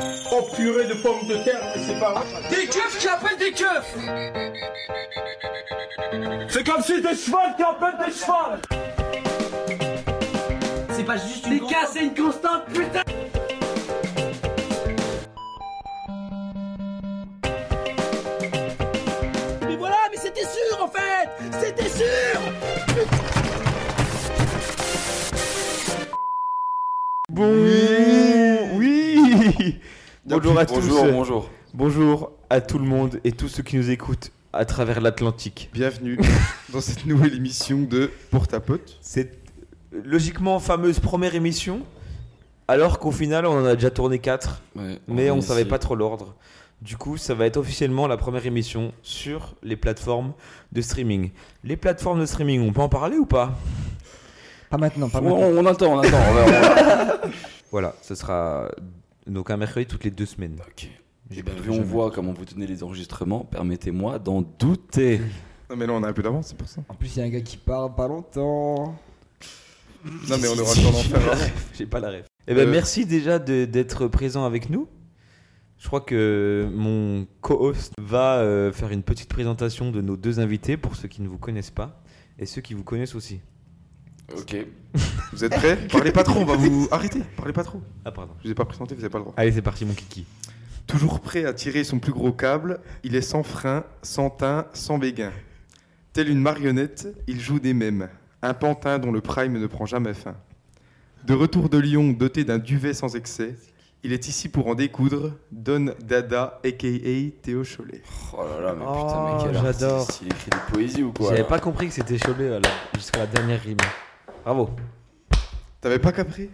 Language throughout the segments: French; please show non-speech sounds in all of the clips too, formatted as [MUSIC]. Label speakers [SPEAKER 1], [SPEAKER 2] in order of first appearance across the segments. [SPEAKER 1] Oh purée de pommes de terre, mais c'est pas vrai.
[SPEAKER 2] Des keufs qui appellent des keufs
[SPEAKER 1] C'est comme si des chevals qui appellent des chevals
[SPEAKER 2] C'est pas juste une. Les cas, c'est une constante, putain Mais voilà, mais c'était sûr en fait C'était sûr
[SPEAKER 3] Bon, oui. Bonjour à tous.
[SPEAKER 4] Bonjour, bonjour.
[SPEAKER 3] Bonjour à tout le monde et tous ceux qui nous écoutent à travers l'Atlantique.
[SPEAKER 5] [LAUGHS]
[SPEAKER 4] Bienvenue dans cette nouvelle émission de Pour ta pote.
[SPEAKER 3] C'est logiquement fameuse première émission, alors qu'au final on en a déjà tourné 4, mais on savait pas trop l'ordre. Du coup, ça va être officiellement la première émission sur les plateformes de streaming. Les plateformes de streaming, on peut en parler ou pas
[SPEAKER 6] Pas maintenant, pas
[SPEAKER 4] On,
[SPEAKER 6] maintenant.
[SPEAKER 4] on attend, on attend. on va-
[SPEAKER 3] Voilà, ce sera donc un mercredi toutes les deux semaines.
[SPEAKER 4] on- Ok. Eh ben, vu on voit comment vous tenez les enregistrements, permettez-moi d'en douter.
[SPEAKER 5] Non mais là on a un peu d'avance, c'est pour ça.
[SPEAKER 6] En plus, il y a un gars qui parle pas longtemps.
[SPEAKER 5] Non mais on aura le temps d'en faire avant.
[SPEAKER 3] J'ai pas la ref. Eh ben,
[SPEAKER 5] Euh.
[SPEAKER 3] merci déjà de- d'être présent avec nous. Je crois que mon co-host va euh, faire une petite présentation de nos deux invités pour ceux qui ne vous connaissent pas et ceux qui vous connaissent aussi.
[SPEAKER 4] Ok.
[SPEAKER 5] Vous êtes prêts Parlez pas trop, on va vous arrêter. Parlez pas trop.
[SPEAKER 3] Ah, pardon.
[SPEAKER 5] Je vous ai pas présenté, vous avez pas le droit.
[SPEAKER 3] Allez, c'est parti, mon kiki.
[SPEAKER 5] Toujours prêt à tirer son plus gros câble, il est sans frein, sans teint, sans béguin. Tel une marionnette, il joue des mèmes. Un pantin dont le prime ne prend jamais fin. De retour de Lyon, doté d'un duvet sans excès, il est ici pour en découdre, Don Dada, a.k.a. Théo Cholet.
[SPEAKER 4] Oh là là, mais
[SPEAKER 3] Oh,
[SPEAKER 4] putain, mais quel artiste.
[SPEAKER 3] j'adore.
[SPEAKER 4] Il écrit des poésies ou quoi
[SPEAKER 3] J'avais
[SPEAKER 4] là
[SPEAKER 3] pas compris que c'était Cholet alors, jusqu'à la dernière rime. [LAUGHS] Bravo.
[SPEAKER 5] T'avais pas capri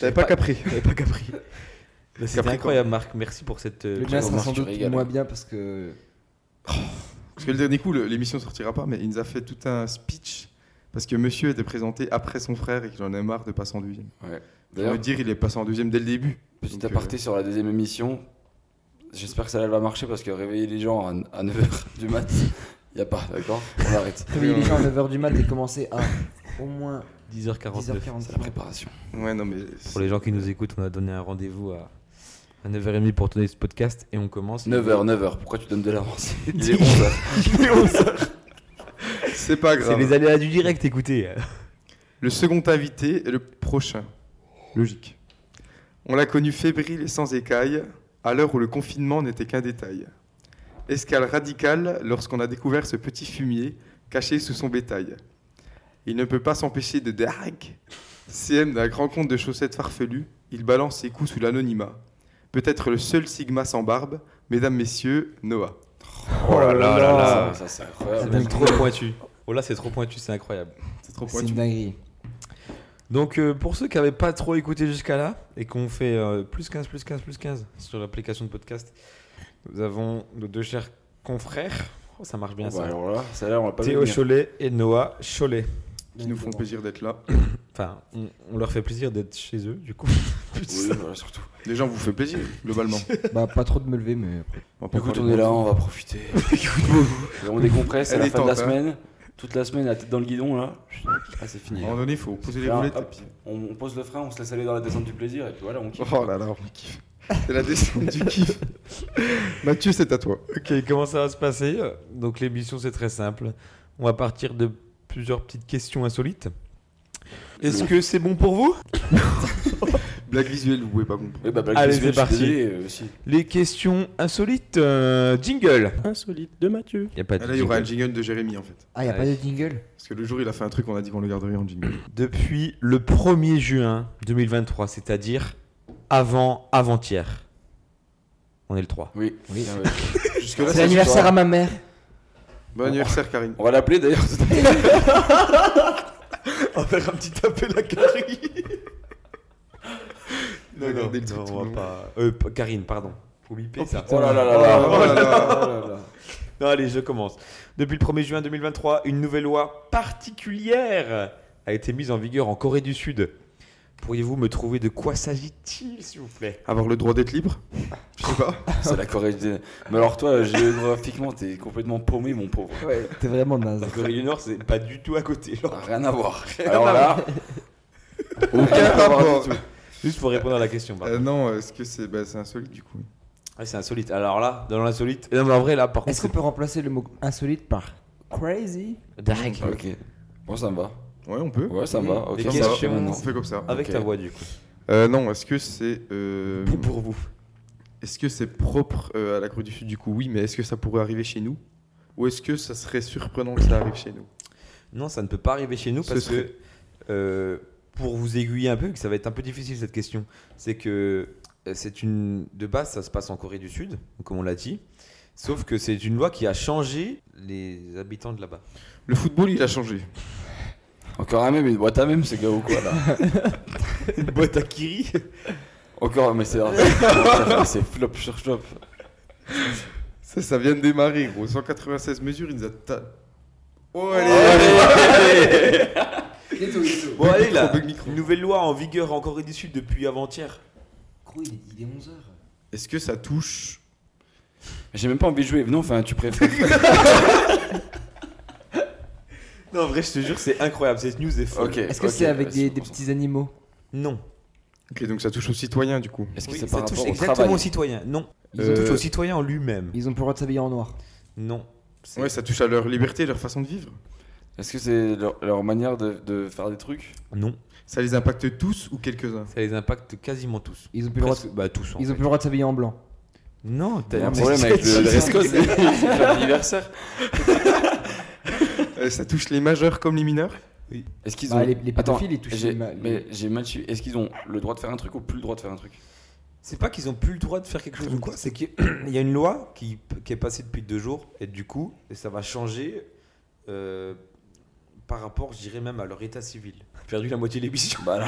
[SPEAKER 5] T'avais pas capri
[SPEAKER 3] J'avais pas compris. Bah, C'était
[SPEAKER 5] Capri,
[SPEAKER 3] incroyable, Marc. Merci pour cette. euh,
[SPEAKER 6] Le gars sera
[SPEAKER 4] remarque,
[SPEAKER 6] sans
[SPEAKER 4] tu
[SPEAKER 6] doute
[SPEAKER 4] régales.
[SPEAKER 6] moins bien parce que.
[SPEAKER 5] Parce que le dernier coup, le- l'émission sortira pas, mais il nous a fait tout un speech parce que monsieur était présenté après son frère et qu'il en a marre de passer en deuxième. Je
[SPEAKER 4] D'ailleurs,
[SPEAKER 5] veux dire, il est passé en deuxième dès le début.
[SPEAKER 4] petit
[SPEAKER 5] Donc, euh,
[SPEAKER 4] aparté sur la deuxième émission. J'espère que ça va marcher parce que réveiller les gens à, 9h [LAUGHS] du mat, y a pas, d'accord On arrête.
[SPEAKER 6] Réveiller les gens à 9h du mat et commencer à au moins
[SPEAKER 3] 10h49.
[SPEAKER 6] 10h40.
[SPEAKER 4] C'est la préparation.
[SPEAKER 5] Ouais, non, mais.
[SPEAKER 3] Pour les gens qui nous écoutent, on a donné un rendez-vous à, à 9h30 pour tourner ce podcast et on commence.
[SPEAKER 4] 9h, 9h, pourquoi tu donnes de l'avance [LAUGHS] Il est 11h.
[SPEAKER 5] C'est pas
[SPEAKER 3] C'est
[SPEAKER 5] grave.
[SPEAKER 3] les aléas du direct, écoutez.
[SPEAKER 5] Le second invité est le prochain. Logique. On l'a connu fébrile et sans écailles, à l'heure où le confinement n'était qu'un détail. Escale radicale lorsqu'on a découvert ce petit fumier caché sous son bétail. Il ne peut pas s'empêcher de dark. CM d'un grand compte de chaussettes farfelues, il balance ses coups sous l'anonymat. Peut-être le seul Sigma sans barbe, mesdames, messieurs, Noah.
[SPEAKER 3] Oh là là là
[SPEAKER 4] Ça, ça, c'est
[SPEAKER 3] C'est
[SPEAKER 4] incroyable.
[SPEAKER 3] même trop pointu. Oh là, c'est trop pointu, c'est incroyable.
[SPEAKER 5] C'est trop
[SPEAKER 6] C'est une dinguerie.
[SPEAKER 3] Donc, euh, pour ceux qui n'avaient pas trop écouté jusqu'à là et qu'on fait euh, plus 15, plus 15, plus 15 sur l'application de podcast, nous avons nos deux chers confrères. Oh, ça marche bien
[SPEAKER 4] Bah,
[SPEAKER 3] ça.
[SPEAKER 4] alors là, celle-là, on l'a pas vu
[SPEAKER 3] Théo
[SPEAKER 4] venir.
[SPEAKER 3] Cholet et Noah Cholet.
[SPEAKER 5] Qui nous font plaisir d'être là.
[SPEAKER 3] Enfin, on, on leur fait plaisir d'être chez eux, du coup. [LAUGHS]
[SPEAKER 4] Oui, voilà, surtout.
[SPEAKER 5] Les gens vous fait plaisir,
[SPEAKER 4] [LAUGHS]
[SPEAKER 5] globalement.
[SPEAKER 6] Bah, pas trop de me lever, mais. après.
[SPEAKER 4] Écoute, on est là, on va [LAUGHS] profiter. [LAUGHS] on décompresse, c'est
[SPEAKER 5] Elle
[SPEAKER 4] la
[SPEAKER 5] est
[SPEAKER 4] fin de la
[SPEAKER 5] tente, hein.
[SPEAKER 4] semaine. Toute la semaine, la tête dans le guidon, là. Ah, c'est
[SPEAKER 5] À un
[SPEAKER 4] fini.
[SPEAKER 5] moment donné, il faut poser les
[SPEAKER 4] Là,
[SPEAKER 5] roulettes.
[SPEAKER 4] hop, on, on pose le frein, on se laisse aller dans la descente du plaisir, et puis voilà, on kiffe.
[SPEAKER 5] Oh là là, on kiffe. C'est la descente du kiff. Mathieu, c'est à toi.
[SPEAKER 3] Ok, comment ça va se passer Donc l'émission c'est très simple. On va partir de plusieurs petites questions insolites. Est-ce que c'est bon pour vous
[SPEAKER 5] Blague visuelle, vous pouvez pas comprendre.
[SPEAKER 4] Oui, bah, Black
[SPEAKER 3] Allez,
[SPEAKER 4] Visual,
[SPEAKER 3] c'est
[SPEAKER 4] je suis
[SPEAKER 3] parti.
[SPEAKER 4] désolé, euh, si.
[SPEAKER 3] Les questions insolites, euh, jingle.
[SPEAKER 7] insolite de Mathieu.
[SPEAKER 3] Y a pas de
[SPEAKER 5] Ah, là, il y aura un
[SPEAKER 3] jingle.
[SPEAKER 5] jingle de Jérémy en fait.
[SPEAKER 6] Ah, y a
[SPEAKER 3] Ouais.
[SPEAKER 6] pas de jingle
[SPEAKER 5] Parce que le jour, il a fait un truc, on a dit qu'on le garderait en jingle.
[SPEAKER 3] Depuis le 1er juin 2023, c'est-à-dire avant avant-hier. On est le 3.
[SPEAKER 4] Oui.
[SPEAKER 6] Oui.
[SPEAKER 4] [LAUGHS] Ah ouais. Jusque-là,
[SPEAKER 6] C'est l'anniversaire à ma mère.
[SPEAKER 5] Bon anniversaire, Karine.
[SPEAKER 4] On va l'appeler d'ailleurs.
[SPEAKER 3] On va faire un petit tapé la Karine. non, non,
[SPEAKER 5] Regardez le
[SPEAKER 3] non,
[SPEAKER 5] truc
[SPEAKER 3] on
[SPEAKER 5] tout
[SPEAKER 3] va
[SPEAKER 5] long.
[SPEAKER 3] pas. Euh, p- Karine, pardon. Faut biper ça.
[SPEAKER 4] Oh là là là
[SPEAKER 5] Oh là
[SPEAKER 4] là.
[SPEAKER 5] là là là.
[SPEAKER 3] Non, allez, je commence. Depuis le 1er juin 2023, une nouvelle loi particulière a été mise en vigueur en Corée du Sud. Pourriez-vous me trouver de quoi s'agit-il, s'il vous plaît
[SPEAKER 5] Avoir le droit d'être libre Je sais pas.
[SPEAKER 4] C'est la Corée. du- Mais alors, toi, géographiquement, t'es complètement paumé, mon pauvre.
[SPEAKER 6] Ouais, t'es vraiment naze.
[SPEAKER 3] La Corée du Nord, c'est pas du tout à côté. genre.
[SPEAKER 4] Rien à voir. Alors là,
[SPEAKER 5] Aucun
[SPEAKER 4] à voir
[SPEAKER 5] rapport.
[SPEAKER 4] du tout.
[SPEAKER 3] [LAUGHS] Juste pour répondre à la question. pardon.
[SPEAKER 5] Euh, non, est-ce que c'est bah, c'est insolite du coup
[SPEAKER 3] Ouais, Ah, c'est insolite. Alors là, dans l'insolite. Non, mais en vrai, là, par contre.
[SPEAKER 6] Est-ce qu'on peut remplacer le mot insolite par crazy
[SPEAKER 3] c'est- Dark.
[SPEAKER 4] Ok. Bon, ça me va.
[SPEAKER 5] Ouais, on peut.
[SPEAKER 4] Ouais, ça me
[SPEAKER 3] Oui,
[SPEAKER 4] va. Ok,
[SPEAKER 3] des
[SPEAKER 4] ça
[SPEAKER 5] questions.
[SPEAKER 4] va. Ok,
[SPEAKER 5] On
[SPEAKER 4] maintenant.
[SPEAKER 5] fait comme ça.
[SPEAKER 3] Avec
[SPEAKER 4] Ok.
[SPEAKER 3] ta voix, du coup.
[SPEAKER 5] Euh, non, est-ce que c'est euh,
[SPEAKER 3] Pour, pour vous.
[SPEAKER 5] est-ce que c'est propre euh, à la Corée du Sud du coup Oui, mais est-ce que ça pourrait arriver chez nous Ou est-ce que ça serait surprenant que ça arrive chez nous
[SPEAKER 3] Non, ça ne peut pas arriver chez nous
[SPEAKER 5] Ce
[SPEAKER 3] parce
[SPEAKER 5] serait-
[SPEAKER 3] que. euh, pour vous aiguiller un peu, vu que ça va être un peu difficile cette question, c'est que euh, c'est une. De base, ça se passe en Corée du Sud, comme on l'a dit. Sauf que c'est une loi qui a changé les habitants de [LAUGHS] là-bas.
[SPEAKER 5] Le football, il a changé.
[SPEAKER 4] Encore un même, une boîte à même, ce gars ou quoi là
[SPEAKER 3] Une boîte à Kiri
[SPEAKER 4] Encore, mais c'est. Putain, mais c'est flop sur flop.
[SPEAKER 5] Ça, ça vient de démarrer, gros. 196 mesures, il nous a. ta- Oh, allez, Oh,
[SPEAKER 3] Bon, allez là,
[SPEAKER 5] Trop de micro.
[SPEAKER 3] nouvelle loi en vigueur en Corée du Sud depuis avant-hier.
[SPEAKER 6] il est 11h.
[SPEAKER 5] Est-ce que ça touche
[SPEAKER 4] J'ai même pas envie de jouer. Venons, on fait un tu préfères.
[SPEAKER 3] Non, en vrai, je te jure, c'est incroyable. Cette news est folle.
[SPEAKER 4] Ok.
[SPEAKER 6] Est-ce que
[SPEAKER 4] ok,
[SPEAKER 6] c'est avec
[SPEAKER 4] ouais,
[SPEAKER 6] des,
[SPEAKER 4] 100%.
[SPEAKER 6] des petits animaux
[SPEAKER 3] Non.
[SPEAKER 5] Ok, donc ça touche aux citoyens, du coup.
[SPEAKER 4] Est-ce que
[SPEAKER 3] Oui,
[SPEAKER 4] c'est
[SPEAKER 3] ça
[SPEAKER 4] par
[SPEAKER 3] touche
[SPEAKER 4] rapport au
[SPEAKER 3] exactement
[SPEAKER 4] travail
[SPEAKER 3] au citoyen. Non. Ils
[SPEAKER 5] Euh,
[SPEAKER 3] touchent au citoyen en lui-même.
[SPEAKER 6] Ils ont plus le droit de s'habiller en noir.
[SPEAKER 3] Non. C'est-
[SPEAKER 5] Ouais, ça touche à leur liberté, leur façon de vivre.
[SPEAKER 4] Est-ce que c'est leur, leur manière de, de faire des trucs
[SPEAKER 3] Non.
[SPEAKER 5] Ça les impacte tous ou quelques-uns
[SPEAKER 3] Ça les impacte quasiment tous.
[SPEAKER 6] Ils ont plus le droit de-
[SPEAKER 3] Presque- Bah, tous. en
[SPEAKER 6] Ils ont
[SPEAKER 3] fait.
[SPEAKER 6] plus le droit de s'habiller en blanc.
[SPEAKER 3] Non,
[SPEAKER 4] Il y
[SPEAKER 3] t'as
[SPEAKER 4] a un problème avec le dress code, [LAUGHS] c'est c'est leur anniversaire.
[SPEAKER 5] Euh, Ça touche les majeurs comme les mineurs
[SPEAKER 4] Est-ce qu'ils ont.
[SPEAKER 6] Bah, les, les
[SPEAKER 4] Attends,
[SPEAKER 6] pédophiles, ils touchent
[SPEAKER 4] j'ai-
[SPEAKER 6] les ma-
[SPEAKER 4] mais j'ai mal su. Est-ce qu'ils ont le droit de faire un truc ou plus le droit de faire un truc
[SPEAKER 3] C'est pas qu'ils ont plus le droit de faire quelque chose ou quoi, c'est qu'il [CLEARS THROAT] y a une loi qui, qui est passée depuis deux jours et du coup, et ça va changer euh, par rapport, je dirais même, à leur état civil. J'ai Perdu la moitié de l'émission.
[SPEAKER 4] Bah là.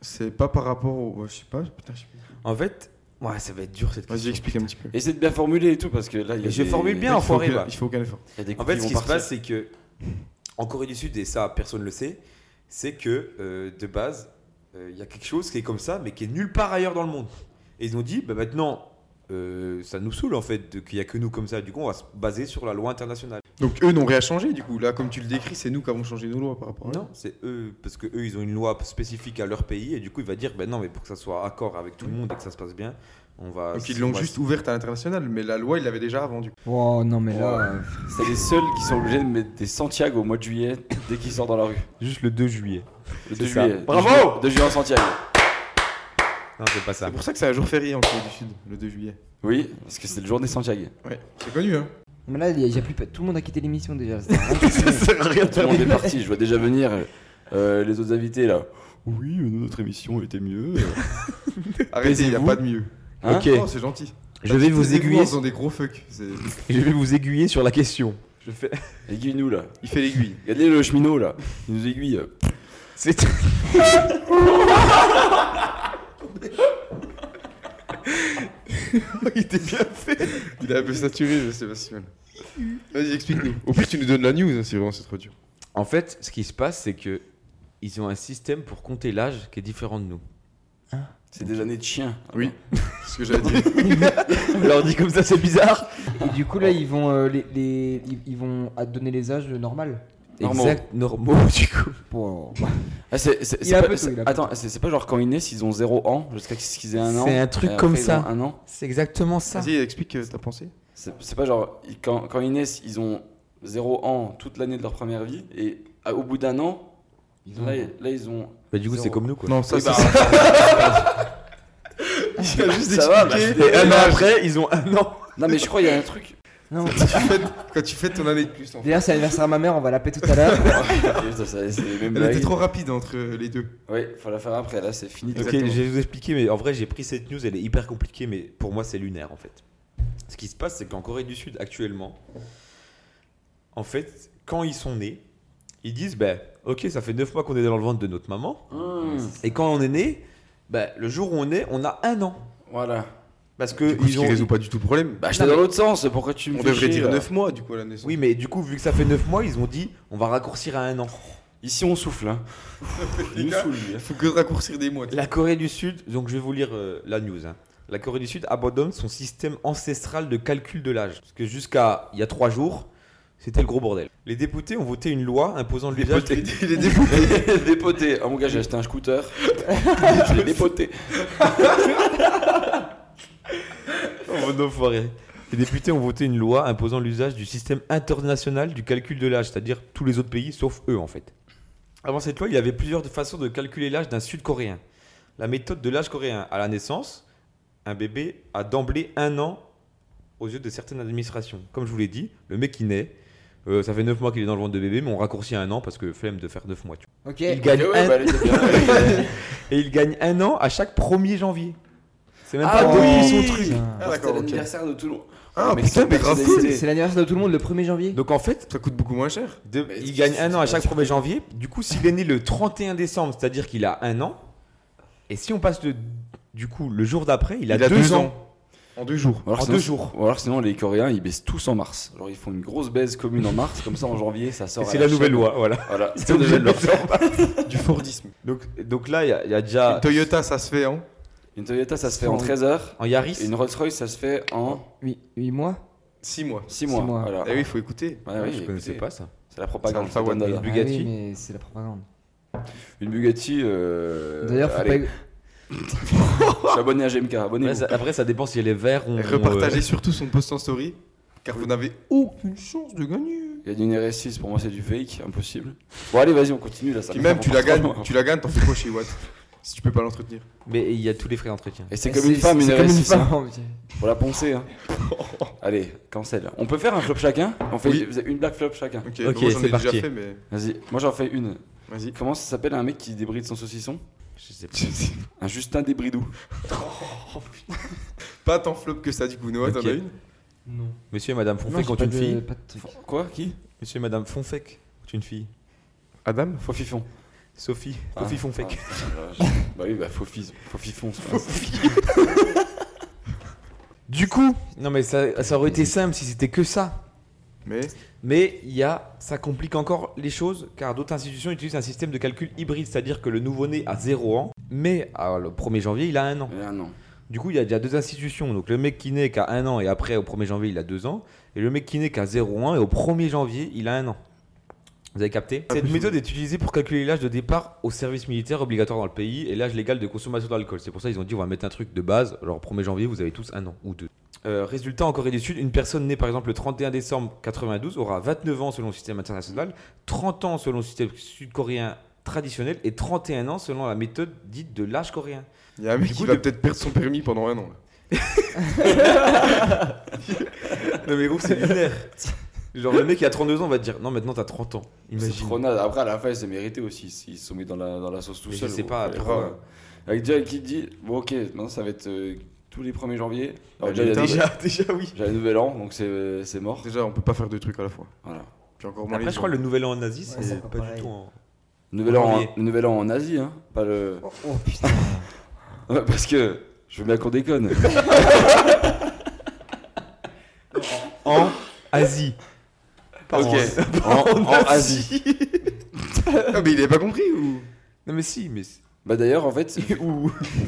[SPEAKER 5] C'est pas par rapport au. ouais, Je sais pas, putain, je sais pas.
[SPEAKER 3] En fait, ouais, ça va être dur cette
[SPEAKER 5] Vas-y,
[SPEAKER 3] question.
[SPEAKER 5] explique un petit peu.
[SPEAKER 4] Essaye de bien formuler et tout parce que là. il Y a
[SPEAKER 3] Je
[SPEAKER 4] des-
[SPEAKER 3] formule bien,
[SPEAKER 4] il
[SPEAKER 5] Il faut
[SPEAKER 3] enfoiré,
[SPEAKER 5] aucun-
[SPEAKER 3] va.
[SPEAKER 5] Il faut aucun effort.
[SPEAKER 4] y a des
[SPEAKER 3] En
[SPEAKER 4] coups
[SPEAKER 3] fait,
[SPEAKER 4] qui
[SPEAKER 3] ce qui
[SPEAKER 4] vont
[SPEAKER 3] se
[SPEAKER 4] partir.
[SPEAKER 3] passe, c'est que en Corée du Sud, et ça personne le sait, c'est que euh, de base, euh, il y a quelque chose qui est comme ça, mais qui est nulle part ailleurs dans le monde. Et ils ont dit, bah, maintenant, euh, ça nous saoule en fait de- qu'il n'y a que nous comme ça. Du coup, on va se baser sur la loi internationale.
[SPEAKER 5] Donc eux n'ont rien changé, du coup. Là, comme tu le décris, c'est nous qui avons changé nos lois par rapport à eux.
[SPEAKER 3] Non, c'est eux, parce que eux, ils ont une loi spécifique à leur pays, et du coup, il va dire, ben non, mais pour que ça soit accord avec tout le monde et que ça se passe bien, on va.
[SPEAKER 5] Donc ils
[SPEAKER 3] on
[SPEAKER 5] l'ont
[SPEAKER 3] va-
[SPEAKER 5] juste ouverte à l'international, mais la loi, ils l'avaient déjà avant, du coup.
[SPEAKER 6] Oh non, mais là. euh,
[SPEAKER 4] C'est les seuls qui sont obligés de mettre des Santiago au mois de juillet dès qu'ils sortent dans la rue.
[SPEAKER 3] Juste le 2 juillet.
[SPEAKER 4] Le
[SPEAKER 3] C'est
[SPEAKER 4] 2
[SPEAKER 3] ça.
[SPEAKER 4] juillet.
[SPEAKER 5] Bravo
[SPEAKER 4] De juillet- De juillet en Santiago.
[SPEAKER 3] Non, c'est pas ça.
[SPEAKER 5] C'est pour ça que c'est un jour férié en Corée du Sud, le 2 juillet.
[SPEAKER 4] Oui, parce que c'est le jour des Santiago.
[SPEAKER 5] Ouais, c'est connu, hein
[SPEAKER 6] Mais là, il y a- il y a plus... pe- tout le monde a quitté l'émission déjà. c'est-
[SPEAKER 4] Tout le monde est parti, je vois déjà venir euh, les autres invités là. Oui, euh, notre émission était mieux.
[SPEAKER 5] Arrêtez, il n'y a
[SPEAKER 4] Taisez-vous.
[SPEAKER 5] pas de mieux.
[SPEAKER 4] Hein
[SPEAKER 3] Ok.
[SPEAKER 5] Non, c'est gentil.
[SPEAKER 3] Je vais vous
[SPEAKER 5] Taisez-vous
[SPEAKER 3] aiguiller.
[SPEAKER 5] en faisant des gros fuck. C'est-
[SPEAKER 3] Je vais vous aiguiller sur la question. Je fais.
[SPEAKER 4] Aiguille-nous là.
[SPEAKER 5] Il fait l'aiguille.
[SPEAKER 4] Regardez le cheminot là. Il nous aiguille.
[SPEAKER 3] C'est.
[SPEAKER 5] il était bien fait. Il est un peu saturé, je sais pas si mal. Vas-y, explique-nous. Au pire, tu nous donnes la news, hein, si vraiment c'est trop dur.
[SPEAKER 3] En fait, ce qui se passe, c'est que ils ont un système pour compter l'âge qui est différent de nous.
[SPEAKER 4] C'est des années de chien.
[SPEAKER 5] Oui. C'est ce que j'avais dit.
[SPEAKER 3] On leur dit comme ça, c'est bizarre.
[SPEAKER 6] Et du coup, là, ils vont, euh, les, les- ils, ils vont à- donner les âges euh, normales.
[SPEAKER 4] Normaux.
[SPEAKER 3] Exact, normaux [LAUGHS] du coup.
[SPEAKER 6] Pour...
[SPEAKER 4] Ah, c'est, c'est,
[SPEAKER 6] Il
[SPEAKER 4] c'est
[SPEAKER 6] a un
[SPEAKER 4] pas-
[SPEAKER 6] peu tôt,
[SPEAKER 4] c'est-
[SPEAKER 6] il a un peu
[SPEAKER 4] attends, c'est, c'est pas genre quand ils naissent, ils ont 0 ans jusqu'à ce qu'ils aient un an.
[SPEAKER 3] C'est un truc
[SPEAKER 4] et
[SPEAKER 3] comme
[SPEAKER 4] après, ils
[SPEAKER 3] ça.
[SPEAKER 4] ont Un an.
[SPEAKER 3] C'est exactement ça.
[SPEAKER 5] Vas-y, explique euh, ta pensée.
[SPEAKER 4] C'est, c'est pas genre ils- quand, quand ils naissent, ils ont 0 ans toute l'année de leur première vie et à- au bout d'un an, là, là, ils ont.
[SPEAKER 3] Bah du coup, c'est
[SPEAKER 4] Zéro.
[SPEAKER 3] comme nous quoi.
[SPEAKER 5] Non, ça,
[SPEAKER 4] Oui, bah,
[SPEAKER 5] c'est. Il a juste
[SPEAKER 4] Ça va, bah,
[SPEAKER 5] expliqué.
[SPEAKER 3] Et un an après, ils ont un an.
[SPEAKER 4] non mais je crois qu'il y a
[SPEAKER 3] [LAUGHS]
[SPEAKER 4] un truc.
[SPEAKER 6] Non.
[SPEAKER 5] Quand tu fêtes- Quand tu fêtes ton année de plus, en fait.
[SPEAKER 6] D'ailleurs, c'est l'anniversaire à ma mère, on va l'appeler tout à l'heure.
[SPEAKER 4] Ça, ça, c'est les mêmes
[SPEAKER 5] Elle était
[SPEAKER 4] blagues.
[SPEAKER 5] trop rapide entre euh, les deux.
[SPEAKER 4] Ouais, faut la faire après, là c'est fini.
[SPEAKER 3] Ok,
[SPEAKER 5] Exactement.
[SPEAKER 3] je vais vous expliquer, mais en vrai, j'ai pris cette news, elle est hyper compliquée, mais pour moi, c'est lunaire en fait. Ce qui se passe, c'est qu'en Corée du Sud, actuellement, en fait, quand ils sont nés, ils disent, bah, ok, ça fait 9 mois qu'on est dans le ventre de notre maman,
[SPEAKER 4] Mmh,
[SPEAKER 3] et quand on est né, bah, le jour où on est, on a un an.
[SPEAKER 4] voilà.
[SPEAKER 3] Parce que
[SPEAKER 5] Du coup,
[SPEAKER 3] ils
[SPEAKER 5] ce qui
[SPEAKER 3] ont.
[SPEAKER 5] résout pas du tout le problème.
[SPEAKER 4] Bah, j'étais dans l'autre sens, pourquoi tu me
[SPEAKER 5] On
[SPEAKER 4] fais
[SPEAKER 5] devrait
[SPEAKER 4] chier,
[SPEAKER 5] dire
[SPEAKER 4] là
[SPEAKER 5] 9 mois, du coup, à la naissance.
[SPEAKER 3] Oui, mais du coup, vu que ça fait 9 mois, ils ont dit on va raccourcir à un an.
[SPEAKER 4] Ici, on souffle, hein. Il nous
[SPEAKER 5] gars.
[SPEAKER 4] saoule, lui. [LAUGHS]
[SPEAKER 5] Faut que raccourcir des mois. tu sais.
[SPEAKER 3] La Corée du Sud, donc je vais vous lire euh, la news. hein. La Corée du Sud abandonne son système ancestral de calcul de l'âge. Parce que jusqu'à il y a 3 jours, C'était le gros bordel. Les députés ont voté une loi imposant l'usage
[SPEAKER 5] Les,
[SPEAKER 3] des...
[SPEAKER 5] les députés.
[SPEAKER 4] dépoté. Ah mon gars, j'ai acheté
[SPEAKER 3] [LAUGHS]
[SPEAKER 4] un scooter. je l'ai dépoté.
[SPEAKER 3] Oh, mon enfoiré. Les députés ont voté une loi imposant l'usage du système international du calcul de l'âge, c'est-à-dire tous les autres pays sauf eux en fait. Avant cette loi, il y avait plusieurs façons de calculer l'âge d'un Sud-Coréen. La méthode de l'âge coréen à la naissance, un bébé a d'emblée un an aux yeux de certaines administrations. Comme je vous l'ai dit, le mec il naît, euh, ça fait 9 mois qu'il est dans le ventre de bébé, mais on raccourcit à un an parce que flemme de faire 9 mois. tu
[SPEAKER 6] Ok.
[SPEAKER 3] vois. Il gagne
[SPEAKER 4] Ok, ouais,
[SPEAKER 3] un- [LAUGHS] Ah,
[SPEAKER 4] bah, allez, c'est bien.
[SPEAKER 3] Et il gagne un an à chaque 1er janvier. C'est même
[SPEAKER 4] Ah
[SPEAKER 6] Oh,
[SPEAKER 3] pas
[SPEAKER 4] oui
[SPEAKER 3] depuis son truc.
[SPEAKER 4] Ah,
[SPEAKER 5] d'accord,
[SPEAKER 4] C'était
[SPEAKER 5] ok.
[SPEAKER 4] l'anniversaire de Toulon.
[SPEAKER 5] Ah,
[SPEAKER 4] Mais
[SPEAKER 5] putain,
[SPEAKER 4] sans
[SPEAKER 5] mais grave cool.
[SPEAKER 4] personnalité.
[SPEAKER 6] C'est l'anniversaire de tout le monde le 1er janvier.
[SPEAKER 3] Donc en fait,
[SPEAKER 5] Ça coûte beaucoup moins cher.
[SPEAKER 3] De-
[SPEAKER 4] Mais
[SPEAKER 3] il
[SPEAKER 4] c'est-
[SPEAKER 3] gagne
[SPEAKER 4] c'est-
[SPEAKER 3] un an à
[SPEAKER 4] c'est
[SPEAKER 3] chaque
[SPEAKER 4] pas sûr.
[SPEAKER 3] 1er janvier. Du coup, s'il est né le 31 décembre, c'est-à-dire qu'il a un an, et si on passe le, du coup le jour d'après, il a, deux, ans.
[SPEAKER 5] En deux jours.
[SPEAKER 4] Ou alors
[SPEAKER 3] En
[SPEAKER 4] sinon-
[SPEAKER 3] deux jours.
[SPEAKER 4] Ou alors sinon, les Coréens, ils baissent tous en mars. Genre, ils font une grosse baisse commune en mars, comme ça en janvier, ça
[SPEAKER 3] Et
[SPEAKER 4] sort. à
[SPEAKER 3] c'est la nouvelle
[SPEAKER 4] chaîne.
[SPEAKER 3] loi, voilà. [LAUGHS]
[SPEAKER 4] Voilà,
[SPEAKER 3] Ils étaient
[SPEAKER 4] c'est la
[SPEAKER 3] obligés de
[SPEAKER 4] nouvelle
[SPEAKER 3] le
[SPEAKER 4] loi.
[SPEAKER 3] faire.
[SPEAKER 5] Du Fordisme.
[SPEAKER 3] Donc, donc là, il y a- il y, a déjà.
[SPEAKER 5] Une Toyota, ça se fait, hein
[SPEAKER 4] Une Toyota, ça se fait
[SPEAKER 6] Sans-
[SPEAKER 4] en 13 heures.
[SPEAKER 3] En Yaris,
[SPEAKER 4] Et une Rolls Royce, ça se fait en
[SPEAKER 6] 8, mois
[SPEAKER 5] 6 mois.
[SPEAKER 4] 6
[SPEAKER 6] Six
[SPEAKER 4] mois.
[SPEAKER 6] mois.
[SPEAKER 4] Voilà.
[SPEAKER 5] Eh oui, il faut écouter.
[SPEAKER 3] Ah
[SPEAKER 4] Ouais, oui,
[SPEAKER 3] je
[SPEAKER 4] écoutez,
[SPEAKER 3] connaissais pas ça.
[SPEAKER 4] C'est la propagande.
[SPEAKER 5] C'est un
[SPEAKER 4] c'est
[SPEAKER 5] Fawad
[SPEAKER 4] Dada.
[SPEAKER 3] Bill. Bugatti.
[SPEAKER 6] Ah oui, mais c'est la propagande.
[SPEAKER 4] Une Bugatti. euh,
[SPEAKER 6] D'ailleurs, faut
[SPEAKER 4] allez,
[SPEAKER 6] pas.
[SPEAKER 4] Je suis abonné à GMK.
[SPEAKER 3] Après
[SPEAKER 4] Abonnez-vous.
[SPEAKER 3] ça, après, ça dépend si elle est verte ou.
[SPEAKER 5] Et repartagez surtout son post en story, car vous n'avez aucune chance de gagner.
[SPEAKER 4] Il y a une RS6, pour moi, c'est du fake, impossible. Bon, allez, vas-y, on continue là. Ça
[SPEAKER 5] Puis
[SPEAKER 4] me
[SPEAKER 5] même,
[SPEAKER 4] prend
[SPEAKER 5] tu
[SPEAKER 4] pas
[SPEAKER 5] la
[SPEAKER 4] trop
[SPEAKER 5] gagnes,
[SPEAKER 4] loin.
[SPEAKER 5] tu la gagnes, t'en fais quoi chez Watt [LAUGHS] Si tu peux pas l'entretenir.
[SPEAKER 3] euh, Mais il y a tous les frais d'entretien.
[SPEAKER 4] Et c'est comme une femme, une
[SPEAKER 6] C'est comme une
[SPEAKER 4] RS6. hein.
[SPEAKER 6] femme.
[SPEAKER 4] Faut la
[SPEAKER 5] [LAUGHS]
[SPEAKER 4] poncer. Hein. Allez, cancel. On peut faire un flop chacun On fait
[SPEAKER 5] Oui.
[SPEAKER 4] vous avez une black flop chacun.
[SPEAKER 5] Ok,
[SPEAKER 3] Ok,
[SPEAKER 5] moi j'en
[SPEAKER 3] c'est
[SPEAKER 5] ai déjà
[SPEAKER 3] parti.
[SPEAKER 5] fait, mais
[SPEAKER 4] Vas-y, moi j'en fais une.
[SPEAKER 5] vas-y. [LAUGHS]
[SPEAKER 4] Comment ça s'appelle un mec qui débride son saucisson
[SPEAKER 3] Je sais pas.
[SPEAKER 4] Un Justin débridou.
[SPEAKER 5] Pas tant flop que ça, du coup, Noah,
[SPEAKER 3] Ok.
[SPEAKER 5] t'en as une
[SPEAKER 6] Non.
[SPEAKER 3] Monsieur et Madame
[SPEAKER 6] Non,
[SPEAKER 3] Fonfec
[SPEAKER 6] j'ai
[SPEAKER 3] quand
[SPEAKER 6] pas
[SPEAKER 3] une
[SPEAKER 6] de-
[SPEAKER 3] fille.
[SPEAKER 6] pas de truc.
[SPEAKER 4] Quoi Qui
[SPEAKER 3] Monsieur et Madame Fonfec quand une fille.
[SPEAKER 5] Adam
[SPEAKER 4] Faux fifon.
[SPEAKER 3] Sophie.
[SPEAKER 4] Ah,
[SPEAKER 3] Sophie Fonfec. [LAUGHS]
[SPEAKER 4] ah, bah oui, bah faux fis- faux fifon. c'est pas ça.
[SPEAKER 3] Du coup, non mais ça, ça aurait été simple si c'était que ça.
[SPEAKER 5] Mais
[SPEAKER 3] Mais il y a, ça complique encore les choses car d'autres institutions utilisent un système de calcul hybride, c'est-à-dire que le nouveau-né a 0 ans, mais ah, le 1er janvier il a 1 an.
[SPEAKER 4] Mais là, non.
[SPEAKER 3] Du coup, il y a déjà deux institutions. Donc le mec qui naît qu'à 1 an et après au 1er janvier il a 2 ans, et le mec qui naît qu'à 0 ans et au 1er janvier il a 1 an. Vous avez capté Cette méthode est utilisée pour calculer l'âge de départ au service militaire obligatoire dans le pays et l'âge légal de consommation d'alcool. C'est pour ça qu'ils ont dit on va mettre un truc de base. Alors 1er janvier, vous avez tous un an ou deux. Euh, résultat, en Corée du Sud, une personne née par exemple le 31 décembre 92 aura 29 ans selon le système international, 30 ans selon le système sud-coréen traditionnel et 31 ans selon la méthode dite de l'âge coréen.
[SPEAKER 5] il y a un mec
[SPEAKER 3] Du
[SPEAKER 5] qui
[SPEAKER 3] coup,
[SPEAKER 5] va
[SPEAKER 3] de-
[SPEAKER 5] peut-être perdre son permis pendant un an. là.
[SPEAKER 3] Non mais gros, c'est lunaire. Genre le mec qui a 32 ans va te dire non maintenant t'as 30 ans.
[SPEAKER 4] C'est
[SPEAKER 3] Imagine.
[SPEAKER 4] trop naze. Après, à la fin, ils s'est mérité aussi. Ils se sont mis dans la, dans la sauce tout
[SPEAKER 3] Mais
[SPEAKER 4] seul.
[SPEAKER 3] je sais pas, hein. pourquoi.
[SPEAKER 4] pourquoi. Avec déjà qui dit Bon, ok, maintenant ça va être euh, tous les 1er janvier. Alors,
[SPEAKER 3] Bah,
[SPEAKER 5] Mais
[SPEAKER 4] Ah, déjà, il y a
[SPEAKER 5] putain,
[SPEAKER 4] des-
[SPEAKER 5] mais-
[SPEAKER 3] [LAUGHS] oui.
[SPEAKER 4] J'ai un nouvel an, donc c'est euh, c'est mort.
[SPEAKER 5] Déjà, on peut pas faire deux trucs à la fois.
[SPEAKER 4] Voilà.
[SPEAKER 5] Puis encore moins
[SPEAKER 3] Après
[SPEAKER 5] les
[SPEAKER 3] je crois le nouvel an en Asie c'est
[SPEAKER 6] Ouais, c'est pas
[SPEAKER 3] pas du
[SPEAKER 6] pareil.
[SPEAKER 3] tout en...
[SPEAKER 4] Nouvel
[SPEAKER 3] En
[SPEAKER 4] an,
[SPEAKER 3] janvier.
[SPEAKER 4] en- nouvel an en Asie, hein. Pas le. [LAUGHS]
[SPEAKER 6] Oh, oh, putain.
[SPEAKER 4] Ouais, parce que je veux bien
[SPEAKER 3] [LAUGHS]
[SPEAKER 4] qu'on déconne.
[SPEAKER 3] en [LAUGHS] Asie.
[SPEAKER 4] ok. En, [LAUGHS] en Asie.
[SPEAKER 5] Ah, mais il avait pas compris ou
[SPEAKER 3] Non mais si mais c'est-
[SPEAKER 4] Bah d'ailleurs, en
[SPEAKER 3] [LAUGHS]
[SPEAKER 4] fait, vu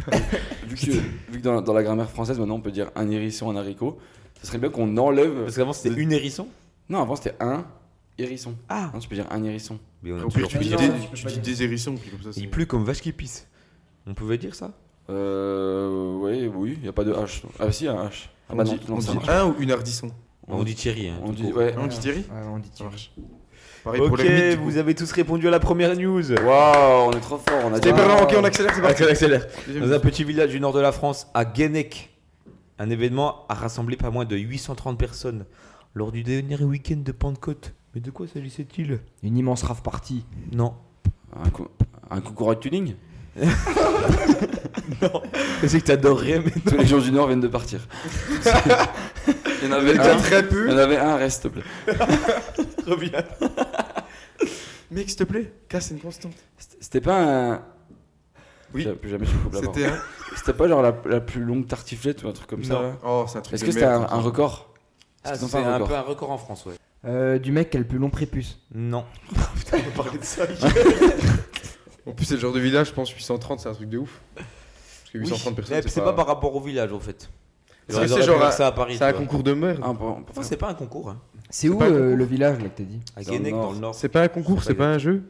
[SPEAKER 4] [LAUGHS] vu que, vu que dans, dans la grammaire française, maintenant on peut dire un hérisson, un haricot, ça serait bien qu'on enlève.
[SPEAKER 3] parce qu'avant c'était une hérisson.
[SPEAKER 4] Non, avant c'était un hérisson.
[SPEAKER 3] Ah.
[SPEAKER 4] Non, tu peux dire un hérisson.
[SPEAKER 3] Mais on a
[SPEAKER 5] Au pire,
[SPEAKER 3] toujours
[SPEAKER 5] tu
[SPEAKER 3] pas
[SPEAKER 5] dis
[SPEAKER 3] dit.
[SPEAKER 6] non,
[SPEAKER 5] des-
[SPEAKER 6] tu
[SPEAKER 5] tu
[SPEAKER 6] peux
[SPEAKER 5] dis
[SPEAKER 6] pas
[SPEAKER 5] des hérissons, puis comme ça. c'est-
[SPEAKER 3] Il pleut comme vache qui pisse. On pouvait dire ça
[SPEAKER 4] Euh. Ouais, oui, y a pas de H. Ah, si, y a un H. Ah,
[SPEAKER 5] On
[SPEAKER 4] bah non,
[SPEAKER 5] dit-
[SPEAKER 4] non,
[SPEAKER 5] on
[SPEAKER 4] ça
[SPEAKER 5] dit
[SPEAKER 4] marche. Ah,
[SPEAKER 5] un ou une hardisson.
[SPEAKER 3] On dit Thierry. Hein,
[SPEAKER 4] On
[SPEAKER 3] tout
[SPEAKER 4] dit.
[SPEAKER 3] court.
[SPEAKER 4] Ouais.
[SPEAKER 5] On dit Thierry
[SPEAKER 6] Ouais, on dit
[SPEAKER 5] Ça
[SPEAKER 6] Thierry.
[SPEAKER 5] marche. Pareil pour
[SPEAKER 3] Ok,
[SPEAKER 5] les mythes, du
[SPEAKER 3] vous
[SPEAKER 5] coup.
[SPEAKER 3] avez tous répondu à la première news.
[SPEAKER 4] Waouh, on est trop fort, on a
[SPEAKER 5] C'était
[SPEAKER 4] dit.
[SPEAKER 5] pas grave, ok, on accélère, Ah, c'est parti.
[SPEAKER 3] Accélère, accélère.
[SPEAKER 5] Deuxième
[SPEAKER 3] Dans un petit village du nord de la France, à Guénec, un événement a rassemblé pas moins de 830 personnes lors du dernier week-end de Pentecôte. Mais de quoi s'agissait-il
[SPEAKER 6] Une immense rave party.
[SPEAKER 3] Non. [LAUGHS]
[SPEAKER 4] Un, cou- un concours de tuning
[SPEAKER 3] Je sais que t'adorerais, mais
[SPEAKER 4] Tous les gens du Nord viennent de partir. il, y en avait
[SPEAKER 5] Il y en a
[SPEAKER 4] un,
[SPEAKER 5] très
[SPEAKER 4] il y
[SPEAKER 5] peu.
[SPEAKER 4] en avait un, reste, s'il te plaît.
[SPEAKER 3] reviens.
[SPEAKER 5] Mec, s'il te plaît, casse une constante.
[SPEAKER 4] C'était c'était pas un.
[SPEAKER 5] Oui.
[SPEAKER 4] J'ai- Plus jamais je coupe la parole.
[SPEAKER 5] C'était un.
[SPEAKER 4] C'était pas genre la, la plus longue tartiflette ou un truc comme ça.
[SPEAKER 3] Non.
[SPEAKER 4] là
[SPEAKER 5] Oh, c'est un truc
[SPEAKER 4] Est-ce
[SPEAKER 5] de
[SPEAKER 4] que c'était un,
[SPEAKER 5] merde.
[SPEAKER 4] un record
[SPEAKER 3] Ah,
[SPEAKER 4] Est-ce qu'ils ont
[SPEAKER 3] c'est
[SPEAKER 4] fait un
[SPEAKER 3] un
[SPEAKER 4] record
[SPEAKER 3] peu un record en France, ouais.
[SPEAKER 6] Euh, du mec qui a le plus long prépuce.
[SPEAKER 3] Non.
[SPEAKER 5] En plus, c'est le genre de village, je pense 830, c'est un truc de ouf. Parce que 830
[SPEAKER 4] Eh,
[SPEAKER 5] personnes,
[SPEAKER 3] c'est pas... par rapport au village, en fait.
[SPEAKER 5] Parce que
[SPEAKER 3] Ils
[SPEAKER 5] c'est
[SPEAKER 3] auraient pu
[SPEAKER 5] genre
[SPEAKER 3] faire
[SPEAKER 5] un-
[SPEAKER 3] ça à Paris.
[SPEAKER 5] C'est un
[SPEAKER 3] tu vois.
[SPEAKER 5] concours de merde.
[SPEAKER 4] Ah, bon,
[SPEAKER 3] Enfin, c'est pas un concours. hein.
[SPEAKER 6] C'est où
[SPEAKER 5] pas un
[SPEAKER 6] euh,
[SPEAKER 5] concours.
[SPEAKER 6] le village là que t'as dit
[SPEAKER 3] À
[SPEAKER 4] Dans le
[SPEAKER 3] Guénec,
[SPEAKER 4] Nord.
[SPEAKER 3] dans le Nord.
[SPEAKER 5] C'est pas un concours,
[SPEAKER 3] Ça
[SPEAKER 5] c'est
[SPEAKER 3] va
[SPEAKER 5] pas un jeu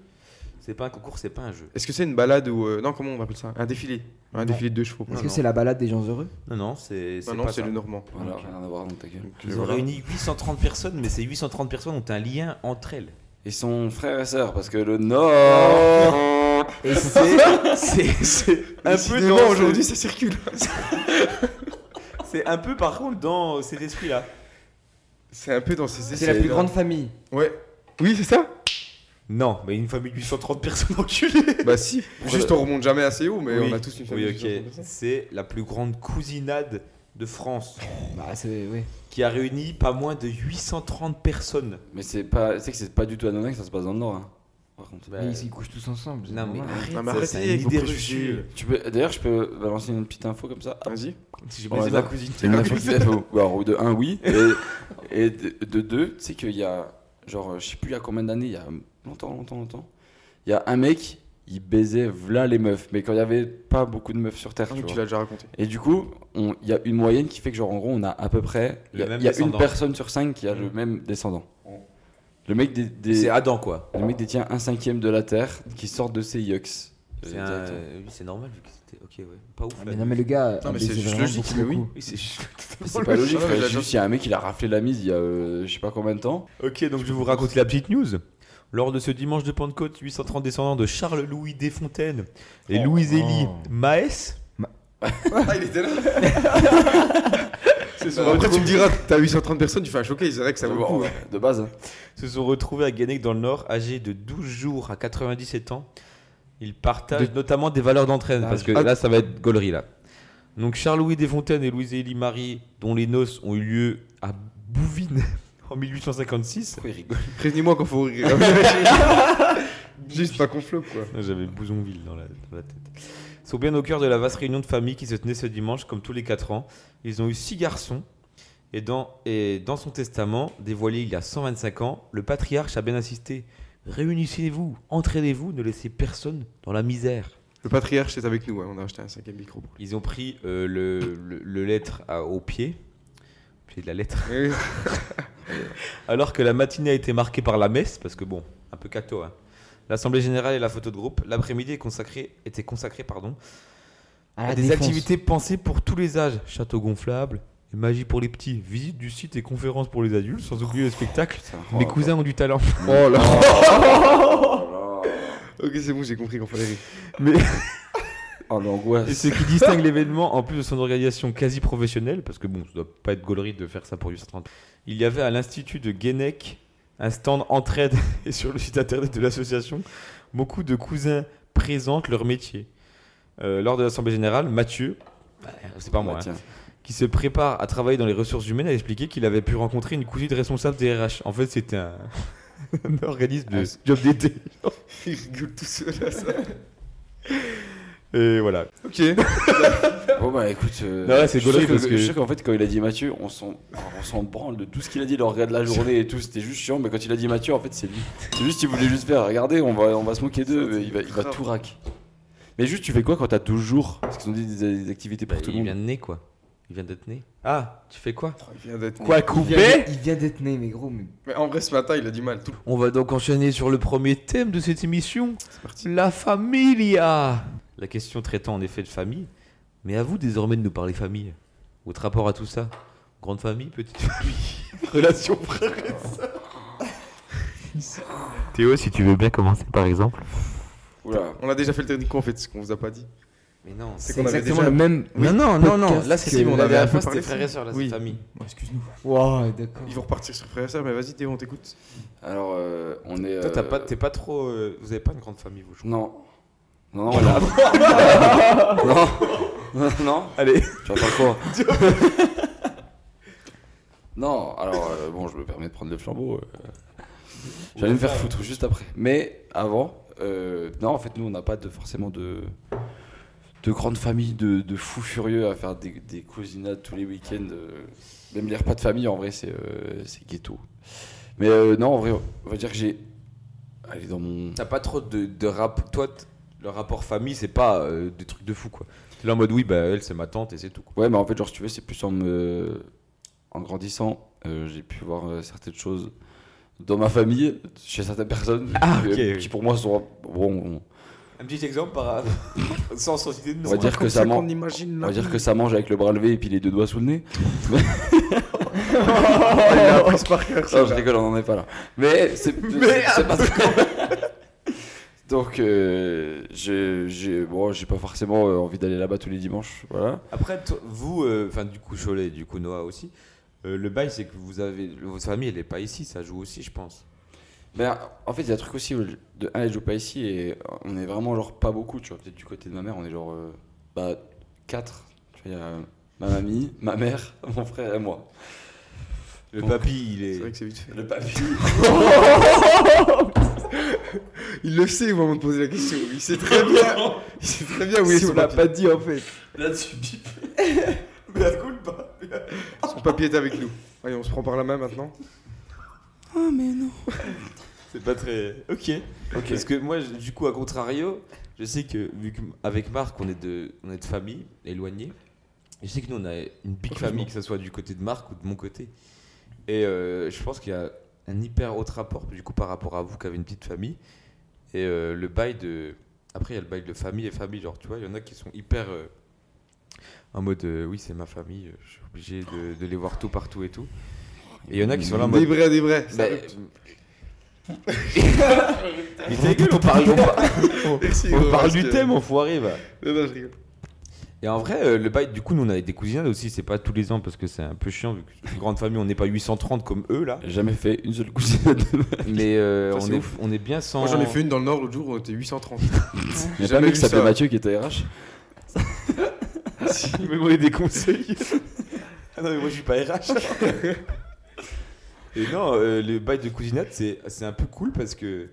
[SPEAKER 3] C'est pas un concours, c'est pas un jeu.
[SPEAKER 5] Est-ce que c'est une balade ou. euh, Non, comment on appelle ça Un défilé. Un
[SPEAKER 6] Non.
[SPEAKER 5] défilé de deux chevaux.
[SPEAKER 6] Est-ce
[SPEAKER 3] Non,
[SPEAKER 6] que
[SPEAKER 3] non.
[SPEAKER 6] c'est la balade des gens heureux
[SPEAKER 3] Non, non, c'est
[SPEAKER 5] Non,
[SPEAKER 3] c'est
[SPEAKER 5] non,
[SPEAKER 3] pas
[SPEAKER 5] c'est
[SPEAKER 3] ça.
[SPEAKER 5] le Normand.
[SPEAKER 4] Voilà, rien à voir dans ta gueule.
[SPEAKER 5] Donc, euh,
[SPEAKER 3] Ils ont
[SPEAKER 5] voilà.
[SPEAKER 3] réuni 830 personnes, mais ces 830 personnes ont un lien entre elles.
[SPEAKER 4] Ils sont frères et sœurs parce que le Nord.
[SPEAKER 5] Oh.
[SPEAKER 3] Et c'est- [LAUGHS] c'est c'est un peu
[SPEAKER 5] Décidément,
[SPEAKER 3] dans ce-
[SPEAKER 5] aujourd'hui, ça circule.
[SPEAKER 3] C'est un peu par contre dans cet esprit-là.
[SPEAKER 5] C'est un peu dans ces
[SPEAKER 6] C'est la
[SPEAKER 5] essais-
[SPEAKER 6] plus grande famille.
[SPEAKER 5] Ouais. Oui, c'est [LAUGHS] ça
[SPEAKER 3] Non, mais une famille de 830 personnes enculées.
[SPEAKER 5] Bah si. Juste, on remonte jamais assez haut, mais
[SPEAKER 3] Oui.
[SPEAKER 5] on a tous une famille.
[SPEAKER 3] Oui,
[SPEAKER 5] de gens comme
[SPEAKER 3] ok.
[SPEAKER 5] ça.
[SPEAKER 3] C'est la plus grande cousinade de France
[SPEAKER 6] Bah, c'est. Ouais.
[SPEAKER 3] qui a réuni pas moins de 830 personnes.
[SPEAKER 4] Mais c'est pas. Tu sais que c'est pas du tout anodin que ça se passe dans le Nord. hein, Par contre.
[SPEAKER 3] Bah,
[SPEAKER 6] Mais ils, ils couchent tous ensemble. c'est
[SPEAKER 3] non, mais
[SPEAKER 6] normal.
[SPEAKER 3] arrête,
[SPEAKER 5] Non, mais
[SPEAKER 3] ça,
[SPEAKER 5] arrêtez
[SPEAKER 3] c'est
[SPEAKER 5] avec
[SPEAKER 3] une
[SPEAKER 5] vos
[SPEAKER 3] idée
[SPEAKER 5] préjugés.
[SPEAKER 3] reçue.
[SPEAKER 4] Tu peux... D'ailleurs, je peux balancer une petite info comme ça.
[SPEAKER 5] Vas-y.
[SPEAKER 3] J'ai
[SPEAKER 4] Ouais,
[SPEAKER 3] baisé
[SPEAKER 4] ça-
[SPEAKER 3] ma cousine.
[SPEAKER 4] C'est [LAUGHS] une info qui fait faux. Bah, alors, de 1, oui. Et, et de, de deux, tu sais qu'il y a, genre, euh, je sais plus il y a combien d'années, il y a longtemps, longtemps, longtemps, il y a un mec, il baisait v'là les meufs, mais quand il y avait pas beaucoup de meufs sur Terre,
[SPEAKER 5] Ah,
[SPEAKER 4] tu
[SPEAKER 5] mais tu
[SPEAKER 4] vois.
[SPEAKER 5] l'as déjà raconté.
[SPEAKER 4] Et du coup, on- il y a une moyenne qui fait que, genre, en gros, on a à peu près. Il y
[SPEAKER 3] Le
[SPEAKER 4] a,
[SPEAKER 3] même
[SPEAKER 4] il y a une
[SPEAKER 3] descendant. Mmh.
[SPEAKER 4] personne sur cinq qui a le même descendant. Le mec, des, des-
[SPEAKER 3] C'est Adam, quoi.
[SPEAKER 4] le mec détient un cinquième de la Terre qui sort de ses yucks.
[SPEAKER 3] C'est un- euh, oui, c'est normal vu que c'était. Ok, ouais. Pas ouf.
[SPEAKER 6] Ah, Mais
[SPEAKER 3] là.
[SPEAKER 6] non, mais le gars.
[SPEAKER 5] Non, mais
[SPEAKER 6] il
[SPEAKER 5] c'est
[SPEAKER 6] baisait
[SPEAKER 5] juste
[SPEAKER 6] vraiment
[SPEAKER 5] logique,
[SPEAKER 6] beaucoup,
[SPEAKER 5] mais oui.
[SPEAKER 6] beaucoup.
[SPEAKER 3] Oui, c'est juste-
[SPEAKER 4] [LAUGHS] C'est pas logique,
[SPEAKER 5] Ah, mais
[SPEAKER 4] frère,
[SPEAKER 5] la
[SPEAKER 4] juste il y a un mec, il a raflé la mise il y a euh, je sais pas combien de temps.
[SPEAKER 3] Ok, donc je vais vous raconter la petite news. Lors de ce dimanche de Pentecôte, 830 descendants de Charles-Louis Desfontaines et Louise-Élie
[SPEAKER 6] Oh.
[SPEAKER 3] Maes.
[SPEAKER 5] Ah, il était là Bah, Après, tu me diras, t'as 830 personnes, tu fais ah, un showcase, c'est vrai que ça vaut le coup.
[SPEAKER 4] Ouais, de base. hein.
[SPEAKER 3] se sont retrouvés à Guénec dans le Nord, âgés de 12 jours à 97 ans. Ils partagent notamment des valeurs d'entraîne,
[SPEAKER 6] Ah,
[SPEAKER 3] parce que
[SPEAKER 5] ah.
[SPEAKER 3] là, ça va être gaulerie, là. Donc Charles-Louis Desfontaines et Louise-Élie Marie, dont les noces ont eu lieu à Bouvines [LAUGHS] en 1856.
[SPEAKER 4] Pourquoi il rigole
[SPEAKER 5] Prévenez-moi quand faut [LAUGHS] rire. Juste pas qu'on floppe, quoi.
[SPEAKER 3] Ah, J'avais Bouzonville dans la, dans la tête. Ils sont bien au cœur de la vaste réunion de famille qui se tenait ce dimanche, comme tous les 4 ans. Ils ont eu 6 garçons. Et dans, et dans son testament, dévoilé il y a 125 ans, le patriarche a bien insisté Réunissez-vous, entraînez-vous, ne laissez personne dans la misère.
[SPEAKER 5] Le patriarche est avec nous, hein, on a acheté un cinquième micro. pour
[SPEAKER 3] Ils ont pris euh, le, le- le lettre à- au pied, au pied de la lettre,
[SPEAKER 5] lui.
[SPEAKER 3] alors que la matinée a été marquée par la messe, parce que bon, un peu cato. hein. L'assemblée générale et la photo de groupe. L'après-midi est consacré, était consacré pardon,
[SPEAKER 6] À
[SPEAKER 3] à
[SPEAKER 6] la
[SPEAKER 3] des
[SPEAKER 6] défense.
[SPEAKER 3] activités pensées pour tous les âges. Château gonflable, et magie pour les petits, visite du site et conférences pour les adultes, sans oublier le spectacle.
[SPEAKER 4] Putain,
[SPEAKER 3] Mes
[SPEAKER 4] oh,
[SPEAKER 3] cousins ont du
[SPEAKER 4] [LAUGHS]
[SPEAKER 3] talent.
[SPEAKER 5] Oh là
[SPEAKER 4] Oh là là.
[SPEAKER 5] Ok, c'est bon, j'ai compris qu'on fallait rire.
[SPEAKER 4] Oh
[SPEAKER 3] Et
[SPEAKER 4] l'angoisse.
[SPEAKER 3] ce qui distingue l'événement, en plus de son organisation quasi professionnelle, parce que bon, ça doit pas être gaulerie de faire ça pour 830. Il y avait à l'Institut de Guénec un stand entraide [LAUGHS] et sur le site internet de l'association, beaucoup de cousins présentent leur métier. Euh, lors de l'Assemblée Générale, Mathieu, bah, c'est pas moi,
[SPEAKER 4] Bah,
[SPEAKER 3] hein,
[SPEAKER 4] tiens.
[SPEAKER 3] qui se prépare à travailler dans les ressources humaines, a expliqué qu'il avait pu rencontrer une cousine responsable des RH. En fait, c'était un, [LAUGHS] un organisme
[SPEAKER 4] Ah,
[SPEAKER 3] de job d'été.
[SPEAKER 5] Il rigole tout seul à ça.
[SPEAKER 3] Et voilà.
[SPEAKER 5] Ok.
[SPEAKER 4] Bon bah écoute. euh,
[SPEAKER 3] Non, ouais, c'est
[SPEAKER 4] je suis sûr
[SPEAKER 3] gaulerie parce
[SPEAKER 4] je suis
[SPEAKER 3] que-
[SPEAKER 4] sûr qu'en fait, quand il a dit Mathieu, on s'en alors, on s'en branle de tout ce qu'il a dit, le regard de la journée et tout, c'était juste chiant. Mais quand il a dit Mathieu, en fait, c'est lui. C'est juste, il voulait juste faire. Regardez, on va, on va se moquer d'eux. mais Il va, il va tout rack. Mais juste, tu fais quoi quand t'as 12 jours Parce qu'ils ont dit des, des activités pour tout le
[SPEAKER 3] Bah, il vient
[SPEAKER 4] monde.
[SPEAKER 3] de né, quoi. Il vient d'être né. Ah, tu fais quoi
[SPEAKER 5] Il vient d'être.
[SPEAKER 3] Quoi
[SPEAKER 6] Il vient- Il vient d'être né, mais gros. Mais...
[SPEAKER 5] Mais en vrai, ce matin, il a du mal. Tout
[SPEAKER 3] On va donc enchaîner sur le premier thème de cette émission,
[SPEAKER 5] c'est [LAUGHS] parti.
[SPEAKER 3] la familia. La question traitant en effet de famille, mais à vous désormais de nous parler famille. Votre rapport à tout ça Grande famille, petite famille, relation frère et sœur. Théo, si tu veux bien commencer par exemple.
[SPEAKER 4] Oula.
[SPEAKER 5] On a déjà fait le technico en fait, ce qu'on vous a pas dit.
[SPEAKER 3] Mais non,
[SPEAKER 5] C'est
[SPEAKER 6] C'est
[SPEAKER 5] qu'on avait
[SPEAKER 6] exactement
[SPEAKER 5] déjà-
[SPEAKER 6] le même.
[SPEAKER 3] non, non, non, non,
[SPEAKER 6] podcast
[SPEAKER 3] là c'est
[SPEAKER 6] que
[SPEAKER 3] si, mais on
[SPEAKER 5] la
[SPEAKER 3] avait
[SPEAKER 5] dernière
[SPEAKER 3] la
[SPEAKER 5] fois
[SPEAKER 3] fois, c'était
[SPEAKER 5] parlé,
[SPEAKER 3] frère et sœur, là
[SPEAKER 5] Oui.
[SPEAKER 3] c'est famille.
[SPEAKER 6] Oh, Excuse-nous. Waouh, d'accord.
[SPEAKER 5] Ils vont repartir sur frère et sœur, mais vas-y Théo, on t'écoute.
[SPEAKER 4] Alors, euh, on est.
[SPEAKER 3] Toi, t'as
[SPEAKER 4] euh,
[SPEAKER 3] pas, t'es pas trop. euh, vous avez pas une grande famille, vous, je crois.
[SPEAKER 4] Non. Non, non,
[SPEAKER 3] [LAUGHS]
[SPEAKER 4] on l'a non. non. Non.
[SPEAKER 3] Allez.
[SPEAKER 4] Tu vas faire quoi
[SPEAKER 3] [LAUGHS]
[SPEAKER 4] Non, alors euh, bon, je me permets de prendre le flambeau. euh. J'allais me faire foutre juste après. Mais avant, euh, non, en fait, nous, on n'a pas de, forcément de, de grande famille de, de fous furieux à faire des, des cousinades tous les week-ends. euh. Même les repas de famille, en vrai, c'est euh, c'est ghetto. Mais euh, non, en vrai, on va dire que j'ai. Allez, dans mon.
[SPEAKER 3] T'as pas trop de, de rap. Toi, t- le rapport famille, c'est pas euh, des trucs de fou, quoi. T'es là en mode, oui, bah elle, c'est ma tante et c'est tout. quoi.
[SPEAKER 4] Ouais, mais en fait, genre, si tu veux, c'est plus en me. en grandissant, euh, j'ai pu voir euh, certaines choses dans ma famille, chez certaines personnes,
[SPEAKER 3] Ah,
[SPEAKER 4] que-
[SPEAKER 3] ok, oui.
[SPEAKER 4] qui pour moi sont. Bon,
[SPEAKER 3] Un petit exemple par. [LAUGHS] sans société de
[SPEAKER 4] on,
[SPEAKER 3] nom. hein.
[SPEAKER 4] on va dire que
[SPEAKER 5] Comme
[SPEAKER 4] ça
[SPEAKER 5] ça
[SPEAKER 4] manque.
[SPEAKER 5] qu'on imagine
[SPEAKER 4] On
[SPEAKER 5] la
[SPEAKER 4] va dire
[SPEAKER 5] vie.
[SPEAKER 4] que ça mange avec le bras levé et puis les deux doigts sous le nez. [LAUGHS]
[SPEAKER 5] Ah, il a appris par cœur,
[SPEAKER 4] Non,
[SPEAKER 5] ça.
[SPEAKER 4] je rigole, on n'en est pas là. Mais c'est c'est- c'est pas [LAUGHS] Donc, euh, j'ai j'ai- bon, j'ai pas forcément euh, envie d'aller là-bas tous les dimanches. Voilà.
[SPEAKER 3] Après, toi- vous, euh, enfin, du coup, Cholet, du coup, Noah aussi. euh, le bail, c'est que vous avez. Votre famille, elle n'est pas ici, ça joue aussi, je pense.
[SPEAKER 4] Mais euh, en fait, il y a un truc aussi. où le- De un, elle joue pas ici et euh, on est vraiment genre pas beaucoup. Tu vois, peut-être du côté de ma mère, on est genre euh, bah, 4. Tu vois, il y a euh, ma mamie, ma mère, [LAUGHS] mon frère et moi.
[SPEAKER 3] Le
[SPEAKER 4] Donc,
[SPEAKER 3] papy, il
[SPEAKER 5] C'est vrai
[SPEAKER 3] est.
[SPEAKER 5] que c'est vite fait.
[SPEAKER 4] Le papy.
[SPEAKER 5] Il le sait au moment de poser la question. Il sait très bien. Il sait très bien où est son papier.
[SPEAKER 6] dit en fait.
[SPEAKER 4] Là, tu bip.
[SPEAKER 3] [LAUGHS]
[SPEAKER 5] Son papier est avec nous. Allez, on se prend par la main maintenant.
[SPEAKER 3] C'est pas très. Ok. Parce que moi, je- du coup, à contrario, je sais que, vu qu'avec Marc, on est, de, on est de famille, éloignée, je sais que nous, on a une big famille, que ce soit du côté de Marc ou de mon côté. Et euh, je pense qu'il y a un hyper autre rapport, du coup, par rapport à vous qui avez une petite famille. Et euh, le bail de. Après, il y a le bail de famille et famille, genre, tu vois, il y en a qui sont hyper. euh, en mode, euh, oui, c'est ma famille, euh, je suis obligé de, de les voir tout partout et tout. Et il y en a qui sont là en
[SPEAKER 5] Des
[SPEAKER 3] mode.
[SPEAKER 5] vrais, des vrais.
[SPEAKER 3] Bah,
[SPEAKER 5] Ça rupte.
[SPEAKER 3] Mais ta gueule, on parle, on parle-
[SPEAKER 5] Merci,
[SPEAKER 3] on
[SPEAKER 5] gros,
[SPEAKER 3] parle
[SPEAKER 5] parce
[SPEAKER 3] du
[SPEAKER 5] que-
[SPEAKER 3] thème, enfoiré, va.
[SPEAKER 5] Non, non, je rigole.
[SPEAKER 3] Et en vrai, euh, le bail, du coup, nous, on a des cousinades aussi, c'est pas tous les ans parce que c'est un peu chiant, vu que c'est une grande famille, on n'est pas 830 comme eux,
[SPEAKER 5] [LAUGHS]
[SPEAKER 3] là.
[SPEAKER 4] J'ai jamais fait une seule
[SPEAKER 3] [LAUGHS]
[SPEAKER 4] cousine.
[SPEAKER 3] Mais euh,
[SPEAKER 5] Ça,
[SPEAKER 3] on,
[SPEAKER 5] c'est
[SPEAKER 3] est,
[SPEAKER 5] ouf.
[SPEAKER 3] on est bien sans.
[SPEAKER 5] Moi j'en ai fait une dans le Nord l'autre jour, on était 830.
[SPEAKER 4] Il y a
[SPEAKER 5] Jamais
[SPEAKER 4] pas un mec qui
[SPEAKER 5] vu
[SPEAKER 4] s'appelait
[SPEAKER 5] ça.
[SPEAKER 4] Mathieu qui était RH.
[SPEAKER 3] me demander des
[SPEAKER 5] [LAUGHS]
[SPEAKER 3] conseils. ah non, mais moi je suis pas RH. Et non, euh, le bail de cousinade, c'est c'est un peu cool parce que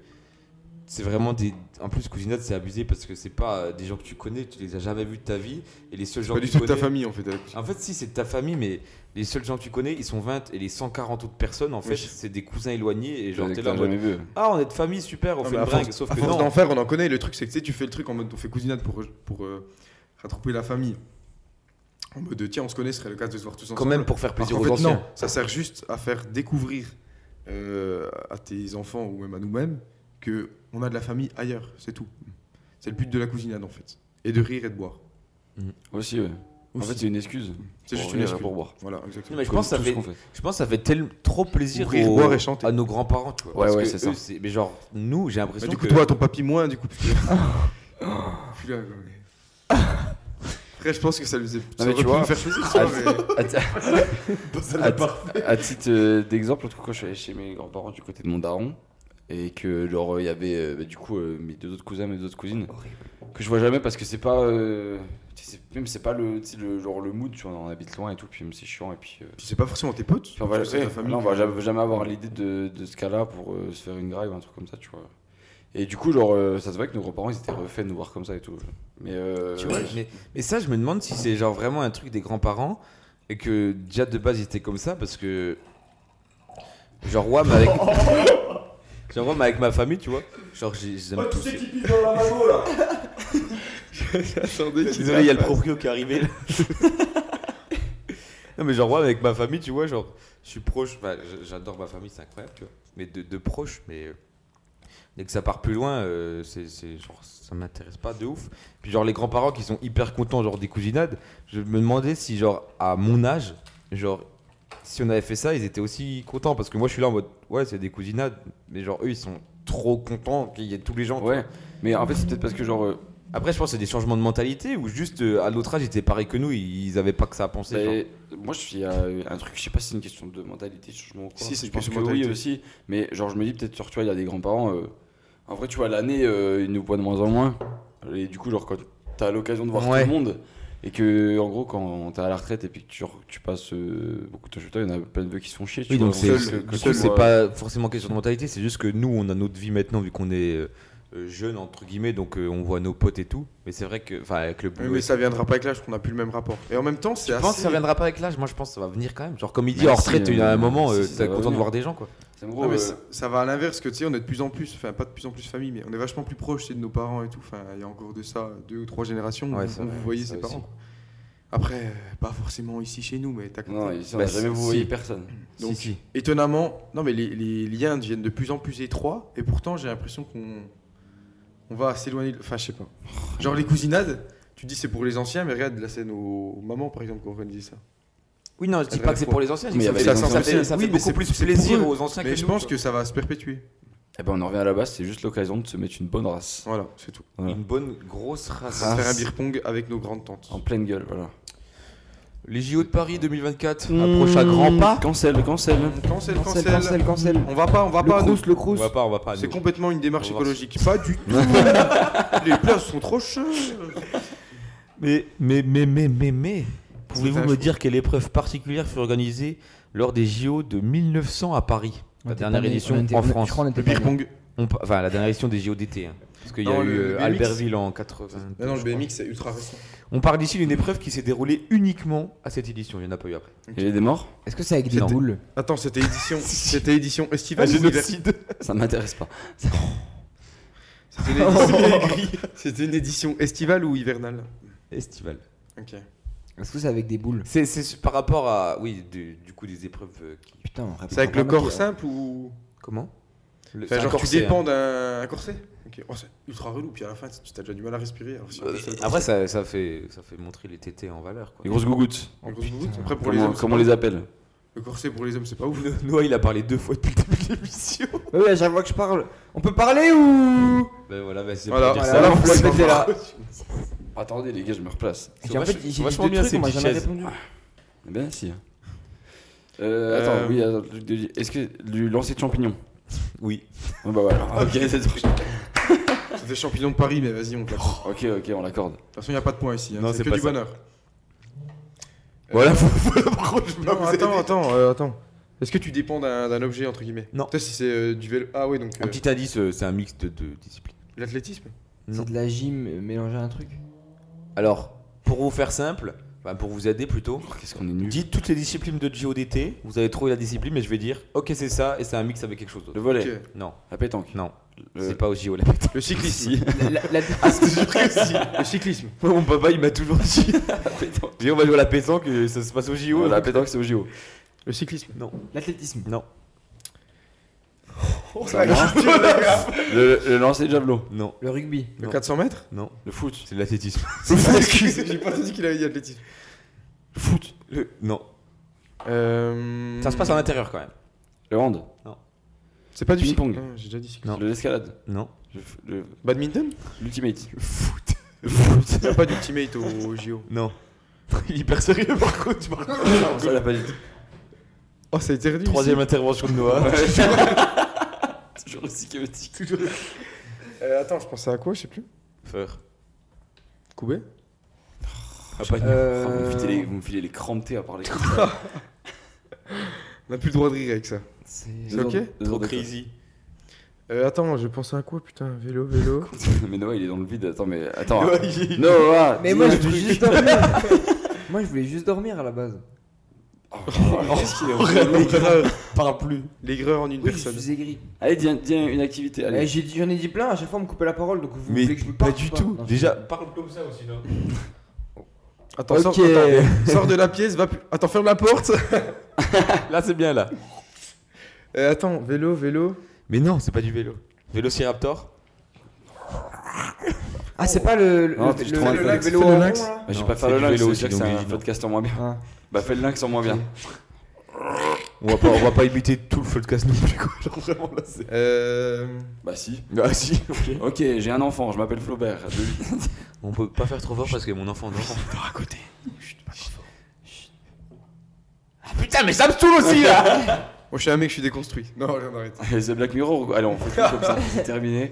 [SPEAKER 3] c'est vraiment des. En plus, cousinade, c'est abusé parce que c'est pas euh, des gens que tu connais, tu les as jamais vus de ta vie. Et les seuls gens
[SPEAKER 5] Pas
[SPEAKER 3] que
[SPEAKER 5] du
[SPEAKER 3] tu
[SPEAKER 5] tout de ta
[SPEAKER 3] connais-
[SPEAKER 5] famille en fait. Alex.
[SPEAKER 3] En fait, si, c'est de ta famille, mais les seuls gens que tu connais, ils sont 20 et les 140 autres personnes, en fait,
[SPEAKER 5] Oui.
[SPEAKER 3] c'est des cousins éloignés. Et genre,
[SPEAKER 4] J'en
[SPEAKER 3] t'es
[SPEAKER 4] ai
[SPEAKER 3] là en mode,
[SPEAKER 4] jamais vu.
[SPEAKER 3] Ah, on est de famille, super, on
[SPEAKER 5] Non,
[SPEAKER 3] fait
[SPEAKER 5] mais
[SPEAKER 3] une
[SPEAKER 5] à force-
[SPEAKER 3] blague. Sauf
[SPEAKER 5] à
[SPEAKER 3] que
[SPEAKER 5] force
[SPEAKER 3] non.
[SPEAKER 5] d'en faire, on en connaît. Le truc, c'est que tu sais, tu fais le truc en mode on fait cousinade pour, pour euh, rattraper la famille. En mode tiens, on se connaît, ce serait le cas de se voir tous ensemble.
[SPEAKER 3] Quand même pour faire plaisir
[SPEAKER 5] Alors qu'en
[SPEAKER 3] aux
[SPEAKER 5] fait,
[SPEAKER 3] anciens.
[SPEAKER 5] non, ça sert juste à faire découvrir euh, à tes enfants ou même à nous-mêmes que on a de la famille ailleurs, c'est tout. C'est le but de la cousinade en fait. Et de rire et de boire.
[SPEAKER 4] Aussi, ouais. En
[SPEAKER 5] Aussi.
[SPEAKER 4] fait, c'est une excuse.
[SPEAKER 5] C'est
[SPEAKER 4] Pour
[SPEAKER 5] juste une
[SPEAKER 4] rire et
[SPEAKER 5] excuse.
[SPEAKER 4] Pour boire.
[SPEAKER 5] Voilà, exactement.
[SPEAKER 3] Non, mais je pense, que ça
[SPEAKER 4] Tout ce
[SPEAKER 3] fait,
[SPEAKER 4] qu'on fait.
[SPEAKER 3] je pense que ça fait tel- trop plaisir
[SPEAKER 5] Rire,
[SPEAKER 3] aux-
[SPEAKER 5] boire et chanter.
[SPEAKER 3] à nos grands-parents. tu vois,
[SPEAKER 4] Ouais,
[SPEAKER 3] parce
[SPEAKER 4] ouais,
[SPEAKER 3] que
[SPEAKER 4] c'est ça.
[SPEAKER 3] eux, Mais genre, nous, j'ai
[SPEAKER 5] Bah,
[SPEAKER 3] l'impression
[SPEAKER 5] du coup,
[SPEAKER 3] que.
[SPEAKER 5] toi, ton papy, moins, du coup.
[SPEAKER 3] [LAUGHS]
[SPEAKER 5] Parce que... Je suis là, non, mais- Après, je pense que ça lui faisait. ça aurait
[SPEAKER 4] mais tu
[SPEAKER 5] pu
[SPEAKER 4] vois,
[SPEAKER 5] lui faire plaisir, ça,
[SPEAKER 4] À,
[SPEAKER 5] mais-
[SPEAKER 4] à-
[SPEAKER 3] Ah,
[SPEAKER 4] à- à titre euh, d'exemple, l'autre coup, quand je suis allé chez mes grands-parents du côté de mon daron, et que genre euh, il y avait euh, bah, du coup euh, mes deux autres cousins, mes deux autres cousines, que je vois jamais parce que c'est pas, euh, tu sais, c'est- même c'est pas le, tu sais, le genre le mood, tu vois, on habite loin et tout, puis même c'est chiant et puis. euh,
[SPEAKER 5] Puis c'est pas forcément tes potes.
[SPEAKER 4] puis on va,
[SPEAKER 5] c'est
[SPEAKER 4] ouais,
[SPEAKER 5] ta famille.
[SPEAKER 4] non, on va
[SPEAKER 3] bah,
[SPEAKER 4] jamais, jamais avoir l'idée de, de ce cas-là pour euh, se faire une graille ou un truc comme ça, tu vois. Et du coup, genre, euh, ça se voit que nos grands-parents, ils étaient refaits de nous voir comme ça et tout. Mais euh,
[SPEAKER 3] Tu vois, mais, mais ça, je me demande si c'est genre vraiment un truc des grands-parents et que déjà de base ils étaient comme ça parce que. Genre, ouais,
[SPEAKER 1] [LAUGHS]
[SPEAKER 3] mais avec. [LAUGHS] genre, ouais, mais avec ma famille, tu vois. Genre, j'ai- j'aime
[SPEAKER 1] Pas
[SPEAKER 3] tous.
[SPEAKER 1] tous ceux qui pissent dans la mago là.
[SPEAKER 5] [LAUGHS] Attendez, qu'il
[SPEAKER 3] Désolé, il y a le proprio qui est arrivé là. [LAUGHS] non, mais genre, ouais, avec ma famille, tu vois, genre, je suis proche. Enfin, j- j'adore ma famille, c'est incroyable, tu vois. Mais de, de proche, mais. euh, Dès que ça part plus loin, euh, c'est, c'est- genre, ça m'intéresse pas de ouf. Puis genre les grands-parents qui sont hyper contents genre des cousinades, je me demandais si genre à mon âge, genre si on avait fait ça, ils étaient aussi contents parce que moi je suis là en mode ouais c'est des cousinades, mais genre eux ils sont trop contents qu'il y ait tous les gens.
[SPEAKER 4] ouais. Mais en fait, c'est peut-être parce que genre. euh,
[SPEAKER 3] Après, je pense que c'est des changements de mentalité ou juste euh, à l'autre âge, ils étaient pareils que nous, ils avaient pas que ça à penser. genre.
[SPEAKER 4] Mais moi, je suis euh, un truc, je sais pas si c'est une question de mentalité, de changement ou quoi.
[SPEAKER 5] Si, c'est
[SPEAKER 4] je
[SPEAKER 5] une
[SPEAKER 4] pense
[SPEAKER 5] question
[SPEAKER 4] que
[SPEAKER 5] de
[SPEAKER 4] oui
[SPEAKER 5] mentalité.
[SPEAKER 4] aussi, mais genre, je me dis peut-être, sur tu vois, il y a des grands-parents. euh, en vrai, tu vois, l'année, euh, ils nous voient de moins en moins. Et du coup, genre, quand t'as l'occasion de voir
[SPEAKER 3] Ouais.
[SPEAKER 4] tout le monde, et que, en gros, quand t'es à la retraite et puis que tu, re- tu passes euh, beaucoup de temps chez toi, il y en a plein de vieux qui se font chier. tu
[SPEAKER 3] Oui,
[SPEAKER 4] vois,
[SPEAKER 3] donc
[SPEAKER 4] en
[SPEAKER 3] c'est
[SPEAKER 4] fait,
[SPEAKER 5] seul,
[SPEAKER 4] que-
[SPEAKER 5] du
[SPEAKER 4] que
[SPEAKER 3] Du
[SPEAKER 4] tu
[SPEAKER 3] coup, c'est
[SPEAKER 4] vois-
[SPEAKER 3] pas forcément question de mentalité, c'est juste que nous, on a notre vie maintenant vu qu'on est euh, euh, jeune entre guillemets, donc euh, on voit nos potes et tout. Mais c'est vrai que, enfin, avec le
[SPEAKER 5] Oui,
[SPEAKER 3] boulot.
[SPEAKER 5] mais ça viendra pas avec l'âge, qu'on a plus le même rapport. Et en même temps, c'est
[SPEAKER 3] Je
[SPEAKER 5] assez.
[SPEAKER 3] pense que ça viendra pas avec l'âge. Moi, je pense que ça va venir quand même. Genre, comme il dit,
[SPEAKER 4] Même
[SPEAKER 3] en
[SPEAKER 4] si,
[SPEAKER 3] retraite,
[SPEAKER 4] euh,
[SPEAKER 3] il y a un moment,
[SPEAKER 4] si,
[SPEAKER 3] euh,
[SPEAKER 4] si, ça
[SPEAKER 3] t'es
[SPEAKER 4] va
[SPEAKER 3] content de
[SPEAKER 4] venir.
[SPEAKER 3] voir des gens, quoi.
[SPEAKER 4] C'est en gros,
[SPEAKER 5] Non, Ah, mais
[SPEAKER 4] euh,
[SPEAKER 5] ça- ça va à l'inverse, que tu sais, on est de plus en plus, enfin pas de plus en plus famille, mais on est vachement plus proche c'est de nos parents et tout. Enfin, il y a encore de ça, deux ou trois générations,
[SPEAKER 3] Ouais,
[SPEAKER 5] où
[SPEAKER 3] c'est
[SPEAKER 5] on
[SPEAKER 3] vrai,
[SPEAKER 5] vous voyez
[SPEAKER 3] ça
[SPEAKER 5] ses
[SPEAKER 3] aussi.
[SPEAKER 5] parents. quoi. Après, euh, pas forcément ici chez nous, mais t'as
[SPEAKER 4] Non,
[SPEAKER 5] compris.
[SPEAKER 4] ici, on
[SPEAKER 3] Bah,
[SPEAKER 4] n'a jamais
[SPEAKER 3] si.
[SPEAKER 4] voyé personne.
[SPEAKER 5] Donc,
[SPEAKER 3] si, si.
[SPEAKER 5] Étonnamment, non mais les, les liens deviennent de plus en plus étroits et pourtant j'ai l'impression qu'on on va s'éloigner. de- Enfin, je sais pas. Genre les cousinades, tu dis c'est pour les anciens, mais regarde la scène aux mamans par exemple qui organisait ça.
[SPEAKER 3] Oui, non, je dis
[SPEAKER 5] Elle
[SPEAKER 3] pas que c'est
[SPEAKER 5] répond.
[SPEAKER 3] pour les anciens. je dis
[SPEAKER 4] Mais
[SPEAKER 3] que
[SPEAKER 4] il y avait
[SPEAKER 3] ça,
[SPEAKER 4] les
[SPEAKER 3] ça
[SPEAKER 5] anciens.
[SPEAKER 3] fait, ça
[SPEAKER 5] Oui,
[SPEAKER 3] fait
[SPEAKER 5] mais
[SPEAKER 3] beaucoup
[SPEAKER 5] c'est-
[SPEAKER 3] plus
[SPEAKER 5] c'est pour
[SPEAKER 3] plaisir
[SPEAKER 5] eux.
[SPEAKER 3] aux anciens
[SPEAKER 5] Mais
[SPEAKER 3] que
[SPEAKER 5] je
[SPEAKER 3] nous.
[SPEAKER 5] pense
[SPEAKER 3] quoi.
[SPEAKER 5] que ça va se perpétuer.
[SPEAKER 4] Eh ben, on en revient à la base, c'est juste l'occasion de se mettre une bonne race.
[SPEAKER 5] Voilà, c'est tout.
[SPEAKER 4] Voilà.
[SPEAKER 3] Une bonne grosse race.
[SPEAKER 4] Ah,
[SPEAKER 5] Faire un
[SPEAKER 4] c'est-
[SPEAKER 5] beer pong avec nos grandes tantes.
[SPEAKER 4] En pleine gueule, voilà.
[SPEAKER 3] Les JO de Paris 2024 approchent à grands pas.
[SPEAKER 4] Cancel, cancel.
[SPEAKER 5] Cancel,
[SPEAKER 6] Cancel,
[SPEAKER 5] cancel,
[SPEAKER 6] cancel, cancel.
[SPEAKER 5] On va pas, on va
[SPEAKER 6] Le
[SPEAKER 5] pas. nous.
[SPEAKER 6] crous, le crous.
[SPEAKER 3] On va pas, on va pas.
[SPEAKER 5] C'est
[SPEAKER 3] Ah, nous.
[SPEAKER 5] complètement une démarche
[SPEAKER 3] On va voir.
[SPEAKER 5] écologique. Pas du tout. les places sont trop chères.
[SPEAKER 3] Mais, mais, mais, mais, mais, mais,
[SPEAKER 5] C'est un
[SPEAKER 3] pouvez-vous me
[SPEAKER 5] choix.
[SPEAKER 3] dire quelle épreuve particulière fut organisée lors des JO de 1900 à Paris
[SPEAKER 6] On
[SPEAKER 3] La
[SPEAKER 6] était
[SPEAKER 3] dernière
[SPEAKER 6] pas nés,
[SPEAKER 3] édition
[SPEAKER 6] on était-
[SPEAKER 3] en
[SPEAKER 6] on-
[SPEAKER 3] France.
[SPEAKER 6] Je crois qu'on était
[SPEAKER 5] Le
[SPEAKER 6] pas
[SPEAKER 5] beer
[SPEAKER 6] nés.
[SPEAKER 5] pong.
[SPEAKER 3] On pa- Enfin, la dernière édition des JO d'été. hein. Parce qu'il y
[SPEAKER 5] Non,
[SPEAKER 3] a
[SPEAKER 5] le-
[SPEAKER 3] eu
[SPEAKER 5] le
[SPEAKER 3] euh,
[SPEAKER 5] BMX.
[SPEAKER 3] Albertville en 80.
[SPEAKER 5] Ah non, le
[SPEAKER 3] je crois.
[SPEAKER 5] BMX c'est ultra récent.
[SPEAKER 3] On parle d'ici d'une épreuve qui s'est déroulée uniquement à cette édition. Il n'y en a pas eu après.
[SPEAKER 4] Il y a des morts
[SPEAKER 6] Est-ce que c'est avec des
[SPEAKER 5] C'était-
[SPEAKER 6] boules
[SPEAKER 5] Attends, c'était édition, c'était édition
[SPEAKER 3] Ah,
[SPEAKER 5] estivale. ou hivernale
[SPEAKER 4] Ça m'intéresse pas.
[SPEAKER 5] C'était une [LAUGHS] édition- C'était une édition estivale ou hivernale
[SPEAKER 3] Estival.
[SPEAKER 5] Ok.
[SPEAKER 6] Est-ce que c'est avec des boules
[SPEAKER 3] C'est c'est par rapport à. Oui, du, du coup, des épreuves euh, qui.
[SPEAKER 6] Putain, on répète
[SPEAKER 5] C'est avec le
[SPEAKER 6] encore un mec,
[SPEAKER 5] corps
[SPEAKER 6] euh,
[SPEAKER 5] simple ou
[SPEAKER 3] Comment Le-
[SPEAKER 5] Enfin,
[SPEAKER 3] c'est un
[SPEAKER 5] genre
[SPEAKER 3] corset,
[SPEAKER 5] tu
[SPEAKER 3] hein.
[SPEAKER 5] dépends d'un un corset Ok. Oh, c'est ultra relou. Puis à la fin, tu t'as déjà du mal à respirer. Alors, si on
[SPEAKER 3] Euh,
[SPEAKER 5] fait ça, le
[SPEAKER 3] Après,
[SPEAKER 5] corset,
[SPEAKER 3] ça, ça, fait, ça fait montrer les tétés en valeur. Quoi.
[SPEAKER 4] Les grosses gougouttes.
[SPEAKER 5] en gros, vous- Après pour les
[SPEAKER 4] Comment,
[SPEAKER 5] hommes,
[SPEAKER 4] comment on
[SPEAKER 5] c'est
[SPEAKER 4] les appelle
[SPEAKER 5] pas- le corset pour les hommes, c'est pas ouf.
[SPEAKER 3] Noah, il a parlé deux fois depuis le début de l'émission.
[SPEAKER 6] Oui, à chaque fois que je parle. On peut parler ou
[SPEAKER 3] Ben voilà, ben c'est
[SPEAKER 5] Voilà.
[SPEAKER 3] pour dire
[SPEAKER 6] Voilà,
[SPEAKER 3] ça.
[SPEAKER 6] là,
[SPEAKER 5] on
[SPEAKER 6] vous
[SPEAKER 5] peut
[SPEAKER 6] le mettez là.
[SPEAKER 4] Attendez, les gars, je me replace.
[SPEAKER 6] J'ai- En fait,
[SPEAKER 3] vach-
[SPEAKER 6] j'ai
[SPEAKER 3] sont
[SPEAKER 6] dit
[SPEAKER 3] vachement
[SPEAKER 6] deux
[SPEAKER 3] bien,
[SPEAKER 6] trucs,
[SPEAKER 3] ces
[SPEAKER 6] on m'a
[SPEAKER 3] petites
[SPEAKER 6] jamais
[SPEAKER 3] chaises.
[SPEAKER 6] répondu.
[SPEAKER 4] Eh ben, si. Euh, attends,
[SPEAKER 5] Euh,
[SPEAKER 4] oui, attends, truc de- est-ce que du lancer de champignons
[SPEAKER 3] Oui.
[SPEAKER 4] Ah Bah voilà, ok, c'est tout.
[SPEAKER 5] C'était champignon de Paris, mais vas-y, on claque. De
[SPEAKER 4] Ok, ok, on l'accorde.
[SPEAKER 5] toute façon, il y a pas de point ici. hein.
[SPEAKER 3] Non,
[SPEAKER 5] C'est
[SPEAKER 3] c'est
[SPEAKER 5] que
[SPEAKER 3] pas
[SPEAKER 5] du
[SPEAKER 3] ça.
[SPEAKER 5] bonheur. Euh, [LAUGHS]
[SPEAKER 3] Voilà, faut, faut l'approche. je
[SPEAKER 5] Non,
[SPEAKER 3] vous ai
[SPEAKER 5] attends,
[SPEAKER 3] dit.
[SPEAKER 5] attends, euh, attends. Est-ce que tu dépends d'un d'un objet entre guillemets
[SPEAKER 3] Non.
[SPEAKER 5] Toi, si c'est euh, du vélo. Ah ouais, donc
[SPEAKER 3] Un
[SPEAKER 5] euh,
[SPEAKER 3] petit indice, euh, c'est un mix de deux disciplines.
[SPEAKER 5] l'athlétisme.
[SPEAKER 3] Non.
[SPEAKER 6] C'est de la gym euh, mélangée à un truc.
[SPEAKER 3] Alors, pour vous faire simple, enfin, pour vous aider plutôt,
[SPEAKER 4] Oh, Qu'est-ce qu'on est nul.
[SPEAKER 3] dites toutes les disciplines de JODT. Vous avez trouvé la discipline, mais je vais dire, ok, c'est ça, et c'est un mix avec quelque chose
[SPEAKER 4] Le
[SPEAKER 3] d'autre.
[SPEAKER 4] volet,
[SPEAKER 5] Ok.
[SPEAKER 3] Non,
[SPEAKER 4] la pétanque.
[SPEAKER 3] non,
[SPEAKER 4] Le-
[SPEAKER 3] c'est pas au JO la pétanque.
[SPEAKER 5] Le cyclisme.
[SPEAKER 4] [LAUGHS]
[SPEAKER 5] [LAUGHS]
[SPEAKER 4] Si.
[SPEAKER 5] Le cyclisme.
[SPEAKER 3] [LAUGHS] Mon papa, il m'a toujours [LAUGHS] dit. J'ai dit, on va jouer à la pétanque, et ça se passe au JO.
[SPEAKER 4] Euh, la pétanque, c'est au JO.
[SPEAKER 5] Le cyclisme.
[SPEAKER 6] L'athlétisme.
[SPEAKER 3] Non,
[SPEAKER 4] Ça marche. le, le lancer de javelot.
[SPEAKER 3] non,
[SPEAKER 6] Le rugby.
[SPEAKER 5] Le
[SPEAKER 3] Non.
[SPEAKER 5] 400
[SPEAKER 3] [LAUGHS]
[SPEAKER 5] mètres
[SPEAKER 3] non.
[SPEAKER 4] Le foot.
[SPEAKER 3] C'est de l'athlétisme.
[SPEAKER 5] J'ai pas dit qu'il avait dit athlétisme.
[SPEAKER 4] Le foot.
[SPEAKER 3] [LAUGHS] Le- Non.
[SPEAKER 5] Euh,
[SPEAKER 3] Ça se passe à l'intérieur quand même.
[SPEAKER 4] Le hand.
[SPEAKER 5] C'est pas du
[SPEAKER 4] Ping-pong.
[SPEAKER 5] cyclisme. Ah, J'ai déjà dit cyclisme.
[SPEAKER 3] Non.
[SPEAKER 4] Le l'escalade.
[SPEAKER 3] Non.
[SPEAKER 4] Le f- le-
[SPEAKER 5] Badminton
[SPEAKER 4] L'ultimate.
[SPEAKER 5] Il n'y a pas d'ultimate au [LAUGHS] au JO.
[SPEAKER 3] Non. [LAUGHS] Il est hyper sérieux par contre. tu parles.
[SPEAKER 4] Non, ça l'a pas dit.
[SPEAKER 5] Oh, ça a été réduit.
[SPEAKER 3] Troisième intervention de Noah.
[SPEAKER 4] Toujours aussi chaotique.
[SPEAKER 5] ici. Euh, attends, je pensais à quoi Je sais plus.
[SPEAKER 3] Faire.
[SPEAKER 5] Koubé
[SPEAKER 3] Ah, pas de-
[SPEAKER 4] Oh, vous, me
[SPEAKER 6] Euh...
[SPEAKER 4] filez les, vous me filez les crampes de thé à parler.
[SPEAKER 5] On n'a plus le droit de rire avec ça.
[SPEAKER 6] c'est-
[SPEAKER 5] C'est ok
[SPEAKER 3] Trop crazy.
[SPEAKER 5] Euh, attends, je pensais à quoi Putain, vélo, vélo.
[SPEAKER 4] [LAUGHS] mais Noah, il est dans le vide. Attends, mais attends. Noah,
[SPEAKER 3] il-
[SPEAKER 6] [LAUGHS] Mais
[SPEAKER 4] dis
[SPEAKER 6] moi, je
[SPEAKER 4] un
[SPEAKER 6] voulais
[SPEAKER 4] truc.
[SPEAKER 6] juste dormir. [LAUGHS] Moi, je voulais juste dormir à la base.
[SPEAKER 4] Oh,
[SPEAKER 3] [LAUGHS]
[SPEAKER 4] qu'est-ce qu'il est relou.
[SPEAKER 5] L'aigreur.
[SPEAKER 3] Parle plus.
[SPEAKER 5] L'aigreur en une
[SPEAKER 6] Oui, je
[SPEAKER 5] personne.
[SPEAKER 6] suis aigri.
[SPEAKER 4] Allez, dis, un- dis un- une activité. Allez.
[SPEAKER 6] Eh, j'ai dit- J'en ai dit plein, à chaque fois on me coupait la parole, donc vous
[SPEAKER 3] Mais
[SPEAKER 6] voulez que je me
[SPEAKER 3] pas
[SPEAKER 6] parle
[SPEAKER 3] du
[SPEAKER 6] ou
[SPEAKER 3] tout.
[SPEAKER 6] Non, je-
[SPEAKER 3] Déjà, parle comme ça aussi, non
[SPEAKER 5] Attends, sors,
[SPEAKER 6] Ok.
[SPEAKER 5] attends, sors de la pièce, va. pu- Attends, ferme la porte. [LAUGHS]
[SPEAKER 3] Là, c'est bien là.
[SPEAKER 5] Euh, attends, vélo, vélo.
[SPEAKER 3] Mais non, c'est pas du vélo. Vélociraptor
[SPEAKER 6] Ah, c'est pas le, le,
[SPEAKER 4] Non,
[SPEAKER 6] le,
[SPEAKER 4] tu te trompes,
[SPEAKER 6] le-
[SPEAKER 4] fais
[SPEAKER 6] le
[SPEAKER 4] le
[SPEAKER 6] vélo
[SPEAKER 5] lynx, fais le
[SPEAKER 6] en
[SPEAKER 5] [LAUGHS]
[SPEAKER 6] rond,
[SPEAKER 5] lynx.
[SPEAKER 6] là
[SPEAKER 4] Bah, je vais
[SPEAKER 3] Non,
[SPEAKER 4] pas faire
[SPEAKER 3] c'est
[SPEAKER 4] le
[SPEAKER 3] du
[SPEAKER 4] lynx,
[SPEAKER 3] vélo,
[SPEAKER 4] c'est déjà que
[SPEAKER 3] sinon,
[SPEAKER 4] c'est un
[SPEAKER 3] Guy, non.
[SPEAKER 4] podcast en moins bien.
[SPEAKER 6] Ah.
[SPEAKER 4] Bah, fais le lynx en moins bien.
[SPEAKER 3] on va, pas, on va pas imiter tout le feu de casse non plus, quoi. [LAUGHS] Genre vraiment là, c'est.
[SPEAKER 5] Euh...
[SPEAKER 4] [LAUGHS] Bah, si.
[SPEAKER 3] Ah si,
[SPEAKER 4] Ok, j'ai un enfant, je m'appelle Flaubert.
[SPEAKER 3] On peut pas faire trop fort parce que mon enfant dort.
[SPEAKER 4] à côté.
[SPEAKER 3] Putain, mais ça me saoule aussi là
[SPEAKER 5] Moi, oh, je suis un mec, je suis déconstruit. Non, allez, on arrête.
[SPEAKER 4] C'est Black Mirror ou quoi Allez, on fait tout comme ça, c'est terminé.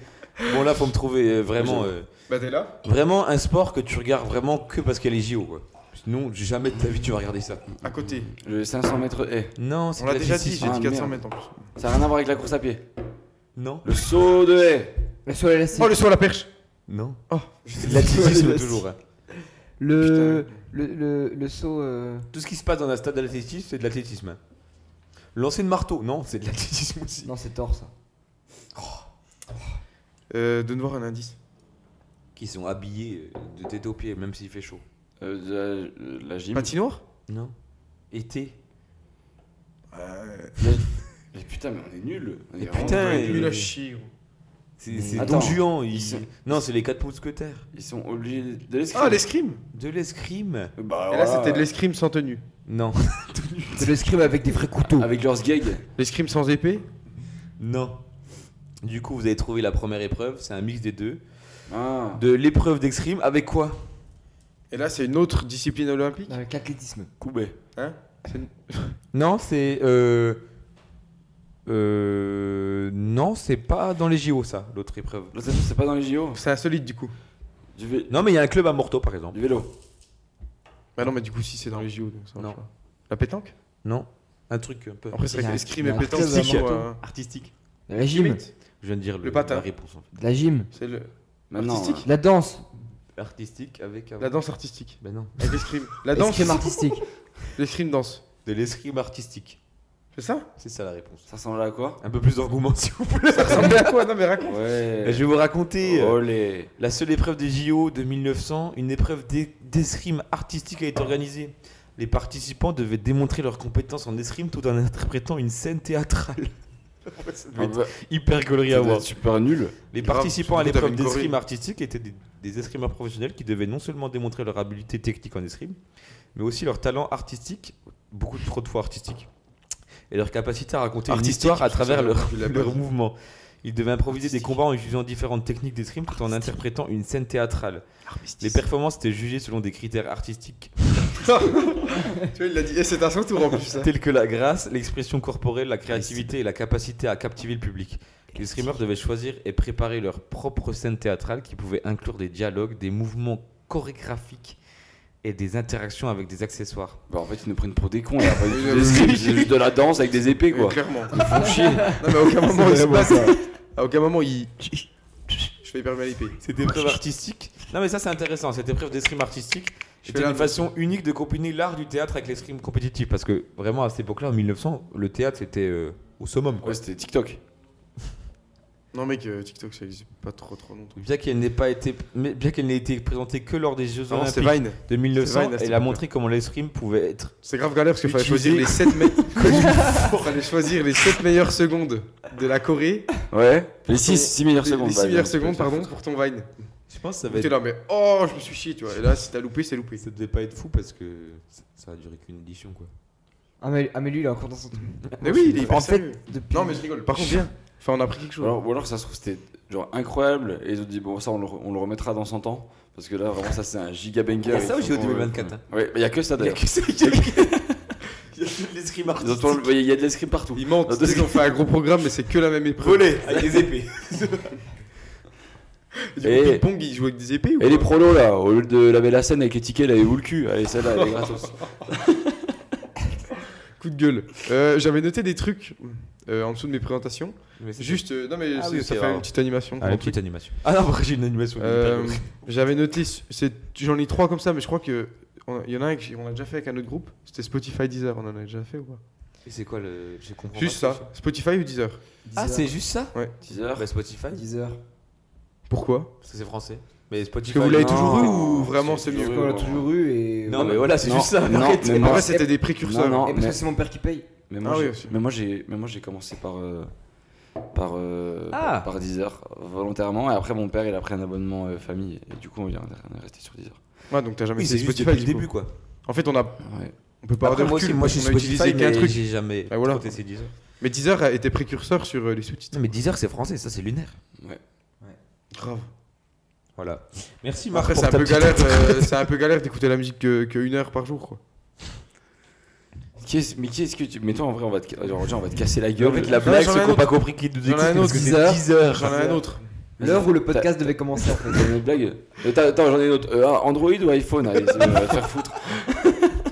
[SPEAKER 3] Bon, là, faut me trouver euh, vraiment. euh,
[SPEAKER 5] Bah, t'es là
[SPEAKER 3] Vraiment un sport que tu regardes vraiment que parce qu'elle est JO, quoi. Sinon, jamais de ta vie tu vas regarder ça.
[SPEAKER 5] À côté.
[SPEAKER 4] Le 500 mètres haies.
[SPEAKER 3] Non, c'est
[SPEAKER 5] On l'a
[SPEAKER 3] de
[SPEAKER 5] déjà dit,
[SPEAKER 3] l'athlétisme.
[SPEAKER 5] j'ai dit
[SPEAKER 4] Ah,
[SPEAKER 5] 400
[SPEAKER 4] merde.
[SPEAKER 5] mètres en plus.
[SPEAKER 4] Ça n'a rien à voir avec la course à pied.
[SPEAKER 3] Non.
[SPEAKER 4] Le saut de haie.
[SPEAKER 6] Le sol élastique.
[SPEAKER 5] Oh, le saut à la perche
[SPEAKER 3] Non.
[SPEAKER 5] Oh,
[SPEAKER 3] C'est de l'athlétisme toujours. hein.
[SPEAKER 6] le, le, le, le saut. euh,
[SPEAKER 3] Tout ce qui se passe dans un stade d'athlétisme, c'est de l'athlétisme. hein. Lancer de marteau, non, c'est de l'athlétisme aussi.
[SPEAKER 6] Non, c'est tort ça.
[SPEAKER 5] Euh, Donne-moi un indice.
[SPEAKER 3] Qui sont habillés euh, de tête aux pieds, même s'il fait chaud.
[SPEAKER 4] Euh, de la, euh, la gym.
[SPEAKER 5] Patinoire
[SPEAKER 3] Non. Été.
[SPEAKER 4] Mais putain, mais on est nuls. On est
[SPEAKER 3] Mais
[SPEAKER 4] vraiment
[SPEAKER 3] putain,
[SPEAKER 4] nuls.
[SPEAKER 3] il a
[SPEAKER 7] chier.
[SPEAKER 3] C'est c'est
[SPEAKER 4] Attends.
[SPEAKER 3] Don Juan. il-
[SPEAKER 4] Ils sont-
[SPEAKER 3] Non, c'est les quatre mousquetaires.
[SPEAKER 4] Ils sont obligés de l'escrime.
[SPEAKER 5] Ah, l'escrime
[SPEAKER 3] De l'escrime
[SPEAKER 4] Bah,
[SPEAKER 5] Et là,
[SPEAKER 4] voilà.
[SPEAKER 5] c'était de l'escrime sans tenue.
[SPEAKER 3] Non.
[SPEAKER 6] C'est le scribe avec des vrais couteaux.
[SPEAKER 4] Avec leurs gags.
[SPEAKER 5] L'escrime sans épée
[SPEAKER 3] Non. Du coup, vous avez trouvé la première épreuve, c'est un mix des deux.
[SPEAKER 4] Ah.
[SPEAKER 3] De l'épreuve d'escrime avec quoi
[SPEAKER 5] Et là, c'est une autre discipline olympique
[SPEAKER 6] Avec l'athlétisme.
[SPEAKER 4] Koubé.
[SPEAKER 3] [LAUGHS] Non, c'est. Euh... Euh... Non, c'est pas dans les JO, ça, l'autre épreuve.
[SPEAKER 4] Là, c'est- c'est pas dans les JO.
[SPEAKER 5] C'est insolite du coup.
[SPEAKER 4] Du, vé-
[SPEAKER 3] Non, mais il y a un club à Morteau, par exemple.
[SPEAKER 4] du vélo.
[SPEAKER 5] Bah non, mais du coup, si c'est dans les JO, donc ça marche
[SPEAKER 3] Non.
[SPEAKER 5] pas. La pétanque
[SPEAKER 3] Non. Un truc un peu.
[SPEAKER 5] Après, c'est
[SPEAKER 6] Il y
[SPEAKER 5] vrai
[SPEAKER 6] a-
[SPEAKER 5] que l'escrime
[SPEAKER 6] il y
[SPEAKER 5] et
[SPEAKER 6] a un
[SPEAKER 5] pétanque,
[SPEAKER 6] très
[SPEAKER 5] c'est
[SPEAKER 6] bon
[SPEAKER 5] euh,
[SPEAKER 3] Artistique.
[SPEAKER 6] De la gym.
[SPEAKER 3] Je viens de dire le,
[SPEAKER 5] patin.
[SPEAKER 3] la réponse. en fait.
[SPEAKER 6] De la gym.
[SPEAKER 5] C'est le-
[SPEAKER 4] Maintenant.
[SPEAKER 5] Artistique.
[SPEAKER 6] De la danse.
[SPEAKER 3] Artistique avec.
[SPEAKER 5] la
[SPEAKER 3] [LAUGHS]
[SPEAKER 5] danse artistique.
[SPEAKER 3] Ben non.
[SPEAKER 5] Avec l'escrime. La danse,
[SPEAKER 6] L'escrime artistique.
[SPEAKER 5] l'escrime danse.
[SPEAKER 3] De l'escrime artistique.
[SPEAKER 5] C'est ça
[SPEAKER 3] C'est ça la réponse.
[SPEAKER 4] euh, ça ressemble à quoi
[SPEAKER 3] Un peu plus d'engouement, [LAUGHS] s'il vous plaît.
[SPEAKER 5] Ça ressemble à quoi Non, mais raconte.
[SPEAKER 4] Ouais.
[SPEAKER 3] Je vais vous raconter. euh,
[SPEAKER 4] Olé.
[SPEAKER 3] La seule épreuve des JO de 1900, une épreuve d'e- d'escrime artistique a été organisée. Les participants devaient démontrer leurs compétences en escrime tout en interprétant une scène théâtrale. [LAUGHS] Ça devait
[SPEAKER 4] Ah
[SPEAKER 3] être
[SPEAKER 4] bah,
[SPEAKER 3] hyper gaulerie
[SPEAKER 4] ça
[SPEAKER 3] à
[SPEAKER 4] doit
[SPEAKER 3] voir.
[SPEAKER 4] être super nul.
[SPEAKER 3] Les
[SPEAKER 5] grave,
[SPEAKER 3] participants à
[SPEAKER 5] surtout
[SPEAKER 3] l'épreuve
[SPEAKER 5] t'avais une
[SPEAKER 3] d'escrime
[SPEAKER 5] Corée.
[SPEAKER 3] artistique étaient des, des escrimeurs professionnels qui devaient non seulement démontrer leur habileté technique en escrime, mais aussi leur talent artistique, beaucoup trop de fois artistique, et leur capacité à raconter une
[SPEAKER 5] Artistique,
[SPEAKER 3] histoire à
[SPEAKER 5] putain,
[SPEAKER 3] travers
[SPEAKER 5] j'avais
[SPEAKER 3] leur,
[SPEAKER 5] oublié la
[SPEAKER 3] leur
[SPEAKER 5] base.
[SPEAKER 3] mouvement. Ils devaient improviser des combats en utilisant différentes techniques d'escrime tout en interprétant une scène théâtrale. Les performances étaient jugées selon des critères artistiques
[SPEAKER 5] tu vois, il l'a dit. Et c'est à son tour en plus. hein.
[SPEAKER 3] tels que la grâce, l'expression corporelle, la créativité et la capacité à captiver le public. Les streamers devaient choisir et préparer leur propre scène théâtrale qui pouvait inclure des dialogues, des mouvements chorégraphiques et des interactions avec des accessoires.
[SPEAKER 4] Bah, en fait, ils nous prennent pour des cons. là. [LAUGHS] Pas du tout de l'escrime, c'est juste de la danse avec des épées,
[SPEAKER 5] Mais
[SPEAKER 4] quoi.
[SPEAKER 5] Clairement.
[SPEAKER 4] Ils font chier.
[SPEAKER 5] Non, mais à aucun moment, il se
[SPEAKER 4] vraiment
[SPEAKER 5] passe.
[SPEAKER 4] ça.
[SPEAKER 5] À aucun moment, il. Je fais hyper mal épée.
[SPEAKER 3] Cette épreuve artistique. Non mais ça c'est intéressant, cette épreuve d'escrime artistique.
[SPEAKER 5] Je fais
[SPEAKER 3] C'était
[SPEAKER 5] la
[SPEAKER 3] une façon unique de combiner l'art du théâtre avec l'escrime compétitif parce que vraiment à cette époque-là, en 1900, le théâtre c'était euh, au summum. quoi.
[SPEAKER 4] Ouais, c'était TikTok.
[SPEAKER 5] Non, mec, euh, TikTok, ça existe pas trop trop longtemps.
[SPEAKER 3] Bien qu'elle n'ait pas été, mais bien qu'elle n'ait été présentée que lors des Jeux
[SPEAKER 5] Ah Non, c'est
[SPEAKER 3] Olympiques
[SPEAKER 5] Vine.
[SPEAKER 3] de 1900,
[SPEAKER 5] Vine, à cette
[SPEAKER 3] elle a
[SPEAKER 5] époque-là.
[SPEAKER 3] montré comment l'escrime pouvait être
[SPEAKER 5] C'est grave galère parce qu'il fallait
[SPEAKER 3] Utiliser-
[SPEAKER 5] choisir les [LAUGHS] 7 meilleurs. [LAUGHS] fallait choisir les 7 meilleures secondes de la Corée.
[SPEAKER 4] Ouais. Les 6 meilleures
[SPEAKER 5] Les-
[SPEAKER 4] secondes.
[SPEAKER 5] les 6
[SPEAKER 4] bah,
[SPEAKER 5] meilleures
[SPEAKER 4] je-
[SPEAKER 5] secondes,
[SPEAKER 4] je-
[SPEAKER 5] pardon, pour ton Vine.
[SPEAKER 3] Je pense que ça va
[SPEAKER 5] T'es
[SPEAKER 3] être...
[SPEAKER 5] là, mais oh, je me suis chié, tu vois. Et là, si t'as loupé, c'est loupé.
[SPEAKER 3] Ça devait pas être fou parce que ça- ça a duré qu'une édition quoi.
[SPEAKER 6] Ah mais, ah, mais lui, il est encore dans son truc.
[SPEAKER 5] Mais oui, il est
[SPEAKER 6] En
[SPEAKER 5] hyper
[SPEAKER 6] fait,
[SPEAKER 5] sérieux.
[SPEAKER 6] depuis.
[SPEAKER 5] Non, mais je rigole. Par contre, bien. Enfin, on a appris quelque [LAUGHS]
[SPEAKER 4] Ou
[SPEAKER 5] chose.
[SPEAKER 4] alors, ou alors ça se trouve, c'était genre incroyable. Et ils ont dit, bon, ça, on le, re- on le remettra dans 100 ans. Parce que là, vraiment, ça, c'est un giga banger.
[SPEAKER 3] Il y a ça
[SPEAKER 4] Et
[SPEAKER 3] au JO
[SPEAKER 4] franchement,
[SPEAKER 3] 2024,
[SPEAKER 4] euh,
[SPEAKER 3] [LAUGHS] hein.
[SPEAKER 4] Ouais, mais il y a que ça d'ailleurs.
[SPEAKER 3] ça Il y a que l'escrime
[SPEAKER 4] Ils ont tourné- Il y a de l'escrime partout.
[SPEAKER 5] Ils mentent.
[SPEAKER 4] Non, deux
[SPEAKER 5] Ils ont fait un gros programme, mais c'est que la même épreuve.
[SPEAKER 3] avec des épées.
[SPEAKER 5] Du coup,
[SPEAKER 4] Et-
[SPEAKER 5] ping-pong, ils jouent avec des épées ou
[SPEAKER 4] Et les prolos là, au lieu de laver la scène avec les tickets, là, et où le cul Allez, celle-là, elle est gratos.
[SPEAKER 5] Coup de gueule. Euh, J'avais noté des trucs euh, en dessous de mes présentations. Juste, euh, non mais
[SPEAKER 3] Ah
[SPEAKER 5] c'est-
[SPEAKER 3] oui, ok,
[SPEAKER 5] ça fait
[SPEAKER 3] bravo.
[SPEAKER 5] une petite animation. pour
[SPEAKER 3] Ah,
[SPEAKER 5] un
[SPEAKER 3] une
[SPEAKER 5] truc.
[SPEAKER 3] petite animation. Ah non, après j'ai une animation.
[SPEAKER 5] Euh, J'avais noté, c'est- j'en ai trois comme ça, mais je crois que on- il y en a un qu'on a déjà fait avec un autre groupe. C'était Spotify Deezer, on en a déjà fait ou pas
[SPEAKER 3] Et c'est quoi le. Je comprends
[SPEAKER 5] Juste
[SPEAKER 3] pas.
[SPEAKER 5] ça, Spotify ou Deezer.
[SPEAKER 3] Ah, c'est juste ça
[SPEAKER 4] [LAUGHS] Teaser.
[SPEAKER 3] Bah, Spotify,
[SPEAKER 6] 10 heures.
[SPEAKER 5] Pourquoi
[SPEAKER 3] parce que c'est français. Mais
[SPEAKER 5] Parce
[SPEAKER 3] Spotify.
[SPEAKER 5] que vous l'avez
[SPEAKER 4] non.
[SPEAKER 5] toujours eu ou vraiment
[SPEAKER 4] C'est
[SPEAKER 5] c'est
[SPEAKER 4] toujours
[SPEAKER 5] mieux
[SPEAKER 4] eu.
[SPEAKER 6] On l'a toujours eu et.
[SPEAKER 3] Non, mais voilà, c'est
[SPEAKER 4] Non,
[SPEAKER 3] juste ça.
[SPEAKER 4] non,
[SPEAKER 3] arrête.
[SPEAKER 4] mais
[SPEAKER 5] En
[SPEAKER 4] moi,
[SPEAKER 5] vrai, c'était des précurseurs.
[SPEAKER 4] Non, non.
[SPEAKER 6] Et parce
[SPEAKER 4] mais-
[SPEAKER 6] que c'est mon père qui paye.
[SPEAKER 4] Mais moi,
[SPEAKER 5] Ah oui,
[SPEAKER 4] j'ai-
[SPEAKER 5] aussi.
[SPEAKER 4] mais moi, j'ai, mais moi, j'ai commencé par, euh, par, euh,
[SPEAKER 3] Ah.
[SPEAKER 4] par Deezer volontairement, et après mon père, il a pris un abonnement euh, famille, et du coup, on est on est resté sur Deezer.
[SPEAKER 5] Ouais, donc t'as jamais
[SPEAKER 3] Oui,
[SPEAKER 5] fait
[SPEAKER 3] Ah, c'est juste
[SPEAKER 5] Spotify
[SPEAKER 3] depuis le
[SPEAKER 5] du coup.
[SPEAKER 3] début quoi.
[SPEAKER 5] En fait, on a,
[SPEAKER 4] Ouais.
[SPEAKER 5] on peut pas avoir de
[SPEAKER 3] moi
[SPEAKER 5] recul.
[SPEAKER 3] aussi, moi je
[SPEAKER 5] parce
[SPEAKER 3] suis
[SPEAKER 5] qu'on a utilisé
[SPEAKER 3] Spotify,
[SPEAKER 5] qu'un
[SPEAKER 3] mais
[SPEAKER 5] truc.
[SPEAKER 3] j'ai jamais.
[SPEAKER 5] Ah, voilà.
[SPEAKER 3] trop testé Deezer.
[SPEAKER 5] Mais Deezer a été précurseur sur euh, les sous-titres.
[SPEAKER 3] Non, mais Deezer c'est français, ça c'est lunaire.
[SPEAKER 5] Grave.
[SPEAKER 3] Voilà. Merci Marc.
[SPEAKER 5] Après,
[SPEAKER 3] pour
[SPEAKER 5] c'est un
[SPEAKER 3] ta
[SPEAKER 5] peu
[SPEAKER 3] petite-
[SPEAKER 5] galère. euh, C'est un peu galère d'écouter la musique que que une heure par jour, quoi.
[SPEAKER 4] Qui est, mais qui est-ce que tu. Mais toi, en vrai, on va te, ca- genre, déjà, on va te casser la gueule.
[SPEAKER 3] En fait, la
[SPEAKER 4] la
[SPEAKER 5] Non,
[SPEAKER 3] blague,
[SPEAKER 5] j'en ai
[SPEAKER 3] ceux
[SPEAKER 5] un
[SPEAKER 3] qui n'ont pas
[SPEAKER 5] autre.
[SPEAKER 3] compris qui nous
[SPEAKER 5] J'en ai un
[SPEAKER 3] écoutent parce
[SPEAKER 5] autre,
[SPEAKER 3] que c'est
[SPEAKER 6] Deezer.
[SPEAKER 3] 10 heures.
[SPEAKER 5] J'en ai un autre.
[SPEAKER 6] L'heure où le podcast devait commencer en fait.
[SPEAKER 4] une blague. Euh, t'as- Attends, j'en ai une autre. Euh, ah, Android ou iPhone Allez, c'est- on va te faire foutre.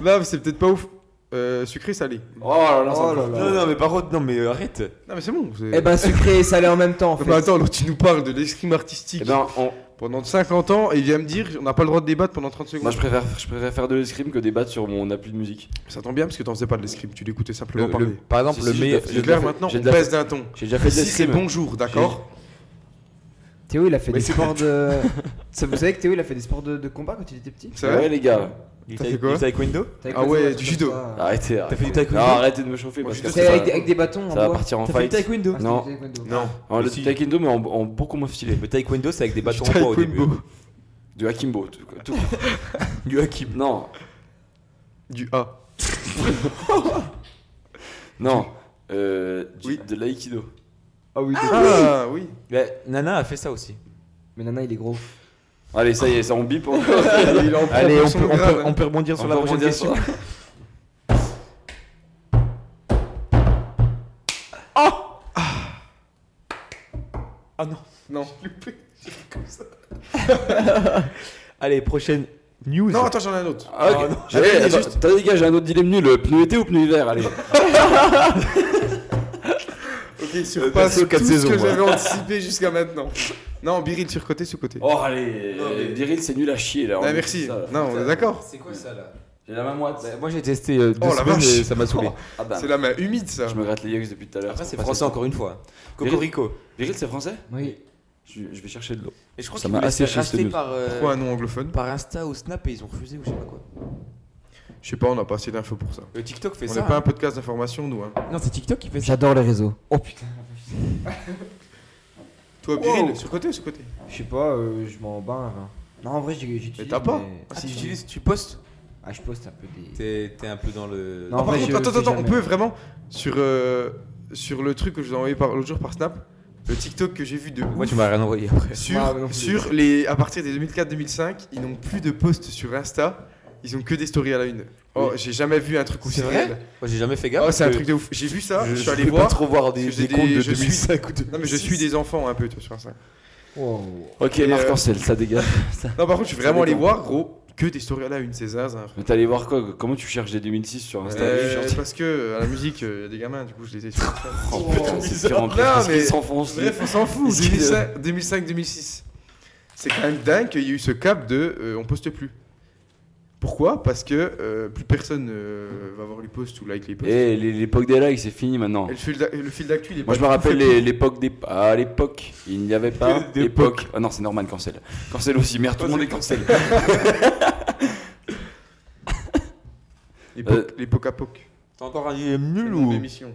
[SPEAKER 5] Non, mais c'est peut-être pas ouf. Euh, sucré, salé.
[SPEAKER 4] Oh là là, c'est
[SPEAKER 6] Oh
[SPEAKER 4] encore-
[SPEAKER 6] là là.
[SPEAKER 3] Non, non, mais par contre, non, mais euh, arrête.
[SPEAKER 5] Non, mais c'est bon. c'est-
[SPEAKER 6] Eh ben sucré et salé en même temps en
[SPEAKER 5] Non,
[SPEAKER 6] fait.
[SPEAKER 5] mais Bah, Ah attends, l'autre, tu nous parles de l'escrime artistique
[SPEAKER 4] Eh ben, on-
[SPEAKER 5] pendant 50 ans et il vient me dire on n'a pas le droit de débattre pendant 30 secondes.
[SPEAKER 4] moi, je préfère, je préfère faire de l'escrime que débattre sur mon appli de musique.
[SPEAKER 5] Ça tombe bien parce que t'en faisais pas de l'escrime, tu l'écoutais simplement
[SPEAKER 3] Le- le-
[SPEAKER 5] parler.
[SPEAKER 3] par exemple,
[SPEAKER 4] Si,
[SPEAKER 3] le
[SPEAKER 4] si,
[SPEAKER 3] meilleur.
[SPEAKER 4] je l'ai
[SPEAKER 5] C'est
[SPEAKER 4] de
[SPEAKER 5] clair
[SPEAKER 4] la-
[SPEAKER 5] maintenant,
[SPEAKER 4] j'ai
[SPEAKER 5] on
[SPEAKER 4] de la-
[SPEAKER 5] baisse d'un ton.
[SPEAKER 4] J'ai déjà fait de
[SPEAKER 5] Si c'est
[SPEAKER 4] l'escrime.
[SPEAKER 5] bonjour, d'accord
[SPEAKER 6] Théo, il a fait
[SPEAKER 4] Mais
[SPEAKER 6] des
[SPEAKER 4] c'est
[SPEAKER 6] sports de. [LAUGHS] Ça, vous savez que Théo, il a fait des sports de, de combat quand il était petit
[SPEAKER 5] C'est
[SPEAKER 4] Ouais,
[SPEAKER 5] vrai
[SPEAKER 4] les gars,
[SPEAKER 3] Du
[SPEAKER 5] T'as
[SPEAKER 3] tae-
[SPEAKER 5] fait quoi
[SPEAKER 3] du taekwondo
[SPEAKER 6] T'as
[SPEAKER 5] Ah ouais,
[SPEAKER 6] avec-
[SPEAKER 5] du judo.
[SPEAKER 6] comme ça.
[SPEAKER 4] arrêtez. arrêtez.
[SPEAKER 3] fait du taekwondo
[SPEAKER 4] Non, arrêtez de me chauffer parce que
[SPEAKER 6] C'est
[SPEAKER 4] ça,
[SPEAKER 6] avec, des- avec des bâtons.
[SPEAKER 4] ça
[SPEAKER 6] en
[SPEAKER 4] va
[SPEAKER 6] bois.
[SPEAKER 4] partir en
[SPEAKER 3] T'as fait du
[SPEAKER 4] fight.
[SPEAKER 6] Ah,
[SPEAKER 3] taekwondo
[SPEAKER 6] c'est
[SPEAKER 4] Non.
[SPEAKER 6] du taekwondo.
[SPEAKER 5] [LAUGHS]
[SPEAKER 3] Non.
[SPEAKER 4] Ah, le
[SPEAKER 3] Si.
[SPEAKER 4] taekwondo, mais en, en beaucoup moins stylé.
[SPEAKER 3] Le taekwondo, c'est avec des bâtons en bois au début.
[SPEAKER 4] Du hakimbo, tout, quoi, tout. [LAUGHS]
[SPEAKER 3] Du hakim.
[SPEAKER 4] Non,
[SPEAKER 5] Du A.
[SPEAKER 4] non. Euh, du-
[SPEAKER 5] Oui.
[SPEAKER 4] De l'aïkido.
[SPEAKER 6] Ah oui,
[SPEAKER 5] Ah oui
[SPEAKER 3] Ouais, Nana a fait ça aussi.
[SPEAKER 6] Mais Nana, il est gros.
[SPEAKER 4] Allez, ça y est, ça on [LAUGHS] bip encore.
[SPEAKER 5] Il en prend
[SPEAKER 3] Allez,
[SPEAKER 5] pour
[SPEAKER 3] on
[SPEAKER 5] son hein.
[SPEAKER 3] peut, on,
[SPEAKER 5] grade.
[SPEAKER 3] peut, on peut rebondir sur
[SPEAKER 4] On
[SPEAKER 3] la
[SPEAKER 4] peut
[SPEAKER 3] prochaine
[SPEAKER 4] rebondir sur-
[SPEAKER 3] question. Ah non.
[SPEAKER 5] Non.
[SPEAKER 3] Allez, prochaine news.
[SPEAKER 5] Non, attends, j'en ai un autre.
[SPEAKER 4] Ah, ok.
[SPEAKER 5] J'ai
[SPEAKER 4] Allez,
[SPEAKER 5] rien,
[SPEAKER 4] attends,
[SPEAKER 5] juste-
[SPEAKER 4] attendez, les gars, j'ai un autre dilemme nul. Pneu été ou pneu hiver Allez.
[SPEAKER 5] Ok,
[SPEAKER 3] Euh,
[SPEAKER 5] sur
[SPEAKER 3] passer aux quatre
[SPEAKER 5] tout
[SPEAKER 3] saisons,
[SPEAKER 5] ce que
[SPEAKER 3] moi.
[SPEAKER 5] j'avais anticipé jusqu'à maintenant. Non, Biril sur côté, sous côté.
[SPEAKER 4] Oh, allez.
[SPEAKER 5] Non, mais-
[SPEAKER 4] Viril, c'est nul à chier là. on
[SPEAKER 5] ah,
[SPEAKER 4] dit
[SPEAKER 5] merci.
[SPEAKER 4] ça, là.
[SPEAKER 5] non, on est d'accord.
[SPEAKER 6] C'est quoi ça là
[SPEAKER 4] J'ai la main moite.
[SPEAKER 3] Moi j'ai testé euh, deux
[SPEAKER 5] Oh, la
[SPEAKER 3] semaines
[SPEAKER 5] vache.
[SPEAKER 3] et ça m'a saoulé.
[SPEAKER 4] Ah, bah.
[SPEAKER 5] C'est la main humide, ça.
[SPEAKER 4] Je me gratte les yeux depuis tout à l'heure.
[SPEAKER 3] Après c'est
[SPEAKER 4] pour
[SPEAKER 3] français
[SPEAKER 4] passer-
[SPEAKER 3] encore une fois.
[SPEAKER 4] Viril-
[SPEAKER 3] Cocorico.
[SPEAKER 4] Viril, c'est français
[SPEAKER 6] Oui.
[SPEAKER 4] je, je vais chercher de l'eau.
[SPEAKER 3] Et je crois
[SPEAKER 4] Ça
[SPEAKER 3] qu'ils
[SPEAKER 4] m'a
[SPEAKER 3] voulaient se
[SPEAKER 4] asséché,
[SPEAKER 3] faire
[SPEAKER 4] cette
[SPEAKER 3] racheter
[SPEAKER 4] news.
[SPEAKER 3] par, euh,
[SPEAKER 5] Pourquoi un nom anglophone
[SPEAKER 3] par Insta ou Snap et ils ont refusé ou je sais pas quoi.
[SPEAKER 5] Je sais pas, on n'a pas assez d'infos pour ça.
[SPEAKER 3] Le TikTok fait
[SPEAKER 5] On
[SPEAKER 3] ça.
[SPEAKER 5] n'est pas un podcast d'information, nous. Hein.
[SPEAKER 3] hein. Non, c'est TikTok qui fait ça.
[SPEAKER 6] J'adore les réseaux. Oh putain.
[SPEAKER 5] Toi, Biril, sur côté, sous côté.
[SPEAKER 6] Je sais pas, euh, je m'en bats. hein. Non, en vrai, j'ai j'ai
[SPEAKER 5] Mais t'as pas
[SPEAKER 3] Ah, si tu utilises, tu postes
[SPEAKER 6] Ah, je poste un peu des.
[SPEAKER 3] T'es t'es un peu dans le.
[SPEAKER 6] Non,
[SPEAKER 5] Ah,
[SPEAKER 6] en
[SPEAKER 5] par
[SPEAKER 6] vrai,
[SPEAKER 5] contre,
[SPEAKER 6] je
[SPEAKER 5] attends,
[SPEAKER 6] fais
[SPEAKER 5] attends, on
[SPEAKER 6] jamais.
[SPEAKER 5] peut vraiment sur euh, sur le truc que je vous ai envoyé par l'autre jour par Snap, le TikTok que j'ai vu de
[SPEAKER 3] Moi
[SPEAKER 5] ouf,
[SPEAKER 3] tu m'as rien envoyé après.
[SPEAKER 6] Ah, non
[SPEAKER 5] sur
[SPEAKER 6] plus.
[SPEAKER 5] sur les à partir des 2004-2005, ils n'ont plus de posts sur Insta, ils ont que des stories à la une. Oh, j'ai jamais vu un truc aussi
[SPEAKER 3] C'est vrai
[SPEAKER 5] réel.
[SPEAKER 3] Moi j'ai jamais fait gaffe.
[SPEAKER 5] Oh, c'est un
[SPEAKER 3] que
[SPEAKER 5] truc de ouf. J'ai vu ça, Ah, je, suis allé
[SPEAKER 3] peux
[SPEAKER 5] voir.
[SPEAKER 3] pas trop voir
[SPEAKER 5] parce
[SPEAKER 3] des,
[SPEAKER 5] que j'ai
[SPEAKER 3] des comptes
[SPEAKER 5] des-
[SPEAKER 3] de
[SPEAKER 5] je suis-
[SPEAKER 3] 2005 ou de
[SPEAKER 5] Non mais je suis des enfants un peu tu vois, sur Insta.
[SPEAKER 6] Wow.
[SPEAKER 4] Ok,
[SPEAKER 5] Et,
[SPEAKER 4] Marc
[SPEAKER 5] euh,
[SPEAKER 4] Ancel, ça dégage.
[SPEAKER 5] Non, par contre, je suis vraiment
[SPEAKER 4] Ça
[SPEAKER 5] allé
[SPEAKER 4] dépend.
[SPEAKER 5] voir gros que des stories à la une, c'est zinzin. frère.
[SPEAKER 4] Mais t'allais voir quoi Comment tu cherches des 2006 sur Insta
[SPEAKER 5] Euh,
[SPEAKER 4] Je suis sorti-
[SPEAKER 5] parce que euh, à la musique, euh, y a des gamins, du coup, je les ai sur Insta.
[SPEAKER 4] [LAUGHS] Oh putain, c'est pire en pire.
[SPEAKER 5] Non,
[SPEAKER 4] parce qu'il
[SPEAKER 5] mais-
[SPEAKER 4] s'enfonce. lui.
[SPEAKER 5] Bref, on s'en fout.
[SPEAKER 4] Est-ce qu'il-
[SPEAKER 5] 2005-2006. C'est quand même dingue qu'il y ait eu ce cap de euh, on poste plus. Pourquoi Parce que euh, plus personne euh, va voir les posts ou like les posts.
[SPEAKER 4] Eh, les- l'époque des likes, c'est fini maintenant.
[SPEAKER 5] Et le fil d'a- le fil d'actu, il est
[SPEAKER 4] Moi,
[SPEAKER 5] pas
[SPEAKER 4] je me
[SPEAKER 5] tout
[SPEAKER 4] rappelle
[SPEAKER 5] fait.
[SPEAKER 4] les- l'époque des. À l'époque, il n'y avait pas
[SPEAKER 3] Des
[SPEAKER 4] d'époque. Ah non, c'est Norman Cancel. Cancel aussi, merde, tout le monde est Cancel.
[SPEAKER 5] Les, poc- les poc à poc.
[SPEAKER 3] T'as encore un dilemme
[SPEAKER 5] Le
[SPEAKER 3] euh, nul
[SPEAKER 5] nom de
[SPEAKER 3] ou
[SPEAKER 5] l'émission.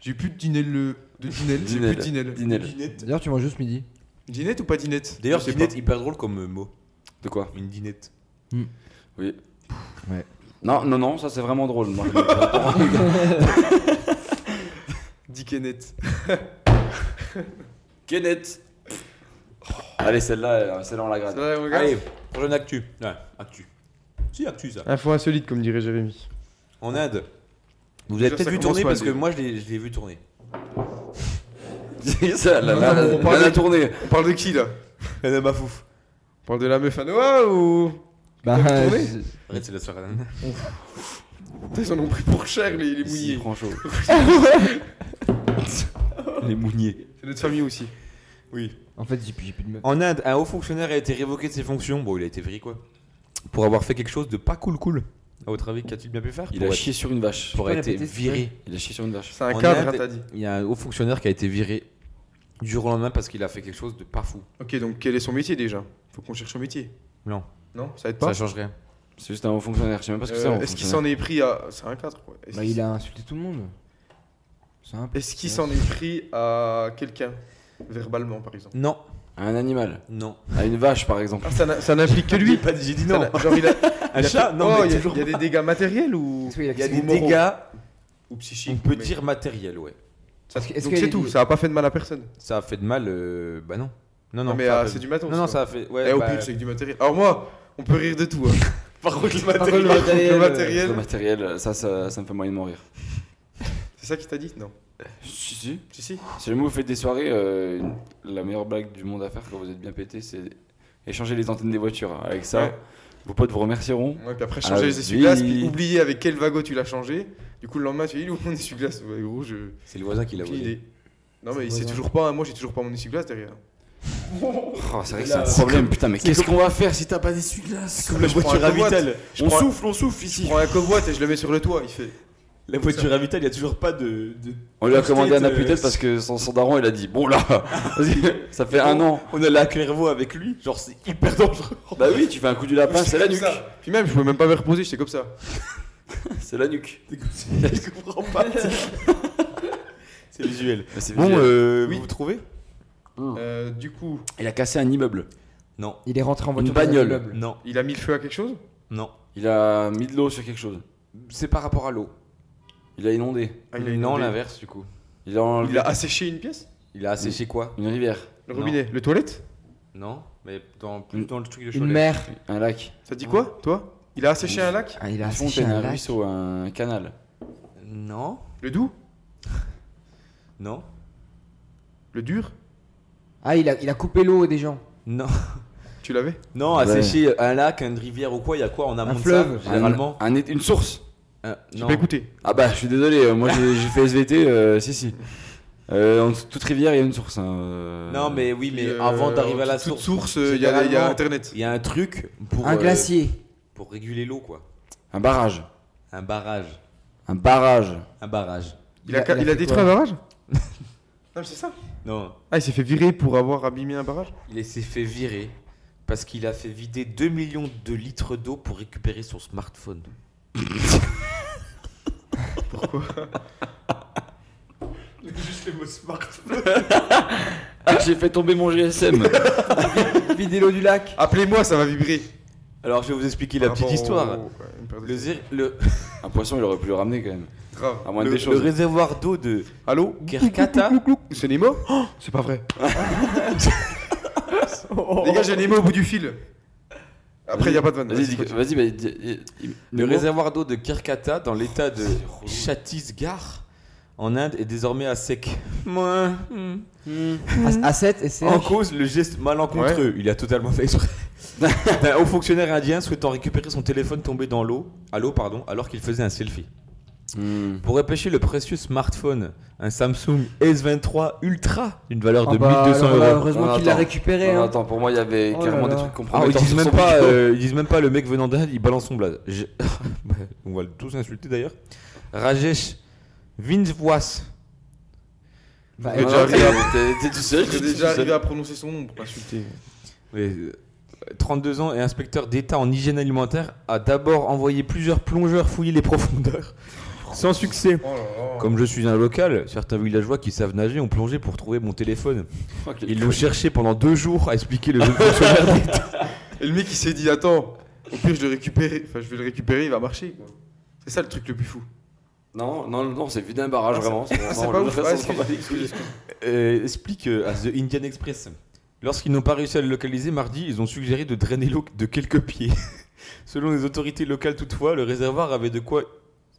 [SPEAKER 5] J'ai plus de dinel le. De dinel, j'ai plus
[SPEAKER 4] Dinel.
[SPEAKER 5] de dinel.
[SPEAKER 4] Dinel.
[SPEAKER 6] D'ailleurs, tu manges juste midi.
[SPEAKER 5] Dinette ou pas dinette
[SPEAKER 3] D'ailleurs,
[SPEAKER 5] Je sais
[SPEAKER 3] dinette,
[SPEAKER 5] pas.
[SPEAKER 3] hyper drôle comme euh, mot.
[SPEAKER 4] De quoi
[SPEAKER 3] Une dinette.
[SPEAKER 4] Oui.
[SPEAKER 6] Ouais.
[SPEAKER 4] Non, non, non, ça c'est vraiment drôle. [LAUGHS] moi.
[SPEAKER 5] Dickenette.
[SPEAKER 4] Kenneth. Allez, celle-là, euh, celle-là, on la
[SPEAKER 5] Ça
[SPEAKER 4] grade.
[SPEAKER 5] va, mon gars
[SPEAKER 3] Allez, prochaine actu. Ouais, actu. Si, actu ça.
[SPEAKER 5] Info insolite, comme dirait Jérémy.
[SPEAKER 3] En Inde. Vous avez
[SPEAKER 5] Déjà,
[SPEAKER 3] peut-être
[SPEAKER 5] ça
[SPEAKER 3] vu
[SPEAKER 5] commence
[SPEAKER 3] tourner
[SPEAKER 5] mal,
[SPEAKER 3] parce que
[SPEAKER 5] déjà.
[SPEAKER 3] moi je l'ai je l'ai vu tourner.
[SPEAKER 4] ça, la, la,
[SPEAKER 5] Non, non,
[SPEAKER 4] la-
[SPEAKER 5] on parle
[SPEAKER 4] la
[SPEAKER 5] de-
[SPEAKER 4] tournée.
[SPEAKER 5] On parle de qui là
[SPEAKER 3] Nana Bafouf.
[SPEAKER 5] On parle de la meuf à Noah ou.
[SPEAKER 6] Bah,
[SPEAKER 5] T'as tourné
[SPEAKER 6] je-
[SPEAKER 3] Arrête, c'est la soirée. [LAUGHS] d'Anna.
[SPEAKER 5] Putain, Ils en ont pris pour cher les, les
[SPEAKER 4] Si,
[SPEAKER 5] mouillés.
[SPEAKER 4] prends chaud. Les mouniers.
[SPEAKER 5] C'est notre famille aussi.
[SPEAKER 3] Oui.
[SPEAKER 6] en fait, j'ai plus j'ai plus de meufs.
[SPEAKER 3] En Inde, un haut fonctionnaire a été révoqué de ses fonctions. Bon, il a été viré quoi. Pour avoir fait quelque chose de pas cool cool. À votre avis, qu'a-t-il bien pu faire
[SPEAKER 4] Il
[SPEAKER 3] pour
[SPEAKER 4] a
[SPEAKER 3] être-
[SPEAKER 4] chié sur une vache.
[SPEAKER 3] pour
[SPEAKER 6] peux
[SPEAKER 3] être
[SPEAKER 6] répéter, s'il te
[SPEAKER 3] viré.
[SPEAKER 4] Il a chié sur une vache.
[SPEAKER 5] C'est un
[SPEAKER 3] En
[SPEAKER 5] cadre,
[SPEAKER 3] Inde-
[SPEAKER 5] hein, t'as dit.
[SPEAKER 3] Il y a un haut fonctionnaire qui a été viré du jour au lendemain parce qu'il a fait quelque chose de pas fou.
[SPEAKER 5] Ok, donc quel est son métier déjà Faut qu'on cherche son métier.
[SPEAKER 3] Non.
[SPEAKER 5] Non, ça aide
[SPEAKER 3] Ça
[SPEAKER 5] pas.
[SPEAKER 3] change rien.
[SPEAKER 4] C'est juste un haut fonctionnaire. Je sais même pas ce que c'est. un
[SPEAKER 5] Euh,
[SPEAKER 4] haut
[SPEAKER 5] Est-ce qu'il
[SPEAKER 4] fonctionnaire.
[SPEAKER 5] s'en est pris à. C'est un cadre, ouais. Est-ce
[SPEAKER 6] Bah,
[SPEAKER 5] qu'il-
[SPEAKER 6] il a insulté tout le monde. Simple.
[SPEAKER 5] est-ce qu'il s'en est pris à quelqu'un Verbalement, par exemple.
[SPEAKER 3] Non.
[SPEAKER 4] À Un animal.
[SPEAKER 3] Non.
[SPEAKER 4] À une vache, par exemple.
[SPEAKER 5] Ah, ça n'a- ça n'implique que lui
[SPEAKER 3] pas dit, j'ai dit
[SPEAKER 5] [LAUGHS] Ça n'a- Genre, il a.
[SPEAKER 3] Un chat Ah, Non,
[SPEAKER 5] Oh,
[SPEAKER 3] mais
[SPEAKER 5] il y a-
[SPEAKER 3] toujours
[SPEAKER 5] il y a des dégâts matériels ou.
[SPEAKER 6] Est-ce qu'il a-
[SPEAKER 3] Il y a
[SPEAKER 6] est-ce
[SPEAKER 3] des
[SPEAKER 6] qu'il-
[SPEAKER 5] moraux.
[SPEAKER 3] dégâts,
[SPEAKER 5] Ou
[SPEAKER 3] on
[SPEAKER 5] psychiques
[SPEAKER 3] peut
[SPEAKER 5] mais-
[SPEAKER 3] dire matériels, ouais.
[SPEAKER 5] Ça-
[SPEAKER 6] est-ce
[SPEAKER 5] Donc
[SPEAKER 6] qu'il
[SPEAKER 5] c'est
[SPEAKER 6] est-
[SPEAKER 5] tout, ça a pas fait de mal à personne.
[SPEAKER 3] Ça a fait de mal, euh, bah non. Non, non,
[SPEAKER 5] Non, mais
[SPEAKER 3] ça a
[SPEAKER 5] ah,
[SPEAKER 3] fait-
[SPEAKER 5] c'est du matos.
[SPEAKER 3] Non, non,
[SPEAKER 5] quoi.
[SPEAKER 3] ça a fait. Ouais,
[SPEAKER 5] Eh, au
[SPEAKER 3] bah,
[SPEAKER 5] pire, c'est que du matériel. Alors, moi, on peut rire de tout. hein.
[SPEAKER 4] Par contre, le
[SPEAKER 5] [LAUGHS]
[SPEAKER 4] euh,
[SPEAKER 5] Par contre, le matériel.
[SPEAKER 4] Le matériel, ça, ça, ça me fait moyennement rire.
[SPEAKER 5] C'est ça qu'il t'a dit Non.
[SPEAKER 4] Si, si.
[SPEAKER 5] Si, si.
[SPEAKER 4] Si jamais vous faites des soirées, euh, une- la meilleure blague du monde à faire quand vous êtes bien pété, c'est échanger les antennes des voitures. hein. Avec ça,
[SPEAKER 5] Ouais.
[SPEAKER 4] vos potes vous remercieront.
[SPEAKER 5] Ouais, puis après,
[SPEAKER 4] Ah
[SPEAKER 5] changer
[SPEAKER 4] oui.
[SPEAKER 5] les essuie-glaces, puis oublier avec quel vago tu l'as changé. Du coup, le lendemain, tu dis, il est où mon essuie-glace Ouais, gros, je.
[SPEAKER 3] c'est le voisin qui l'a
[SPEAKER 5] Aucune
[SPEAKER 3] volé.
[SPEAKER 5] idée. Non, mais
[SPEAKER 6] C'est
[SPEAKER 5] il sait
[SPEAKER 6] voisin.
[SPEAKER 5] toujours pas. hein, Moi, j'ai toujours pas mon essuie-glace derrière.
[SPEAKER 4] Oh, c'est vrai que c'est un problème, putain, mais qu'est-ce qu'on va faire si t'as pas d'essuie-glace
[SPEAKER 5] Je prends un covoite,
[SPEAKER 3] Ravitel.
[SPEAKER 5] je prends-
[SPEAKER 4] souffle, on souffle
[SPEAKER 5] Je prends un covoite et je le mets sur le toit. Il fait.
[SPEAKER 7] La voiture à Vital, il n'y a toujours pas de. de-
[SPEAKER 4] On lui a commandé un
[SPEAKER 7] euh,
[SPEAKER 4] appuie parce que son, son daron, il a dit Bon là, [LAUGHS] ça fait un an.
[SPEAKER 7] On a la clairvoie avec lui, genre c'est hyper
[SPEAKER 3] [LAUGHS]
[SPEAKER 7] dangereux.
[SPEAKER 4] Bah oui, tu fais un coup du lapin, c'est la nuque.
[SPEAKER 5] Puis même, je pouvais même pas me reposer, j'étais comme ça.
[SPEAKER 4] C'est la nuque.
[SPEAKER 7] [LAUGHS] Je comprends
[SPEAKER 3] [LAUGHS]
[SPEAKER 7] pas. c'est visuel.
[SPEAKER 4] Bon,
[SPEAKER 7] Bon, euh,
[SPEAKER 5] Oui.
[SPEAKER 7] vous trouvez
[SPEAKER 5] Euh, du coup,
[SPEAKER 4] il a cassé un immeuble.
[SPEAKER 3] Non,
[SPEAKER 6] Il est rentré en voiture.
[SPEAKER 4] Une bagnole.
[SPEAKER 6] immeuble.
[SPEAKER 3] non,
[SPEAKER 5] il a mis le feu à quelque chose
[SPEAKER 3] non.
[SPEAKER 4] Il a mis de l'eau sur quelque chose. C'est par rapport à l'eau. Il a inondé.
[SPEAKER 5] Ah, il a
[SPEAKER 3] Mm, non,
[SPEAKER 5] inondé.
[SPEAKER 3] l'inverse du coup.
[SPEAKER 4] Il a enlevé
[SPEAKER 5] Il a asséché une pièce
[SPEAKER 3] Il a asséché quoi
[SPEAKER 4] une rivière,
[SPEAKER 5] Le
[SPEAKER 3] Non.
[SPEAKER 5] robinet Le toilette
[SPEAKER 3] Non, mais dans,
[SPEAKER 4] Une-
[SPEAKER 3] plus dans le truc de
[SPEAKER 6] Une
[SPEAKER 3] Cholet.
[SPEAKER 6] mer.
[SPEAKER 4] un lac,
[SPEAKER 5] Ça te dit quoi, toi Il a asséché un lac
[SPEAKER 6] Ah, il a
[SPEAKER 4] une
[SPEAKER 6] asséché
[SPEAKER 4] fontaine,
[SPEAKER 6] un
[SPEAKER 4] un
[SPEAKER 6] lac.
[SPEAKER 4] ruisseau, un canal.
[SPEAKER 3] Non,
[SPEAKER 5] Le doux
[SPEAKER 3] non,
[SPEAKER 5] Le dur
[SPEAKER 6] Ah, il a, il a coupé l'eau des gens.
[SPEAKER 3] non.
[SPEAKER 5] Tu l'avais
[SPEAKER 3] Non,
[SPEAKER 4] Ouais.
[SPEAKER 3] assécher un lac, une rivière ou quoi, il y a quoi en amont de
[SPEAKER 6] fleuve.
[SPEAKER 3] ça, généralement
[SPEAKER 4] Un- un- une source.
[SPEAKER 3] Un-
[SPEAKER 5] J'ai
[SPEAKER 3] Non,
[SPEAKER 5] pas écouté.
[SPEAKER 4] Ah bah, je suis désolé, euh, moi j'ai j'ai fait SVT, euh, si si. Euh, en dessous de toute rivière, il y a une source. hein, euh.
[SPEAKER 3] non mais oui, mais
[SPEAKER 5] Euh,
[SPEAKER 3] avant d'arriver à la
[SPEAKER 5] toute
[SPEAKER 3] source,
[SPEAKER 5] source, euh, il y, a- il y a
[SPEAKER 3] généralement,
[SPEAKER 5] internet.
[SPEAKER 3] il y a un truc pour
[SPEAKER 6] un
[SPEAKER 3] euh,
[SPEAKER 6] glacier.
[SPEAKER 3] pour réguler l'eau quoi.
[SPEAKER 4] Un barrage.
[SPEAKER 3] Un barrage,
[SPEAKER 4] Un [LAUGHS] barrage.
[SPEAKER 3] un barrage.
[SPEAKER 5] Il a,
[SPEAKER 6] il a-
[SPEAKER 5] il
[SPEAKER 6] il
[SPEAKER 5] a
[SPEAKER 6] a fait
[SPEAKER 5] détruit
[SPEAKER 6] quoi
[SPEAKER 5] un barrage [LAUGHS] Non, mais c'est ça.
[SPEAKER 3] Non,
[SPEAKER 5] Ah, il s'est fait virer pour avoir abîmé un barrage
[SPEAKER 3] il s'est fait virer parce qu'il a fait vider 2 millions de litres d'eau pour récupérer son smartphone.
[SPEAKER 4] Ah, j'ai fait tomber mon GSM.
[SPEAKER 6] Vidéo du lac.
[SPEAKER 5] Appelez-moi, ça va vibrer.
[SPEAKER 3] Alors je vais vous expliquer la
[SPEAKER 5] Par
[SPEAKER 3] petite
[SPEAKER 5] rapport au-
[SPEAKER 3] histoire.
[SPEAKER 5] Ah ouais, une perte de-
[SPEAKER 3] Le, zir- le-
[SPEAKER 4] un poisson, il aurait pu le ramener quand même.
[SPEAKER 5] Grave.
[SPEAKER 4] À moins
[SPEAKER 3] le-
[SPEAKER 4] des choses.
[SPEAKER 3] le réservoir d'eau de
[SPEAKER 5] Allô
[SPEAKER 3] Kerkata
[SPEAKER 5] C'est Nemo Oh, C'est pas [LAUGHS] vrai. Les gars, j'ai Nemo au bout du fil. Après, il n'y a pas de vanne.
[SPEAKER 4] Vas-y, dis- vas-y, bah, dis- dis- dis-
[SPEAKER 3] Le
[SPEAKER 4] dis-moi.
[SPEAKER 3] réservoir d'eau de Kirkata dans l'état de Chhattisgarh en Inde est désormais à sec.
[SPEAKER 6] À 7 et c'est.
[SPEAKER 3] En cause, le geste malencontreux, il a totalement fait
[SPEAKER 6] [LAUGHS]
[SPEAKER 3] exprès, d'un haut fonctionnaire indien souhaitant récupérer son téléphone tombé dans l'eau, à l'eau pardon, alors qu'il faisait un selfie.
[SPEAKER 4] Hmm.
[SPEAKER 3] Pour repêcher le précieux smartphone, un Samsung S23 Ultra d'une valeur de
[SPEAKER 6] Ah bah,
[SPEAKER 3] 1200
[SPEAKER 6] alors là,
[SPEAKER 3] euros.
[SPEAKER 6] Heureusement
[SPEAKER 4] Non,
[SPEAKER 6] qu'il l'a
[SPEAKER 4] attends.
[SPEAKER 6] récupéré.
[SPEAKER 4] Non,
[SPEAKER 6] hein.
[SPEAKER 4] attends, pour moi, il y avait
[SPEAKER 6] Oh là
[SPEAKER 4] clairement
[SPEAKER 6] là.
[SPEAKER 4] des trucs
[SPEAKER 3] Ah,
[SPEAKER 4] compromettants.
[SPEAKER 3] ils, disent
[SPEAKER 4] sur
[SPEAKER 3] même
[SPEAKER 4] son
[SPEAKER 3] pas,
[SPEAKER 4] vidéo.
[SPEAKER 3] euh, ils disent même pas le mec venant d'Inde, il balance son blase. Je- [LAUGHS] Bah, On va tous insulter d'ailleurs. Rajesh Vindvas.
[SPEAKER 6] Bah,
[SPEAKER 5] Mais
[SPEAKER 6] euh,
[SPEAKER 5] déjà-
[SPEAKER 4] Ah, T'es t'es tout seul,
[SPEAKER 5] J'ai
[SPEAKER 4] t'es tout
[SPEAKER 5] déjà
[SPEAKER 4] seul.
[SPEAKER 5] arrivé à prononcer son nom pour pas insulter.
[SPEAKER 3] Mais, euh, 32 ans et inspecteur d'État en hygiène alimentaire, a d'abord envoyé plusieurs plongeurs fouiller les profondeurs. [LAUGHS] Sans succès.
[SPEAKER 5] Oh là là.
[SPEAKER 3] Comme je suis un local, certains villageois qui savent nager ont plongé pour trouver mon téléphone.
[SPEAKER 4] Oh, quel-
[SPEAKER 3] Ils l'ont cherché pendant deux jours à expliquer le jeu de [LAUGHS] fonctionnaire d'État.
[SPEAKER 5] Et le mec, il s'est dit Attends, au pire, je le récupérer. Enfin, je vais le récupérer, il va marcher. quoi. C'est ça le truc le plus fou.
[SPEAKER 4] Non, non, non, c'est vider un barrage, vraiment.
[SPEAKER 5] Ah,
[SPEAKER 4] vraiment,
[SPEAKER 5] c'est pas
[SPEAKER 4] le
[SPEAKER 5] ouf.
[SPEAKER 4] reste,
[SPEAKER 5] ouais,
[SPEAKER 4] on s'en bat les
[SPEAKER 5] excuse-
[SPEAKER 4] couilles.
[SPEAKER 5] excuse-
[SPEAKER 3] Euh, explique euh, à The Indian Express. Lorsqu'ils n'ont pas réussi à le localiser mardi, ils ont suggéré de drainer l'eau de quelques pieds. [LAUGHS] Selon les autorités locales toutefois, le réservoir avait de quoi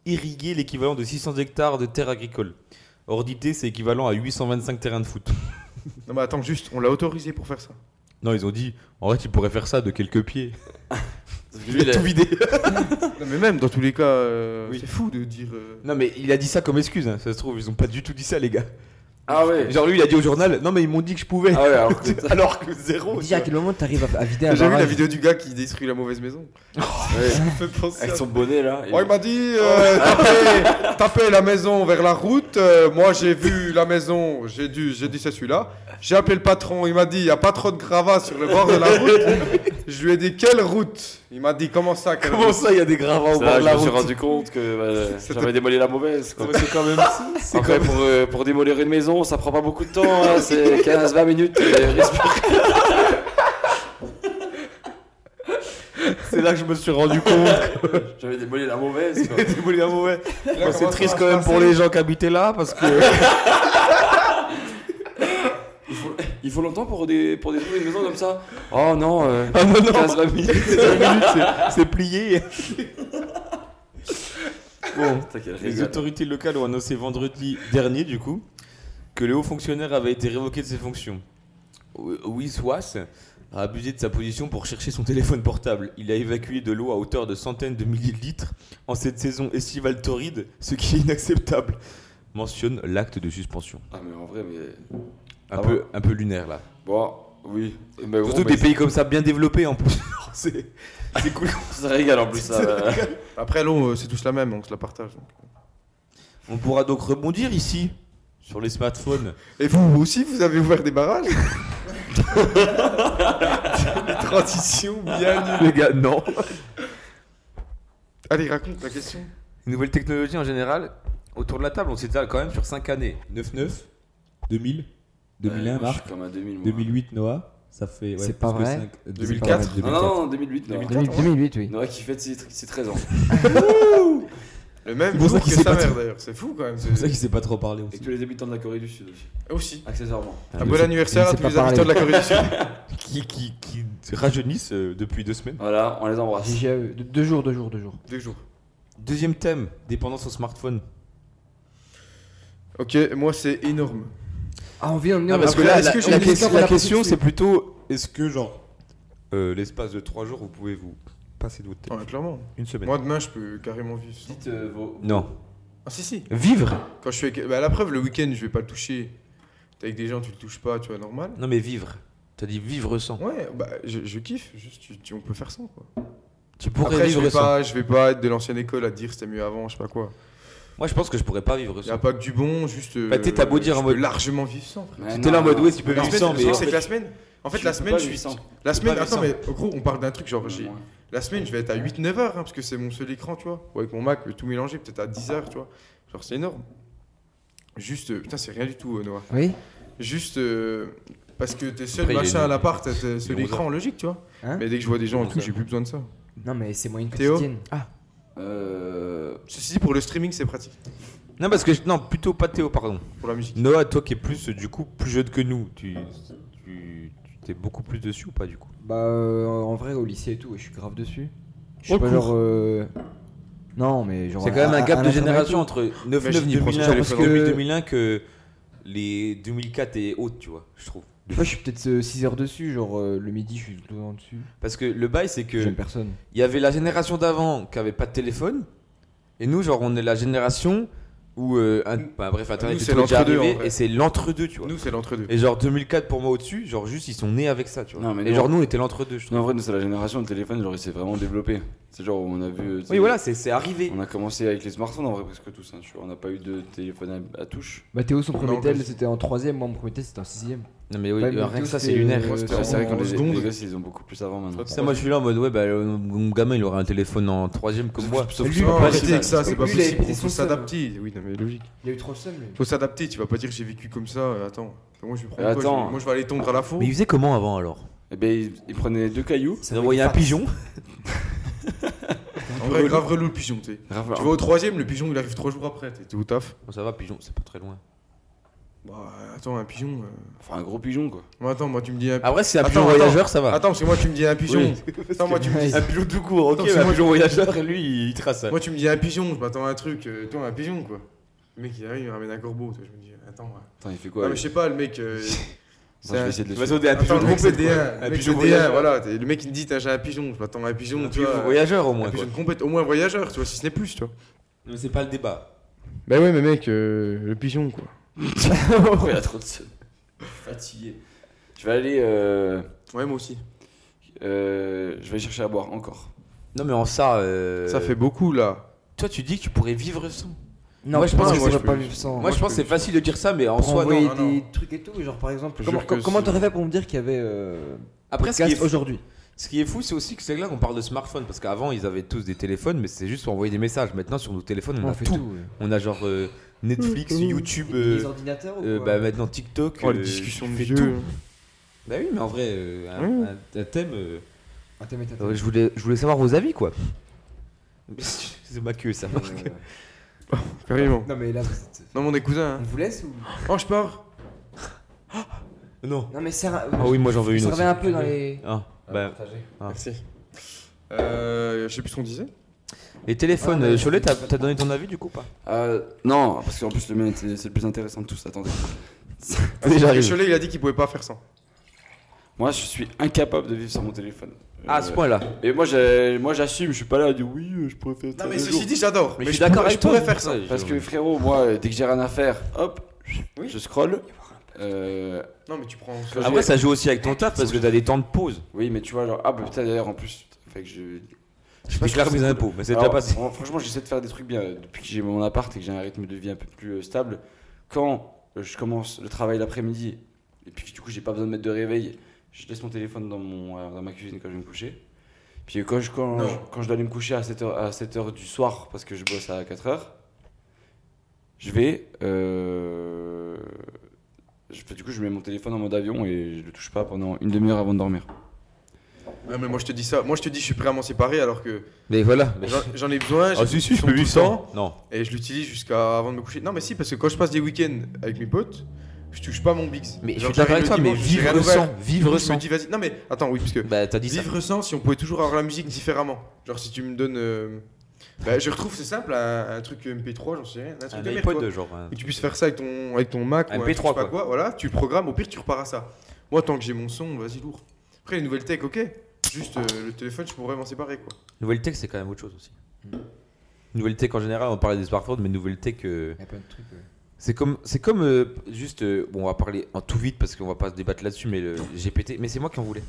[SPEAKER 3] irriguer l'équivalent de 600 hectares de terres agricoles. Ordité, c'est équivalent à 825 terrains de foot.
[SPEAKER 5] Non, mais attends, juste, on l'a autorisé pour faire ça.
[SPEAKER 3] Non, ils ont dit, en fait, ils pourraient faire ça de quelques pieds.
[SPEAKER 4] Parce
[SPEAKER 3] [LAUGHS]
[SPEAKER 4] que lui, il a-
[SPEAKER 5] Non, mais même dans tous les cas, euh,
[SPEAKER 3] Oui.
[SPEAKER 5] c'est fou de dire. euh,
[SPEAKER 3] Non, mais il a dit ça comme excuse, hein. ça se trouve, ils ont pas du tout dit ça, les gars.
[SPEAKER 4] Ah ouais.
[SPEAKER 3] Genre, lui, il a dit au journal, non, mais ils m'ont dit que je pouvais.
[SPEAKER 4] Ah ouais, alors que.
[SPEAKER 3] Alors que zéro.
[SPEAKER 6] Déjà, à quel moment t'arrives à, à vider un
[SPEAKER 5] T'as déjà vu la
[SPEAKER 6] barrage
[SPEAKER 5] vidéo du gars qui détruit la mauvaise maison
[SPEAKER 4] Ouais,
[SPEAKER 5] Oh. Fait penser
[SPEAKER 4] Avec
[SPEAKER 5] à-
[SPEAKER 4] son bonnet là. et-
[SPEAKER 5] Oh, il m'a dit [LAUGHS] euh, tapez, tapez la maison vers la route. Euh, moi, j'ai vu la maison, j'ai dû, j'ai dit c'est celui-là. J'ai appelé le patron, il m'a dit il n'y a pas trop de gravats sur le bord de la [LAUGHS] route. Je lui ai dit quelle route Il m'a dit comment ça quelle
[SPEAKER 3] Comment
[SPEAKER 5] route
[SPEAKER 3] ça, il y a des gravats au
[SPEAKER 4] Ça,
[SPEAKER 3] bord de
[SPEAKER 4] je
[SPEAKER 3] la
[SPEAKER 4] me suis
[SPEAKER 3] route
[SPEAKER 4] rendu compte que bah,
[SPEAKER 5] C'était-
[SPEAKER 4] j'avais démolé la mauvaise. Quoi.
[SPEAKER 3] C'est quand même. C'est
[SPEAKER 4] Après, pour, euh, pour démolir une maison, ça prend pas beaucoup de temps, hein, c'est 15-20 minutes. et respire.
[SPEAKER 3] C'est là que je me suis rendu [LAUGHS] compte.
[SPEAKER 4] J'avais démolé la mauvaise. Quoi.
[SPEAKER 3] que voulais un mauvais.
[SPEAKER 5] Là,
[SPEAKER 3] Bah, c'est
[SPEAKER 5] comment
[SPEAKER 3] triste
[SPEAKER 5] ça Bah,
[SPEAKER 3] quand
[SPEAKER 5] va se
[SPEAKER 3] même pour
[SPEAKER 5] passer
[SPEAKER 3] les gens qui habitaient là parce que.
[SPEAKER 4] Il, faut, [LAUGHS] il faut longtemps pour, dé- pour détruire une maison comme ça. Oh non, euh,
[SPEAKER 3] [LAUGHS] Ah non, [LAUGHS] non,
[SPEAKER 4] 15-20 minutes.
[SPEAKER 3] c'est [LAUGHS] plié. Bon,
[SPEAKER 4] [LAUGHS] Putain, quel
[SPEAKER 3] les
[SPEAKER 4] régal.
[SPEAKER 3] autorités locales ont annoncé vendredi dernier, du coup, que le haut fonctionnaire avait été révoqué de ses fonctions. Wiswas a abusé de sa position pour chercher son téléphone portable. Il a évacué de l'eau à hauteur de centaines de milliers de litres en cette saison estivale torride, ce qui est inacceptable. Mentionne l'acte de suspension.
[SPEAKER 4] Ah, mais en vrai, mais.
[SPEAKER 3] Un,
[SPEAKER 4] Ah
[SPEAKER 3] peu, un peu lunaire là.
[SPEAKER 4] Bon, oui. Mais Eh ben, bon,
[SPEAKER 3] Surtout
[SPEAKER 4] mais
[SPEAKER 3] des pays comme ça bien développés en plus. [LAUGHS] Oh, c'est c'est cool.
[SPEAKER 4] Ça régale en plus. Ça, [LAUGHS]
[SPEAKER 3] [LAUGHS]
[SPEAKER 5] Après, l'eau, euh, c'est tous la même, on se la partage. donc.
[SPEAKER 7] On pourra donc rebondir ici sur les smartphones.
[SPEAKER 5] Et vous aussi, vous avez ouvert des [LAUGHS] barrages
[SPEAKER 3] Transition bien les gars, non.
[SPEAKER 5] Allez, raconte la question.
[SPEAKER 3] Une nouvelle technologie en général, autour de la table, on s'étale quand même sur 5 années.
[SPEAKER 8] 9-9, 2000,
[SPEAKER 4] Ouais,
[SPEAKER 8] 2001,
[SPEAKER 4] moi, je
[SPEAKER 8] Marc,
[SPEAKER 4] suis comme à 2000, moi.
[SPEAKER 8] 2008, Noah. Ça fait.
[SPEAKER 6] C'est pas vrai.
[SPEAKER 5] 2004.
[SPEAKER 8] 2004.
[SPEAKER 4] Non, non, non, 2008. Non.
[SPEAKER 6] 2000- 2008, oui.
[SPEAKER 4] Noah qui fête ses, ses 13 ans.
[SPEAKER 5] Le même
[SPEAKER 8] C'est pour
[SPEAKER 5] jour
[SPEAKER 8] ça
[SPEAKER 5] que
[SPEAKER 8] qu'il s'est
[SPEAKER 5] sa
[SPEAKER 8] pas
[SPEAKER 5] mère
[SPEAKER 8] trop-
[SPEAKER 5] d'ailleurs, c'est fou quand même.
[SPEAKER 8] C'est pour ça qu'il s'est pas trop parlé
[SPEAKER 4] Et
[SPEAKER 8] aussi.
[SPEAKER 4] tous les habitants de la Corée du Sud aussi.
[SPEAKER 5] Aussi.
[SPEAKER 4] Accessoirement.
[SPEAKER 5] Un bon anniversaire à
[SPEAKER 6] sait
[SPEAKER 5] tous
[SPEAKER 6] pas
[SPEAKER 5] les habitants de la Corée du Sud.
[SPEAKER 7] Qui, qui, qui rajeunissent euh, depuis deux semaines.
[SPEAKER 4] Voilà, on les embrasse.
[SPEAKER 6] JGAE, de- deux jours, deux jours, deux jours.
[SPEAKER 5] [LAUGHS] Deux jours.
[SPEAKER 3] Deuxième thème, dépendance au smartphone.
[SPEAKER 5] Ok, moi c'est énorme.
[SPEAKER 6] Ah, on vient de
[SPEAKER 7] Ah, parce
[SPEAKER 5] parce
[SPEAKER 7] que
[SPEAKER 5] que
[SPEAKER 7] là,
[SPEAKER 5] est-ce
[SPEAKER 7] la,
[SPEAKER 5] que j'ai
[SPEAKER 7] la
[SPEAKER 5] une
[SPEAKER 7] question,
[SPEAKER 6] question
[SPEAKER 7] la
[SPEAKER 6] qu'on a
[SPEAKER 7] question,
[SPEAKER 6] posée
[SPEAKER 7] c'est plutôt est-ce que, genre, euh, l'espace de 3 jours, vous pouvez vous passer de votre tête
[SPEAKER 5] Ouais, clairement.
[SPEAKER 7] Une semaine.
[SPEAKER 5] Moi demain, je peux carrément vivre. sans.
[SPEAKER 4] Dites euh, vos.
[SPEAKER 3] Non.
[SPEAKER 5] Ah si, si.
[SPEAKER 3] Vivre
[SPEAKER 5] Quand je suis avec... bah, la preuve, le week-end, je vais pas le toucher. T'es avec des gens, tu le touches pas, tu vois, normal.
[SPEAKER 3] Non mais vivre. T'as dit vivre sans.
[SPEAKER 5] Ouais, bah je, je kiffe, juste tu- tu- on peut faire sans quoi.
[SPEAKER 3] Tu pourrais
[SPEAKER 5] Après, je
[SPEAKER 3] vivre
[SPEAKER 5] vais,
[SPEAKER 3] sans.
[SPEAKER 5] pas, je vais pas être de l'ancienne école à te dire c'était mieux avant, je sais pas quoi.
[SPEAKER 3] Moi je pense que je pourrais pas vivre
[SPEAKER 5] Y a
[SPEAKER 3] sans.
[SPEAKER 5] pas que du bon, juste.
[SPEAKER 3] Bah, t'es- t'as beau
[SPEAKER 5] euh,
[SPEAKER 3] dire
[SPEAKER 5] je
[SPEAKER 3] en
[SPEAKER 5] peux
[SPEAKER 3] mode-
[SPEAKER 5] largement vivre sans. frère.
[SPEAKER 4] Mais
[SPEAKER 3] T'es là en
[SPEAKER 4] non,
[SPEAKER 3] mode
[SPEAKER 4] non,
[SPEAKER 3] ouais, tu peux
[SPEAKER 5] La
[SPEAKER 3] vivre
[SPEAKER 5] semaine,
[SPEAKER 3] sans,
[SPEAKER 5] le
[SPEAKER 3] mais
[SPEAKER 5] truc,
[SPEAKER 4] en
[SPEAKER 5] c'est
[SPEAKER 4] fait,
[SPEAKER 5] que la semaine. En fait,
[SPEAKER 4] tu
[SPEAKER 5] la
[SPEAKER 4] peux
[SPEAKER 5] semaine,
[SPEAKER 4] pas
[SPEAKER 5] je suis.
[SPEAKER 4] vivre sans.
[SPEAKER 5] La semaine,
[SPEAKER 3] pas
[SPEAKER 5] attends, mais
[SPEAKER 3] vivre
[SPEAKER 5] gros, on parle d'un truc, genre, j'ai.
[SPEAKER 4] Moi.
[SPEAKER 5] La semaine, je vais être à 8-9 heures, hein, parce que c'est mon seul écran, tu vois. Ou avec mon Mac, je vais tout mélanger, peut-être à 10 heures, tu vois. Genre, c'est énorme. Juste, euh, putain, c'est rien du tout, euh, Noah.
[SPEAKER 6] Oui
[SPEAKER 5] Juste euh, parce que t'es seul,
[SPEAKER 3] Après, il est
[SPEAKER 5] machin
[SPEAKER 3] né.
[SPEAKER 5] à l'appart, t'es t'es
[SPEAKER 3] est
[SPEAKER 5] seul
[SPEAKER 3] onze
[SPEAKER 5] écran, logique, tu vois.
[SPEAKER 6] Hein
[SPEAKER 5] mais dès que je vois des gens et
[SPEAKER 6] Il est
[SPEAKER 5] tout,
[SPEAKER 6] onze
[SPEAKER 5] j'ai plus besoin de ça.
[SPEAKER 6] Non, mais c'est moyenne
[SPEAKER 5] Théo
[SPEAKER 6] quotidienne. Ah,
[SPEAKER 4] Euh.
[SPEAKER 5] Ceci dit, pour le streaming, c'est pratique,
[SPEAKER 3] Non parce que je- non, plutôt pas Théo pardon.
[SPEAKER 5] pour la musique.
[SPEAKER 3] Noah, toi qui es plus euh, du coup plus jeune que nous, tu tu tu- t'es beaucoup plus dessus ou pas du coup
[SPEAKER 6] bah, euh, en vrai, au lycée et tout, ouais, je suis grave dessus. Je suis
[SPEAKER 5] Au
[SPEAKER 6] pas
[SPEAKER 5] cours.
[SPEAKER 6] genre. euh, Non, mais genre.
[SPEAKER 3] C'est quand même un gap de
[SPEAKER 6] internat et
[SPEAKER 3] génération entre 9
[SPEAKER 5] Imagine,
[SPEAKER 3] 9
[SPEAKER 5] il prend son
[SPEAKER 3] 2001 parce
[SPEAKER 5] téléphone en
[SPEAKER 3] que
[SPEAKER 6] main.
[SPEAKER 3] 2001 que les 2004 et autres, tu vois, je trouve.
[SPEAKER 6] tout. Moi, je suis peut-être 6 heures dessus, genre euh, le midi, je suis tout le temps dessus.
[SPEAKER 3] Parce que le bail c'est que
[SPEAKER 6] J'aime personne.
[SPEAKER 3] Il y avait la génération d'avant qui avait pas de téléphone, et nous, genre, on est la génération où, euh, un- bah, bref, Internet
[SPEAKER 5] Nous,
[SPEAKER 3] est
[SPEAKER 5] c'est
[SPEAKER 3] trop déjà
[SPEAKER 5] l'entre-deux, en
[SPEAKER 3] arrivé,
[SPEAKER 5] vrai.
[SPEAKER 3] et c'est l'entre-deux, tu vois.
[SPEAKER 5] Nous, c'est l'entre-deux.
[SPEAKER 3] Mmh. Et genre, 2004 pour moi au-dessus, genre, juste, ils sont nés avec ça, tu vois.
[SPEAKER 4] Non, mais
[SPEAKER 3] et
[SPEAKER 4] non.
[SPEAKER 3] genre, nous, on était l'entre-deux, je trouve.
[SPEAKER 4] Non, en vrai, nous, c'est la génération de téléphone, genre, il s'est vraiment développé. C'est genre, on a vu. euh, tu
[SPEAKER 3] Oui,
[SPEAKER 4] sais,
[SPEAKER 3] voilà, c'est c'est arrivé.
[SPEAKER 4] On a commencé avec les smartphones, en vrai, presque tous. hein, tu vois, on n'a pas eu de téléphone à, à touche.
[SPEAKER 6] Bah, Théo, son
[SPEAKER 5] On
[SPEAKER 6] premier
[SPEAKER 5] en reste.
[SPEAKER 6] tel, c'était en 3ème. Moi, mon premier tel, c'était en 6ème.
[SPEAKER 3] Non, mais oui,
[SPEAKER 6] Ouais, mais
[SPEAKER 3] euh, rien que
[SPEAKER 6] tout,
[SPEAKER 3] ça, c'est
[SPEAKER 6] c'est-
[SPEAKER 3] lunaire.
[SPEAKER 6] Ouais,
[SPEAKER 5] Moi, c'était
[SPEAKER 4] Ouais, c'est vrai
[SPEAKER 5] en
[SPEAKER 4] qu'on les, les
[SPEAKER 5] seconde.
[SPEAKER 4] gosses, ils ont beaucoup plus avant maintenant.
[SPEAKER 3] Ça, moi, je suis là en mode, ouais, bah, euh, mon gamin, il aurait un téléphone en troisième comme moi.
[SPEAKER 4] Sauf que
[SPEAKER 6] Lui,
[SPEAKER 4] c'est
[SPEAKER 5] Non,
[SPEAKER 4] pas
[SPEAKER 5] arrêtez
[SPEAKER 4] possible.
[SPEAKER 5] avec ça, c'est pas
[SPEAKER 6] Lui, il a
[SPEAKER 5] possible.
[SPEAKER 6] été
[SPEAKER 5] Faut
[SPEAKER 6] son seul.
[SPEAKER 5] s'adapter. Oui, non, mais logique.
[SPEAKER 6] Il a eu trop le seum, lui.
[SPEAKER 5] Faut s'adapter, tu vas pas dire j'ai vécu comme ça, euh, attends. Moi, je vais prendre
[SPEAKER 4] Mais
[SPEAKER 5] quoi,
[SPEAKER 4] attends.
[SPEAKER 5] je vais- Moi, je vais aller tondre à la faux.
[SPEAKER 3] Mais il faisait comment avant alors
[SPEAKER 4] Eh ben, ils, ils prenaient deux cailloux.
[SPEAKER 3] Il envoyait un pigeon.
[SPEAKER 5] En vrai, grave relou le pigeon, tu sais.
[SPEAKER 4] Raph-
[SPEAKER 5] Tu vas au troisième, le pigeon, il arrive trois jours après, t'es t'es au taf.
[SPEAKER 3] Bon, ça va, pigeon, c'est pas très loin.
[SPEAKER 5] Bah, attends, un pigeon. euh,
[SPEAKER 4] Enfin, un gros pigeon, quoi.
[SPEAKER 5] Moi, attends, moi, tu me dis un
[SPEAKER 3] Après, si c'est un
[SPEAKER 5] Attends,
[SPEAKER 3] pigeon
[SPEAKER 5] attends.
[SPEAKER 3] voyageur, ça va.
[SPEAKER 5] Attends, parce que moi, tu me dis un pigeon. Attends, moi,
[SPEAKER 3] [LAUGHS]
[SPEAKER 5] tu me dis.
[SPEAKER 3] Un pigeon tout court, ok,
[SPEAKER 5] Attends, c'est
[SPEAKER 3] un
[SPEAKER 5] moi-
[SPEAKER 3] pigeon voyageur, et lui, il trace ça.
[SPEAKER 5] Moi, tu me dis un pigeon, je m'attends à un truc. euh, toi, un pigeon, quoi. Le mec, il arrive, il ramène un corbeau. Toi, je me dis, attends. ouais.
[SPEAKER 4] Attends, il fait
[SPEAKER 5] Ah,
[SPEAKER 4] quoi
[SPEAKER 5] mais
[SPEAKER 4] lui
[SPEAKER 5] je sais pas, le mec. euh,
[SPEAKER 4] Attends, je vais essayer de le
[SPEAKER 7] Tu
[SPEAKER 4] suivre.
[SPEAKER 7] vas sauter un
[SPEAKER 5] Attends,
[SPEAKER 7] pigeon
[SPEAKER 5] le mec, c'est
[SPEAKER 7] trompé.
[SPEAKER 5] D1. Le
[SPEAKER 7] Un
[SPEAKER 5] mec,
[SPEAKER 7] pigeon
[SPEAKER 5] c'est D1,
[SPEAKER 7] voyageur.
[SPEAKER 5] voilà. t'es- Le mec, il me dit, t'as j'ai un pigeon, je m'attends à un pigeon.
[SPEAKER 3] Un
[SPEAKER 5] tu
[SPEAKER 3] pigeon
[SPEAKER 5] vois,
[SPEAKER 3] voyageur au
[SPEAKER 5] Un
[SPEAKER 3] moins.
[SPEAKER 5] pigeon
[SPEAKER 3] Quoi.
[SPEAKER 5] complète, au moins voyageur, tu vois, si ce n'est plus, tu vois.
[SPEAKER 3] Mais c'est pas le débat.
[SPEAKER 5] Bah ouais, mais mec, le pigeon, quoi.
[SPEAKER 4] Oh, [LAUGHS] il a trop de seum. Fatigué. Je vais aller. euh,
[SPEAKER 5] Ouais, moi aussi.
[SPEAKER 4] euh, je vais aller chercher à boire encore.
[SPEAKER 3] Non mais en ça, euh,
[SPEAKER 5] Ça fait beaucoup, là.
[SPEAKER 3] Toi tu dis que tu pourrais vivre sans.
[SPEAKER 6] Non,
[SPEAKER 3] Moi, je pense
[SPEAKER 6] putain,
[SPEAKER 3] que
[SPEAKER 6] moi,
[SPEAKER 5] je
[SPEAKER 6] je
[SPEAKER 5] peux-
[SPEAKER 6] pourrais pas vivre sans.
[SPEAKER 3] moi je pense que c'est facile de dire ça, mais en
[SPEAKER 6] pour
[SPEAKER 3] soi
[SPEAKER 6] envoyer
[SPEAKER 3] non.
[SPEAKER 5] non, non.
[SPEAKER 6] des trucs et tout, genre par exemple.
[SPEAKER 5] Je
[SPEAKER 6] Comment
[SPEAKER 5] jure que
[SPEAKER 6] co- comment
[SPEAKER 5] c'est-
[SPEAKER 6] t'aurais fait pour me dire qu'il y avait euh,
[SPEAKER 3] Après ce qui,
[SPEAKER 6] podcast
[SPEAKER 3] est,
[SPEAKER 6] aujourd'hui
[SPEAKER 3] ce qui est fou, c'est aussi que c'est là qu'on parle de smartphone parce qu'avant ils avaient tous des téléphones, mais c'est juste pour envoyer des messages. Maintenant sur nos téléphones on,
[SPEAKER 6] On
[SPEAKER 3] a
[SPEAKER 6] fait
[SPEAKER 3] tout.
[SPEAKER 6] tout. ouais.
[SPEAKER 3] On a genre euh, Netflix, YouTube, euh,
[SPEAKER 6] les ordinateurs ou
[SPEAKER 3] euh,
[SPEAKER 6] quoi
[SPEAKER 3] bah maintenant TikTok.
[SPEAKER 5] Oh,
[SPEAKER 3] euh,
[SPEAKER 5] les discussions de
[SPEAKER 3] tu fais
[SPEAKER 5] vieux. hein.
[SPEAKER 3] tout. Bah oui, mais en vrai, euh, un,
[SPEAKER 5] Oui.
[SPEAKER 3] un- un thème. euh,
[SPEAKER 6] Ah, t'as mis ta-
[SPEAKER 3] euh, je voulais, je voulais savoir vos avis quoi. [LAUGHS] c'est ma queue ça.
[SPEAKER 4] Euh,
[SPEAKER 3] Marc.
[SPEAKER 5] Carrément.
[SPEAKER 6] Non, mais là, c'est-
[SPEAKER 5] Non, mon cousin.
[SPEAKER 6] on vous laisse ou
[SPEAKER 5] Oh, je pars.
[SPEAKER 3] Non.
[SPEAKER 6] Non, mais ça.
[SPEAKER 3] Ah oui, moi j'en veux une aussi.
[SPEAKER 6] revient un peu dans les.
[SPEAKER 3] Ah, bah,
[SPEAKER 5] Merci. Euh, je sais plus ce qu'on disait.
[SPEAKER 3] Et téléphone,
[SPEAKER 6] Ah,
[SPEAKER 3] euh,
[SPEAKER 6] ouais.
[SPEAKER 3] Cholet, t'as t'as donné ton avis du coup ou pas
[SPEAKER 4] Euh, non, parce qu'en plus, le mien, c'est c'est le plus intéressant de tous. Attendez.
[SPEAKER 5] Ah, c'est
[SPEAKER 3] Déjà
[SPEAKER 5] parce que
[SPEAKER 3] arrivé.
[SPEAKER 5] Cholet, il a dit qu'il pouvait pas faire sans.
[SPEAKER 4] Moi, je suis incapable de vivre sur mon téléphone. Euh,
[SPEAKER 3] Ah, à ce point-là.
[SPEAKER 4] Et moi, j'ai- moi, j'assume, je suis pas là à dire oui, euh, je pourrais faire ça.
[SPEAKER 5] Non, mais
[SPEAKER 4] un
[SPEAKER 5] ceci
[SPEAKER 4] jour.
[SPEAKER 5] dit, j'adore.
[SPEAKER 3] Mais je suis d'accord
[SPEAKER 5] pourrais-
[SPEAKER 3] avec
[SPEAKER 5] je pourrais
[SPEAKER 3] toi.
[SPEAKER 5] faire ça.
[SPEAKER 4] Parce que frérot, moi, euh, dès que j'ai rien à faire, hop, je scroll. Euh,
[SPEAKER 5] Non, mais tu prends.
[SPEAKER 4] Quand
[SPEAKER 3] Après,
[SPEAKER 4] j'ai-
[SPEAKER 3] ça joue aussi avec ton taf parce que t'as des temps de pause.
[SPEAKER 4] Oui, mais tu vois, genre, ah bah putain, d'ailleurs, en plus, fait que je.
[SPEAKER 3] Je déclare mes impôts, mais c'est déjà
[SPEAKER 4] Alors,
[SPEAKER 3] passé.
[SPEAKER 4] fran- Franchement, j'essaie de faire des trucs bien. euh, Depuis que j'ai mon appart et que j'ai un rythme de vie un peu plus euh, stable, quand euh, je commence le travail l'après-midi et puis que, du coup j'ai pas besoin de mettre de réveil, je laisse mon téléphone dans, mon, euh, dans ma cuisine quand je vais me coucher. Puis euh, quand je, quand, je, quand je dois aller me coucher à 7h, à 7h du soir parce que je bosse à 4h, je vais. euh, je- du coup, je mets mon téléphone en mode avion et je le touche pas pendant une demi-heure avant de dormir.
[SPEAKER 5] Ouais, mais moi je te dis ça. Moi je te dis je suis prêt à m'en séparer alors que
[SPEAKER 3] Mais voilà.
[SPEAKER 5] j'en- j'en ai besoin. j'ai-
[SPEAKER 3] bah. Ah si, si, je
[SPEAKER 5] ils
[SPEAKER 3] peux
[SPEAKER 5] sont tout le
[SPEAKER 3] 800 Non.
[SPEAKER 5] Et je l'utilise jusqu'à avant de me coucher. Non, mais si, parce que quand je passe des week-ends avec mes potes, je touche pas mon Bix.
[SPEAKER 3] Mais je
[SPEAKER 5] Genre,
[SPEAKER 3] suis d'accord
[SPEAKER 5] j'arrive
[SPEAKER 3] avec toi,
[SPEAKER 5] le
[SPEAKER 3] mais
[SPEAKER 5] dimanche, j'ai rien
[SPEAKER 3] vivre
[SPEAKER 5] ouvert.
[SPEAKER 3] sans, vivre
[SPEAKER 5] Je me
[SPEAKER 3] sans.
[SPEAKER 5] dis, vas-y. Non, mais attends, oui, parce que
[SPEAKER 3] Bah t'as dit ça.
[SPEAKER 5] vivre sans, si on pouvait toujours avoir la musique différemment. Genre, si tu me donnes. euh, Bah, je retrouve, c'est simple, un, un truc MP3, j'en sais rien. Un truc de merde, quoi.
[SPEAKER 3] genre.
[SPEAKER 5] Où tu puisses faire ça avec ton, avec ton Mac
[SPEAKER 3] Un
[SPEAKER 5] ou un
[SPEAKER 3] MP3,
[SPEAKER 5] truc, je sais pas
[SPEAKER 3] quoi.
[SPEAKER 5] quoi. Voilà, tu le programmes, au pire, tu repars à ça. Moi, tant que j'ai mon son, vas-y, lourd. Après, les nouvelles tech, ok. Juste euh, le téléphone, je pourrais m'en séparer, quoi.
[SPEAKER 3] Nouvelle tech, c'est quand même autre chose aussi. Nouvelle tech en général, on parlait des smartphones, mais nouvelle tech, euh,
[SPEAKER 6] Il y a plein de trucs. ouais.
[SPEAKER 3] c'est comme, c'est comme euh, juste, euh, bon, on va parler en tout vite parce qu'on va pas se débattre là-dessus, mais le GPT, mais c'est moi qui en voulais.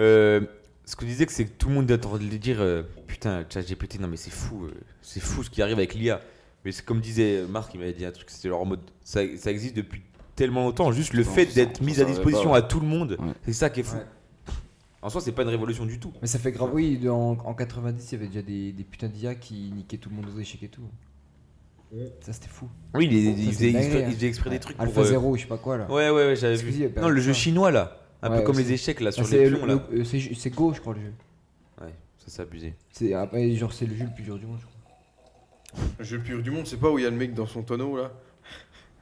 [SPEAKER 3] Euh, ce qu'on disait, que c'est que tout le monde est en train de le dire, euh, putain, chat GPT, non mais c'est fou, euh, c'est fou ce qui arrive avec l'IA. Mais c'est comme disait Marc, il m'avait dit un truc, c'était genre en mode, ça, ça existe depuis tellement longtemps, juste le
[SPEAKER 4] Non,
[SPEAKER 3] fait
[SPEAKER 4] ça-
[SPEAKER 3] d'être
[SPEAKER 4] ça
[SPEAKER 3] mis à
[SPEAKER 4] savait pas,
[SPEAKER 3] disposition
[SPEAKER 4] ouais.
[SPEAKER 3] à tout le monde,
[SPEAKER 4] Ouais.
[SPEAKER 3] c'est ça qui est fou.
[SPEAKER 6] Ouais.
[SPEAKER 3] En soi, c'est pas une révolution du tout.
[SPEAKER 6] Mais ça fait grave. Oui, de- en, en 90, il y avait déjà des, des putains d'IA qui niquaient tout le monde aux échecs et tout. Ça, c'était fou.
[SPEAKER 3] Oui, il, il
[SPEAKER 6] Ça, c'est
[SPEAKER 3] faisait,
[SPEAKER 6] dingue,
[SPEAKER 3] exprès-
[SPEAKER 6] hein.
[SPEAKER 3] il faisait exprès
[SPEAKER 6] Ouais.
[SPEAKER 3] des trucs pour.
[SPEAKER 6] Alpha
[SPEAKER 3] euh,
[SPEAKER 6] 0, je sais pas quoi là.
[SPEAKER 3] Ouais, ouais, ouais, j'avais
[SPEAKER 6] Excusez,
[SPEAKER 3] vu.
[SPEAKER 6] bah,
[SPEAKER 3] Non, le jeu
[SPEAKER 6] putain.
[SPEAKER 3] chinois là. Un
[SPEAKER 6] Ouais,
[SPEAKER 3] peu comme
[SPEAKER 6] aussi.
[SPEAKER 3] les échecs là,
[SPEAKER 6] Ah,
[SPEAKER 3] sur
[SPEAKER 6] c'est
[SPEAKER 3] les
[SPEAKER 6] le-
[SPEAKER 3] pions là.
[SPEAKER 6] le- euh, c'est ju- C'est Go, je crois, le jeu.
[SPEAKER 3] Ouais, ça c'est abusé.
[SPEAKER 6] C'est ah, ouais, genre c'est le jeu le plus dur du monde, je crois.
[SPEAKER 5] Le jeu le plus dur du monde, c'est pas où il y a le mec dans son tonneau là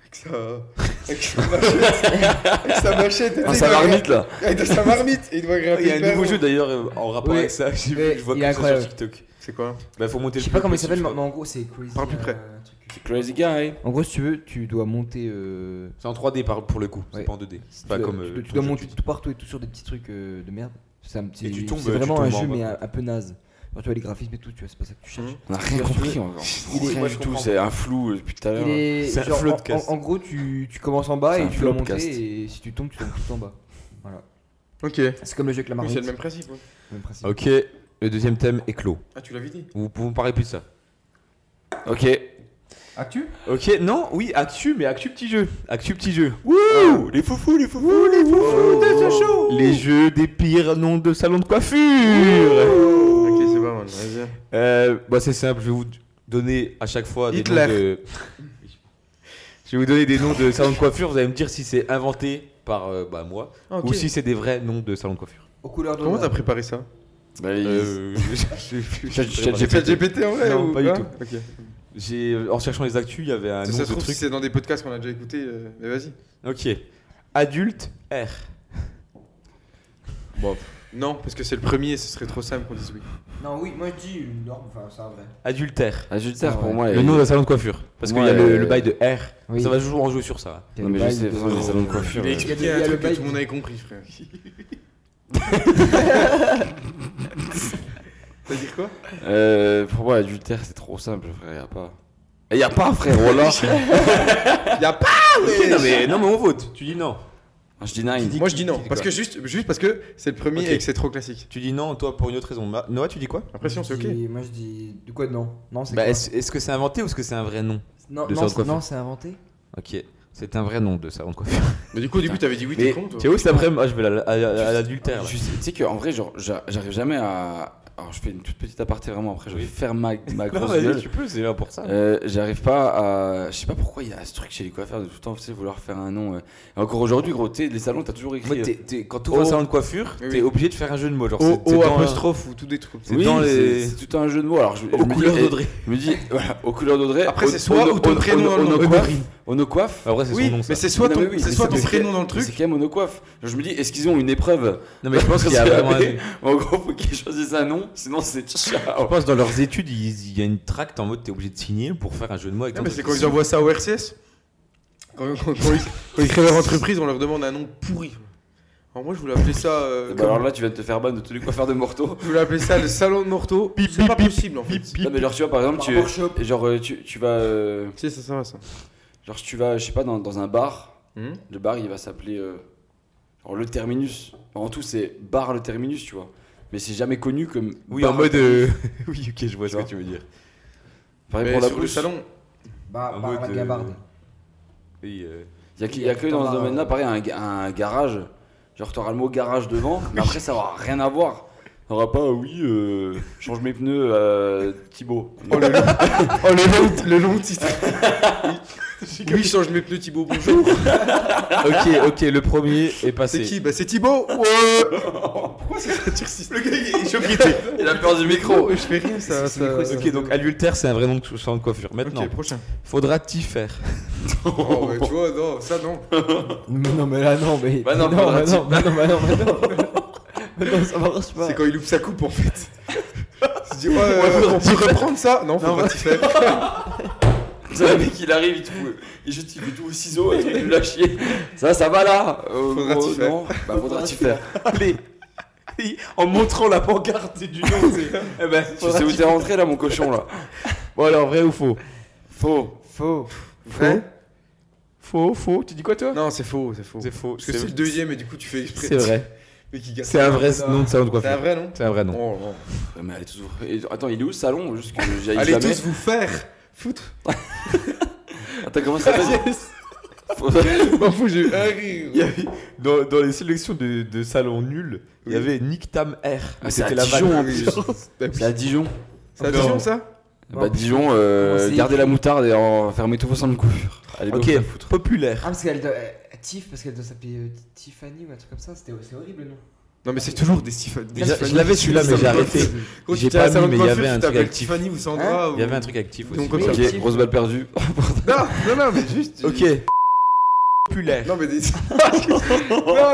[SPEAKER 5] Avec sa. Avec sa machette Avec sa machette
[SPEAKER 3] Ah,
[SPEAKER 5] et
[SPEAKER 4] ça
[SPEAKER 5] il doit
[SPEAKER 4] va
[SPEAKER 5] grimper-
[SPEAKER 4] là
[SPEAKER 5] Avec sa marmite et Il doit grimper.
[SPEAKER 3] Il y a un
[SPEAKER 5] hyper
[SPEAKER 3] nouveau
[SPEAKER 5] haut.
[SPEAKER 3] jeu d'ailleurs euh, en rapport
[SPEAKER 6] Oui.
[SPEAKER 3] avec ça. [LAUGHS] J'ai
[SPEAKER 6] Oui,
[SPEAKER 3] vu, je vois
[SPEAKER 6] il
[SPEAKER 3] que
[SPEAKER 6] est
[SPEAKER 3] ça sur
[SPEAKER 6] incroyable.
[SPEAKER 3] TikTok.
[SPEAKER 5] C'est quoi
[SPEAKER 3] Bah, faut monter le
[SPEAKER 6] Je sais pas
[SPEAKER 3] plus
[SPEAKER 6] comment il
[SPEAKER 3] possible,
[SPEAKER 6] s'appelle,
[SPEAKER 3] je
[SPEAKER 6] mais mais
[SPEAKER 3] crois.
[SPEAKER 6] en gros c'est crazy.
[SPEAKER 5] Parle plus près.
[SPEAKER 6] euh, un truc.
[SPEAKER 4] Crazy guy.
[SPEAKER 6] En gros, si tu veux, tu dois monter. euh,
[SPEAKER 3] C'est en 3D par- pour le coup, c'est
[SPEAKER 6] Ouais.
[SPEAKER 3] pas en 2D. C'est
[SPEAKER 6] tu
[SPEAKER 3] pas
[SPEAKER 6] dois-
[SPEAKER 3] comme.
[SPEAKER 6] tu
[SPEAKER 3] euh,
[SPEAKER 6] dois, tu
[SPEAKER 3] ton
[SPEAKER 6] dois
[SPEAKER 3] jeu
[SPEAKER 6] monter
[SPEAKER 3] que tu
[SPEAKER 6] tout partout et tout sur des petits trucs euh, de merde. C'est un petit.
[SPEAKER 3] Et tu tombes, euh,
[SPEAKER 6] c'est
[SPEAKER 3] tu
[SPEAKER 6] vraiment
[SPEAKER 3] tombes
[SPEAKER 6] un
[SPEAKER 3] en
[SPEAKER 6] jeu
[SPEAKER 3] bas,
[SPEAKER 6] mais
[SPEAKER 3] quoi.
[SPEAKER 6] un, un peu naze. Genre, tu vois les graphismes et tout, tu vois, c'est pas ça que tu
[SPEAKER 5] Hein
[SPEAKER 6] cherches.
[SPEAKER 4] On a rien compris encore.
[SPEAKER 6] Il est-
[SPEAKER 4] Rien du tout, c'est un flou euh, depuis tout à l'heure.
[SPEAKER 6] Il est,
[SPEAKER 3] C'est un
[SPEAKER 6] genre, en-
[SPEAKER 3] flopcast.
[SPEAKER 6] en, en gros, tu, tu commences en bas
[SPEAKER 4] C'est
[SPEAKER 6] et
[SPEAKER 4] un
[SPEAKER 6] tu dois
[SPEAKER 4] flopcast.
[SPEAKER 6] monter et si tu tombes, tu tombes tout en bas.
[SPEAKER 5] Ok. Oui,
[SPEAKER 6] C'est comme le jeu avec la marmite.
[SPEAKER 5] c'est le même principe. ouais.
[SPEAKER 6] Même principe.
[SPEAKER 3] fais. Ok, le deuxième thème est clos.
[SPEAKER 5] Ah, tu l'avais dit
[SPEAKER 3] Vous pouvez me parler plus de ça.
[SPEAKER 4] Ok.
[SPEAKER 6] Actu
[SPEAKER 3] Ok, non, oui, Actu, mais Actu petit jeu. Actu petit jeu. Oh.
[SPEAKER 4] Wouh Les foufous, les foufous, les foufous de ce show
[SPEAKER 3] Les jeux des pires noms de salons de coiffure.
[SPEAKER 5] Ok, c'est pas mal. Vas-y.
[SPEAKER 3] Euh, bah c'est simple, je vais vous donner à chaque fois des
[SPEAKER 5] Hitler.
[SPEAKER 3] noms de... Je vais vous donner des noms de salons de coiffure, vous allez me dire si c'est inventé par euh, bah, moi ou si c'est des vrais noms de salons de coiffure.
[SPEAKER 6] Aux couleurs de.
[SPEAKER 5] Ah, Comment t'as préparé ça
[SPEAKER 4] Bah, il-
[SPEAKER 3] Euh, j'ai- j'ai-
[SPEAKER 4] Chat-
[SPEAKER 3] j'ai-
[SPEAKER 4] chat
[SPEAKER 3] j'ai-
[SPEAKER 5] C'est
[SPEAKER 4] GPT.
[SPEAKER 5] ChatGPT en vrai
[SPEAKER 3] Non,
[SPEAKER 5] ou
[SPEAKER 3] pas du
[SPEAKER 5] quoi
[SPEAKER 3] tout.
[SPEAKER 5] Ok.
[SPEAKER 3] j'ai- en cherchant les actus, il y avait un
[SPEAKER 5] Ça,
[SPEAKER 3] nom
[SPEAKER 5] ça
[SPEAKER 3] de
[SPEAKER 5] se trouve,
[SPEAKER 3] truc.
[SPEAKER 5] c'est dans des podcasts qu'on a déjà écoutés. euh, Mais vas-y.
[SPEAKER 3] Ok. Adulte R.
[SPEAKER 5] Non, parce que c'est le premier, ce serait trop simple qu'on dise oui.
[SPEAKER 6] Non, oui, moi je dis une norme, enfin, c'est un vrai.
[SPEAKER 3] Adultère.
[SPEAKER 4] Adultère
[SPEAKER 6] Ouais.
[SPEAKER 4] pour moi.
[SPEAKER 3] Le
[SPEAKER 4] il-
[SPEAKER 3] nom d'un salon de coiffure. Parce qu'il
[SPEAKER 4] Ouais,
[SPEAKER 3] y a le,
[SPEAKER 4] euh,
[SPEAKER 3] le bail de R.
[SPEAKER 6] Oui.
[SPEAKER 3] Ça va toujours en jouer sur ça.
[SPEAKER 6] Il y a
[SPEAKER 4] Non,
[SPEAKER 6] le
[SPEAKER 4] mais je
[SPEAKER 6] bail
[SPEAKER 4] sais,
[SPEAKER 6] de-
[SPEAKER 4] vraiment, les salons de coiffure.
[SPEAKER 5] Il a
[SPEAKER 4] euh,
[SPEAKER 5] expliqué
[SPEAKER 6] y a
[SPEAKER 5] un
[SPEAKER 6] le
[SPEAKER 5] truc que
[SPEAKER 6] bail.
[SPEAKER 5] tout le monde avait compris, [LAUGHS] frère. T'as dit quoi
[SPEAKER 4] euh, Pour moi, adultère, c'est trop simple, frère. Y'a pas. Eh, Y'a pas, frère, [LAUGHS] voilà
[SPEAKER 5] Y'a pas ouais.
[SPEAKER 3] non, mais, non mais on vote. Tu dis non.
[SPEAKER 4] Je dis nine.
[SPEAKER 5] Moi je dis non,
[SPEAKER 3] dis
[SPEAKER 5] parce
[SPEAKER 3] quoi
[SPEAKER 5] que juste, juste parce que c'est le premier
[SPEAKER 3] Ok.
[SPEAKER 5] et que c'est trop classique.
[SPEAKER 3] Tu dis non, toi pour une autre raison. Ma- Noah, tu dis quoi
[SPEAKER 5] Après si on c'est
[SPEAKER 6] Je
[SPEAKER 5] ok.
[SPEAKER 6] dis- Moi je dis. De quoi non Non, c'est
[SPEAKER 3] Bah,
[SPEAKER 6] quoi
[SPEAKER 3] Est-ce est-ce que c'est inventé ou est-ce que c'est un vrai nom
[SPEAKER 6] Non,
[SPEAKER 3] de
[SPEAKER 6] non,
[SPEAKER 3] salon de
[SPEAKER 6] c'est-
[SPEAKER 3] coiffure.
[SPEAKER 6] non, c'est inventé.
[SPEAKER 3] Ok, c'est un vrai nom de salon de coiffure.
[SPEAKER 5] Mais du coup au début t'avais dit oui
[SPEAKER 4] Mais
[SPEAKER 5] t'es con toi.
[SPEAKER 3] C'est où cet après-midi Ah, je vais à la- à la- à l'adultère. là.
[SPEAKER 4] Je sais- Tu sais qu'en vrai, genre, j'a- j'arrive jamais à. Alors, je fais une toute petite aparté vraiment après, je vais faire ma, [LAUGHS] ma
[SPEAKER 3] Non,
[SPEAKER 4] grosse
[SPEAKER 3] vas-y,
[SPEAKER 4] gueule.
[SPEAKER 3] tu peux, c'est là pour ça.
[SPEAKER 4] Euh, j'arrive pas à. Je sais pas pourquoi il y a ce truc chez les coiffeurs de tout le temps, tu sais, vouloir faire un nom. euh. Et encore aujourd'hui, gros, tu sais, les salons, t'as toujours écrit.
[SPEAKER 3] Moi,
[SPEAKER 4] euh,
[SPEAKER 3] t'es- t'es- quand tu ouvres
[SPEAKER 4] Oh.
[SPEAKER 3] un salon de coiffure,
[SPEAKER 5] Oui,
[SPEAKER 3] t'es
[SPEAKER 5] oui.
[SPEAKER 3] obligé de faire un jeu de mots. Genre,
[SPEAKER 5] O,
[SPEAKER 3] c'est- c'est
[SPEAKER 5] O
[SPEAKER 3] dans un-
[SPEAKER 5] apostrophe ou tout des trucs.
[SPEAKER 3] c'est
[SPEAKER 4] oui,
[SPEAKER 3] dans les-
[SPEAKER 4] c'est- c'est tout un jeu de mots. Alors, je, je
[SPEAKER 3] Aux
[SPEAKER 4] me
[SPEAKER 3] couleurs
[SPEAKER 4] dis, eh,
[SPEAKER 3] d'Audrey.
[SPEAKER 4] Je me dis, [LAUGHS] voilà, aux couleurs d'Audrey.
[SPEAKER 5] Après,
[SPEAKER 4] on-
[SPEAKER 5] c'est soit
[SPEAKER 4] on-
[SPEAKER 5] ou ton
[SPEAKER 4] on-
[SPEAKER 5] prénom
[SPEAKER 4] on-
[SPEAKER 5] dans le
[SPEAKER 4] on-
[SPEAKER 5] nom.
[SPEAKER 4] on-
[SPEAKER 5] Oui,
[SPEAKER 4] coiffe- On ne coiffe.
[SPEAKER 3] Après, c'est
[SPEAKER 5] Oui,
[SPEAKER 3] son nom. ça.
[SPEAKER 5] mais c'est soit
[SPEAKER 4] Non,
[SPEAKER 5] ton,
[SPEAKER 4] mais oui,
[SPEAKER 5] c'est
[SPEAKER 4] mais
[SPEAKER 5] soit
[SPEAKER 4] c'est
[SPEAKER 5] ton
[SPEAKER 4] parce
[SPEAKER 5] prénom
[SPEAKER 4] que-
[SPEAKER 5] dans le
[SPEAKER 4] C'est
[SPEAKER 5] truc.
[SPEAKER 4] quand même on ne coiffe. Je me dis, est-ce qu'ils ont une épreuve [LAUGHS]
[SPEAKER 3] Non, mais je pense qu'il y a
[SPEAKER 4] Parce que-
[SPEAKER 3] vraiment. un- Je
[SPEAKER 4] En gros, faut qu'ils choisissent un nom, sinon c'est ciao.
[SPEAKER 3] pense que dans leurs études, ils- il y a une tracte en mode t'es obligé de signer pour faire un jeu de mots avec
[SPEAKER 5] Non,
[SPEAKER 3] ton
[SPEAKER 5] mais c'est
[SPEAKER 3] truc.
[SPEAKER 5] quand ils envoient ça au RCS. Quand, quand- quand ils, quand ils créent leur entreprise, on leur demande un nom pourri. Alors moi je voulais appeler ça. euh,
[SPEAKER 4] Bah,
[SPEAKER 5] comme-
[SPEAKER 4] alors là, tu viens de te faire ban de tous les coiffeurs de Morteau.
[SPEAKER 5] je voulais appeler ça le salon de Morteau. C'est pas possible en fait.
[SPEAKER 4] Non, mais genre, tu vois, par exemple, tu, genre, euh, tu, tu vas. euh,
[SPEAKER 5] Si ça ça va ça.
[SPEAKER 4] Genre, tu vas, je sais pas, dans, dans un bar,
[SPEAKER 5] Hmm.
[SPEAKER 4] le bar il va s'appeler euh, genre le terminus. En tout, c'est bar le terminus, tu vois. mais c'est jamais connu comme.
[SPEAKER 7] Oui,
[SPEAKER 4] bar-
[SPEAKER 7] en mode.
[SPEAKER 3] [LAUGHS]
[SPEAKER 7] euh, oui, ok, je vois ce
[SPEAKER 4] Tu
[SPEAKER 7] que
[SPEAKER 4] vois.
[SPEAKER 7] tu veux dire.
[SPEAKER 4] Pareil
[SPEAKER 5] Mais
[SPEAKER 4] pour la
[SPEAKER 5] sur le
[SPEAKER 4] bouche.
[SPEAKER 5] salon,
[SPEAKER 6] Bah,
[SPEAKER 7] En
[SPEAKER 6] bah,
[SPEAKER 7] mode, euh,
[SPEAKER 6] gabarde.
[SPEAKER 7] Oui, euh,
[SPEAKER 4] Il y a, que- y a que dans ce domaine-là, pareil, un, ga- un garage. Genre, t'auras le mot garage devant, mais après, ça aura rien à voir. T'auras pas, oui, euh, change mes pneus, euh, Thibaut.
[SPEAKER 5] oh, le long, [LAUGHS] oh, le long, le long [LAUGHS] titre. Oui, je change mes pneus, Thibaut, bonjour.
[SPEAKER 3] ok, ok, le premier est
[SPEAKER 5] C'est
[SPEAKER 3] passé.
[SPEAKER 5] qui Bah, c'est Thibaut. Ouais. Pourquoi c'est ça durci Le gars, il est choqué.
[SPEAKER 4] [LAUGHS] Il a peur du micro.
[SPEAKER 5] Je fais rien, ça. ça-
[SPEAKER 3] Ok, donc adultère, c'est un vrai nom de salon de coiffure. Maintenant,
[SPEAKER 5] Ok, prochain.
[SPEAKER 3] faudra t'y faire.
[SPEAKER 5] Oh, ouais, tu vois, non, ça non.
[SPEAKER 6] [LAUGHS] Mais non, mais là, non, mais.
[SPEAKER 4] Bah non,
[SPEAKER 6] mais
[SPEAKER 4] bah
[SPEAKER 6] non,
[SPEAKER 4] là,
[SPEAKER 6] bah non, bah non, bah non, bah non. Bah non, ça marche pas.
[SPEAKER 5] C'est quand il loupe sa coupe en [LAUGHS] fait. Il se dit, ouais, euh, on peut reprendre ça Non, faut pas t'y faire.
[SPEAKER 4] C'est le mec, il arrive, il te fout- il jette il fait tout au ciseau et il l'a chier. Ça, ça va là Euh,
[SPEAKER 5] Faudra
[SPEAKER 4] gros,
[SPEAKER 5] t'y faire.
[SPEAKER 4] non. Bah, faudra t'y faire.
[SPEAKER 3] Allez, en montrant la pancarte du nom. [LAUGHS] eh ben,
[SPEAKER 4] Tu sais où t'es rentré là, mon cochon là
[SPEAKER 3] Bon alors, vrai ou faux
[SPEAKER 4] Faux.
[SPEAKER 5] Faux. Vrai
[SPEAKER 3] Faux, faux. Tu dis quoi toi
[SPEAKER 5] Hein? Non, c'est faux, c'est faux.
[SPEAKER 3] C'est faux.
[SPEAKER 5] Parce que c'est le deuxième et du coup tu fais exprès.
[SPEAKER 3] C'est vrai.
[SPEAKER 5] Mais qui gagne
[SPEAKER 3] C'est un vrai nom de salon de
[SPEAKER 5] C'est un
[SPEAKER 3] coiffure.
[SPEAKER 5] vrai, non
[SPEAKER 3] C'est un vrai nom.
[SPEAKER 5] Oh, non.
[SPEAKER 4] Ouais, Mais allez, tous vous- et- Attends, il est où le salon Juste que
[SPEAKER 3] Bah,
[SPEAKER 4] j'aille
[SPEAKER 5] Allez
[SPEAKER 4] jamais.
[SPEAKER 5] tous vous faire
[SPEAKER 3] [LAUGHS]
[SPEAKER 5] foutre.
[SPEAKER 4] Attends, comment ça s'appelle Faut-
[SPEAKER 5] Je M'en fous, j'ai eu un
[SPEAKER 3] Il y
[SPEAKER 5] rire.
[SPEAKER 3] avait- dans, dans les sélections de, de salons nuls, il y
[SPEAKER 5] Oui.
[SPEAKER 3] avait Nick Tam R.
[SPEAKER 4] Ah, c'est à
[SPEAKER 3] la
[SPEAKER 4] Dijon
[SPEAKER 3] vanne.
[SPEAKER 4] en plus.
[SPEAKER 5] Bah oui.
[SPEAKER 4] C'est à Dijon.
[SPEAKER 5] C'est à Dijon ça
[SPEAKER 4] Bah, Dijon, euh,
[SPEAKER 6] Comment c'est
[SPEAKER 4] gardez la moutarde et en- fermez tous vos seins de coiffure. Allez,
[SPEAKER 3] Ok,
[SPEAKER 4] donc,
[SPEAKER 3] populaire.
[SPEAKER 6] Ah, parce qu'elle doit. euh, Tiff, parce qu'elle doit s'appeler euh, Tiffany ou un truc comme ça. C'était c'est horrible, non
[SPEAKER 5] Non, mais c'est toujours des Tiffany. des
[SPEAKER 3] Je
[SPEAKER 5] Tiffany.
[SPEAKER 3] je l'avais celui-là, mais j'ai arrêté.
[SPEAKER 5] Quand tu
[SPEAKER 3] j'ai
[SPEAKER 5] t'es à
[SPEAKER 3] pas
[SPEAKER 5] un salon
[SPEAKER 3] mis,
[SPEAKER 5] de
[SPEAKER 3] mais il y
[SPEAKER 5] coiffure,
[SPEAKER 3] avait un
[SPEAKER 5] tu
[SPEAKER 3] truc
[SPEAKER 5] t'appelles
[SPEAKER 3] actif. Hein
[SPEAKER 5] Tiffany ou Sandra. ou-
[SPEAKER 3] Il y avait un truc actif aussi.
[SPEAKER 5] Donc, comme ça.
[SPEAKER 4] Ok, grosse balle perdue.
[SPEAKER 5] Non, non, non, mais juste. euh,
[SPEAKER 3] Ok. Populaire.
[SPEAKER 5] Non, mais des. [LAUGHS] non,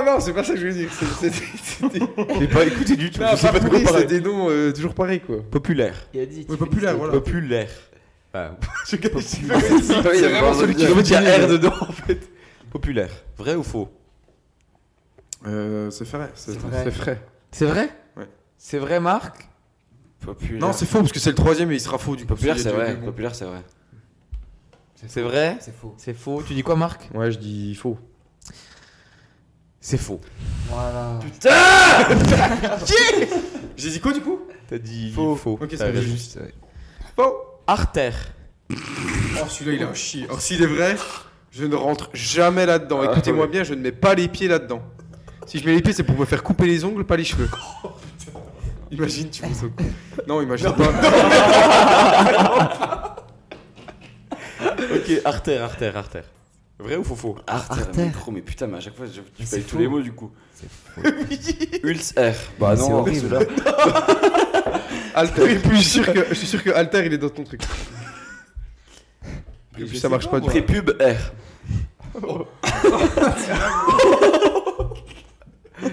[SPEAKER 5] non, c'est pas ça que je veux dire. C'est- C'est c'est des.
[SPEAKER 3] J'ai pas écouté du tout.
[SPEAKER 5] Non,
[SPEAKER 3] [LAUGHS] je sais
[SPEAKER 5] pas
[SPEAKER 3] pas de quoi
[SPEAKER 5] pourri,
[SPEAKER 3] parler.
[SPEAKER 5] c'est des noms euh, toujours pareils quoi.
[SPEAKER 3] Populaire.
[SPEAKER 6] Il a dit.
[SPEAKER 5] Oui,
[SPEAKER 6] Tiffany,
[SPEAKER 5] populaire, voilà.
[SPEAKER 3] Populaire. Ah, je gagne.
[SPEAKER 4] C'est
[SPEAKER 3] Ah,
[SPEAKER 4] vraiment celui
[SPEAKER 3] En fait, il y a R dedans en fait. Populaire. Vrai ou faux
[SPEAKER 5] Euh, c'est vrai. C'est
[SPEAKER 6] vrai.
[SPEAKER 5] c'est vrai.
[SPEAKER 3] C'est vrai
[SPEAKER 5] Ouais.
[SPEAKER 3] C'est vrai, Marc
[SPEAKER 4] Populaire.
[SPEAKER 5] Non, c'est faux parce que c'est le troisième et il sera faux du coup.
[SPEAKER 4] populaire,
[SPEAKER 5] s'il y
[SPEAKER 4] c'est
[SPEAKER 5] a deux-
[SPEAKER 4] vrai.
[SPEAKER 5] deux bons.
[SPEAKER 4] Populaire, c'est vrai.
[SPEAKER 3] C'est vrai
[SPEAKER 6] C'est faux.
[SPEAKER 3] C'est faux. Tu dis quoi, Marc
[SPEAKER 5] Ouais, je dis faux.
[SPEAKER 3] C'est faux.
[SPEAKER 6] Voilà.
[SPEAKER 5] J'ai dit quoi du coup
[SPEAKER 3] T'as dit
[SPEAKER 5] Faux.
[SPEAKER 3] faux.
[SPEAKER 5] Ok,
[SPEAKER 3] T'as
[SPEAKER 5] ça me
[SPEAKER 3] raison.
[SPEAKER 5] juste. Faux
[SPEAKER 3] Artère.
[SPEAKER 5] Oh, celui-là il a un chier. Or, s'il est vrai, je ne rentre jamais là-dedans. Écoutez-moi bien, je ne mets pas les pieds là-dedans. Si je mets les pieds, c'est pour me faire couper les ongles, pas les [LAUGHS] cheveux. Imagine, tu vois ça. [LAUGHS] Non, imagine pas.
[SPEAKER 3] Ok, artère, artère, artère. Vrai ou faux faux
[SPEAKER 4] Artère.
[SPEAKER 6] Artère.
[SPEAKER 4] Mais trop, mais putain, mais à chaque fois, je- tu
[SPEAKER 6] c'est
[SPEAKER 4] payes tous
[SPEAKER 6] faux.
[SPEAKER 4] les mots du coup.
[SPEAKER 6] C'est
[SPEAKER 4] Ulcer. Bah
[SPEAKER 6] C'est
[SPEAKER 4] non,
[SPEAKER 6] horrible.
[SPEAKER 4] celui-là.
[SPEAKER 5] Alter, et puis, je, suis sûr que, je suis sûr que Alter il est dans ton truc. Et puis ça marche pas, du coup.
[SPEAKER 4] Prépub R.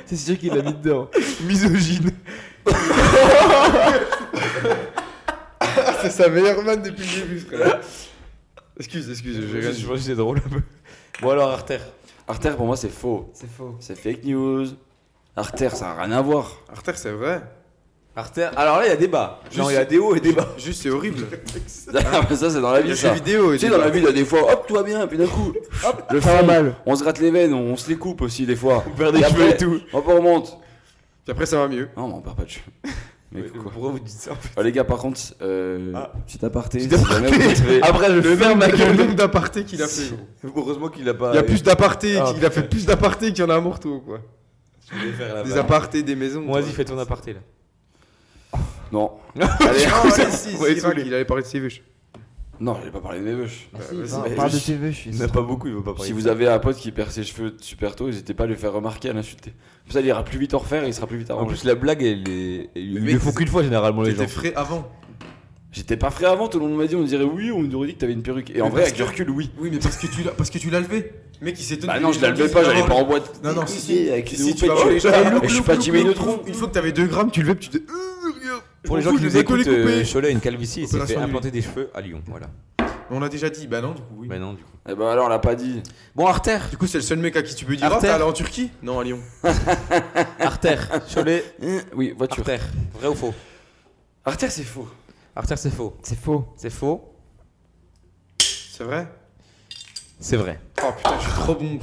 [SPEAKER 6] C'est sûr qu'il l'a mis dedans.
[SPEAKER 3] Misogyne.
[SPEAKER 5] Ah, C'est sa meilleure vanne depuis le début, frère. [LAUGHS] Excuse, excuse, j'ai rien
[SPEAKER 3] Je
[SPEAKER 5] dit.
[SPEAKER 3] pense que c'est drôle un peu. Bon alors artère.
[SPEAKER 4] Artère, pour moi, c'est faux.
[SPEAKER 6] C'est faux.
[SPEAKER 4] C'est fake news. Artère, ça n'a rien à voir.
[SPEAKER 5] Arter, c'est vrai.
[SPEAKER 3] Artère. ah, Alors là il y a débat. Genre
[SPEAKER 5] Juste-
[SPEAKER 3] il y a des hauts et des bas.
[SPEAKER 5] Juste, c'est horrible.
[SPEAKER 4] Ah, mais [LAUGHS] ça, c'est dans la
[SPEAKER 5] Il y a
[SPEAKER 4] vie,
[SPEAKER 5] jeux
[SPEAKER 4] ça.
[SPEAKER 5] vidéo et
[SPEAKER 4] Tu sais,
[SPEAKER 5] des-
[SPEAKER 4] dans la vie, il y a des fois, hop, tout va bien, puis d'un coup, hop, le
[SPEAKER 6] Ça va
[SPEAKER 4] fond,
[SPEAKER 6] mal.
[SPEAKER 4] On se gratte les veines, on se les coupe aussi, des fois.
[SPEAKER 3] On perd des
[SPEAKER 4] après-
[SPEAKER 3] cheveux et tout.
[SPEAKER 4] Hop, on remonte.
[SPEAKER 5] Puis après, ça va mieux.
[SPEAKER 4] Non, mais on perd pas de cheveux. Mais pourquoi
[SPEAKER 3] Pourquoi vous dites ça
[SPEAKER 4] Ah, les gars, par contre, euh,
[SPEAKER 3] Ah.
[SPEAKER 4] petit aparté.
[SPEAKER 3] Petit
[SPEAKER 4] si jamais vous retrouvez-
[SPEAKER 3] Après je
[SPEAKER 5] Le
[SPEAKER 3] ferme
[SPEAKER 5] nombre,
[SPEAKER 3] ma
[SPEAKER 5] le
[SPEAKER 3] gueule.
[SPEAKER 5] nombre d'apartés qu'il a fait.
[SPEAKER 3] Heureusement qu'il a pas.
[SPEAKER 5] Il y a plus d'apartés,
[SPEAKER 3] Ah,
[SPEAKER 5] il a fait plus d'apartés qu'il y en a à Morteau, quoi. Des apartés, des maisons.
[SPEAKER 3] Bon
[SPEAKER 5] toi.
[SPEAKER 3] vas-y fais ton aparté là.
[SPEAKER 4] Non.
[SPEAKER 5] Allez, allez, si,
[SPEAKER 3] Ouais,
[SPEAKER 5] si, Irak, il allait parler de ses bûches.
[SPEAKER 4] Non, j'ai pas parlé de mes bûches.
[SPEAKER 6] Ah
[SPEAKER 5] Bah,
[SPEAKER 6] si,
[SPEAKER 5] vas-y.
[SPEAKER 6] par-
[SPEAKER 4] Mais
[SPEAKER 6] parle de
[SPEAKER 4] je-
[SPEAKER 6] tes vœux, je suis
[SPEAKER 3] Il n'a pas beaucoup il veut pas parler.
[SPEAKER 4] Si vous avez un pote qui perd ses cheveux super tôt, n'hésitez pas à lui faire remarquer, à l'insulter. Comme ça, il ira plus vite en refaire et il sera plus vite
[SPEAKER 3] En
[SPEAKER 4] arrangé.
[SPEAKER 3] plus la blague elle est. Ils
[SPEAKER 5] mec,
[SPEAKER 3] le font qu'une fois généralement les gens.
[SPEAKER 5] T'étais frais avant.
[SPEAKER 4] J'étais pas frais avant, tout le monde m'a dit, on dirait oui, on nous aurait dit que t'avais une perruque. Et en
[SPEAKER 5] Mais
[SPEAKER 4] vrai,
[SPEAKER 5] parce
[SPEAKER 4] avec du
[SPEAKER 5] que-
[SPEAKER 4] recul, oui.
[SPEAKER 5] Oui, mais parce que tu l'as, parce que tu l'as levé. Le Mec, il s'étonne.
[SPEAKER 4] Bah
[SPEAKER 5] que
[SPEAKER 4] non,
[SPEAKER 5] les
[SPEAKER 4] je
[SPEAKER 5] gens
[SPEAKER 4] la levais
[SPEAKER 5] disent,
[SPEAKER 4] pas,
[SPEAKER 5] Ah,
[SPEAKER 4] j'allais
[SPEAKER 5] non,
[SPEAKER 4] pas en boîte.
[SPEAKER 5] Non, non,
[SPEAKER 4] Si,
[SPEAKER 5] si,
[SPEAKER 4] si, avec une
[SPEAKER 5] Si, tu
[SPEAKER 4] houppette,
[SPEAKER 5] vas voir les gens.
[SPEAKER 4] je suis pas Jimmy Neutron.
[SPEAKER 5] Une fois que t'avais deux grammes, tu le levais, tu te. Euh, regarde.
[SPEAKER 3] Pour les
[SPEAKER 5] Je
[SPEAKER 3] gens
[SPEAKER 5] m'en
[SPEAKER 3] qui
[SPEAKER 5] fous,
[SPEAKER 3] nous
[SPEAKER 5] je les ai collés
[SPEAKER 3] écoutent, euh,
[SPEAKER 5] coupés.
[SPEAKER 3] Cholet a une calvitie, il s'est fait
[SPEAKER 5] Opération nulle.
[SPEAKER 3] implanter des cheveux à Lyon, voilà.
[SPEAKER 5] On l'a déjà dit. Bah non, du coup, oui.
[SPEAKER 3] Mais non, du coup.
[SPEAKER 4] Eh ben alors, on l'a pas dit.
[SPEAKER 3] Bon, artère,
[SPEAKER 5] Du coup, c'est le seul mec à qui tu peux dire. Ah,
[SPEAKER 3] Artère.
[SPEAKER 5] t'es allé en Turquie Non, à Lyon.
[SPEAKER 3] artère, Cholet,
[SPEAKER 4] Hein, Oui,
[SPEAKER 3] [LAUGHS]
[SPEAKER 4] voiture.
[SPEAKER 3] artère, vrai ou faux
[SPEAKER 4] Artère, c'est faux.
[SPEAKER 3] Artère, c'est faux,
[SPEAKER 6] C'est faux.
[SPEAKER 3] c'est faux,
[SPEAKER 5] C'est vrai
[SPEAKER 3] c'est vrai.
[SPEAKER 5] Oh putain, je suis trop bon.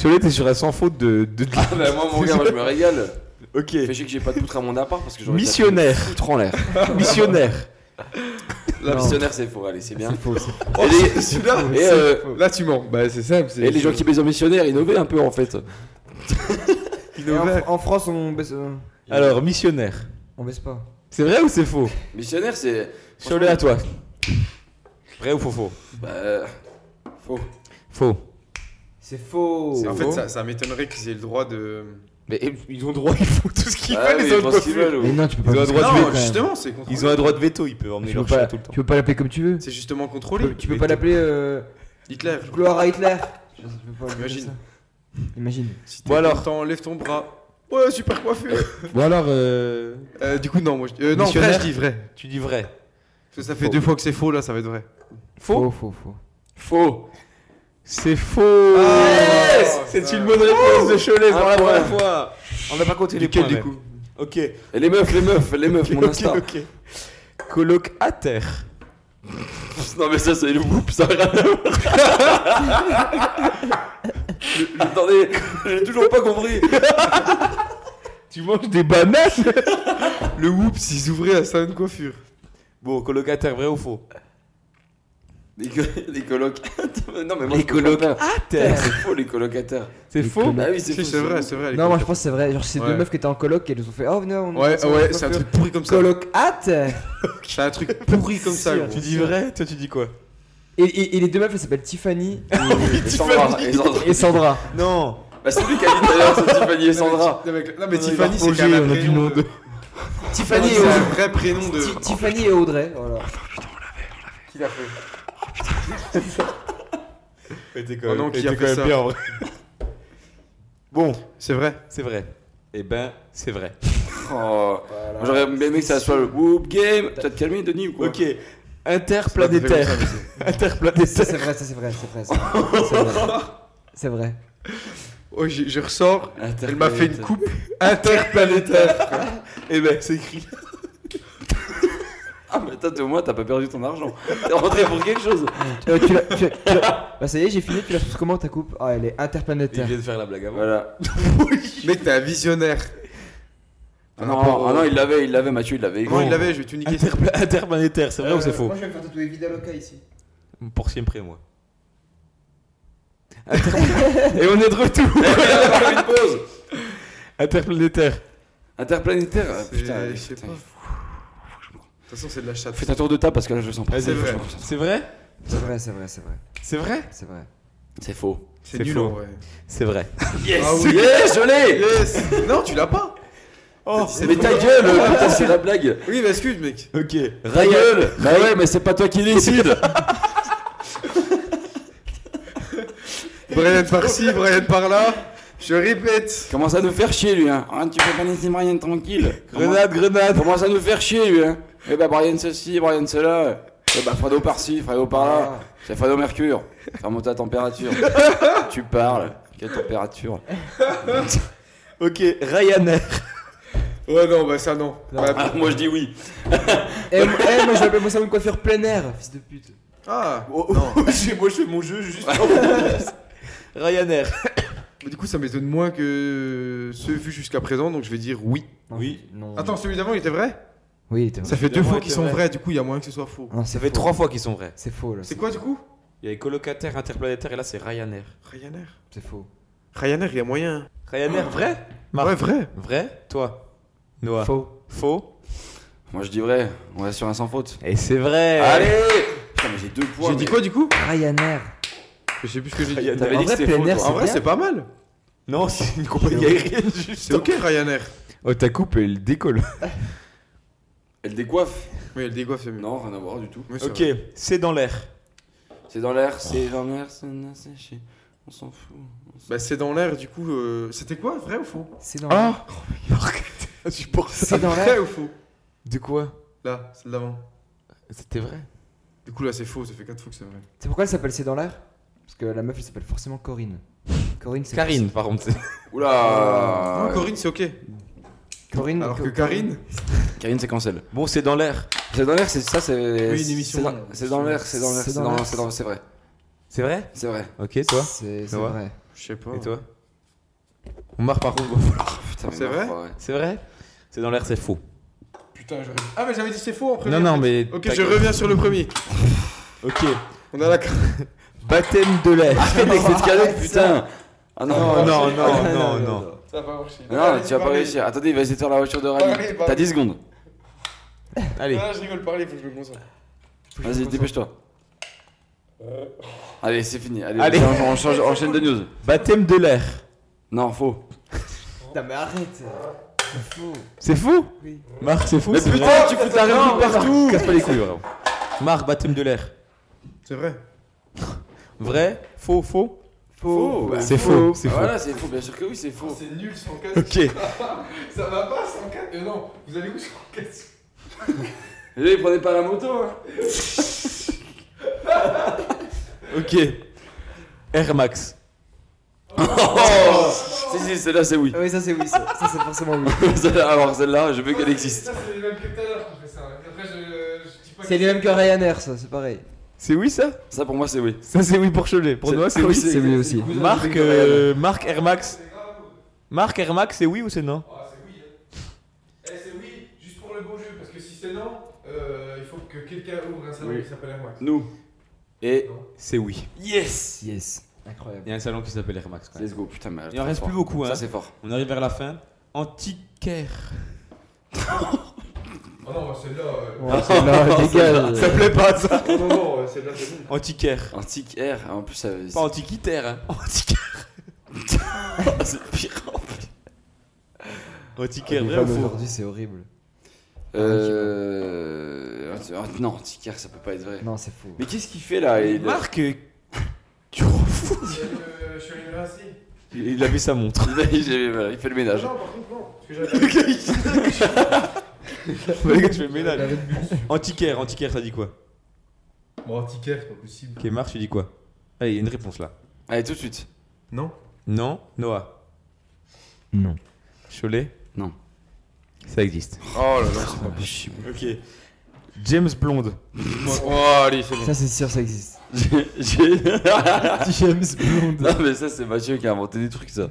[SPEAKER 3] Cholet, t'es sur un sans faute de.
[SPEAKER 4] Ah bah moi, mon gars, moi, je me régale.
[SPEAKER 3] Ok.
[SPEAKER 4] Sachez que j'ai pas de poutre à mon appart parce que j'aurais déjà
[SPEAKER 3] Missionnaire.
[SPEAKER 4] tout foutre en l'air.
[SPEAKER 3] Ah. [LAUGHS] Missionnaire.
[SPEAKER 4] La missionnaire, c'est faux, allez, c'est
[SPEAKER 6] [LAUGHS]
[SPEAKER 4] bien.
[SPEAKER 6] Faux, c'est faux.
[SPEAKER 4] Et les-
[SPEAKER 5] C'est bien.
[SPEAKER 4] Et, euh,
[SPEAKER 5] Là, tu mens. Bah, c'est simple. c'est-
[SPEAKER 4] et les gens qui baisent en missionnaire, innover un peu en fait.
[SPEAKER 6] Et en, en France, on baisse, euh,
[SPEAKER 3] Alors, missionnaire.
[SPEAKER 6] on baisse pas.
[SPEAKER 3] C'est vrai ou c'est faux
[SPEAKER 4] Missionnaire, c'est.
[SPEAKER 3] Cholet à toi. Vrai ou faux faux
[SPEAKER 4] Bah. Faux.
[SPEAKER 3] Faux.
[SPEAKER 6] C'est faux.
[SPEAKER 5] En fait, ça, ça m'étonnerait qu'ils aient le droit de.
[SPEAKER 3] Mais eh, ils ont droit, ils font [LAUGHS] tout ce qu'ils
[SPEAKER 4] Ah oui,
[SPEAKER 5] les
[SPEAKER 4] je
[SPEAKER 5] autres
[SPEAKER 4] pense qu'ils
[SPEAKER 5] coiffures.
[SPEAKER 4] veulent,
[SPEAKER 6] Mais
[SPEAKER 4] ou-
[SPEAKER 6] non, tu
[SPEAKER 7] Ils
[SPEAKER 6] peux
[SPEAKER 7] ont
[SPEAKER 6] pas.
[SPEAKER 7] un droit de
[SPEAKER 6] contrôler
[SPEAKER 5] Non,
[SPEAKER 6] quand même.
[SPEAKER 5] justement, c'est contrôlé.
[SPEAKER 7] Ils ont un droit de veto, ils peuvent emmener
[SPEAKER 6] Tu peux
[SPEAKER 7] leur
[SPEAKER 6] pas-
[SPEAKER 7] chien tout le temps.
[SPEAKER 6] Tu peux pas l'appeler comme tu veux.
[SPEAKER 5] C'est justement
[SPEAKER 6] Tu peux-
[SPEAKER 5] contrôlé.
[SPEAKER 6] Tu peux pas l'appeler euh,
[SPEAKER 5] Hitler, je-
[SPEAKER 6] gloire à Hitler. Tu peux pas l'appeler
[SPEAKER 5] Imagine.
[SPEAKER 6] comme ça. Imagine.
[SPEAKER 5] si
[SPEAKER 3] Bon,
[SPEAKER 5] t'es
[SPEAKER 3] alors.
[SPEAKER 5] content, lève ton bras. Ouais, super coiffure.
[SPEAKER 8] Ou alors, euh,
[SPEAKER 5] Euh, du coup, non, moi je, euh, non, vrai,
[SPEAKER 3] Missionnaire.
[SPEAKER 5] je dis vrai.
[SPEAKER 3] Tu dis vrai.
[SPEAKER 5] Parce que ça fait deux fois que c'est faux, là, ça va être vrai.
[SPEAKER 6] Faux, faux, faux.
[SPEAKER 4] Faux.
[SPEAKER 3] C'est faux
[SPEAKER 5] Yes
[SPEAKER 3] C'est une bonne réponse de Cholet Oh, pour la
[SPEAKER 4] Un
[SPEAKER 3] première fois On n'a pas compté les
[SPEAKER 5] Nickel,
[SPEAKER 3] points,
[SPEAKER 5] du
[SPEAKER 3] mais-
[SPEAKER 5] coup.
[SPEAKER 3] Ok,
[SPEAKER 4] Et les meufs, les meufs, les meufs, mon
[SPEAKER 3] ok,
[SPEAKER 4] instar.
[SPEAKER 3] ok. Colloque à terre.
[SPEAKER 4] Non, mais ça, c'est le groupe, ça a rien à voir. Le- Attendez, j'ai toujours pas compris.
[SPEAKER 3] Tu manges des bananes
[SPEAKER 5] Le whoops, ils ouvraient la salon de coiffure.
[SPEAKER 3] Bon, colloque à terre, vrai ou faux
[SPEAKER 4] Les, co- les colocs. [LAUGHS] non, mais moi,
[SPEAKER 3] Les
[SPEAKER 4] je peux pas
[SPEAKER 3] colocs
[SPEAKER 4] faire.
[SPEAKER 3] À
[SPEAKER 4] Putain, [LAUGHS] C'est faux, les colocataires.
[SPEAKER 3] C'est
[SPEAKER 6] Les
[SPEAKER 3] faux
[SPEAKER 6] colloques.
[SPEAKER 4] Bah oui, c'est
[SPEAKER 5] Si,
[SPEAKER 4] faux.
[SPEAKER 5] c'est vrai, c'est vrai. les
[SPEAKER 6] Non, moi
[SPEAKER 5] coiffures.
[SPEAKER 6] je pense que c'est vrai. Genre, c'est
[SPEAKER 5] Ouais.
[SPEAKER 6] deux meufs qui étaient en coloc et elles nous ont fait Oh, venez, on
[SPEAKER 5] Ouais,
[SPEAKER 6] on-
[SPEAKER 5] ouais,
[SPEAKER 6] on-
[SPEAKER 5] c'est un
[SPEAKER 6] on-
[SPEAKER 5] truc pourri comme ça.
[SPEAKER 6] Coloc hâte
[SPEAKER 5] C'est un truc pourri comme ça, gros.
[SPEAKER 3] Tu dis vrai Toi, tu dis quoi
[SPEAKER 6] et, et- et les deux meufs elles s'appellent Tiffany
[SPEAKER 4] Et Sandra, et Sandra.
[SPEAKER 6] et [LAUGHS] Sandra.
[SPEAKER 3] Non
[SPEAKER 4] Bah, c'est lui qui a dit tout à l'heure, c'est Tiffany et [LAUGHS] Sandra.
[SPEAKER 5] Non, mais, non, mais
[SPEAKER 3] On a
[SPEAKER 5] Tiffany, c'est
[SPEAKER 3] Marc
[SPEAKER 5] quand même
[SPEAKER 3] Roger,
[SPEAKER 5] un
[SPEAKER 3] on a du
[SPEAKER 5] prénom
[SPEAKER 3] nom
[SPEAKER 5] de-
[SPEAKER 6] Tiffany et
[SPEAKER 5] C'est un
[SPEAKER 6] Audrey.
[SPEAKER 5] vrai prénom de.
[SPEAKER 6] Ti- Tiffany et Audrey, voilà.
[SPEAKER 5] Qui l'a fait
[SPEAKER 3] Elle était quand
[SPEAKER 5] Oh
[SPEAKER 3] même,
[SPEAKER 5] non,
[SPEAKER 3] elle
[SPEAKER 5] qui a
[SPEAKER 3] était
[SPEAKER 5] fait
[SPEAKER 3] quand même
[SPEAKER 5] ça
[SPEAKER 3] bien en vrai. Bon,
[SPEAKER 5] C'est vrai.
[SPEAKER 3] c'est vrai. Eh ben, c'est vrai.
[SPEAKER 4] Oh. Moi, J'aurais bien aimé que ça soit le whoop game. Tu vas te calmer, Denis, ou quoi
[SPEAKER 3] Ok.
[SPEAKER 5] Bah,
[SPEAKER 3] Interplanétaire.
[SPEAKER 6] Ça
[SPEAKER 3] Interplanétaire.
[SPEAKER 6] c'est vrai, ça c'est vrai, c'est vrai. c'est vrai, c'est vrai. C'est vrai.
[SPEAKER 5] Oh, je, je ressors.
[SPEAKER 4] Interplanétaire.
[SPEAKER 5] Elle m'a fait une coupe interplanétaire.
[SPEAKER 3] [LAUGHS] Eh ben, c'est écrit.
[SPEAKER 4] Ah, mais toi, t'es- au moins, t'as pas perdu ton argent. T'es rentré pour quelque chose.
[SPEAKER 6] Euh, tu l'as- tu l'as- tu l'as- Bah ça y est, j'ai fini, tu la trouves comment ta coupe Ah, elle est
[SPEAKER 3] Il
[SPEAKER 6] interplanétaire.
[SPEAKER 3] vient de faire la blague avant.
[SPEAKER 4] Voilà.
[SPEAKER 5] Mec, t'es un visionnaire.
[SPEAKER 4] Ah
[SPEAKER 5] Par
[SPEAKER 4] non,
[SPEAKER 5] rapport
[SPEAKER 4] ah
[SPEAKER 5] au-
[SPEAKER 4] non, il l'avait, il l'avait, Mathieu, il l'avait.
[SPEAKER 5] Non,
[SPEAKER 4] [LAUGHS]
[SPEAKER 5] il l'avait, je vais tout niquer.
[SPEAKER 3] Interpla- [LAUGHS] Interplanétaire, c'est vrai ou c'est faux
[SPEAKER 6] je vais me faire tatouer Vidaloka ici.
[SPEAKER 3] Pour siempre, moi. [LAUGHS] Et on est de retour
[SPEAKER 5] [LAUGHS]
[SPEAKER 4] une pause.
[SPEAKER 3] Interplanétaire.
[SPEAKER 4] Interplanétaire. ah,
[SPEAKER 5] C'est-
[SPEAKER 4] Putain,
[SPEAKER 5] je sais
[SPEAKER 4] putain.
[SPEAKER 5] pas. De toute façon, c'est de la chatte.
[SPEAKER 4] Fais un tour de table parce que là, je le sens pas.
[SPEAKER 5] Vas-y,
[SPEAKER 4] Je me
[SPEAKER 5] vrai.
[SPEAKER 4] concentre.
[SPEAKER 3] C'est vrai
[SPEAKER 6] C'est vrai, c'est vrai, c'est vrai.
[SPEAKER 3] C'est vrai
[SPEAKER 6] C'est vrai.
[SPEAKER 4] C'est faux.
[SPEAKER 5] C'est
[SPEAKER 3] c'est
[SPEAKER 5] nul
[SPEAKER 3] faux.
[SPEAKER 5] en vrai.
[SPEAKER 3] C'est vrai.
[SPEAKER 4] Yes,
[SPEAKER 5] Ah oui.
[SPEAKER 4] yes, je l'ai.
[SPEAKER 5] Yes [LAUGHS] Non, tu l'as pas
[SPEAKER 3] Oh,
[SPEAKER 5] C'est
[SPEAKER 4] Mais ta
[SPEAKER 5] faux.
[SPEAKER 4] gueule,
[SPEAKER 5] [LAUGHS]
[SPEAKER 4] putain, c'est la blague.
[SPEAKER 5] Oui, mais excuse, mec.
[SPEAKER 3] ok.
[SPEAKER 4] Ta gueule. Bah ouais, mais c'est pas toi qui décide.
[SPEAKER 5] Brian par-ci, Brian par-là. Je répète.
[SPEAKER 4] Commence à nous faire chier, lui. Hein. Hein, tu peux pas laisser Brian tranquille.
[SPEAKER 3] Grenade, grenade.
[SPEAKER 4] Commence à nous faire chier, lui. Hein. Eh bah, Brian ceci, Brian cela. Eh bah, Fredo par-ci, Fredo
[SPEAKER 6] Ah.
[SPEAKER 4] par-là.
[SPEAKER 5] Ah.
[SPEAKER 4] C'est Fredo Mercure. Faire monter
[SPEAKER 5] [LAUGHS]
[SPEAKER 4] la température. tu parles. Quelle température
[SPEAKER 3] Ok, Ryanair.
[SPEAKER 5] Ouais, non, bah ça, non. Bah,
[SPEAKER 4] Ah, Moi, je dis oui.
[SPEAKER 6] Eh, moi- eh, moi je l'appelle moi ça une coiffure plein air, fils de pute.
[SPEAKER 5] Ah
[SPEAKER 3] J'ai- moi, je fais mon jeu juste pour- Ryanair.
[SPEAKER 5] Mais Du coup, ça m'étonne moins que ceux vus jusqu'à présent, donc je vais dire oui.
[SPEAKER 3] Oui.
[SPEAKER 6] Non.
[SPEAKER 5] Attends, celui d'avant, il était vrai
[SPEAKER 6] Oui, t'es vrai.
[SPEAKER 5] Ça fait deux
[SPEAKER 3] Évidemment,
[SPEAKER 5] fois
[SPEAKER 3] il
[SPEAKER 5] qu'ils
[SPEAKER 3] était
[SPEAKER 5] sont
[SPEAKER 3] vrai.
[SPEAKER 5] vrais, du coup, il y a moyen que ce soit faux.
[SPEAKER 6] Non, c'est
[SPEAKER 3] Ça fait
[SPEAKER 6] faux.
[SPEAKER 3] trois fois qu'ils sont vrais.
[SPEAKER 6] C'est faux là.
[SPEAKER 5] C'est quoi, du coup
[SPEAKER 3] Il y a les colocataires, interplanétaires et là, c'est Ryanair.
[SPEAKER 5] Ryanair.
[SPEAKER 6] C'est faux.
[SPEAKER 5] Ryanair, il y a moyen.
[SPEAKER 3] Ryanair, vrai Marc.
[SPEAKER 5] Ouais, vrai.
[SPEAKER 3] Vrai Toi Noah.
[SPEAKER 6] Faux.
[SPEAKER 3] Faux.
[SPEAKER 4] Moi, je dis vrai. On va sur un sans faute.
[SPEAKER 3] Et c'est vrai.
[SPEAKER 4] Allez Putain, mais j'ai deux points.
[SPEAKER 5] Eh. J'ai dit quoi, du coup
[SPEAKER 6] Ryanair.
[SPEAKER 5] Je sais plus ce que j'ai dit.
[SPEAKER 4] T'avais
[SPEAKER 6] En
[SPEAKER 4] dit que
[SPEAKER 6] vrai,
[SPEAKER 4] c'était faux,
[SPEAKER 6] plein air,
[SPEAKER 4] toi.
[SPEAKER 5] En vrai,
[SPEAKER 6] bien.
[SPEAKER 5] c'est pas mal.
[SPEAKER 3] Non, c'est une compagnie aérienne juste.
[SPEAKER 5] C'est ok, Ryanair.
[SPEAKER 3] Oh, ta coupe, elle décolle.
[SPEAKER 4] Elle décoiffe
[SPEAKER 5] Oui, elle dégoiffe, c'est mieux.
[SPEAKER 4] Non, rien à voir du tout.
[SPEAKER 5] Oui, c'est
[SPEAKER 3] Ok,
[SPEAKER 5] vrai.
[SPEAKER 3] c'est dans l'air.
[SPEAKER 4] C'est dans l'air,
[SPEAKER 5] Ah.
[SPEAKER 4] c'est dans l'air, c'est dans l'air, c'est chier. On s'en fout. on s'en-
[SPEAKER 5] Bah, c'est dans l'air, du coup. euh, C'était quoi, vrai ou faux
[SPEAKER 6] C'est dans l'air.
[SPEAKER 5] Ah
[SPEAKER 4] [LAUGHS]
[SPEAKER 3] Tu penses
[SPEAKER 6] C'est dans
[SPEAKER 5] Vrai
[SPEAKER 6] l'air.
[SPEAKER 5] ou faux
[SPEAKER 3] De quoi
[SPEAKER 5] Là, celle d'avant.
[SPEAKER 3] C'était vrai.
[SPEAKER 5] Du coup, là, c'est faux, ça fait 4 fois que c'est vrai.
[SPEAKER 6] C'est pourquoi elle s'appelle C'est dans l'air Parce que la meuf elle s'appelle forcément Corinne. Corinne, c'est
[SPEAKER 3] Karine, par contre.
[SPEAKER 4] Oula Ah.
[SPEAKER 5] non, Corinne, c'est ok.
[SPEAKER 6] Corinne.
[SPEAKER 5] Alors que
[SPEAKER 6] Co-
[SPEAKER 5] Karine,
[SPEAKER 4] Karine, c'est cancel.
[SPEAKER 3] Bon, c'est dans l'air.
[SPEAKER 4] C'est dans l'air, c'est ça, c'est.
[SPEAKER 5] Oui, une émission.
[SPEAKER 4] c'est dans- C'est dans l'air, c'est dans l'air,
[SPEAKER 6] C'est
[SPEAKER 4] c'est
[SPEAKER 6] dans
[SPEAKER 4] dans l'air,
[SPEAKER 6] l'air.
[SPEAKER 4] c'est dans c'est vrai.
[SPEAKER 3] C'est vrai
[SPEAKER 4] C'est vrai.
[SPEAKER 3] Ok, toi
[SPEAKER 6] C'est c'est
[SPEAKER 3] Noah.
[SPEAKER 6] vrai.
[SPEAKER 5] je sais pas.
[SPEAKER 3] [LAUGHS] Et toi On marre par contre.
[SPEAKER 4] Putain, mais
[SPEAKER 5] C'est
[SPEAKER 4] non,
[SPEAKER 5] vrai
[SPEAKER 4] ouais.
[SPEAKER 3] C'est vrai C'est dans l'air, c'est faux.
[SPEAKER 5] Putain, j'aurais- Ah, mais j'avais dit c'est faux en premier.
[SPEAKER 3] Non, non, mais.
[SPEAKER 5] Ok,
[SPEAKER 3] t'inquiète.
[SPEAKER 5] je reviens sur le premier.
[SPEAKER 3] Ok.
[SPEAKER 5] On a la carte.
[SPEAKER 3] Baptême de l'air. [LAUGHS]
[SPEAKER 4] Arrête avec cette carotte, putain Ah
[SPEAKER 3] Non,
[SPEAKER 4] non, [LAUGHS]
[SPEAKER 3] non, non,
[SPEAKER 4] Ah,
[SPEAKER 3] non, non.
[SPEAKER 5] Ça va marcher.
[SPEAKER 4] Non, non, tu vas pas réussir. Attendez, il va essayer de faire la voiture de rallye.
[SPEAKER 5] Parlez, parlez.
[SPEAKER 4] T'as 10 secondes.
[SPEAKER 3] Allez.
[SPEAKER 5] Ah, je rigole, parler, faut que je me concentre.
[SPEAKER 4] Vas-y, dépêche-toi. Allez, c'est fini. Allez,
[SPEAKER 3] Allez.
[SPEAKER 4] on change- on change, on enchaîne de news.
[SPEAKER 3] Baptême de l'air.
[SPEAKER 4] Non, faux.
[SPEAKER 6] Putain, mais arrête C'est faux
[SPEAKER 3] C'est faux
[SPEAKER 6] Oui.
[SPEAKER 3] Marc, c'est faux
[SPEAKER 4] Mais
[SPEAKER 3] c'est
[SPEAKER 4] putain,
[SPEAKER 3] vrai
[SPEAKER 4] tu fous ta réplique partout
[SPEAKER 3] Casse pas les couilles, vraiment. Marc, baptême de l'air.
[SPEAKER 5] C'est vrai.
[SPEAKER 3] Vrai Faux Faux
[SPEAKER 4] Faux. bah,
[SPEAKER 3] C'est faux, c'est
[SPEAKER 4] Ah,
[SPEAKER 3] faux.
[SPEAKER 4] Voilà, c'est faux, bien sûr que oui, c'est faux.
[SPEAKER 5] C'est nul sans casse.
[SPEAKER 3] Ok.
[SPEAKER 5] Ça va pas sans casse. Euh, non, vous allez où sans casse
[SPEAKER 4] Et là, il prenait pas la moto, hein.
[SPEAKER 3] Ok. Air Max.
[SPEAKER 4] Oh [LAUGHS] Si, si, celle-là, c'est oui. [LAUGHS]
[SPEAKER 6] Ah oui, ça c'est oui, ça, ça, c'est forcément oui.
[SPEAKER 4] Celle-là- Alors, celle-là, je veux qu'elle existe.
[SPEAKER 5] Ça, c'est les mêmes que tout à l'heure qui fait ça. Après, je, je dis pas
[SPEAKER 6] C'est les mêmes que Ryanair, ça, c'est pareil.
[SPEAKER 3] C'est oui ça
[SPEAKER 4] Ça, pour moi, c'est oui.
[SPEAKER 3] Ça c'est oui pour Cholet. Pour Noah c'est oui.
[SPEAKER 6] Ah C'est lui aussi.
[SPEAKER 3] Marc, euh, Marc Air Max. Marc Air Max c'est oui ou c'est non
[SPEAKER 5] Ah, c'est oui. hein. Eh, c'est oui, juste pour le bon jeu, parce que si c'est non, euh, il faut que quelqu'un ouvre un salon
[SPEAKER 4] Oui.
[SPEAKER 5] qui s'appelle Air Max.
[SPEAKER 4] Nous. Et.
[SPEAKER 3] C'est oui.
[SPEAKER 4] Yes
[SPEAKER 6] Yes. Incroyable.
[SPEAKER 3] Il y a un salon qui s'appelle Air Max quand même.
[SPEAKER 4] Let's go, putain, mais.
[SPEAKER 3] Il en
[SPEAKER 4] très
[SPEAKER 3] reste
[SPEAKER 4] fort.
[SPEAKER 3] plus beaucoup hein.
[SPEAKER 4] Ça, c'est fort.
[SPEAKER 3] On arrive vers la fin. Antiquaire.
[SPEAKER 5] Oh non, celle-là. euh,
[SPEAKER 6] Ouais, [LAUGHS] c'est là, dégage.
[SPEAKER 3] Ça plaît pas ça.
[SPEAKER 5] Oh non, non, euh, celle-là, c'est bon.
[SPEAKER 3] Antiquaire.
[SPEAKER 4] Antique Air, en plus, ça.
[SPEAKER 3] Pas antiquitaire hein. Antiquaire. [LAUGHS]
[SPEAKER 4] C'est pire en plus.
[SPEAKER 3] Antiquaire
[SPEAKER 6] Les
[SPEAKER 3] vrai ou
[SPEAKER 6] femmes
[SPEAKER 3] faux
[SPEAKER 6] aujourd'hui, c'est horrible.
[SPEAKER 3] Ah,
[SPEAKER 4] Euh. anti- Non, Antique Air, ça peut pas être vrai.
[SPEAKER 6] Non, c'est faux.
[SPEAKER 4] Mais qu'est-ce qu'il fait là Ah, il,
[SPEAKER 3] Marc euh, tu rends fou.
[SPEAKER 5] Il y a le Shirin Rassi.
[SPEAKER 3] Il avait sa montre.
[SPEAKER 4] [LAUGHS] il- voilà, il fait le
[SPEAKER 5] Ah
[SPEAKER 4] ménage.
[SPEAKER 5] non, par contre, non. Parce que
[SPEAKER 3] [LAUGHS]
[SPEAKER 5] j'avais.
[SPEAKER 3] Je fais [LAUGHS] le ménage. Antiquaire, antiquaire ça dit quoi
[SPEAKER 5] Bon, antiquaire, c'est pas possible.
[SPEAKER 3] Ok Marc tu dis quoi Allez il y a une réponse là.
[SPEAKER 4] Allez, tout de suite.
[SPEAKER 5] Non
[SPEAKER 3] Non Noah.
[SPEAKER 6] Non.
[SPEAKER 3] Cholet
[SPEAKER 4] Non.
[SPEAKER 3] Ça existe.
[SPEAKER 5] Oh là là.
[SPEAKER 4] Ah, je-
[SPEAKER 3] Ok. James Blonde.
[SPEAKER 5] Oh, allez, c'est bon.
[SPEAKER 6] Ça, c'est sûr, ça existe.
[SPEAKER 4] [LAUGHS] j'ai- j'ai-
[SPEAKER 3] Ah.
[SPEAKER 6] [LAUGHS] James Bond.
[SPEAKER 4] non, mais ça, c'est Mathieu qui a inventé des trucs, ça.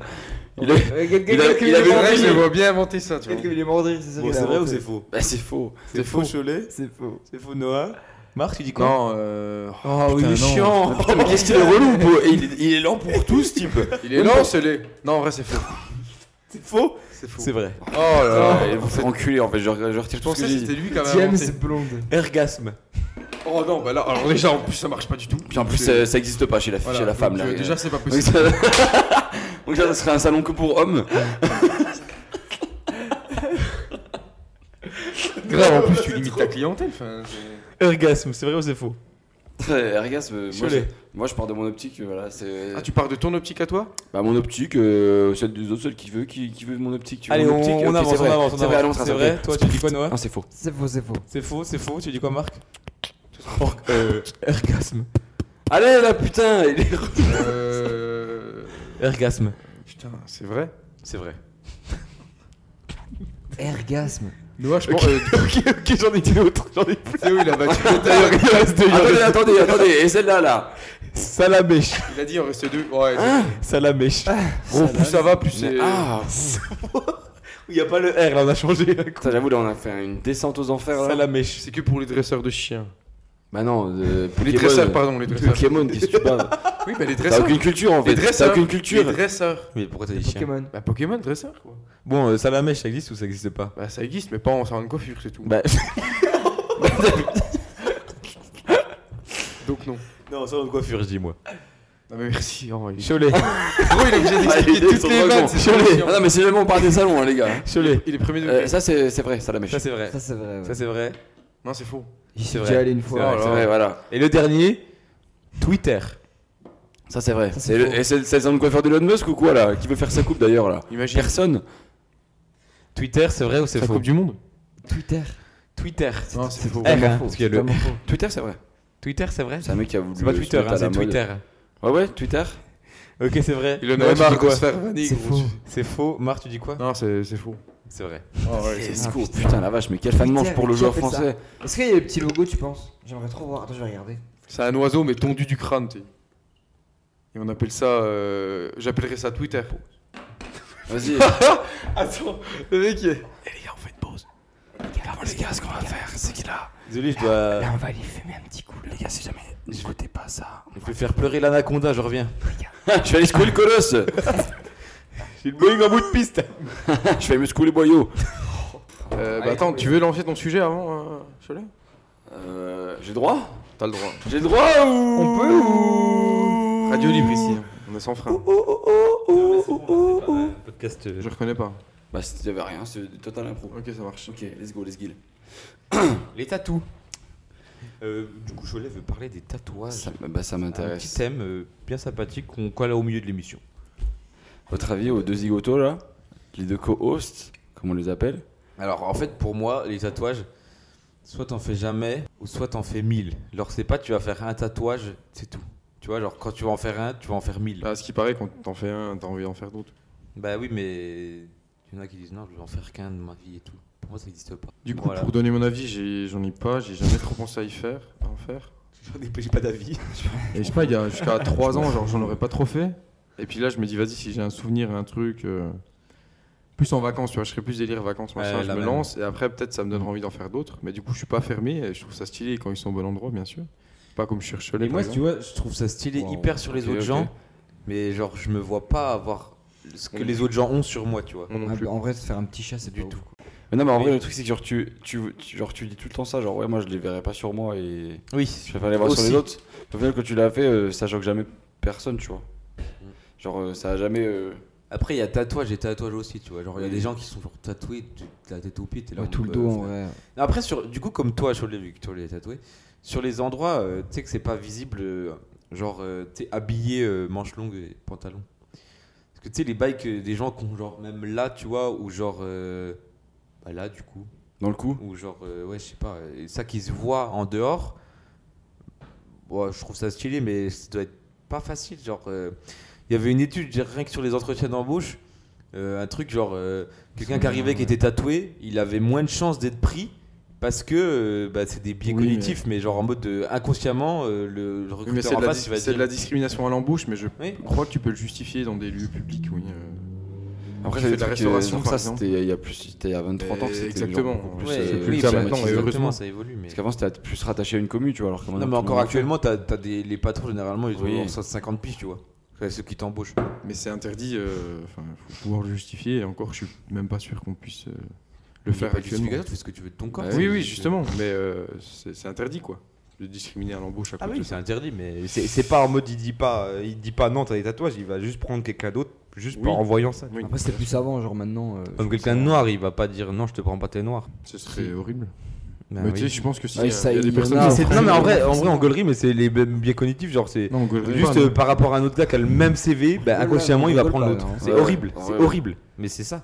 [SPEAKER 4] Il a-
[SPEAKER 6] Euh, Quelqu'un
[SPEAKER 4] Il a-
[SPEAKER 6] quelqu'un
[SPEAKER 4] il
[SPEAKER 6] veut
[SPEAKER 4] avait
[SPEAKER 6] les
[SPEAKER 4] vrai,
[SPEAKER 6] mentir.
[SPEAKER 4] je vois
[SPEAKER 5] bien inventer ça,
[SPEAKER 6] Quelqu'un veut les mentir, c'est sûr.
[SPEAKER 3] Bon,
[SPEAKER 6] qu'il a
[SPEAKER 3] c'est vrai ou
[SPEAKER 6] inventé.
[SPEAKER 3] c'est faux
[SPEAKER 4] Bah, c'est faux.
[SPEAKER 3] C'est faux, Cholet
[SPEAKER 6] C'est faux.
[SPEAKER 3] C'est faux, Noah Marc, tu dis quoi
[SPEAKER 5] Non, euh.
[SPEAKER 3] Oh, oui, il est chiant
[SPEAKER 4] Oh, mais Qu'est-ce qu'il est relou, beau. Et il, est, il est lent pour tout, ce type.
[SPEAKER 5] Il est lent, celui Non, en vrai, c'est faux.
[SPEAKER 3] C'est faux
[SPEAKER 5] C'est faux.
[SPEAKER 3] C'est vrai.
[SPEAKER 5] Oh là là.
[SPEAKER 4] Et vous faites enculer, en fait. Je, je retire
[SPEAKER 5] Je
[SPEAKER 4] tout
[SPEAKER 5] pensais
[SPEAKER 4] ce
[SPEAKER 5] que
[SPEAKER 4] que j'ai dit.
[SPEAKER 5] c'était lui qui avait
[SPEAKER 6] James
[SPEAKER 5] inventé.
[SPEAKER 6] Blonde.
[SPEAKER 3] Ergasme.
[SPEAKER 5] Oh non, bah là, alors déjà, en plus, ça marche pas du tout.
[SPEAKER 4] Puis en plus, euh, ça, ça existe pas chez la,
[SPEAKER 5] Voilà,
[SPEAKER 4] chez la femme,
[SPEAKER 5] donc,
[SPEAKER 4] là.
[SPEAKER 5] euh, Déjà, c'est pas
[SPEAKER 4] Donc,
[SPEAKER 5] possible.
[SPEAKER 4] ça... [LAUGHS] Donc, ça, ça serait un salon que pour hommes.
[SPEAKER 5] Grave, en plus, tu limites ta clientèle. Enfin,
[SPEAKER 3] Ergasme, c'est vrai ou c'est faux
[SPEAKER 4] Euh, Ergas, euh, moi, je,
[SPEAKER 3] Cholet.
[SPEAKER 4] moi, je pars de mon optique. euh, Voilà, c'est.
[SPEAKER 5] ah, tu pars de ton optique à
[SPEAKER 4] [LAUGHS]
[SPEAKER 5] toi
[SPEAKER 4] Bah, mon optique, euh, celle des autres, celle qui veut, qui, qui veut mon optique. Tu veux
[SPEAKER 3] Allez,
[SPEAKER 4] mon
[SPEAKER 3] on,
[SPEAKER 4] optique
[SPEAKER 3] on
[SPEAKER 4] Ok,
[SPEAKER 3] avance,
[SPEAKER 4] c'est vrai.
[SPEAKER 3] on avance, on
[SPEAKER 4] C'est vrai, allons,
[SPEAKER 3] avance.
[SPEAKER 4] on sera
[SPEAKER 3] C'est
[SPEAKER 4] sympa.
[SPEAKER 3] vrai Toi, tu dis quoi, Noah
[SPEAKER 4] Non, c'est faux.
[SPEAKER 6] C'est faux, c'est faux.
[SPEAKER 3] C'est faux, c'est faux. Tu dis quoi, Marc Or- euh, Ergasme.
[SPEAKER 4] Allez là, putain, il est
[SPEAKER 5] Euh.
[SPEAKER 3] Ergasme.
[SPEAKER 5] Putain, c'est vrai
[SPEAKER 3] C'est vrai.
[SPEAKER 6] Ergasme.
[SPEAKER 5] Noah, je pense. [LAUGHS] euh,
[SPEAKER 3] ok, ok, j'en ai dit d'autres. J'en ai plus.
[SPEAKER 5] tu sais où il a [LAUGHS] battu
[SPEAKER 3] D'ailleurs,
[SPEAKER 5] le tailleur
[SPEAKER 3] il
[SPEAKER 4] Ah,
[SPEAKER 3] reste deux. il en
[SPEAKER 4] [LAUGHS] Attendez,
[SPEAKER 3] reste-
[SPEAKER 4] attendez, attendez, et celle-là là
[SPEAKER 3] Salamèche.
[SPEAKER 5] Il a dit, il en reste deux.
[SPEAKER 4] Ah,
[SPEAKER 5] Ouais,
[SPEAKER 3] Ah, Salamèche. Oh,
[SPEAKER 5] gros, plus ça va, plus
[SPEAKER 4] Mais-
[SPEAKER 5] c'est.
[SPEAKER 4] Ah
[SPEAKER 3] Il n'y a pas le R, là, on a changé.
[SPEAKER 4] Putain, j'avoue, là on a fait une descente aux enfers là.
[SPEAKER 3] Salamèche.
[SPEAKER 5] C'est que pour les dresseurs de chiens.
[SPEAKER 4] Bah non, euh, Pokémon.
[SPEAKER 5] Les dresseurs, pardon, les dresseurs.
[SPEAKER 4] Pokémon, qu'est-ce que tu parles
[SPEAKER 5] Oui, bah les
[SPEAKER 4] T'as
[SPEAKER 5] dresseurs.
[SPEAKER 4] aucune culture en fait.
[SPEAKER 5] Les
[SPEAKER 4] T'as
[SPEAKER 5] dresseurs.
[SPEAKER 4] aucune
[SPEAKER 5] Les
[SPEAKER 4] culture.
[SPEAKER 5] dresseurs.
[SPEAKER 3] Mais pourquoi t'as dit chien
[SPEAKER 6] Pokémon.
[SPEAKER 5] Bah Pokémon, dresseur quoi.
[SPEAKER 3] Bon, euh, Salamèche, ça existe ou ça existe pas
[SPEAKER 5] Bah ça existe, mais pas en salon de coiffure, c'est tout.
[SPEAKER 3] Bah,
[SPEAKER 5] Donc non.
[SPEAKER 3] non, salon de coiffure, je dis moi.
[SPEAKER 5] Non Ah, mais merci, en vrai.
[SPEAKER 3] Cholet,
[SPEAKER 5] Gros, il est obligé
[SPEAKER 4] Allez,
[SPEAKER 5] d'expliquer
[SPEAKER 4] ils
[SPEAKER 5] toutes
[SPEAKER 4] sont
[SPEAKER 5] les
[SPEAKER 4] dragons.
[SPEAKER 5] vannes, c'est
[SPEAKER 4] Sur les-
[SPEAKER 5] chiant.
[SPEAKER 4] Ah non, mais c'est jamais on parle des salons, hein, les gars.
[SPEAKER 3] [LAUGHS] Cholet.
[SPEAKER 5] Il est premier de
[SPEAKER 4] Euh, ça c'est c'est vrai, ça la mèche.
[SPEAKER 3] Ça c'est vrai.
[SPEAKER 6] Ça, c'est vrai.
[SPEAKER 3] Ça
[SPEAKER 6] Ouais.
[SPEAKER 3] c'est vrai.
[SPEAKER 5] Non, c'est faux.
[SPEAKER 6] J'y
[SPEAKER 3] c'est
[SPEAKER 6] suis
[SPEAKER 3] vrai.
[SPEAKER 6] déjà allé une
[SPEAKER 3] C'est
[SPEAKER 6] fois.
[SPEAKER 3] vrai.
[SPEAKER 4] Ouais, c'est vrai, voilà.
[SPEAKER 3] Et le dernier, Twitter.
[SPEAKER 4] Ça c'est vrai.
[SPEAKER 6] Ça, c'est
[SPEAKER 4] C'est le-
[SPEAKER 6] faux.
[SPEAKER 4] Et c'est c'est le salon de coiffeur d'Elon Musk ou quoi là Qui veut faire sa coupe d'ailleurs là
[SPEAKER 5] Imagine.
[SPEAKER 4] Personne.
[SPEAKER 3] Twitter, c'est vrai ou c'est
[SPEAKER 5] la
[SPEAKER 3] faux
[SPEAKER 5] Coupe du Monde
[SPEAKER 6] Twitter.
[SPEAKER 3] Twitter.
[SPEAKER 5] Non, c'est
[SPEAKER 4] Eh,
[SPEAKER 5] faux.
[SPEAKER 3] R, hein,
[SPEAKER 6] Totalement faux,
[SPEAKER 3] parce qu'il y a le-
[SPEAKER 6] totalement faux.
[SPEAKER 4] Twitter c'est vrai.
[SPEAKER 3] Twitter, c'est vrai
[SPEAKER 4] C'est un mec qui a voulu.
[SPEAKER 3] C'est pas
[SPEAKER 4] se
[SPEAKER 3] Twitter,
[SPEAKER 4] mettre
[SPEAKER 3] hein,
[SPEAKER 4] à la
[SPEAKER 3] c'est
[SPEAKER 4] mode.
[SPEAKER 3] Twitter.
[SPEAKER 4] Ouais, ouais, Twitter.
[SPEAKER 3] Ok, c'est vrai.
[SPEAKER 5] Eh, Il en
[SPEAKER 3] Ouais,
[SPEAKER 5] a marre
[SPEAKER 3] Marc,
[SPEAKER 5] de
[SPEAKER 3] quoi
[SPEAKER 5] se faire vanner.
[SPEAKER 6] C'est
[SPEAKER 5] gros.
[SPEAKER 6] faux.
[SPEAKER 3] C'est faux. Marc, tu dis quoi
[SPEAKER 5] Non, c'est c'est faux.
[SPEAKER 3] C'est vrai.
[SPEAKER 6] Ah
[SPEAKER 5] Oh, ouais, c'est-
[SPEAKER 4] Let's go. Putain la vache, mais quel fan
[SPEAKER 6] Twitter,
[SPEAKER 4] manche pour le
[SPEAKER 6] qui a
[SPEAKER 4] joueur
[SPEAKER 6] fait ça
[SPEAKER 4] français.
[SPEAKER 6] Est-ce qu'il y a les petits logos, tu penses J'aimerais trop voir. Attends, je vais regarder.
[SPEAKER 5] C'est un oiseau, mais tondu du crâne, tu sais. Et on appelle ça. euh, J'appellerais ça Twitter.
[SPEAKER 4] Vas-y.
[SPEAKER 3] [LAUGHS]
[SPEAKER 5] Attends, le mec il est.
[SPEAKER 4] les gars, on fait une pause. Alors, les gars, ce qu'on va faire, c'est qu'il a.
[SPEAKER 3] Désolé, je dois.
[SPEAKER 4] on
[SPEAKER 6] [LAUGHS]
[SPEAKER 4] va aller fumer un petit coup. Les gars, si jamais n'écoutez pas ça.
[SPEAKER 3] Je vais faire pleurer l'anaconda, je reviens.
[SPEAKER 4] [LAUGHS] je vais aller secouer le colosse.
[SPEAKER 3] [LAUGHS] J'ai le Boeing en bout de piste.
[SPEAKER 4] [LAUGHS] je vais me secouer les boyaux.
[SPEAKER 5] Euh, bah attends, tu veux lancer ton sujet avant, euh, Cholet
[SPEAKER 4] Euh, j'ai le droit
[SPEAKER 5] T'as le droit.
[SPEAKER 4] J'ai le droit ou.
[SPEAKER 5] On peut ou. Radio libre ici, on est sans frein.
[SPEAKER 8] Podcast.
[SPEAKER 5] Je reconnais pas.
[SPEAKER 4] Bah, il y avait rien, c'est du total impro.
[SPEAKER 5] Ok, ça marche.
[SPEAKER 4] Ok, let's go, let's go.
[SPEAKER 3] Les tatous. Euh, du coup, Cholet veut parler des tatouages.
[SPEAKER 4] Ça, bah, ça
[SPEAKER 3] Un petit
[SPEAKER 4] m'intéresse.
[SPEAKER 3] thème euh, bien sympathique qu'on colle au milieu de l'émission.
[SPEAKER 4] Ah, Votre avis aux deux zigotos là Les deux co-hosts, comme on les appelle
[SPEAKER 3] Alors, en fait, pour moi, les tatouages, soit t'en fais jamais, ou soit t'en fais mille. Genre, c'est pas tu vas faire un tatouage, c'est tout. Tu vois, genre, quand tu vas en faire un, tu vas en faire mille.
[SPEAKER 5] Bah, ce qui paraît, quand t'en fais un, t'as envie d'en faire d'autres.
[SPEAKER 3] Bah oui, mais il y en a qui disent non, je vais en faire qu'un de ma vie et tout. Pour moi, ça n'existe pas.
[SPEAKER 5] Du coup,
[SPEAKER 3] Voilà.
[SPEAKER 5] pour donner mon avis, j'ai- j'en ai pas, j'ai jamais trop pensé à y faire, à en faire.
[SPEAKER 3] J'ai pas d'avis.
[SPEAKER 5] Et [LAUGHS] je sais pas, il y a jusqu'à 3 ans, genre j'en aurais pas trop fait. Et puis là, je me dis, vas-y, si j'ai un souvenir, un truc. euh, Plus en vacances, tu vois, je serais plus délire vacances, machin,
[SPEAKER 3] Ouais,
[SPEAKER 5] je
[SPEAKER 3] la
[SPEAKER 5] me
[SPEAKER 3] même.
[SPEAKER 5] lance. Et après, peut-être, ça me donnera envie d'en faire d'autres. Mais du coup, je suis pas fermé et je trouve ça stylé quand ils sont au bon endroit, bien sûr. Pas comme je suis rechelet,
[SPEAKER 8] Mais moi,
[SPEAKER 5] par
[SPEAKER 8] tu
[SPEAKER 5] exemple.
[SPEAKER 8] vois, je trouve ça
[SPEAKER 3] Ça stylé
[SPEAKER 4] Wow.
[SPEAKER 3] hyper sur les
[SPEAKER 4] Ok,
[SPEAKER 3] autres
[SPEAKER 4] ok.
[SPEAKER 3] gens, mais genre, je me vois pas avoir ce que
[SPEAKER 5] Oui.
[SPEAKER 3] les autres gens ont sur moi, tu vois.
[SPEAKER 5] Moi non
[SPEAKER 6] Ah,
[SPEAKER 5] plus.
[SPEAKER 6] bah, En vrai, se faire un petit chat, c'est
[SPEAKER 3] Du
[SPEAKER 6] du tout.
[SPEAKER 3] tout.
[SPEAKER 4] Mais non, mais en vrai, le truc, c'est que genre tu, tu, tu- genre, tu dis tout le temps ça, genre, ouais, moi je les verrai pas sur moi et
[SPEAKER 3] Oui.
[SPEAKER 4] je préfère les voir sur
[SPEAKER 3] Aussi.
[SPEAKER 4] les autres. Au final, quand tu l'as fait, euh, ça choque jamais personne, tu vois. Genre, euh, ça a jamais. euh,
[SPEAKER 3] Après, il y a tatouage et tatouage aussi, tu vois. Genre, il y a
[SPEAKER 4] Oui.
[SPEAKER 3] des gens qui sont genre tatoués, tu- la tête au pied, t'es là.
[SPEAKER 6] Ouais,
[SPEAKER 3] en
[SPEAKER 6] tout le
[SPEAKER 3] mode,
[SPEAKER 6] dos,
[SPEAKER 3] euh,
[SPEAKER 6] en vrai.
[SPEAKER 3] Non, Après, sur, du coup, comme toi, Cholet, vu que toi, les tatoué, sur les endroits, euh, tu sais que c'est pas visible, euh, genre, euh, t'es habillé euh, manches longues et pantalon. Parce que tu sais, les bails que des gens qui ont, genre, même là, tu vois, ou genre, euh, bah là, du coup,
[SPEAKER 4] Dans le coup
[SPEAKER 3] ou genre, euh, ouais, je sais pas, euh, ça qui se voit en dehors, ouais, je trouve ça stylé, mais ça doit être pas facile. Genre, euh, il y avait une étude, je dirais, rien que sur les entretiens d'embauche, euh, un truc genre, euh, quelqu'un qui arrivait qui était tatoué, il avait moins de chances d'être pris. Parce que euh, bah, c'est des biais
[SPEAKER 5] Oui, mais-
[SPEAKER 3] cognitifs, mais... genre en mode de- inconsciemment, euh, le, le
[SPEAKER 5] Oui, Mais
[SPEAKER 3] recruteur
[SPEAKER 5] c'est
[SPEAKER 3] en
[SPEAKER 5] de, la
[SPEAKER 3] face,
[SPEAKER 5] dis-
[SPEAKER 3] il va
[SPEAKER 5] c'est de
[SPEAKER 3] dire.
[SPEAKER 5] la discrimination à l'embauche, mais je
[SPEAKER 3] Oui.
[SPEAKER 5] crois que tu peux le justifier dans des lieux publics, oui. euh.
[SPEAKER 4] Après,
[SPEAKER 5] Tu
[SPEAKER 4] j'avais
[SPEAKER 5] fais de la restauration, par
[SPEAKER 4] euh, ça,
[SPEAKER 5] exemple.
[SPEAKER 4] c'était il y a plus. C'était il y a 23 ans que c'était. genre,
[SPEAKER 5] Exactement.
[SPEAKER 4] beaucoup plus,
[SPEAKER 3] Ouais,
[SPEAKER 4] euh,
[SPEAKER 5] c'est plus
[SPEAKER 3] oui,
[SPEAKER 5] le cas
[SPEAKER 3] bah,
[SPEAKER 5] maintenant,
[SPEAKER 3] exactement,
[SPEAKER 5] et heureusement.
[SPEAKER 3] ça évolue. Mais...
[SPEAKER 4] Parce qu'avant, c'était plus rattaché à une commune, tu vois. Alors que
[SPEAKER 3] Non,
[SPEAKER 4] maintenant,
[SPEAKER 3] mais
[SPEAKER 4] tout le
[SPEAKER 3] encore
[SPEAKER 4] monde le
[SPEAKER 3] actuellement, t'as as des les patrons généralement, ils ont
[SPEAKER 4] Oui.
[SPEAKER 3] 50 piges, tu vois. C'est Ceux qui t'embauchent.
[SPEAKER 5] Mais c'est interdit, euh, enfin, faut pouvoir le justifier. Et encore, je suis même pas sûr qu'on puisse euh, le faire
[SPEAKER 3] pas du
[SPEAKER 5] actuellement.
[SPEAKER 3] discriminateur, tu fais ce que tu veux de ton corps.
[SPEAKER 4] Bah
[SPEAKER 3] tu
[SPEAKER 5] oui,
[SPEAKER 3] sais.
[SPEAKER 5] oui, justement. Mais euh, c'est c'est interdit, quoi, de discriminer à l'embauche à
[SPEAKER 3] Ah
[SPEAKER 5] cause
[SPEAKER 3] oui,
[SPEAKER 5] de
[SPEAKER 3] c'est
[SPEAKER 5] ça.
[SPEAKER 3] interdit, mais c'est
[SPEAKER 7] C'est c'est pas en mode il dit pas, euh, il dit pas non, t'as des tatouages, il va juste prendre quelqu'un d'autre juste
[SPEAKER 5] Oui.
[SPEAKER 7] par en voyant ça.
[SPEAKER 5] Oui,
[SPEAKER 6] Après, c'était plus avant, genre maintenant. euh,
[SPEAKER 3] comme quelqu'un de noir, il va pas dire non, je te prends pas tes noirs.
[SPEAKER 5] ce serait horrible.
[SPEAKER 3] Ben
[SPEAKER 5] mais
[SPEAKER 3] oui.
[SPEAKER 5] tu sais, je pense que si
[SPEAKER 6] Ouais,
[SPEAKER 5] il y a-
[SPEAKER 6] ça,
[SPEAKER 5] il y a
[SPEAKER 6] il
[SPEAKER 5] des
[SPEAKER 6] y en
[SPEAKER 5] personnes.
[SPEAKER 6] a
[SPEAKER 5] qui
[SPEAKER 6] c'est-
[SPEAKER 5] prennent-
[SPEAKER 7] non, mais en vrai, en vrai, en gaulerie, mais c'est les mêmes biais cognitifs, genre c'est
[SPEAKER 5] Non, hein. on gueulerait pas,
[SPEAKER 7] juste
[SPEAKER 5] non.
[SPEAKER 7] euh, par rapport à un autre gars qui a le même CV,
[SPEAKER 3] ben,
[SPEAKER 7] bah,
[SPEAKER 6] Ouais,
[SPEAKER 7] inconsciemment
[SPEAKER 6] ouais,
[SPEAKER 7] il va
[SPEAKER 6] on
[SPEAKER 7] prendre
[SPEAKER 6] rigole pas,
[SPEAKER 7] l'autre.
[SPEAKER 6] hein.
[SPEAKER 7] C'est
[SPEAKER 4] Ouais.
[SPEAKER 7] horrible,
[SPEAKER 4] Ouais,
[SPEAKER 7] c'est
[SPEAKER 4] ouais.
[SPEAKER 7] horrible.
[SPEAKER 3] Mais c'est ça.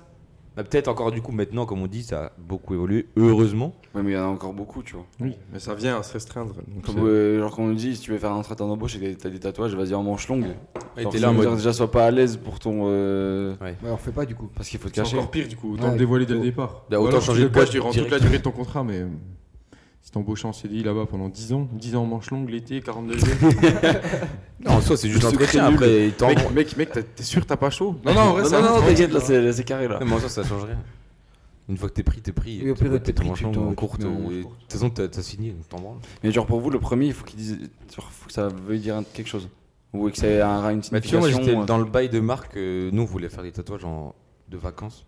[SPEAKER 3] Bah, Peut-être encore du coup maintenant, comme on dit, ça a beaucoup évolué, heureusement.
[SPEAKER 4] Ouais, mais il y en a encore beaucoup, tu vois.
[SPEAKER 5] Oui, mais ça vient à se restreindre. donc
[SPEAKER 4] Comme,
[SPEAKER 5] c'est-
[SPEAKER 4] euh, genre, quand on nous dit, si tu veux faire un entretien d'embauche et que t'as des tatouages, vas-y en manche longue.
[SPEAKER 3] Et
[SPEAKER 4] Alors,
[SPEAKER 3] t'es
[SPEAKER 4] ça
[SPEAKER 3] là en
[SPEAKER 4] veut dire
[SPEAKER 3] mode.
[SPEAKER 4] déjà sois pas à l'aise pour ton. euh,
[SPEAKER 6] Ouais, on fait pas du coup.
[SPEAKER 4] Parce qu'il faut te
[SPEAKER 5] C'est
[SPEAKER 4] cacher.
[SPEAKER 5] encore pire, du coup. Autant
[SPEAKER 6] Ouais,
[SPEAKER 5] le dévoiler dès le
[SPEAKER 6] plutôt.
[SPEAKER 5] départ.
[SPEAKER 3] Bah,
[SPEAKER 5] Ou
[SPEAKER 3] autant
[SPEAKER 5] alors, tu
[SPEAKER 3] changer
[SPEAKER 5] le
[SPEAKER 3] de
[SPEAKER 5] caches
[SPEAKER 3] boîte
[SPEAKER 5] durant toute la
[SPEAKER 3] direct.
[SPEAKER 5] durée de ton contrat, mais. euh, Si t'es embauché en CDI là-bas pendant 10 ans, 10 ans en manche longue, l'été, 42 degrés.
[SPEAKER 3] Non, en soi, c'est juste
[SPEAKER 4] Le secret
[SPEAKER 3] l'entretien
[SPEAKER 4] nul.
[SPEAKER 3] après. il t'en-
[SPEAKER 5] mec, mec, mec, t'as- t'es sûr, t'as pas chaud Non, non, en vrai,
[SPEAKER 4] Non,
[SPEAKER 5] c'est
[SPEAKER 4] non,
[SPEAKER 5] un-
[SPEAKER 4] non, t'inquiète, là, c'est c'est carré, là.
[SPEAKER 3] Non, mais en soi, ça change rien. Une fois que t'es pris, t'es pris.
[SPEAKER 6] Oui, au pire, t'es pris, tu
[SPEAKER 3] franchement,
[SPEAKER 6] t'en-
[SPEAKER 3] en courte.
[SPEAKER 6] tu te mets en
[SPEAKER 3] ou- De toute façon, t'as t'as signé, donc t'en branles.
[SPEAKER 4] Mais genre, pour vous, le premier, il faut qu'il dise. genre, faut que ça veuille dire un- quelque chose. Ou que c'est un, une
[SPEAKER 3] Bah, tu vois, moi j'étais
[SPEAKER 4] signification. euh,
[SPEAKER 3] dans le bail de marque. euh, nous, on voulait faire des tatouages en, de vacances.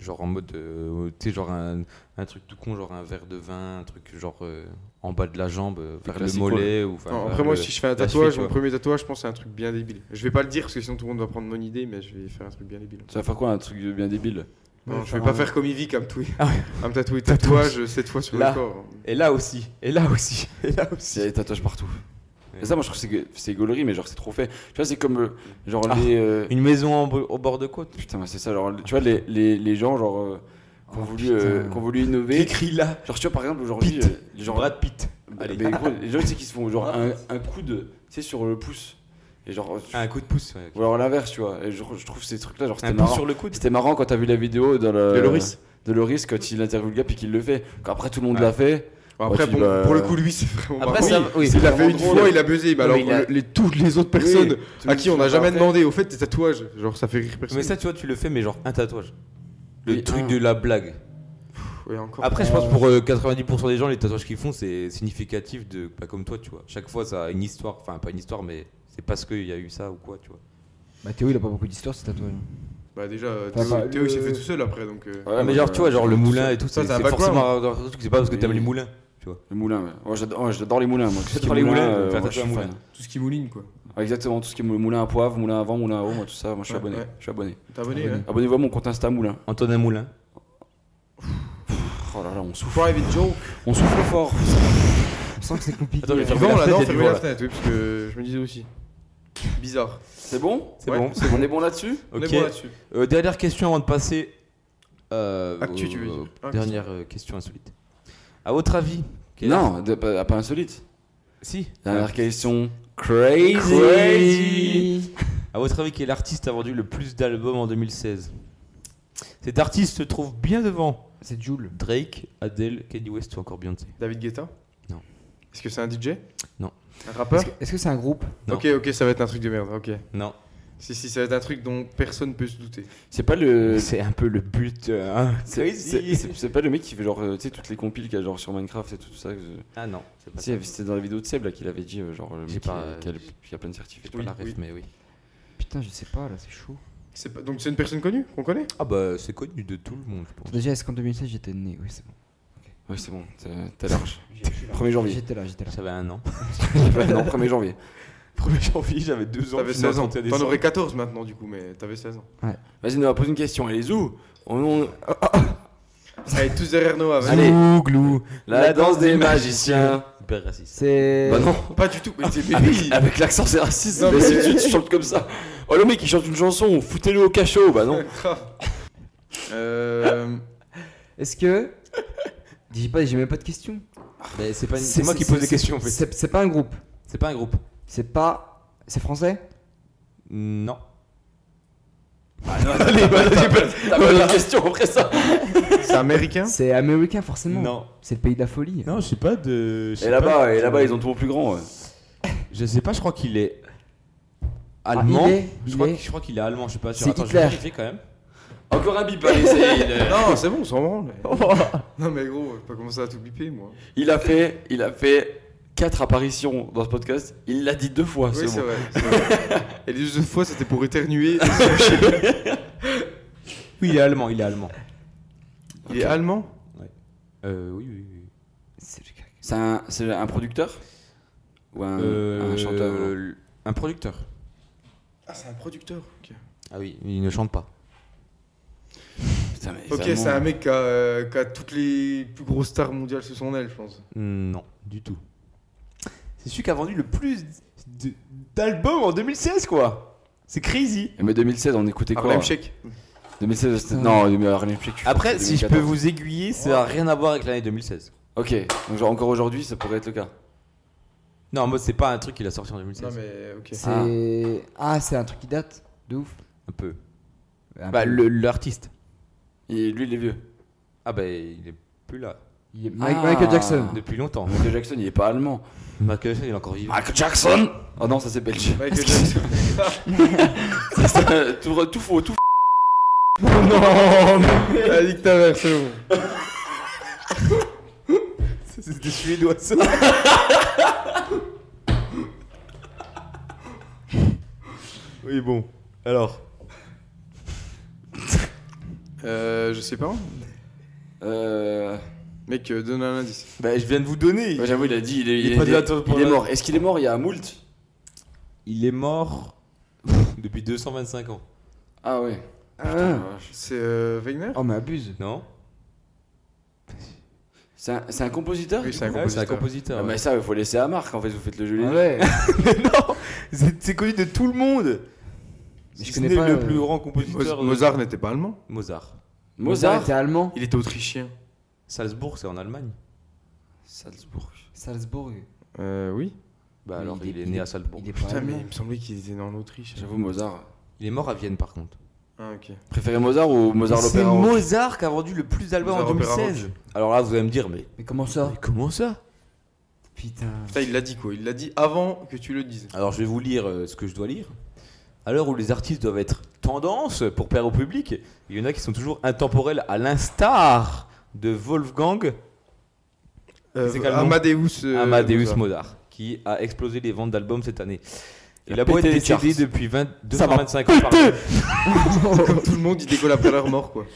[SPEAKER 3] Genre en mode. euh, tu sais, genre un, un truc tout con, genre un verre de vin, un truc genre euh, en bas de la jambe, euh, vers le
[SPEAKER 4] classiques,
[SPEAKER 3] mollet. Ou, enfin,
[SPEAKER 5] Non,
[SPEAKER 3] vers
[SPEAKER 5] après, moi,
[SPEAKER 3] le-
[SPEAKER 5] si je fais un
[SPEAKER 3] la
[SPEAKER 5] tatouage,
[SPEAKER 3] cheville,
[SPEAKER 5] mon
[SPEAKER 3] quoi.
[SPEAKER 5] premier tatouage, je pense que c'est un truc bien débile. Je vais pas le dire parce que sinon tout le monde va prendre mon idée, mais je vais faire un truc bien débile.
[SPEAKER 4] Tu vas euh. faire quoi, un truc de bien débile
[SPEAKER 5] Non,
[SPEAKER 6] Ouais,
[SPEAKER 5] je vais
[SPEAKER 6] faire
[SPEAKER 5] pas
[SPEAKER 6] un-
[SPEAKER 5] faire comme Yvick à me touiller.
[SPEAKER 3] Ah
[SPEAKER 5] À me tatouer tatouage cette fois sur
[SPEAKER 3] Là.
[SPEAKER 5] le corps.
[SPEAKER 3] Et là aussi, et là aussi, [LAUGHS] et là
[SPEAKER 4] Il y a
[SPEAKER 3] aussi.
[SPEAKER 4] des tatouages partout.
[SPEAKER 3] Ouais.
[SPEAKER 4] Et ça, moi, je trouve que c'est- c'est gaulerie, mais genre, c'est trop fait. Tu vois, c'est comme. euh, genre,
[SPEAKER 3] Ah.
[SPEAKER 4] les. euh,
[SPEAKER 3] Une maison en bo- au bord de côte.
[SPEAKER 4] Putain, mais c'est ça, genre, tu vois, les, les, les gens, genre, euh, qui ont voulu, euh,
[SPEAKER 6] putain.
[SPEAKER 4] qui ont voulu
[SPEAKER 3] J'ai
[SPEAKER 4] innover.
[SPEAKER 3] Écrit là,
[SPEAKER 4] Genre, tu vois, par exemple, aujourd'hui,
[SPEAKER 3] Pete.
[SPEAKER 4] euh, les gens,
[SPEAKER 3] Brad Pitt.
[SPEAKER 4] bah,
[SPEAKER 3] Allez.
[SPEAKER 4] mais gros, les gens, tu sais, qui se font genre un, un coude, tu sais, sur le pouce. Et genre, tu-
[SPEAKER 3] Ah, Un coup de pouce. ouais.
[SPEAKER 4] ou alors l'inverse, tu vois. Et genre, je trouve ces trucs-là, genre, c'était
[SPEAKER 3] Un pouce
[SPEAKER 4] marrant.
[SPEAKER 3] sur le coude.
[SPEAKER 4] C'était marrant quand t'as vu la vidéo de, le-
[SPEAKER 5] De Loris.
[SPEAKER 4] de Loris, quand il interviewe le gars, puis qu'il le fait. Après, tout le monde
[SPEAKER 3] Ouais.
[SPEAKER 4] l'a fait.
[SPEAKER 5] Bon,
[SPEAKER 4] Moi,
[SPEAKER 5] après,
[SPEAKER 4] tu
[SPEAKER 5] bon,
[SPEAKER 4] vas-
[SPEAKER 5] pour le coup, lui, c'est vraiment.
[SPEAKER 4] Après,
[SPEAKER 5] marrant.
[SPEAKER 4] ça-
[SPEAKER 5] Bah, Oui,
[SPEAKER 4] oui,
[SPEAKER 5] s'il
[SPEAKER 4] c'est
[SPEAKER 5] l'a fait
[SPEAKER 4] vraiment
[SPEAKER 5] une
[SPEAKER 4] drôle.
[SPEAKER 5] fois, il a buzzé. Mais alors,
[SPEAKER 4] il a-
[SPEAKER 5] le- les, toutes les autres personnes à qui on n'a jamais
[SPEAKER 4] fait.
[SPEAKER 5] demandé, au fait, tes tatouages. Genre, ça fait rire personne.
[SPEAKER 3] Mais ça, tu vois, tu le fais, mais genre un tatouage. Le
[SPEAKER 4] Oui,
[SPEAKER 3] truc
[SPEAKER 4] un.
[SPEAKER 3] de la blague.
[SPEAKER 5] Ouais, encore.
[SPEAKER 3] Après, je pense pour euh, 90% des gens, les tatouages qu'ils font, c'est significatif de. Pas comme toi, tu vois. Chaque fois, ça a une histoire. Enfin, pas une histoire, mais c'est parce qu'il y a eu ça ou quoi, tu vois.
[SPEAKER 6] Bah, Théo, il a pas beaucoup d'histoire, c'est tatouage.
[SPEAKER 5] Bah, déjà, euh,
[SPEAKER 6] Enfin, bah,
[SPEAKER 5] Théo, Théo, il s'est
[SPEAKER 6] le-
[SPEAKER 5] fait tout seul après, donc. euh,
[SPEAKER 4] Ouais,
[SPEAKER 3] mais
[SPEAKER 4] moi,
[SPEAKER 3] genre,
[SPEAKER 4] je-
[SPEAKER 3] tu vois, genre le moulin et tout,
[SPEAKER 5] Ça,
[SPEAKER 3] c'est
[SPEAKER 5] c'est un
[SPEAKER 3] c'est
[SPEAKER 5] background.
[SPEAKER 3] forcément un
[SPEAKER 5] hein.
[SPEAKER 3] un truc. C'est pas parce que t'aimes
[SPEAKER 4] Oui.
[SPEAKER 3] les moulins.
[SPEAKER 4] Le moulin, ouais. Ouais, j'adore, ouais, j'adore les moulins, moi. Tout ce qui
[SPEAKER 3] J'adore
[SPEAKER 4] est
[SPEAKER 3] les
[SPEAKER 4] moulin,
[SPEAKER 3] moulins,
[SPEAKER 4] euh,
[SPEAKER 3] faire
[SPEAKER 4] moi, je suis
[SPEAKER 3] tatouer un
[SPEAKER 4] fan.
[SPEAKER 3] moulin.
[SPEAKER 8] Tout ce qui mouline, quoi.
[SPEAKER 4] Ouais, Exactement, tout ce qui est moulin à poivre, moulin à vent, moulin à eau, moi, tout ça, moi, je suis
[SPEAKER 5] Ouais,
[SPEAKER 4] abonné.
[SPEAKER 5] ouais.
[SPEAKER 4] Je suis abonné.
[SPEAKER 5] T'es abonné, hein
[SPEAKER 4] Abonnez-vous à mon compte Insta Moulin.
[SPEAKER 3] Antonin Moulin.
[SPEAKER 4] Oh là là, on souffle.
[SPEAKER 5] Private joke.
[SPEAKER 4] On souffle fort.
[SPEAKER 6] On sent que c'est compliqué.
[SPEAKER 3] Attends, je vais faire
[SPEAKER 5] Vivant,
[SPEAKER 3] la
[SPEAKER 5] là,
[SPEAKER 3] fenêtre,
[SPEAKER 5] non,
[SPEAKER 3] il y a du
[SPEAKER 5] fermez
[SPEAKER 3] vent,
[SPEAKER 5] la
[SPEAKER 3] là.
[SPEAKER 5] fenêtre, oui, parce que je me disais aussi. Bizarre.
[SPEAKER 4] C'est bon
[SPEAKER 3] C'est
[SPEAKER 5] Ouais.
[SPEAKER 3] bon.
[SPEAKER 4] On est bon là-dessus
[SPEAKER 5] On
[SPEAKER 3] Ok.
[SPEAKER 5] est bon là-dessus.
[SPEAKER 3] Euh, dernière question avant de passer. euh,
[SPEAKER 5] Actu,
[SPEAKER 3] au-
[SPEAKER 5] tu veux dire. Ah,
[SPEAKER 3] Dernière euh, question insolite. À votre avis quel-
[SPEAKER 4] Non, de- pas, pas insolite.
[SPEAKER 3] Si.
[SPEAKER 5] Ah,
[SPEAKER 4] Dernière question. Ah. Crazy.
[SPEAKER 3] À votre avis, quel artiste a vendu le plus d'albums en 2016 Cet artiste se trouve bien devant
[SPEAKER 6] C'est Jules.
[SPEAKER 3] Drake, Adele, Kanye West ou encore Beyoncé.
[SPEAKER 5] David Guetta
[SPEAKER 3] Non.
[SPEAKER 5] Est-ce que c'est un DJ
[SPEAKER 3] Non.
[SPEAKER 5] Un rappeur
[SPEAKER 6] Est-ce que c'est un groupe
[SPEAKER 3] Non.
[SPEAKER 5] Ok, ok, ça va être un truc de merde, ok.
[SPEAKER 3] Non.
[SPEAKER 5] Si, si, ça va être un truc dont personne peut se douter.
[SPEAKER 4] C'est pas le.
[SPEAKER 3] Euh, C'est un peu le but. euh, hein.
[SPEAKER 4] C'est c'est-
[SPEAKER 3] Crazy.
[SPEAKER 4] c'est- c'est pas le mec qui fait genre, euh, tu sais, toutes les compiles qu'il y a genre sur Minecraft et tout, tout ça. que-
[SPEAKER 3] Ah non. c'est pas
[SPEAKER 4] Tu sais, c'était dans la vidéo de Seb là qu'il avait dit, euh, genre, le
[SPEAKER 3] J'ai
[SPEAKER 4] mec
[SPEAKER 3] pas,
[SPEAKER 4] qui-
[SPEAKER 3] euh,
[SPEAKER 4] qui a, le- qui a plein de certificats.
[SPEAKER 3] ça. Pas la ref,
[SPEAKER 5] oui.
[SPEAKER 3] mais oui.
[SPEAKER 6] Putain, je sais pas, là, c'est chaud.
[SPEAKER 5] C'est pas- Donc c'est une personne connue qu'on connaît
[SPEAKER 3] Ah bah c'est connu de tout le monde, je pense.
[SPEAKER 6] Déjà, est-ce qu'en 2016 j'étais né Oui, c'est bon.
[SPEAKER 4] Ouais, c'est bon, t'es t'es large. 1er janvier.
[SPEAKER 6] J'étais là, j'étais là.
[SPEAKER 3] J'avais un an.
[SPEAKER 4] [LAUGHS] non, 1er janvier.
[SPEAKER 3] 1er janvier, j'avais 2
[SPEAKER 5] T'avais 16 ans. T'en aurais 14 maintenant, du coup, mais t'avais 16 ans.
[SPEAKER 4] Vas-y, Noah, pose une question. Et les où on, on-
[SPEAKER 5] Allez, tous derrière Noah, vas-y.
[SPEAKER 4] Allez.
[SPEAKER 3] glou.
[SPEAKER 4] Ah, La, danse des magiciens.
[SPEAKER 3] Hyper raciste.
[SPEAKER 6] C'est.
[SPEAKER 4] Bah [LAUGHS] non,
[SPEAKER 5] Pas du tout, mais t'es
[SPEAKER 4] avec,
[SPEAKER 5] baby
[SPEAKER 4] avec l'accent c'est raciste.
[SPEAKER 5] Non,
[SPEAKER 4] mais
[SPEAKER 5] mais-
[SPEAKER 4] si tu, tu chantes comme ça. Oh le mec il chante une chanson, foutez-le au cachot. Bah [LAUGHS] non.
[SPEAKER 5] Grave. [LAUGHS] Euh.
[SPEAKER 6] Est-ce que. J'ai pas, j'ai même pas de questions.
[SPEAKER 3] c'est pas une- c'est moi qui pose des questions en fait.
[SPEAKER 6] C'est c'est pas un groupe.
[SPEAKER 3] C'est pas un groupe.
[SPEAKER 6] C'est pas. C'est français
[SPEAKER 3] Non.
[SPEAKER 4] Allez, bah, t'as pas- t'as pas d'autres questions après ça.
[SPEAKER 5] C'est américain
[SPEAKER 6] C'est américain, forcément.
[SPEAKER 3] Non.
[SPEAKER 6] C'est le pays de la folie.
[SPEAKER 8] Non, je sais pas de. je sais
[SPEAKER 4] Et
[SPEAKER 8] pas.
[SPEAKER 4] là-bas, et là-bas ils ont tout au plus grand. ouais.
[SPEAKER 3] Je sais pas, je crois qu'il est
[SPEAKER 6] Ah,
[SPEAKER 3] allemand.
[SPEAKER 6] il est-
[SPEAKER 3] je,
[SPEAKER 6] il
[SPEAKER 3] crois
[SPEAKER 6] est-
[SPEAKER 3] qu'il- je crois qu'il est allemand, je suis pas sûr.
[SPEAKER 6] C'est
[SPEAKER 3] Attends, je
[SPEAKER 6] Hitler.
[SPEAKER 3] vais vérifier quand même.
[SPEAKER 4] Encore un bip, allez, c'est- il, euh,
[SPEAKER 5] Non, c'est bon, on s'en branle. non, mais gros, je peux commencer à tout biper, moi.
[SPEAKER 4] il a fait, il a fait quatre apparitions dans ce podcast. Il l'a dit deux fois.
[SPEAKER 5] Oui,
[SPEAKER 4] c'est
[SPEAKER 5] c'est
[SPEAKER 4] bon.
[SPEAKER 5] vrai. c'est vrai. Et les deux autres fois, c'était pour éternuer.
[SPEAKER 3] Oui, il est allemand, il est allemand.
[SPEAKER 5] Il est allemand
[SPEAKER 3] Euh, oui, oui, oui.
[SPEAKER 6] C'est le gars.
[SPEAKER 4] C'est un, c'est un producteur ou un, un chanteur. non
[SPEAKER 3] euh, Un producteur.
[SPEAKER 5] Ah, c'est un producteur. Ok,
[SPEAKER 3] Ah oui, il ne chante pas.
[SPEAKER 4] Putain, mais
[SPEAKER 5] Ok,
[SPEAKER 4] vraiment.
[SPEAKER 5] c'est un mec qui a, euh, qui a toutes les plus grosses stars mondiales sous son aile, je pense.
[SPEAKER 3] Non, du tout. C'est celui qui a vendu le plus de- d'albums en 2016, quoi. C'est crazy.
[SPEAKER 4] Mais 2016, on écoutait quoi
[SPEAKER 5] Harlem Shake.
[SPEAKER 4] 2016, c'était- non, mais Harlem Shake. tu-
[SPEAKER 3] Après,
[SPEAKER 4] c'était
[SPEAKER 3] si je peux
[SPEAKER 4] 2014.
[SPEAKER 3] vous aiguiller, ça n'a rien à voir avec l'année 2016.
[SPEAKER 4] Ok, donc genre encore aujourd'hui, ça pourrait être le cas.
[SPEAKER 3] Non, moi, c'est pas un truc qu'il a sorti en 2016.
[SPEAKER 5] Non, mais euh, ok.
[SPEAKER 6] C'est. Ah, c'est un truc qui date De ouf. Ah,
[SPEAKER 3] Un peu.
[SPEAKER 6] Un
[SPEAKER 3] Bah,
[SPEAKER 6] peu.
[SPEAKER 3] le- l'artiste.
[SPEAKER 4] Et lui, il est vieux.
[SPEAKER 3] Ah, bah, il est plus là.
[SPEAKER 6] Il est- Mike-
[SPEAKER 4] Ah.
[SPEAKER 6] Michael Jackson.
[SPEAKER 4] Ah.
[SPEAKER 3] Depuis longtemps.
[SPEAKER 4] Michael Jackson, il est pas allemand.
[SPEAKER 3] Michael Jackson, il est encore vivant.
[SPEAKER 4] Michael Jackson Oh non, ça c'est belge.
[SPEAKER 5] [LAUGHS] Michael
[SPEAKER 4] [LAUGHS]
[SPEAKER 5] Jackson.
[SPEAKER 4] Ça, c'est- tout, tout faux, tout faux.
[SPEAKER 5] Allez, nique ta mère, c'est bon.
[SPEAKER 3] C'est des Suédois, ça. oui, bon. Alors.
[SPEAKER 5] Euh, je sais pas.
[SPEAKER 4] Euh,
[SPEAKER 5] Mec, euh, donne un indice.
[SPEAKER 3] Bah, je viens de vous donner.
[SPEAKER 4] ouais, J'avoue, il a dit, il est,
[SPEAKER 3] Il est
[SPEAKER 4] il est-
[SPEAKER 3] pas
[SPEAKER 4] il
[SPEAKER 3] de la
[SPEAKER 4] est-
[SPEAKER 3] tour
[SPEAKER 4] il
[SPEAKER 3] pour
[SPEAKER 4] est
[SPEAKER 3] la-
[SPEAKER 4] mort. Est-ce qu'il est mort il y a un moult
[SPEAKER 3] Il est mort depuis 225 ans.
[SPEAKER 4] Ah ouais.
[SPEAKER 6] Ah.
[SPEAKER 5] C'est euh, Wagner
[SPEAKER 6] Oh, mais abuse.
[SPEAKER 3] Non
[SPEAKER 4] C'est un, c'est un compositeur
[SPEAKER 5] Oui,
[SPEAKER 4] du
[SPEAKER 5] c'est un
[SPEAKER 4] coup
[SPEAKER 3] Ouais, C'est un
[SPEAKER 5] compositeur.
[SPEAKER 4] Ah,
[SPEAKER 3] compositeur. ouais.
[SPEAKER 4] mais ça, il faut laisser à Marc en fait, vous faites le jeu les deux.
[SPEAKER 6] Ouais.
[SPEAKER 3] [LAUGHS] non C'est c'est connu de tout le monde
[SPEAKER 6] Mais
[SPEAKER 3] Si
[SPEAKER 6] je
[SPEAKER 3] ce
[SPEAKER 6] connais
[SPEAKER 3] n'est
[SPEAKER 6] pas,
[SPEAKER 3] le
[SPEAKER 6] euh,
[SPEAKER 3] plus grand
[SPEAKER 5] Mo-
[SPEAKER 3] compositeur. de-
[SPEAKER 5] Mozart n'était pas allemand.
[SPEAKER 3] Mozart.
[SPEAKER 4] Mozart
[SPEAKER 6] était allemand.
[SPEAKER 5] Il était autrichien.
[SPEAKER 3] Salzbourg, c'est en Allemagne.
[SPEAKER 4] Salzbourg.
[SPEAKER 6] Salzbourg.
[SPEAKER 5] Euh, oui.
[SPEAKER 3] Bah
[SPEAKER 6] Mais
[SPEAKER 3] alors,
[SPEAKER 6] il
[SPEAKER 3] il,
[SPEAKER 6] est-
[SPEAKER 3] est
[SPEAKER 6] il
[SPEAKER 3] né
[SPEAKER 6] est-
[SPEAKER 3] à Salzbourg.
[SPEAKER 6] Il est pas
[SPEAKER 5] Putain, mais
[SPEAKER 6] allemand.
[SPEAKER 5] il me semblait qu'il était né en Autriche.
[SPEAKER 4] J'avoue, Mozart.
[SPEAKER 3] Il est mort à Vienne par contre.
[SPEAKER 5] Ah, ok.
[SPEAKER 4] Préférez Mozart ou Mozart
[SPEAKER 3] C'est
[SPEAKER 4] l'opéra rock
[SPEAKER 3] Mozart qui a vendu le plus d'albums en
[SPEAKER 5] Mozart Opéra
[SPEAKER 3] 2016.
[SPEAKER 4] Alors là, vous allez me dire, mais
[SPEAKER 6] Mais comment ça
[SPEAKER 3] Mais comment ça
[SPEAKER 6] Putain.
[SPEAKER 5] Putain, il l'a dit quoi Il l'a dit avant que tu le dises.
[SPEAKER 4] Alors je vais vous lire euh, ce que je dois lire. À l'heure où les artistes doivent être tendance pour plaire au public,
[SPEAKER 3] Il y en a qui sont toujours intemporels, à l'instar de Wolfgang
[SPEAKER 5] Euh,
[SPEAKER 3] C'est calme.
[SPEAKER 5] Amadeus. euh,
[SPEAKER 3] Amadeus
[SPEAKER 5] Mozart.
[SPEAKER 3] Mozart, qui a explosé les ventes d'albums cette année. Il
[SPEAKER 4] Il a
[SPEAKER 3] a beau être
[SPEAKER 4] pété les
[SPEAKER 3] décédé
[SPEAKER 4] charts.
[SPEAKER 3] depuis 20,
[SPEAKER 4] Ça va
[SPEAKER 3] 225 ans. pardon.
[SPEAKER 5] Comme tout le monde, il décolle après leur mort
[SPEAKER 4] Euh,
[SPEAKER 5] quoi.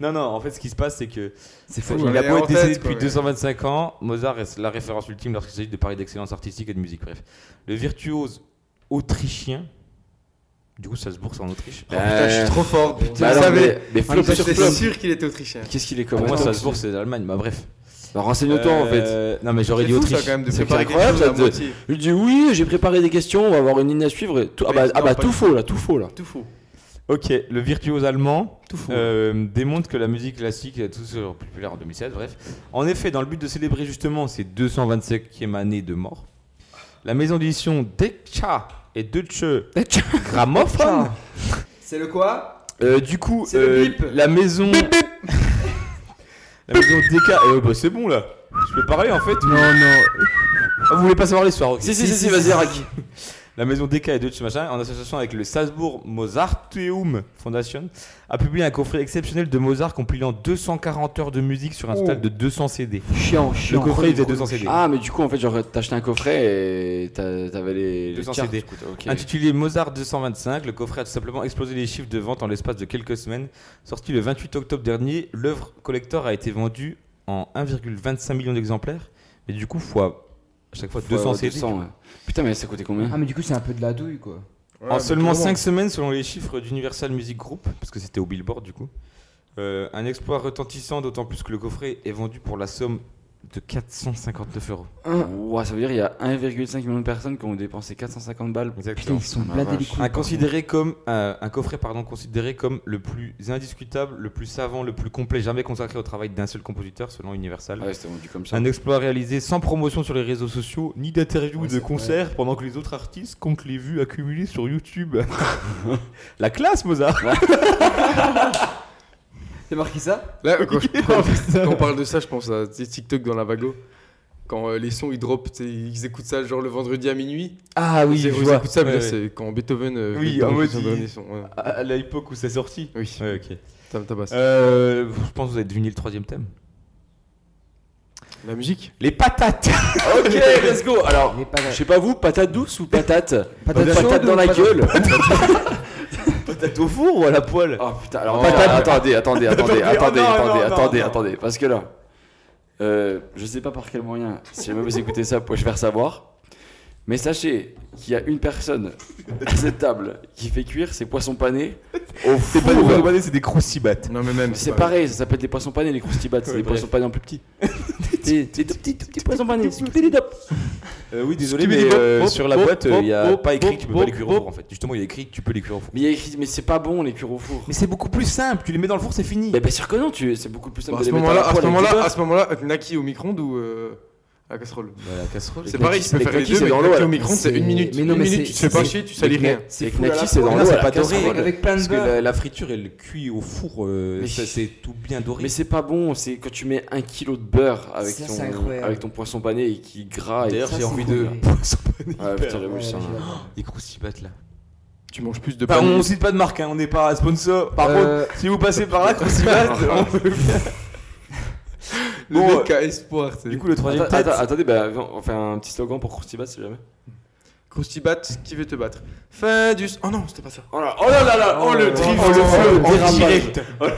[SPEAKER 3] Non, non, en fait, ce qui se passe, c'est que
[SPEAKER 6] C'est fou.
[SPEAKER 5] Ouais,
[SPEAKER 3] il a
[SPEAKER 5] mais
[SPEAKER 3] beau
[SPEAKER 5] en
[SPEAKER 3] être
[SPEAKER 5] fait,
[SPEAKER 3] décédé
[SPEAKER 5] quoi,
[SPEAKER 3] depuis
[SPEAKER 5] ouais.
[SPEAKER 3] 225 ans, Mozart reste la référence ultime lorsqu'il s'agit de paris d'excellence artistique et de musique. Bref, le virtuose autrichien, du coup, ça se bourse en Autriche.
[SPEAKER 5] Oh, putain, je suis trop fort. Putain,
[SPEAKER 4] Bah
[SPEAKER 5] je
[SPEAKER 4] alors,
[SPEAKER 5] savais.
[SPEAKER 4] mais, mais flop
[SPEAKER 5] Putain,
[SPEAKER 4] sur
[SPEAKER 5] J'étais
[SPEAKER 4] flop.
[SPEAKER 5] sûr qu'il était autrichien.
[SPEAKER 4] Qu'est-ce qu'il est comme
[SPEAKER 3] Pour moi, ça
[SPEAKER 4] Attends,
[SPEAKER 3] se bourse, c'est l'Allemagne, bah bref.
[SPEAKER 4] bah, Renseigne-toi en fait.
[SPEAKER 3] Euh, Non, mais j'aurais
[SPEAKER 5] C'est
[SPEAKER 3] dit
[SPEAKER 5] fou,
[SPEAKER 3] Autriche.
[SPEAKER 5] ça, quand même, de
[SPEAKER 4] C'est
[SPEAKER 5] préparer quelque
[SPEAKER 4] incroyable,
[SPEAKER 5] chose à
[SPEAKER 4] ça, de-
[SPEAKER 5] moitié.
[SPEAKER 4] Il dit oui, j'ai préparé des questions, on va avoir une ligne à suivre. et tout- Ah
[SPEAKER 5] Mais
[SPEAKER 4] bah,
[SPEAKER 5] non,
[SPEAKER 4] ah
[SPEAKER 5] pas
[SPEAKER 4] bah, tout
[SPEAKER 5] du
[SPEAKER 4] faux là, tout faux là.
[SPEAKER 5] Tout faux.
[SPEAKER 3] Ok, le virtuose allemand
[SPEAKER 4] Tout faux.
[SPEAKER 3] euh, démontre que la musique classique est tout sur populaire en 2007, bref. En effet, dans le but de célébrer justement ses 225e année de mort, la maison d'édition Decca et Deutsche Grammophon,
[SPEAKER 6] C'est le quoi
[SPEAKER 3] euh, du coup,
[SPEAKER 6] C'est le
[SPEAKER 3] euh,
[SPEAKER 6] bip.
[SPEAKER 3] la maison... [LAUGHS] la maison Decca... Euh, bah c'est bon là, je peux parler en fait Non, non... Ah, vous voulez pas savoir l'histoire ok.
[SPEAKER 4] Si, si, si, si, vas-y, Raki.
[SPEAKER 3] La maison DK et Deutsche Machin, en association avec le Salzbourg Mozarteum Foundation, a publié un coffret exceptionnel de Mozart compilant 240 heures de musique sur un total de 200 CD.
[SPEAKER 6] Chiant,
[SPEAKER 3] Le
[SPEAKER 6] chiant.
[SPEAKER 3] coffret, il faisait 200 CD.
[SPEAKER 4] Ah, mais du coup, en fait, genre, t'as acheté un coffret et t'as- t'avais les. Ah, les
[SPEAKER 3] 200
[SPEAKER 4] cartes,
[SPEAKER 3] CD.
[SPEAKER 4] écoute, ok.
[SPEAKER 3] Intitulé Mozart 225, le coffret a tout simplement explosé les chiffres de vente en l'espace de quelques semaines. Sorti le 28 octobre dernier, l'œuvre collector a été vendue en 1,25 million d'exemplaires, mais du coup, fois à chaque fois
[SPEAKER 4] Faut
[SPEAKER 3] 200
[SPEAKER 4] avoir
[SPEAKER 3] CD.
[SPEAKER 4] 200, ouais. Putain, mais ça coûtait combien
[SPEAKER 6] Ah, mais du coup, c'est un peu de la douille quoi.
[SPEAKER 3] en
[SPEAKER 5] Ouais,
[SPEAKER 3] seulement
[SPEAKER 5] mais
[SPEAKER 3] 5 semaines, selon les chiffres d'Universal Music Group, parce que c'était au Billboard du coup. Euh, un exploit retentissant, d'autant plus que le coffret est vendu pour la somme de 459 euros.
[SPEAKER 4] Ouah, ça veut dire qu'il y a 1,5 million de personnes qui ont dépensé 450 balles.
[SPEAKER 6] Putain,
[SPEAKER 3] Exactement.
[SPEAKER 6] ils sont
[SPEAKER 4] la
[SPEAKER 6] bladés les
[SPEAKER 4] vache.
[SPEAKER 6] couilles.
[SPEAKER 3] Un, considéré comme, euh, un coffret pardon, considéré comme le plus indiscutable, le plus savant, le plus complet jamais consacré au travail d'un seul compositeur, selon Universal.
[SPEAKER 4] Ah ouais, c'était vendu comme ça.
[SPEAKER 3] un exploit réalisé sans promotion sur les réseaux sociaux, ni d'interview ou de concert, pendant que les autres artistes comptent les vues accumulées sur YouTube. [LAUGHS] la classe, Mozart
[SPEAKER 6] T'as marqué ça
[SPEAKER 5] Là, quand, je- [LAUGHS] quand on parle de ça, je pense à tu sais, TikTok dans la vago. Quand euh, les sons ils drop, tu sais, ils écoutent ça genre le vendredi à minuit.
[SPEAKER 6] Ah
[SPEAKER 5] ils, ils écoutent ça, mais là,
[SPEAKER 3] Ouais, ouais.
[SPEAKER 5] c'est quand Beethoven. euh,
[SPEAKER 3] Oui,
[SPEAKER 5] Beethoven
[SPEAKER 3] en mode,
[SPEAKER 5] faisait
[SPEAKER 3] il-
[SPEAKER 5] donner les sons, ouais.
[SPEAKER 3] À- À l'époque où c'est sorti
[SPEAKER 5] Oui,
[SPEAKER 3] Ouais, ok.
[SPEAKER 5] ça me tabasse.
[SPEAKER 3] Euh, je pense que vous avez deviné le troisième thème.
[SPEAKER 5] La musique
[SPEAKER 3] Les patates
[SPEAKER 4] Ok, let's go. Alors,
[SPEAKER 6] Mais pas
[SPEAKER 4] je sais pas vous, patate douce ou patate
[SPEAKER 6] Patate
[SPEAKER 4] Patate,
[SPEAKER 6] chaude
[SPEAKER 4] dans
[SPEAKER 6] ou
[SPEAKER 4] la
[SPEAKER 6] patate-
[SPEAKER 4] gueule.
[SPEAKER 3] Patates au four ou à la poêle
[SPEAKER 5] Ah.
[SPEAKER 4] Oh putain, alors
[SPEAKER 3] Patate.
[SPEAKER 4] attendez, [LAUGHS] attendez, attendez, attendez,
[SPEAKER 3] Oh, non,
[SPEAKER 4] attendez,
[SPEAKER 3] non,
[SPEAKER 4] attendez,
[SPEAKER 3] non,
[SPEAKER 4] attendez,
[SPEAKER 3] non.
[SPEAKER 4] attendez, parce que là, euh, je sais pas par quel moyen, si jamais vous écoutez ça, vous pouvez le faire savoir, mais sachez qu'il y a une personne à cette table qui fait cuire ses poissons panés au
[SPEAKER 3] C'est pas des
[SPEAKER 4] four.
[SPEAKER 3] poissons panés, euh, c'est des croustibates.
[SPEAKER 5] Non, mais même.
[SPEAKER 4] C'est pareil, ça s'appelle des poissons panés, les croustibates, c'est
[SPEAKER 3] Ouais,
[SPEAKER 4] des
[SPEAKER 3] bref.
[SPEAKER 4] poissons panés en plus petits. [LAUGHS] Des des tout petits, tout petits poissons panés, scoopididop.
[SPEAKER 3] oui, désolé,
[SPEAKER 5] mais,
[SPEAKER 3] mais
[SPEAKER 5] euh,
[SPEAKER 3] sur la boîte, il n'y a pas écrit que tu peux pas les cuire
[SPEAKER 5] cuire
[SPEAKER 3] au four en fait. Justement, il y a écrit que tu peux les cuire au four.
[SPEAKER 4] Mais il y a écrit, mais c'est pas bon les cuire au four.
[SPEAKER 3] Mais c'est beaucoup plus simple, tu les mets dans le four, c'est fini.
[SPEAKER 4] Mais bien sûr que non, tu, c'est beaucoup plus simple
[SPEAKER 5] Bah, à
[SPEAKER 4] de
[SPEAKER 5] ce
[SPEAKER 4] les mettre à
[SPEAKER 5] moment-là,
[SPEAKER 4] la
[SPEAKER 5] à ce
[SPEAKER 4] poêle avec du
[SPEAKER 5] moment-là,
[SPEAKER 4] beurre.
[SPEAKER 5] à ce moment-là, euh, Naki au micro-ondes ou euh, à la casserole
[SPEAKER 3] la casserole.
[SPEAKER 5] C'est pareil,
[SPEAKER 4] Naki,
[SPEAKER 5] tu peux
[SPEAKER 4] les
[SPEAKER 5] faire les
[SPEAKER 4] Naki,
[SPEAKER 5] deux,
[SPEAKER 4] c'est
[SPEAKER 5] mais
[SPEAKER 4] dans
[SPEAKER 5] dans
[SPEAKER 4] l'eau,
[SPEAKER 5] l'eau
[SPEAKER 4] alors.
[SPEAKER 5] au micro-ondes, c'est
[SPEAKER 6] C'est-
[SPEAKER 5] une minute.
[SPEAKER 6] mais non,
[SPEAKER 5] une
[SPEAKER 6] mais
[SPEAKER 5] minute, tu
[SPEAKER 6] c'est-
[SPEAKER 5] te fais pas
[SPEAKER 6] c'est-
[SPEAKER 5] chier, tu salis rien.
[SPEAKER 6] C'est
[SPEAKER 4] Avec
[SPEAKER 6] fou, là,
[SPEAKER 4] Naki,
[SPEAKER 6] la
[SPEAKER 4] c'est dans
[SPEAKER 6] poêle.
[SPEAKER 4] l'eau à la
[SPEAKER 6] Pas
[SPEAKER 3] c'est
[SPEAKER 6] doré,
[SPEAKER 3] horrible.
[SPEAKER 4] casserole.
[SPEAKER 6] Avec plein de
[SPEAKER 3] Parce que la,
[SPEAKER 6] beurre.
[SPEAKER 3] la friture, elle cuit au four, euh,
[SPEAKER 4] Mais-
[SPEAKER 3] ça, c'est tout bien doré.
[SPEAKER 4] Mais c'est pas bon, c'est quand tu mets un kilo de beurre avec,
[SPEAKER 6] Ça,
[SPEAKER 4] ton,
[SPEAKER 6] c'est incroyable.
[SPEAKER 4] avec ton poisson pané et qui gras. et-
[SPEAKER 3] D'ailleurs,
[SPEAKER 6] Ça,
[SPEAKER 3] j'ai
[SPEAKER 6] c'est
[SPEAKER 3] envie
[SPEAKER 6] cool,
[SPEAKER 3] de. [LAUGHS]
[SPEAKER 6] ouais.
[SPEAKER 3] Poisson pané.
[SPEAKER 4] Ah, putain, la
[SPEAKER 6] Ouais,
[SPEAKER 4] bouche, ça.
[SPEAKER 3] Les croustibates là.
[SPEAKER 5] Tu manges plus de
[SPEAKER 3] Bah, on
[SPEAKER 5] pain.
[SPEAKER 3] cite pas de marque, hein, on n'est pas sponsor. Par contre,
[SPEAKER 6] Euh,
[SPEAKER 3] si vous passez par là, croustibates, [LAUGHS] on peut bien.
[SPEAKER 5] Le
[SPEAKER 3] Bon,
[SPEAKER 5] mec a espoir.
[SPEAKER 3] Du coup, le troisième
[SPEAKER 4] Attends,
[SPEAKER 3] tête.
[SPEAKER 4] attends, attendez, bah, on fait un petit slogan pour Croustibat si jamais.
[SPEAKER 5] Croustibat, qui veut te battre Fin du. Oh non, c'était pas ça.
[SPEAKER 4] Oh là oh là là, là, oh, le drift,
[SPEAKER 5] oh,
[SPEAKER 4] le
[SPEAKER 5] oh,
[SPEAKER 4] feu,
[SPEAKER 5] oh,
[SPEAKER 4] le
[SPEAKER 5] oh,
[SPEAKER 4] dérapage.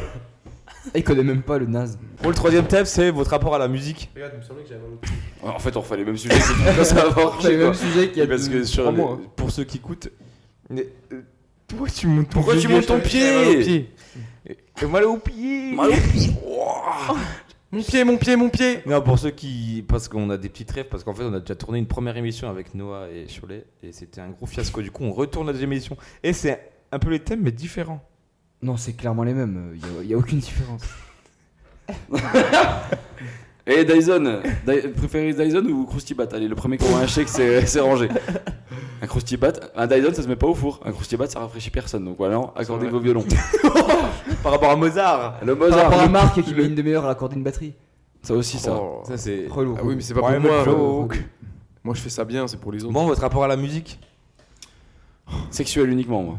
[SPEAKER 6] Il connaît même pas le naze.
[SPEAKER 3] Pour le troisième thème, c'est votre rapport à la musique.
[SPEAKER 9] Regarde, il me semblait que j'avais un autre.
[SPEAKER 4] Ouais, En fait, on refait les mêmes sujets, c'est tout ça va marcher,
[SPEAKER 6] C'est le
[SPEAKER 4] quoi.
[SPEAKER 6] même sujet qu'il y a
[SPEAKER 4] euh, Parce que
[SPEAKER 6] depuis
[SPEAKER 4] sur
[SPEAKER 6] trois
[SPEAKER 4] les-
[SPEAKER 6] mois, hein.
[SPEAKER 3] Pour ceux qui écoutent, mais, euh, pourquoi tu montes ton
[SPEAKER 4] Pourquoi tu montes ton pied
[SPEAKER 3] pied Mal au pied
[SPEAKER 4] Mal au pied.
[SPEAKER 5] Mon pied, mon pied, mon pied
[SPEAKER 3] Non, pour ceux qui. Parce qu'on a des petites rêves, parce qu'en fait, on a déjà tourné une première émission avec Noah et Cholet, et c'était un gros fiasco. Du coup, on retourne la deuxième émission. Et c'est un peu les thèmes, mais différents.
[SPEAKER 6] euh, Non, c'est clairement les mêmes. Il y a, y a aucune différence.
[SPEAKER 4] Et Eh, Dyson, Dy- préférez Dyson ou Krusty Bat Allez, le premier qui aura un chèque, c'est [LAUGHS] c'est rangé. Un Krusty Bat, un Dyson, ça se met pas au four. Un Krusty Bat, ça rafraîchit personne. Donc voilà, accordez vos violons.
[SPEAKER 3] Par rapport à Mozart.
[SPEAKER 4] [LAUGHS] Le
[SPEAKER 6] Par
[SPEAKER 4] Mozart,
[SPEAKER 6] rapport à
[SPEAKER 4] le-
[SPEAKER 6] Marc qui met une demi-heure à l'accorder une batterie.
[SPEAKER 4] ça aussi, ça.
[SPEAKER 3] Ça, c'est.
[SPEAKER 6] Relou.
[SPEAKER 5] Ah oui, mais c'est pas pour
[SPEAKER 3] Ouais,
[SPEAKER 5] moi.
[SPEAKER 3] mais-
[SPEAKER 5] euh, Moi, je fais ça bien, c'est pour les autres.
[SPEAKER 3] Bon, votre rapport à la musique
[SPEAKER 4] Oh. Sexuel uniquement, moi.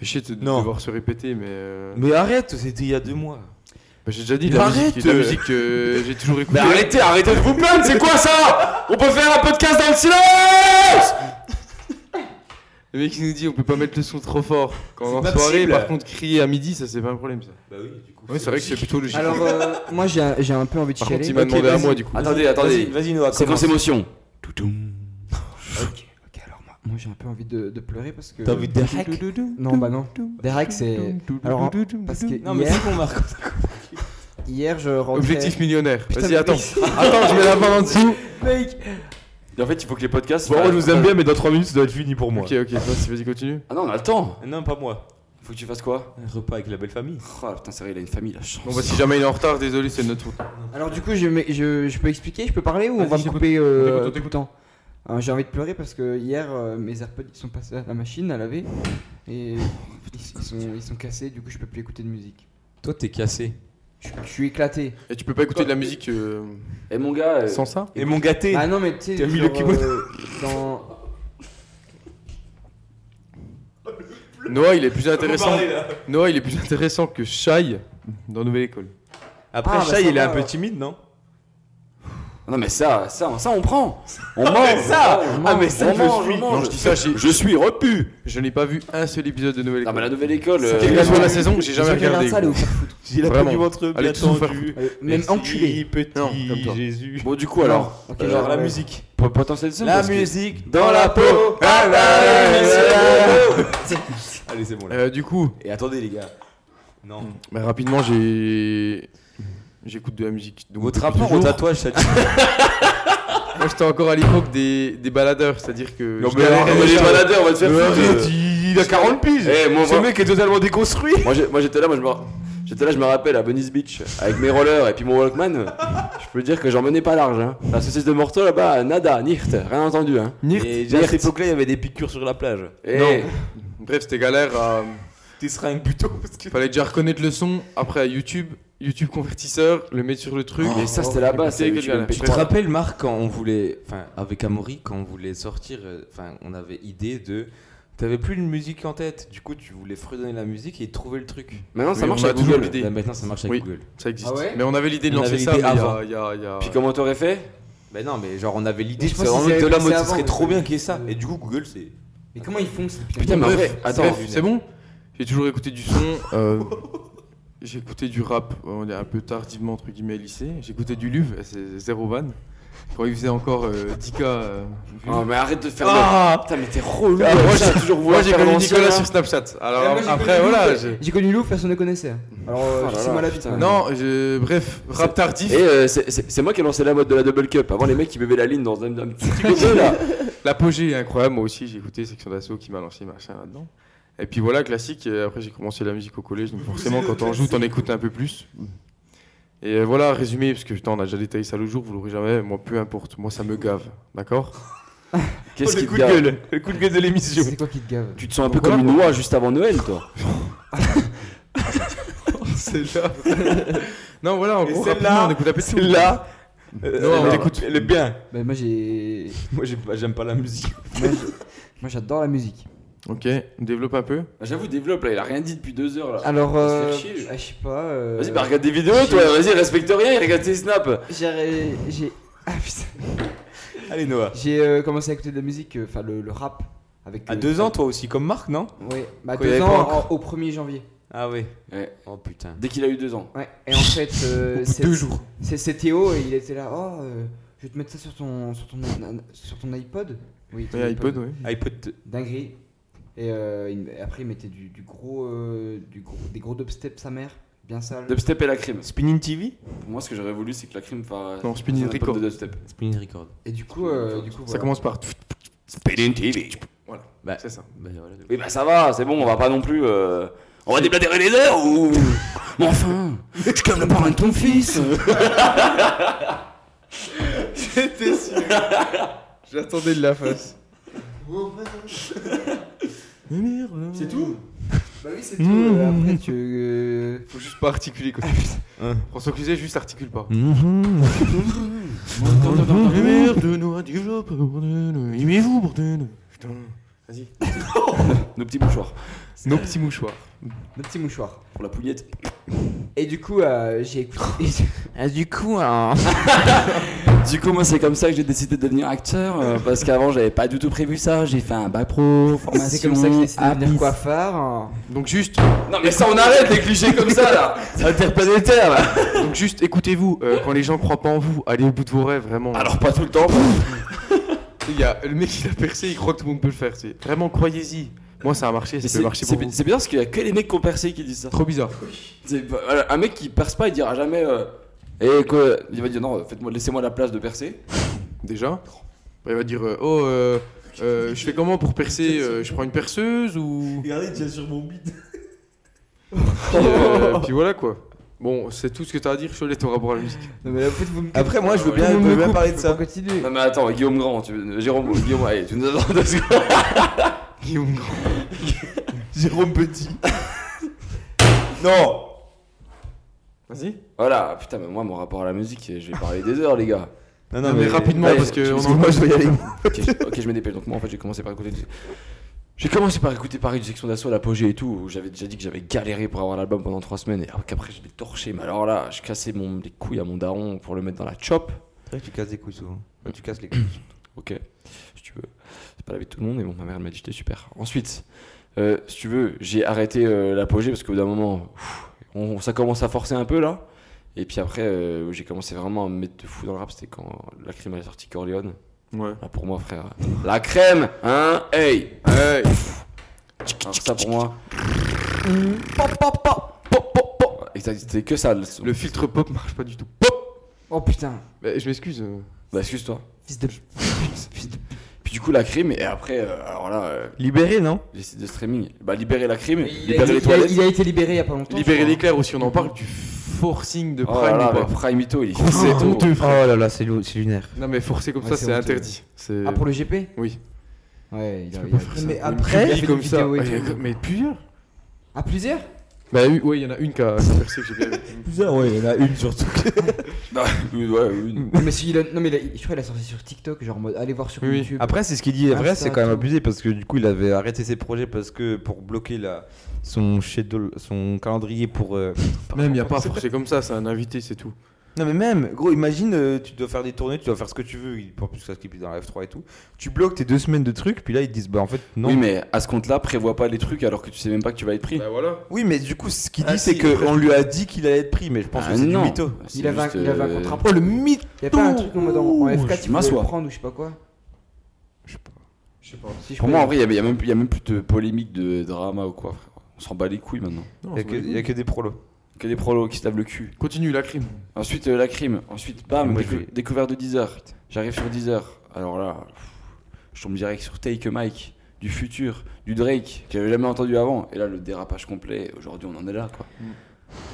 [SPEAKER 5] Fais chier de de
[SPEAKER 3] Non.
[SPEAKER 5] devoir se répéter, mais. euh,
[SPEAKER 3] Mais arrête, c'était il y a deux mois.
[SPEAKER 5] bah, j'ai déjà dit
[SPEAKER 3] Mais
[SPEAKER 5] la
[SPEAKER 3] arrête,
[SPEAKER 5] musique, la
[SPEAKER 3] euh.
[SPEAKER 5] musique euh, j'ai toujours écouté.
[SPEAKER 4] Mais arrêtez, arrêtez de vous plaindre, c'est quoi ça On peut faire un podcast dans le silence
[SPEAKER 5] Le mec il nous dit on peut pas mettre le son trop fort. Quand on est en
[SPEAKER 7] pas
[SPEAKER 5] soirée,
[SPEAKER 7] possible.
[SPEAKER 5] par contre, crier à midi, ça c'est pas un problème ça.
[SPEAKER 7] Bah oui, du coup.
[SPEAKER 5] Ouais, c'est vrai que c'est plutôt logique.
[SPEAKER 6] Alors, euh, moi j'ai un, j'ai un peu envie de
[SPEAKER 5] par
[SPEAKER 6] chialer.
[SPEAKER 5] contre, il m'a
[SPEAKER 3] Ok,
[SPEAKER 5] demandé à
[SPEAKER 3] vas-y.
[SPEAKER 5] moi du coup.
[SPEAKER 4] Attendez, attendez.
[SPEAKER 3] Vas-y, vas-y, Noah.
[SPEAKER 4] Séquence
[SPEAKER 3] commence.
[SPEAKER 4] émotion.
[SPEAKER 6] Ok, ok, alors moi, moi, j'ai un peu envie de, de pleurer parce que.
[SPEAKER 3] T'as envie de Derek
[SPEAKER 6] Non, bah non. Derek, c'est. Alors, hein, parce que
[SPEAKER 3] Non, mais
[SPEAKER 6] hier,
[SPEAKER 3] c'est qu'on marque.
[SPEAKER 6] hier, je rentrais.
[SPEAKER 5] Objectif millionnaire.
[SPEAKER 6] Putain,
[SPEAKER 5] Vas-y,
[SPEAKER 6] mais-
[SPEAKER 5] attends. attends, je mets la main en dessous.
[SPEAKER 6] Mec,
[SPEAKER 4] Et en fait, il faut que les podcasts.
[SPEAKER 7] Bon, moi, je vous aime bien, mais dans 3 minutes, ça doit être fini pour moi.
[SPEAKER 5] Ok, ok, vas-y, vas-y, continue.
[SPEAKER 4] Ah non, on a le temps.
[SPEAKER 3] Non, pas moi.
[SPEAKER 4] Faut que tu fasses quoi
[SPEAKER 3] Un repas avec la belle famille.
[SPEAKER 4] Oh putain, c'est vrai, il a une famille, la chance.
[SPEAKER 5] Bon, bah, si jamais il est en retard, désolé, c'est de notre faute.
[SPEAKER 6] Alors du coup, je, mets- je, je peux expliquer, je peux parler ou on
[SPEAKER 5] Vas-y,
[SPEAKER 6] va me
[SPEAKER 5] j'écoute.
[SPEAKER 6] couper
[SPEAKER 5] On t'écoute,
[SPEAKER 6] euh,
[SPEAKER 5] on
[SPEAKER 6] tout le
[SPEAKER 5] t'écoute.
[SPEAKER 6] temps Euh, J'ai envie de pleurer parce que hier, euh, mes AirPods ils sont passés à la machine à laver et ils, ils sont, ils sont cassés. Du coup, je peux plus écouter de musique.
[SPEAKER 3] Toi, t'es cassé.
[SPEAKER 6] Je, je suis éclaté.
[SPEAKER 5] Et tu peux pas écouter de la musique euh,
[SPEAKER 4] Eh mon gars, euh,
[SPEAKER 5] sans ça
[SPEAKER 3] Et mon gâté.
[SPEAKER 6] Ah non, mais tu sais,
[SPEAKER 3] T'as mis
[SPEAKER 6] genre,
[SPEAKER 3] le kimono.
[SPEAKER 6] euh, dans
[SPEAKER 5] Noah, il est plus intéressant. Noah, il est plus intéressant que Shai dans Nouvelle École.
[SPEAKER 3] Après,
[SPEAKER 6] Ah, bah,
[SPEAKER 3] Shai,
[SPEAKER 6] ça
[SPEAKER 3] il est
[SPEAKER 6] va,
[SPEAKER 3] un peu
[SPEAKER 6] alors.
[SPEAKER 3] timide, non
[SPEAKER 4] Non mais ça, ça, ça on prend. On mange. ça,
[SPEAKER 3] Ah, mais ça,
[SPEAKER 4] on
[SPEAKER 3] je
[SPEAKER 4] mange,
[SPEAKER 3] suis.
[SPEAKER 4] on
[SPEAKER 5] Non,
[SPEAKER 4] mange.
[SPEAKER 5] je dis ça, j'ai-
[SPEAKER 4] Je suis repu.
[SPEAKER 5] je n'ai pas vu un seul épisode de Nouvelle
[SPEAKER 4] Non
[SPEAKER 5] École.
[SPEAKER 4] mais la nouvelle école.
[SPEAKER 5] C'est
[SPEAKER 4] euh,
[SPEAKER 5] quel que soit la saison, j'ai jamais
[SPEAKER 6] Ceux qui regardent
[SPEAKER 5] regardé.
[SPEAKER 6] ça, allez
[SPEAKER 5] gros.
[SPEAKER 6] vous faire foutre.
[SPEAKER 3] Il a pas
[SPEAKER 5] Vraiment.
[SPEAKER 3] du ventre bien
[SPEAKER 5] Allez, tous vous faire
[SPEAKER 3] tendu.
[SPEAKER 6] Allez, euh, Même
[SPEAKER 3] Merci,
[SPEAKER 6] enculé.
[SPEAKER 3] petit
[SPEAKER 5] Non, comme toi.
[SPEAKER 3] Jésus.
[SPEAKER 4] Bon du coup alors,
[SPEAKER 6] Ok,
[SPEAKER 4] euh,
[SPEAKER 6] genre,
[SPEAKER 3] la
[SPEAKER 6] ouais.
[SPEAKER 3] musique.
[SPEAKER 4] po- potentiel seul,
[SPEAKER 3] La
[SPEAKER 4] parce que-
[SPEAKER 3] musique
[SPEAKER 4] dans la peau.
[SPEAKER 3] Ah, là, là, là, là, là. Allez, c'est bon là.
[SPEAKER 5] Euh, du coup,
[SPEAKER 3] Et attendez, les gars. Mmh. Non.
[SPEAKER 5] bah, rapidement, j'ai. J'écoute de la musique. Donc,
[SPEAKER 3] Votre
[SPEAKER 5] depuis
[SPEAKER 3] rapport au
[SPEAKER 5] toujours.
[SPEAKER 3] tatouage, ça dit.
[SPEAKER 5] Moi, j'étais encore à l'époque des, des baladeurs, c'est-à-dire que.
[SPEAKER 7] Non,
[SPEAKER 5] je
[SPEAKER 7] mais
[SPEAKER 5] galérais
[SPEAKER 7] alors,
[SPEAKER 5] à
[SPEAKER 4] Mais les
[SPEAKER 5] ça.
[SPEAKER 4] baladeurs, on va te faire
[SPEAKER 7] Mais
[SPEAKER 4] foutre.
[SPEAKER 7] arrête, il il a 40 piges
[SPEAKER 4] Eh, moi,
[SPEAKER 7] Ce
[SPEAKER 4] moi-
[SPEAKER 7] mec est totalement déconstruit
[SPEAKER 4] Moi, j'ai- moi, j'étais là, moi je me ra- J'étais là, je me rappelle, à Venice Beach, avec mes rollers et puis mon Walkman, je peux dire que j'en menais pas large. Hein. La saucisse de morceau là-bas, nada, nicht, rien entendu. Hein.
[SPEAKER 5] Nirt.
[SPEAKER 3] Et déjà à cette
[SPEAKER 4] Nirt.
[SPEAKER 3] époque-là, il y avait des piqûres sur la plage.
[SPEAKER 4] Eh,
[SPEAKER 5] Non. Bref, c'était galère. à-
[SPEAKER 3] Tes seringues plutôt. Parce que...
[SPEAKER 5] Fallait déjà reconnaître le son. Après, à YouTube, YouTube convertisseur, le mettre sur le truc.
[SPEAKER 4] mais ça c'était là-bas, c'est
[SPEAKER 5] quelle galère.
[SPEAKER 3] Tu te rappelles, Marc, quand on voulait. Enfin, avec Amaury, quand on voulait sortir. euh, Enfin, on avait idée de. T'avais plus une musique en tête. Du coup, tu voulais fredonner la musique et trouver le truc.
[SPEAKER 4] Maintenant ça
[SPEAKER 5] Oui,
[SPEAKER 4] marche
[SPEAKER 5] on a
[SPEAKER 4] avec
[SPEAKER 5] toujours
[SPEAKER 4] Google.
[SPEAKER 5] l'idée.
[SPEAKER 3] Bah, maintenant, ça marche avec
[SPEAKER 5] Oui.
[SPEAKER 3] Google.
[SPEAKER 5] Ça existe.
[SPEAKER 6] Ah ouais
[SPEAKER 5] mais on avait l'idée de
[SPEAKER 3] On
[SPEAKER 5] lancer
[SPEAKER 3] avait
[SPEAKER 5] ça, mais
[SPEAKER 3] l'idée
[SPEAKER 5] il y
[SPEAKER 3] avant.
[SPEAKER 5] a. il Y a, il y a-
[SPEAKER 4] Puis comment t'aurais fait
[SPEAKER 3] Ben non, mais genre on avait l'idée de
[SPEAKER 6] Mais je
[SPEAKER 3] se
[SPEAKER 6] pense qu'ils
[SPEAKER 3] rendre
[SPEAKER 6] avaient
[SPEAKER 3] de la
[SPEAKER 6] pensé
[SPEAKER 3] mode, ce
[SPEAKER 6] avant,
[SPEAKER 3] serait
[SPEAKER 6] mais
[SPEAKER 3] trop
[SPEAKER 6] c'est-
[SPEAKER 3] bien qu'il y ait ça.
[SPEAKER 6] Euh,
[SPEAKER 3] Et du coup, Google, c'est. [LAUGHS]
[SPEAKER 6] Mais comment ils font ces
[SPEAKER 4] Putain, mais en vrai,
[SPEAKER 5] Bref,
[SPEAKER 4] attends.
[SPEAKER 5] bref, c'est bon J'ai toujours écouté du son. euh, J'ai écouté du rap, on est un peu tardivement entre guillemets lycée. J'ai écouté du Luv, c'est zéro van. Quand il faisait encore euh, 10K. euh, vues.
[SPEAKER 4] Oh, mais arrête de faire.
[SPEAKER 5] Ah
[SPEAKER 4] Putain, mais t'es relou.
[SPEAKER 5] Ah, moi,
[SPEAKER 4] Putain,
[SPEAKER 5] j'ai-
[SPEAKER 4] toujours
[SPEAKER 5] Moi
[SPEAKER 4] vouloir
[SPEAKER 5] j'ai
[SPEAKER 4] faire
[SPEAKER 5] connu
[SPEAKER 4] l'ancien, hein.
[SPEAKER 5] Nicolas
[SPEAKER 4] là.
[SPEAKER 5] sur Snapchat.
[SPEAKER 6] Et
[SPEAKER 5] Alors
[SPEAKER 6] Eh, moi, j'ai
[SPEAKER 5] après
[SPEAKER 6] connu
[SPEAKER 5] voilà.
[SPEAKER 6] Lou,
[SPEAKER 5] j'ai-
[SPEAKER 6] J'ai connu Lou, personne ne connaissait. Alors,
[SPEAKER 4] Oh
[SPEAKER 6] euh,
[SPEAKER 4] là
[SPEAKER 6] c'est
[SPEAKER 4] là,
[SPEAKER 6] moi la bite.
[SPEAKER 4] putain.
[SPEAKER 6] maintenant.
[SPEAKER 5] Non, je- bref, rap tardif.
[SPEAKER 4] Et euh, c'est- c'est c'est moi qui ai lancé la mode de la double cup. Avant, les mecs qui buvaient la ligne dans un, un petit gobelet là.
[SPEAKER 5] L'apogée est incroyable, moi aussi j'ai écouté Section d'Assaut qui m'a lancé machin là-dedans. Et puis voilà, classique, et après j'ai commencé la musique au collège, donc forcément quand on joue, t'en écoutes un peu plus. Et euh, voilà, résumé, parce que putain, on a déjà détaillé ça le jour, vous l'aurez jamais, moi peu importe, moi ça me gave, d'accord
[SPEAKER 4] Qu'est-ce qui te gave
[SPEAKER 7] gueule Le coup de gueule de
[SPEAKER 3] [LAUGHS]
[SPEAKER 7] l'émission
[SPEAKER 6] C'est quoi qui te gave
[SPEAKER 4] Tu te sens un peu comme une noix juste avant Noël, toi.
[SPEAKER 5] C'est là Non, voilà, en
[SPEAKER 3] Et
[SPEAKER 5] gros,
[SPEAKER 3] c'est
[SPEAKER 5] rapidement,
[SPEAKER 3] là,
[SPEAKER 5] on écoute un peu
[SPEAKER 3] C'est là. Euh,
[SPEAKER 5] Non, on
[SPEAKER 3] écoute. Elle est bien.
[SPEAKER 6] Bah, moi j'ai.
[SPEAKER 3] Moi, j'ai pas- j'aime pas la musique.
[SPEAKER 6] moi, je- moi j'adore la musique.
[SPEAKER 5] Ok, on développe un peu.
[SPEAKER 4] J'avoue, développe là, il a rien dit depuis deux heures là.
[SPEAKER 6] Alors,
[SPEAKER 4] va se
[SPEAKER 6] euh,
[SPEAKER 4] faire chier,
[SPEAKER 6] ah, je sais pas. euh,
[SPEAKER 4] Vas-y, bah regarde des vidéos, toi, vas-y, respecte rien, il regarde tes snaps.
[SPEAKER 6] J'ai, j'ai, [LAUGHS] ah, putain.
[SPEAKER 3] Allez, Noah.
[SPEAKER 6] j'ai euh, commencé à écouter de la musique, euh, enfin le, le rap. Avec,
[SPEAKER 3] À
[SPEAKER 6] euh,
[SPEAKER 3] deux ans, toi aussi, comme Marc, non
[SPEAKER 6] Ouais, bah, à
[SPEAKER 5] Quand il y
[SPEAKER 6] deux
[SPEAKER 5] avait pas
[SPEAKER 6] ans en- au 1er janvier.
[SPEAKER 3] Ah oui.
[SPEAKER 4] Ouais.
[SPEAKER 3] Oh putain.
[SPEAKER 4] Eh, Dès qu'il a eu deux ans.
[SPEAKER 6] Ouais, et en fait, euh,
[SPEAKER 5] Au bout de
[SPEAKER 6] c'est,
[SPEAKER 5] deux jours.
[SPEAKER 6] c'est, c'est Théo et il était là. Oh, euh, je vais te mettre ça sur ton, sur ton, sur ton iPod. Oui, ton
[SPEAKER 5] Ouais, iPod, ouais.
[SPEAKER 3] Ah, iPod.
[SPEAKER 6] Dinguerie. Et euh, il- et après, il mettait du, du gros, euh, du gros, des gros dubstep sa mère, bien sale.
[SPEAKER 4] Dubstep et la crime.
[SPEAKER 3] Spinning TV
[SPEAKER 4] Pour moi, ce que j'aurais voulu, c'est que la crime fasse.
[SPEAKER 5] Non, Spinning
[SPEAKER 4] fasse un peu
[SPEAKER 5] Record.
[SPEAKER 4] de dubstep.
[SPEAKER 3] Spinning Record.
[SPEAKER 6] Et du coup, euh, du coup,
[SPEAKER 5] Ça
[SPEAKER 6] voilà.
[SPEAKER 5] commence par.
[SPEAKER 4] Spinning TV.
[SPEAKER 5] C'est ça.
[SPEAKER 3] Bah voilà.
[SPEAKER 4] Oui, bah ça va, c'est bon, on va pas non plus. euh, On va déblatérer les heures ou. Mais enfin, je calme le parrain de ton fils.
[SPEAKER 5] J'étais sûr. J'attendais de la [LAUGHS] face.
[SPEAKER 8] C'est tout
[SPEAKER 6] Bah oui, c'est tout. euh, Après, tu. euh,
[SPEAKER 5] Faut juste pas articuler
[SPEAKER 4] Ah,
[SPEAKER 5] quoi.
[SPEAKER 4] Hein.
[SPEAKER 5] François Cluzet juste articule pas.
[SPEAKER 4] Mm-hmm. Nos petits mouchoirs.
[SPEAKER 5] Nos petits mouchoirs.
[SPEAKER 6] Le petit mouchoir.
[SPEAKER 4] Pour la pouillette.
[SPEAKER 6] Et du coup, euh, j'ai écouté.
[SPEAKER 5] [LAUGHS] Ah,
[SPEAKER 3] du coup, hein.
[SPEAKER 4] Du coup, moi, c'est comme ça que j'ai décidé de devenir acteur. euh, parce qu'avant, j'avais pas du tout prévu ça. J'ai fait un bac pro, formation.
[SPEAKER 6] c'est comme ça que j'ai décidé de devenir
[SPEAKER 4] APIS.
[SPEAKER 6] coiffeur. hein.
[SPEAKER 5] Donc juste,
[SPEAKER 4] Non, mais ça, on arrête les clichés comme ça
[SPEAKER 6] [LAUGHS]
[SPEAKER 4] là.
[SPEAKER 3] Interplanétaire là.
[SPEAKER 5] donc juste écoutez-vous. euh, quand les gens croient pas en vous, allez au bout de vos rêves vraiment.
[SPEAKER 4] Alors, pas tout le temps.
[SPEAKER 5] Il y a le mec qui l'a percé, il croit que tout le monde peut le faire. c'est- Vraiment, croyez-y. Moi, ça a marché,
[SPEAKER 4] Mais
[SPEAKER 5] ça
[SPEAKER 4] C'est
[SPEAKER 5] peut marcher
[SPEAKER 4] c'est
[SPEAKER 5] pour
[SPEAKER 4] bi-
[SPEAKER 5] vous.
[SPEAKER 4] c'est bizarre parce qu'il y a que les mecs qui ont percé qui disent ça.
[SPEAKER 5] Trop bizarre.
[SPEAKER 4] C'est- voilà, Un mec qui perce pas, il dira jamais. euh, Eh, quoi Il va dire non, faites-moi, laissez-moi la place de percer.
[SPEAKER 5] Déjà Bah, Il va dire euh, Oh, euh, euh, je fais comment pour percer Euh, Je prends une perceuse ou.
[SPEAKER 8] Regardez, tiens sur mon bide.
[SPEAKER 5] Puis, [LAUGHS] euh, puis voilà quoi. Bon, c'est tout ce que t'as à dire, Cholet, ton rapport à la musique.
[SPEAKER 6] Non, mais en fait, vous me.
[SPEAKER 3] Après, moi, je veux
[SPEAKER 6] Tout
[SPEAKER 3] bien,
[SPEAKER 6] le
[SPEAKER 3] je
[SPEAKER 6] monde
[SPEAKER 3] veux
[SPEAKER 6] me
[SPEAKER 3] bien
[SPEAKER 6] coupe,
[SPEAKER 3] parler
[SPEAKER 6] je
[SPEAKER 3] de
[SPEAKER 6] peux
[SPEAKER 3] ça.
[SPEAKER 6] pas continuer.
[SPEAKER 4] Non, mais attends, Guillaume Grand, tu- Jérôme, Guillaume, allez, tu nous attends deux secondes. [LAUGHS]
[SPEAKER 5] Guillaume Grand.
[SPEAKER 7] Jérôme
[SPEAKER 4] [LAUGHS]
[SPEAKER 7] Petit. non
[SPEAKER 5] Vas-y.
[SPEAKER 4] Voilà, putain, mais moi, mon rapport à la musique, j'ai parlé des heures, les gars.
[SPEAKER 3] Non,
[SPEAKER 5] Non, mais rapidement,
[SPEAKER 4] Ouais,
[SPEAKER 5] parce que.
[SPEAKER 4] parce
[SPEAKER 5] on en-
[SPEAKER 3] moi, je vais y
[SPEAKER 5] [LAUGHS]
[SPEAKER 3] aller.
[SPEAKER 4] Ok, je- ok, je me dépêche. Donc, moi, en fait, j'ai commencé par écouter. du- J'ai commencé par écouter Paris du section d'assaut, l'apogée et tout. où J'avais déjà dit que j'avais galéré pour avoir l'album pendant trois semaines et ah, qu'après je l'ai torché. Mais alors là, je cassais mon, les couilles à mon daron pour le mettre dans la chop.
[SPEAKER 3] C'est vrai que tu casses des couilles souvent. Enfin, tu casses les couilles.
[SPEAKER 4] Ok, si tu veux. C'est pas la vie de tout le monde, mais bon, ma mère elle m'a dit j'étais super. Ensuite, euh, si tu veux, j'ai arrêté euh, l'apogée parce qu'au bout d'un moment, pff, on, ça commence à forcer un peu là. Et puis après, euh, j'ai commencé vraiment à me mettre de fou dans le rap. C'était quand la crime est sortie Corleone.
[SPEAKER 5] Ouais.
[SPEAKER 4] Là, Ah, pour moi, frère. La crème, hein Hey Hey Alors, ça pour moi. Pop, pop, pop, pop, pop, pop. Et ça, C'était que ça le son.
[SPEAKER 5] Le filtre pop marche pas du tout.
[SPEAKER 6] Oh putain,
[SPEAKER 5] Bah, je m'excuse. euh.
[SPEAKER 4] Bah, excuse-toi.
[SPEAKER 6] fils de. [LAUGHS]
[SPEAKER 4] Puis du coup, la crème, et après, euh, alors là, euh,
[SPEAKER 3] Libéré, non
[SPEAKER 4] les sites de streaming. Bah, libérer la crème,
[SPEAKER 6] Il a,
[SPEAKER 4] libérer les
[SPEAKER 6] il a-
[SPEAKER 4] toilettes.
[SPEAKER 6] il a été libéré il y a pas longtemps.
[SPEAKER 5] Libérer
[SPEAKER 6] je crois.
[SPEAKER 5] l'éclair aussi, on en parle hein. du forcing de
[SPEAKER 4] Oh là
[SPEAKER 5] Prime
[SPEAKER 4] là,
[SPEAKER 5] ou pas
[SPEAKER 4] mais Prime Ito, il est
[SPEAKER 5] C'est
[SPEAKER 4] Oh.
[SPEAKER 5] honteux,
[SPEAKER 3] [LAUGHS] Oh là là, c'est lu- c'est lunaire.
[SPEAKER 5] Non, mais forcer comme
[SPEAKER 6] Ouais,
[SPEAKER 5] ça,
[SPEAKER 6] c'est
[SPEAKER 5] c'est
[SPEAKER 6] honteux.
[SPEAKER 5] interdit. C'est.
[SPEAKER 6] Ah, pour le GP
[SPEAKER 5] Oui.
[SPEAKER 6] Ouais, il a.
[SPEAKER 5] peux
[SPEAKER 6] il a-
[SPEAKER 5] pas faire ça.
[SPEAKER 6] Mais
[SPEAKER 5] Il
[SPEAKER 6] après.
[SPEAKER 5] publie
[SPEAKER 6] il a fait
[SPEAKER 5] comme
[SPEAKER 6] des
[SPEAKER 5] ça.
[SPEAKER 6] vidéos et
[SPEAKER 5] Ouais, il y a-
[SPEAKER 6] tout.
[SPEAKER 5] Mais plusieurs
[SPEAKER 6] Ah, plusieurs
[SPEAKER 5] Bah, oui, ouais, il y en a une qui a qui a percé que j'ai bien vu.
[SPEAKER 7] Bizarre, ouais, il y en a une surtout.
[SPEAKER 4] Bah, oui, [LAUGHS] ouais, oui.
[SPEAKER 6] Non, mais si, il a- non, mais il a- je crois qu'il a sorti sur TikTok, genre en mode allez voir sur
[SPEAKER 5] Oui, oui.
[SPEAKER 6] YouTube.
[SPEAKER 3] Après, c'est ce qu'il dit est vrai,
[SPEAKER 6] Insta,
[SPEAKER 3] c'est quand même
[SPEAKER 6] tout.
[SPEAKER 3] abusé parce que du coup, il avait arrêté ses projets parce que pour bloquer la, son, schedule- son calendrier pour. euh,
[SPEAKER 5] Même, il a pas forcé comme ça, c'est un invité, c'est tout.
[SPEAKER 3] Non, mais même, gros, imagine, euh, tu dois faire des tournées, tu dois faire ce que tu veux, il pour plus que ça skip dans la F3 et tout. Tu bloques tes deux semaines de trucs, puis là, ils te disent, bah en fait, non.
[SPEAKER 4] Oui, mais à ce compte-là, prévois pas les trucs alors que tu sais même pas que tu vas être pris.
[SPEAKER 5] Bah voilà.
[SPEAKER 3] Oui, mais du coup, ce qu'il
[SPEAKER 5] Ah,
[SPEAKER 3] dit,
[SPEAKER 5] si,
[SPEAKER 3] c'est que on lui a dit qu'il allait être pris, mais je pense
[SPEAKER 4] Ah,
[SPEAKER 3] que c'est du
[SPEAKER 4] non.
[SPEAKER 3] mytho.
[SPEAKER 4] C'est
[SPEAKER 6] il avait, un,
[SPEAKER 4] juste,
[SPEAKER 6] il avait un
[SPEAKER 4] euh,
[SPEAKER 6] contrat. Oh le mytho Il y a pas un truc en mode en- en F4 tu
[SPEAKER 4] je m'assois.
[SPEAKER 6] peux le prendre ou je sais pas quoi
[SPEAKER 5] Je sais pas.
[SPEAKER 6] Si je
[SPEAKER 4] Pour
[SPEAKER 6] peux-
[SPEAKER 4] moi, en vrai, il y a, il y a même il y a même plus de polémique, de drama ou quoi, frère. On s'en bat les couilles maintenant.
[SPEAKER 5] Non,
[SPEAKER 3] Il y a que- il y a que des prolos.
[SPEAKER 4] Que des prolos qui se lavent le cul.
[SPEAKER 5] Continue la crime.
[SPEAKER 4] Ensuite, euh, la crime. Ensuite, bam,
[SPEAKER 3] Et moi,
[SPEAKER 4] décou-
[SPEAKER 3] je vais-
[SPEAKER 4] découverte de Deezer. J'arrive sur Deezer. Alors là, pff, je tombe direct sur Take a Mike, du futur, du Drake, que j'avais jamais entendu avant. Et là, le dérapage complet. Aujourd'hui, on en est là, quoi.
[SPEAKER 5] Mm.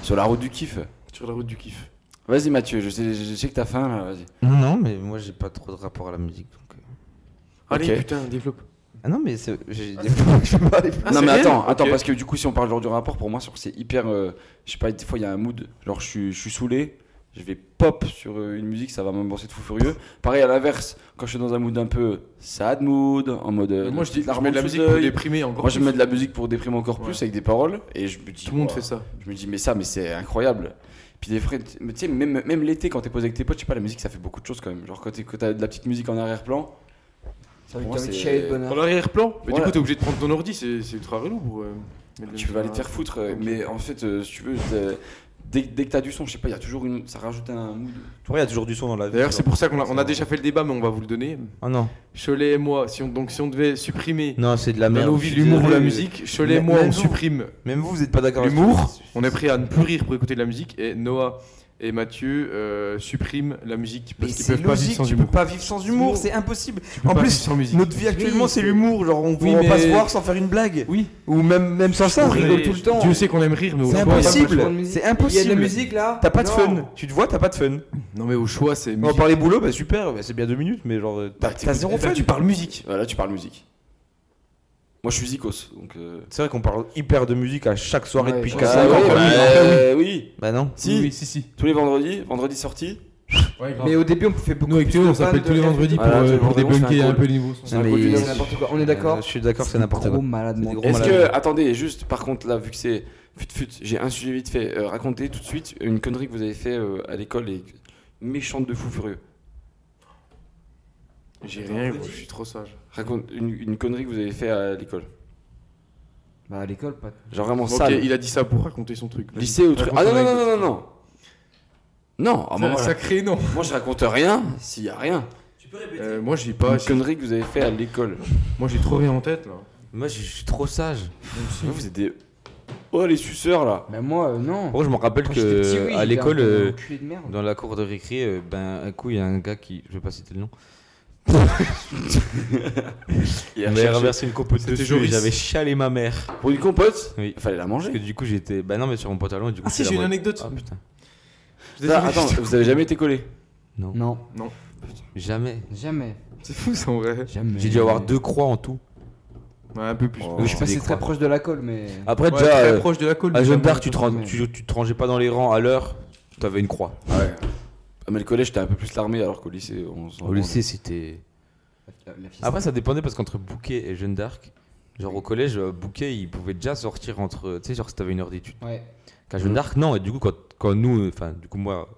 [SPEAKER 4] Sur la route du kiff.
[SPEAKER 5] Sur la route du kiff.
[SPEAKER 4] Vas-y, Mathieu, je sais, je sais que t'as faim, là, vas-y.
[SPEAKER 3] Non, non, mais moi, j'ai pas trop de rapport à la musique. donc, euh.
[SPEAKER 5] Allez,
[SPEAKER 4] Ok.
[SPEAKER 5] putain, développe.
[SPEAKER 3] Ah non, mais c'est- j'ai des je peux pas aller plus.
[SPEAKER 4] non, mais
[SPEAKER 5] c'est
[SPEAKER 4] attends,
[SPEAKER 5] elle
[SPEAKER 4] attends,
[SPEAKER 5] Ok.
[SPEAKER 4] parce que du coup, si on parle genre du rapport, pour moi, sur- c'est hyper. euh, je sais pas, des fois, il y a un mood. Genre, je suis, je suis saoulé, je vais pop sur euh, une musique, ça va me bosser de fou furieux. Pareil, à l'inverse, quand je suis dans un mood un peu sad mood, en mode. euh,
[SPEAKER 5] Moi, je dis,
[SPEAKER 4] petite
[SPEAKER 5] je
[SPEAKER 4] larme
[SPEAKER 5] mets de la
[SPEAKER 4] sous
[SPEAKER 5] musique pour
[SPEAKER 4] l'œil.
[SPEAKER 5] déprimer encore.
[SPEAKER 4] Moi, je
[SPEAKER 5] plus.
[SPEAKER 4] mets de la musique pour déprimer encore
[SPEAKER 5] Ouais.
[SPEAKER 4] plus avec des paroles, et je me dis.
[SPEAKER 5] Tout le monde
[SPEAKER 4] ouah,
[SPEAKER 5] fait ça.
[SPEAKER 4] Je me dis, mais ça, mais c'est incroyable. Puis des frais, mais tu sais, même, même l'été, quand t'es posé avec tes potes, je sais pas, la musique, ça fait beaucoup de choses quand même. Genre, quand t'es- quand t'as de la petite musique en arrière-plan.
[SPEAKER 6] T'as envie
[SPEAKER 4] pour moi,
[SPEAKER 6] de
[SPEAKER 4] c'est-
[SPEAKER 6] chialer de bonheur.
[SPEAKER 5] Dans l'arrière-plan Mais du
[SPEAKER 4] Voilà.
[SPEAKER 5] coup, t'es obligé de prendre ton ordi, c'est c'est ultra relou. pour, euh, mettre de la
[SPEAKER 4] Tu
[SPEAKER 5] musique
[SPEAKER 4] vas aller
[SPEAKER 5] dans
[SPEAKER 4] te faire foutre, euh, mais en fait, euh, si tu veux, t'es- dès, dès que t'as du son, je sais pas, il y a toujours une. Ça rajoute un mood.
[SPEAKER 3] Après, il y a toujours du son dans la vie.
[SPEAKER 5] D'ailleurs, c'est pour ça qu'on a, on a déjà fait le débat, mais on va vous le donner.
[SPEAKER 3] Oh non,
[SPEAKER 5] Cholet et moi, si on, donc si on devait supprimer
[SPEAKER 3] non, c'est de la
[SPEAKER 5] dans
[SPEAKER 3] merde.
[SPEAKER 5] nos
[SPEAKER 3] je
[SPEAKER 5] vies
[SPEAKER 3] suis
[SPEAKER 5] l'humour ou
[SPEAKER 3] désolé.
[SPEAKER 5] la musique, Cholet et
[SPEAKER 3] Mais-
[SPEAKER 5] moi,
[SPEAKER 3] mais
[SPEAKER 5] on
[SPEAKER 3] non.
[SPEAKER 5] supprime
[SPEAKER 3] Même vous, vous êtes pas d'accord. avec
[SPEAKER 5] l'humour,
[SPEAKER 3] ça.
[SPEAKER 5] on est prêt à ne plus rire pour écouter de la musique, et Noah Et Mathieu euh, supprime la musique
[SPEAKER 3] Mais
[SPEAKER 5] parce qu'ils
[SPEAKER 3] c'est
[SPEAKER 5] peuvent pas vivre
[SPEAKER 3] logique,
[SPEAKER 5] sans
[SPEAKER 3] tu
[SPEAKER 5] humour.
[SPEAKER 3] peux pas vivre sans humour, c'est impossible.
[SPEAKER 5] Tu peux
[SPEAKER 3] en
[SPEAKER 5] pas
[SPEAKER 3] plus,
[SPEAKER 5] vivre sans musique.
[SPEAKER 3] Notre vie actuellement, c'est l'humour. Genre, on
[SPEAKER 4] Oui,
[SPEAKER 3] on va pas
[SPEAKER 4] mais-
[SPEAKER 3] se voir sans faire une blague.
[SPEAKER 4] Oui.
[SPEAKER 3] Ou même, même sans ça.
[SPEAKER 6] On rigole tout le temps.
[SPEAKER 5] Dieu sait qu'on aime rire, mais au
[SPEAKER 3] C'est
[SPEAKER 5] choix, il y a pas le
[SPEAKER 3] impossible.
[SPEAKER 5] choix.
[SPEAKER 3] C'est
[SPEAKER 6] Il y a de la
[SPEAKER 3] impossible.
[SPEAKER 6] musique là
[SPEAKER 3] T'as pas de
[SPEAKER 6] Non.
[SPEAKER 3] fun. Tu te vois, t'as pas de fun.
[SPEAKER 5] Non, mais au choix, c'est
[SPEAKER 3] On
[SPEAKER 5] musique.
[SPEAKER 3] parlait boulot, bah super, bah c'est bien deux minutes, mais genre, euh, t'as
[SPEAKER 4] Bah,
[SPEAKER 3] t'as zéro
[SPEAKER 4] t'écoutes-
[SPEAKER 3] fun.
[SPEAKER 4] bah, tu parles musique. Voilà, tu parles musique. Moi, je suis zikos, donc. euh,
[SPEAKER 3] C'est vrai qu'on parle hyper de musique à chaque soirée
[SPEAKER 6] Ouais,
[SPEAKER 3] depuis
[SPEAKER 6] ouais.
[SPEAKER 3] quatre
[SPEAKER 6] Ah
[SPEAKER 3] ans.
[SPEAKER 6] oui,
[SPEAKER 4] bah, euh, oui.
[SPEAKER 3] Bah non.
[SPEAKER 4] Si,
[SPEAKER 8] Oui, si, si.
[SPEAKER 4] tous les vendredis, vendredi sorti.
[SPEAKER 8] Ouais, grave.
[SPEAKER 6] Mais au début, on fait beaucoup
[SPEAKER 8] Nous, avec
[SPEAKER 6] plus
[SPEAKER 8] Théo,
[SPEAKER 6] de
[SPEAKER 8] on
[SPEAKER 6] vannes
[SPEAKER 8] s'appelle
[SPEAKER 6] de
[SPEAKER 8] tous les
[SPEAKER 6] rap.
[SPEAKER 8] vendredis pour,
[SPEAKER 4] Voilà, tous
[SPEAKER 8] euh,
[SPEAKER 4] les
[SPEAKER 8] pour
[SPEAKER 4] vendredis, on fait un
[SPEAKER 8] débunker un
[SPEAKER 4] call.
[SPEAKER 8] peu le niveau. son.
[SPEAKER 4] C'est un peu du
[SPEAKER 6] Ah, C'est
[SPEAKER 4] n'importe
[SPEAKER 6] n'importe quoi, on est d'accord
[SPEAKER 3] Euh, Je suis d'accord, c'est n'importe
[SPEAKER 6] Trop
[SPEAKER 3] quoi.
[SPEAKER 6] malade,
[SPEAKER 3] C'est des
[SPEAKER 6] mental.
[SPEAKER 3] gros
[SPEAKER 4] Est-ce
[SPEAKER 3] malades.
[SPEAKER 4] que, attendez, juste par contre, là, vu que c'est fut fut, j'ai un sujet vite fait. Euh, racontez tout de suite une connerie que vous avez fait euh, à l'école et méchante de fou furieux.
[SPEAKER 5] J'ai rien, gros, je suis trop sage.
[SPEAKER 4] Raconte une, une connerie que vous avez fait à l'école.
[SPEAKER 6] Bah à l'école, pas.
[SPEAKER 4] Genre vraiment
[SPEAKER 5] Ok,
[SPEAKER 4] sale.
[SPEAKER 5] il a dit ça pour raconter son truc. Vas-y.
[SPEAKER 4] Lycée ou truc. Ah non,
[SPEAKER 5] Raconte ton
[SPEAKER 4] non, non, non, non,
[SPEAKER 5] anecdote.
[SPEAKER 4] non. Non, à un moment,
[SPEAKER 8] Sacré, non.
[SPEAKER 4] moi je raconte rien s'il y a rien.
[SPEAKER 5] Euh, moi, j'ai
[SPEAKER 4] Une
[SPEAKER 5] pas. j'ai-
[SPEAKER 4] connerie que vous avez fait à l'école.
[SPEAKER 5] Moi, j'ai trop rien en tête là.
[SPEAKER 3] Moi, je suis trop sage.
[SPEAKER 4] Vous, vous êtes des. Oh, les suceurs là.
[SPEAKER 6] Bah moi, euh, non.
[SPEAKER 3] Moi, je me rappelle
[SPEAKER 6] Quand j'étais petit,
[SPEAKER 3] que
[SPEAKER 6] oui,
[SPEAKER 3] à
[SPEAKER 6] j'étais
[SPEAKER 3] l'école,
[SPEAKER 6] un peu
[SPEAKER 3] euh,
[SPEAKER 6] un enculé de merde.
[SPEAKER 3] dans la cour de récré, euh, ben un coup, il y a un gars qui, je vais pas citer le nom,
[SPEAKER 4] Il a
[SPEAKER 3] m'avait
[SPEAKER 4] cherché-
[SPEAKER 3] renversé une compote
[SPEAKER 5] C'était
[SPEAKER 3] dessus. et
[SPEAKER 5] Joris.
[SPEAKER 3] J'avais chialé ma mère.
[SPEAKER 4] Pour une compote
[SPEAKER 3] Oui.
[SPEAKER 4] Fallait la
[SPEAKER 3] Parce que
[SPEAKER 4] manger.
[SPEAKER 3] du coup, j'étais. Bah non, mais sur mon pantalon, et du coup.
[SPEAKER 8] Ah si,
[SPEAKER 3] j'étais
[SPEAKER 8] j'ai une
[SPEAKER 3] là, moi,
[SPEAKER 8] anecdote.
[SPEAKER 3] Ah putain.
[SPEAKER 4] Ça, attends, vous avez jamais été collé
[SPEAKER 3] Non.
[SPEAKER 6] Non,
[SPEAKER 3] Jamais.
[SPEAKER 6] jamais.
[SPEAKER 5] C'est fou, ça en vrai.
[SPEAKER 6] Jamais.
[SPEAKER 3] J'ai dû avoir deux croix en tout.
[SPEAKER 5] Ouais, un peu plus.
[SPEAKER 4] Oh.
[SPEAKER 6] Je suis
[SPEAKER 3] Des
[SPEAKER 6] passé
[SPEAKER 3] croix.
[SPEAKER 6] très proche de la colle, mais.
[SPEAKER 3] Après,
[SPEAKER 5] Ouais,
[SPEAKER 3] déjà,
[SPEAKER 5] très
[SPEAKER 3] euh,
[SPEAKER 5] proche de la colle.
[SPEAKER 3] à Jeanne
[SPEAKER 5] bizarrement.
[SPEAKER 3] d'Arc, tu, te ran- tu, tu te rangeais pas dans les rangs à l'heure, t'avais une croix.
[SPEAKER 4] Ouais. Ah, mais le collège, t'as un peu plus l'armée, alors qu'au lycée, on s'en
[SPEAKER 3] Au lycée, c'était.
[SPEAKER 6] La- la fiesta.
[SPEAKER 3] Après, ça dépendait parce qu'entre Bouquet et Jeanne d'Arc, genre au collège, euh, Bouquet, il pouvait déjà sortir entre. Tu sais, genre si t'avais une heure d'études.
[SPEAKER 6] Ouais.
[SPEAKER 3] Qu'à Jeanne d'Arc, non. Et du coup, quand, quand nous, euh, enfin, du coup, moi,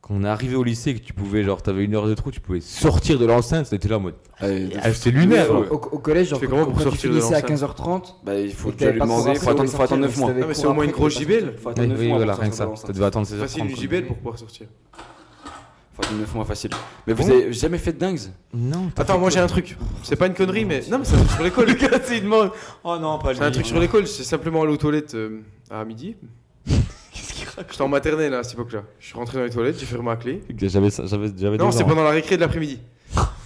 [SPEAKER 3] quand on est arrivé au lycée et que tu pouvais, genre, t'avais une heure de trou, tu pouvais sortir de l'enceinte, c'était là en mode. Ah, c'est lunaire,
[SPEAKER 4] ouais.
[SPEAKER 3] ouais.
[SPEAKER 6] Au, au collège, genre,
[SPEAKER 5] Tu fais comment
[SPEAKER 6] quand,
[SPEAKER 5] pour
[SPEAKER 6] quand tu
[SPEAKER 5] sortir de
[SPEAKER 6] finissais à
[SPEAKER 5] l'enceinte
[SPEAKER 6] 15h30,
[SPEAKER 4] Bah, il faut
[SPEAKER 6] et que
[SPEAKER 4] déjà
[SPEAKER 6] t'avais
[SPEAKER 4] lui
[SPEAKER 6] pas
[SPEAKER 4] demander,
[SPEAKER 6] commencé,
[SPEAKER 4] faut attendre,
[SPEAKER 6] t'avais
[SPEAKER 4] faut attendre 9
[SPEAKER 6] sorti,
[SPEAKER 4] mois.
[SPEAKER 6] donc
[SPEAKER 5] Ah, mais c'est
[SPEAKER 6] cours
[SPEAKER 5] au moins une
[SPEAKER 6] après,
[SPEAKER 5] grosse
[SPEAKER 6] t'es pas
[SPEAKER 5] gibelle.
[SPEAKER 6] sorti.
[SPEAKER 4] Faut attendre
[SPEAKER 3] Oui,
[SPEAKER 4] neuf
[SPEAKER 3] oui,
[SPEAKER 4] mois
[SPEAKER 3] voilà,
[SPEAKER 4] pour
[SPEAKER 3] rien que ça.
[SPEAKER 4] sortir de
[SPEAKER 3] Ça devait attendre 16h30.
[SPEAKER 5] Facile une
[SPEAKER 3] quoi.
[SPEAKER 5] gibelle pour pouvoir sortir.
[SPEAKER 4] Faut attendre 9 mois facile. Mais vous avez jamais fait de dingues
[SPEAKER 3] Non, t'as
[SPEAKER 5] Attends,
[SPEAKER 3] fait
[SPEAKER 5] moi
[SPEAKER 3] quoi
[SPEAKER 5] j'ai un truc. C'est pas une connerie, mais. Non, mais c'est un truc sur l'école. [LAUGHS] Le gars, il demande.
[SPEAKER 3] Oh non, pas
[SPEAKER 5] C'est un truc sur l'école, c'est simplement aller aux toilettes euh, à [LAUGHS] midi. J'étais en maternelle hein, à cette époque-là. Je suis rentré dans les toilettes, j'ai fermé ma clé.
[SPEAKER 3] J'avais ça- j'avais j'avais
[SPEAKER 5] Non,
[SPEAKER 3] deux
[SPEAKER 5] c'est
[SPEAKER 3] ans.
[SPEAKER 5] pendant la récré de [LAUGHS] l'après-midi.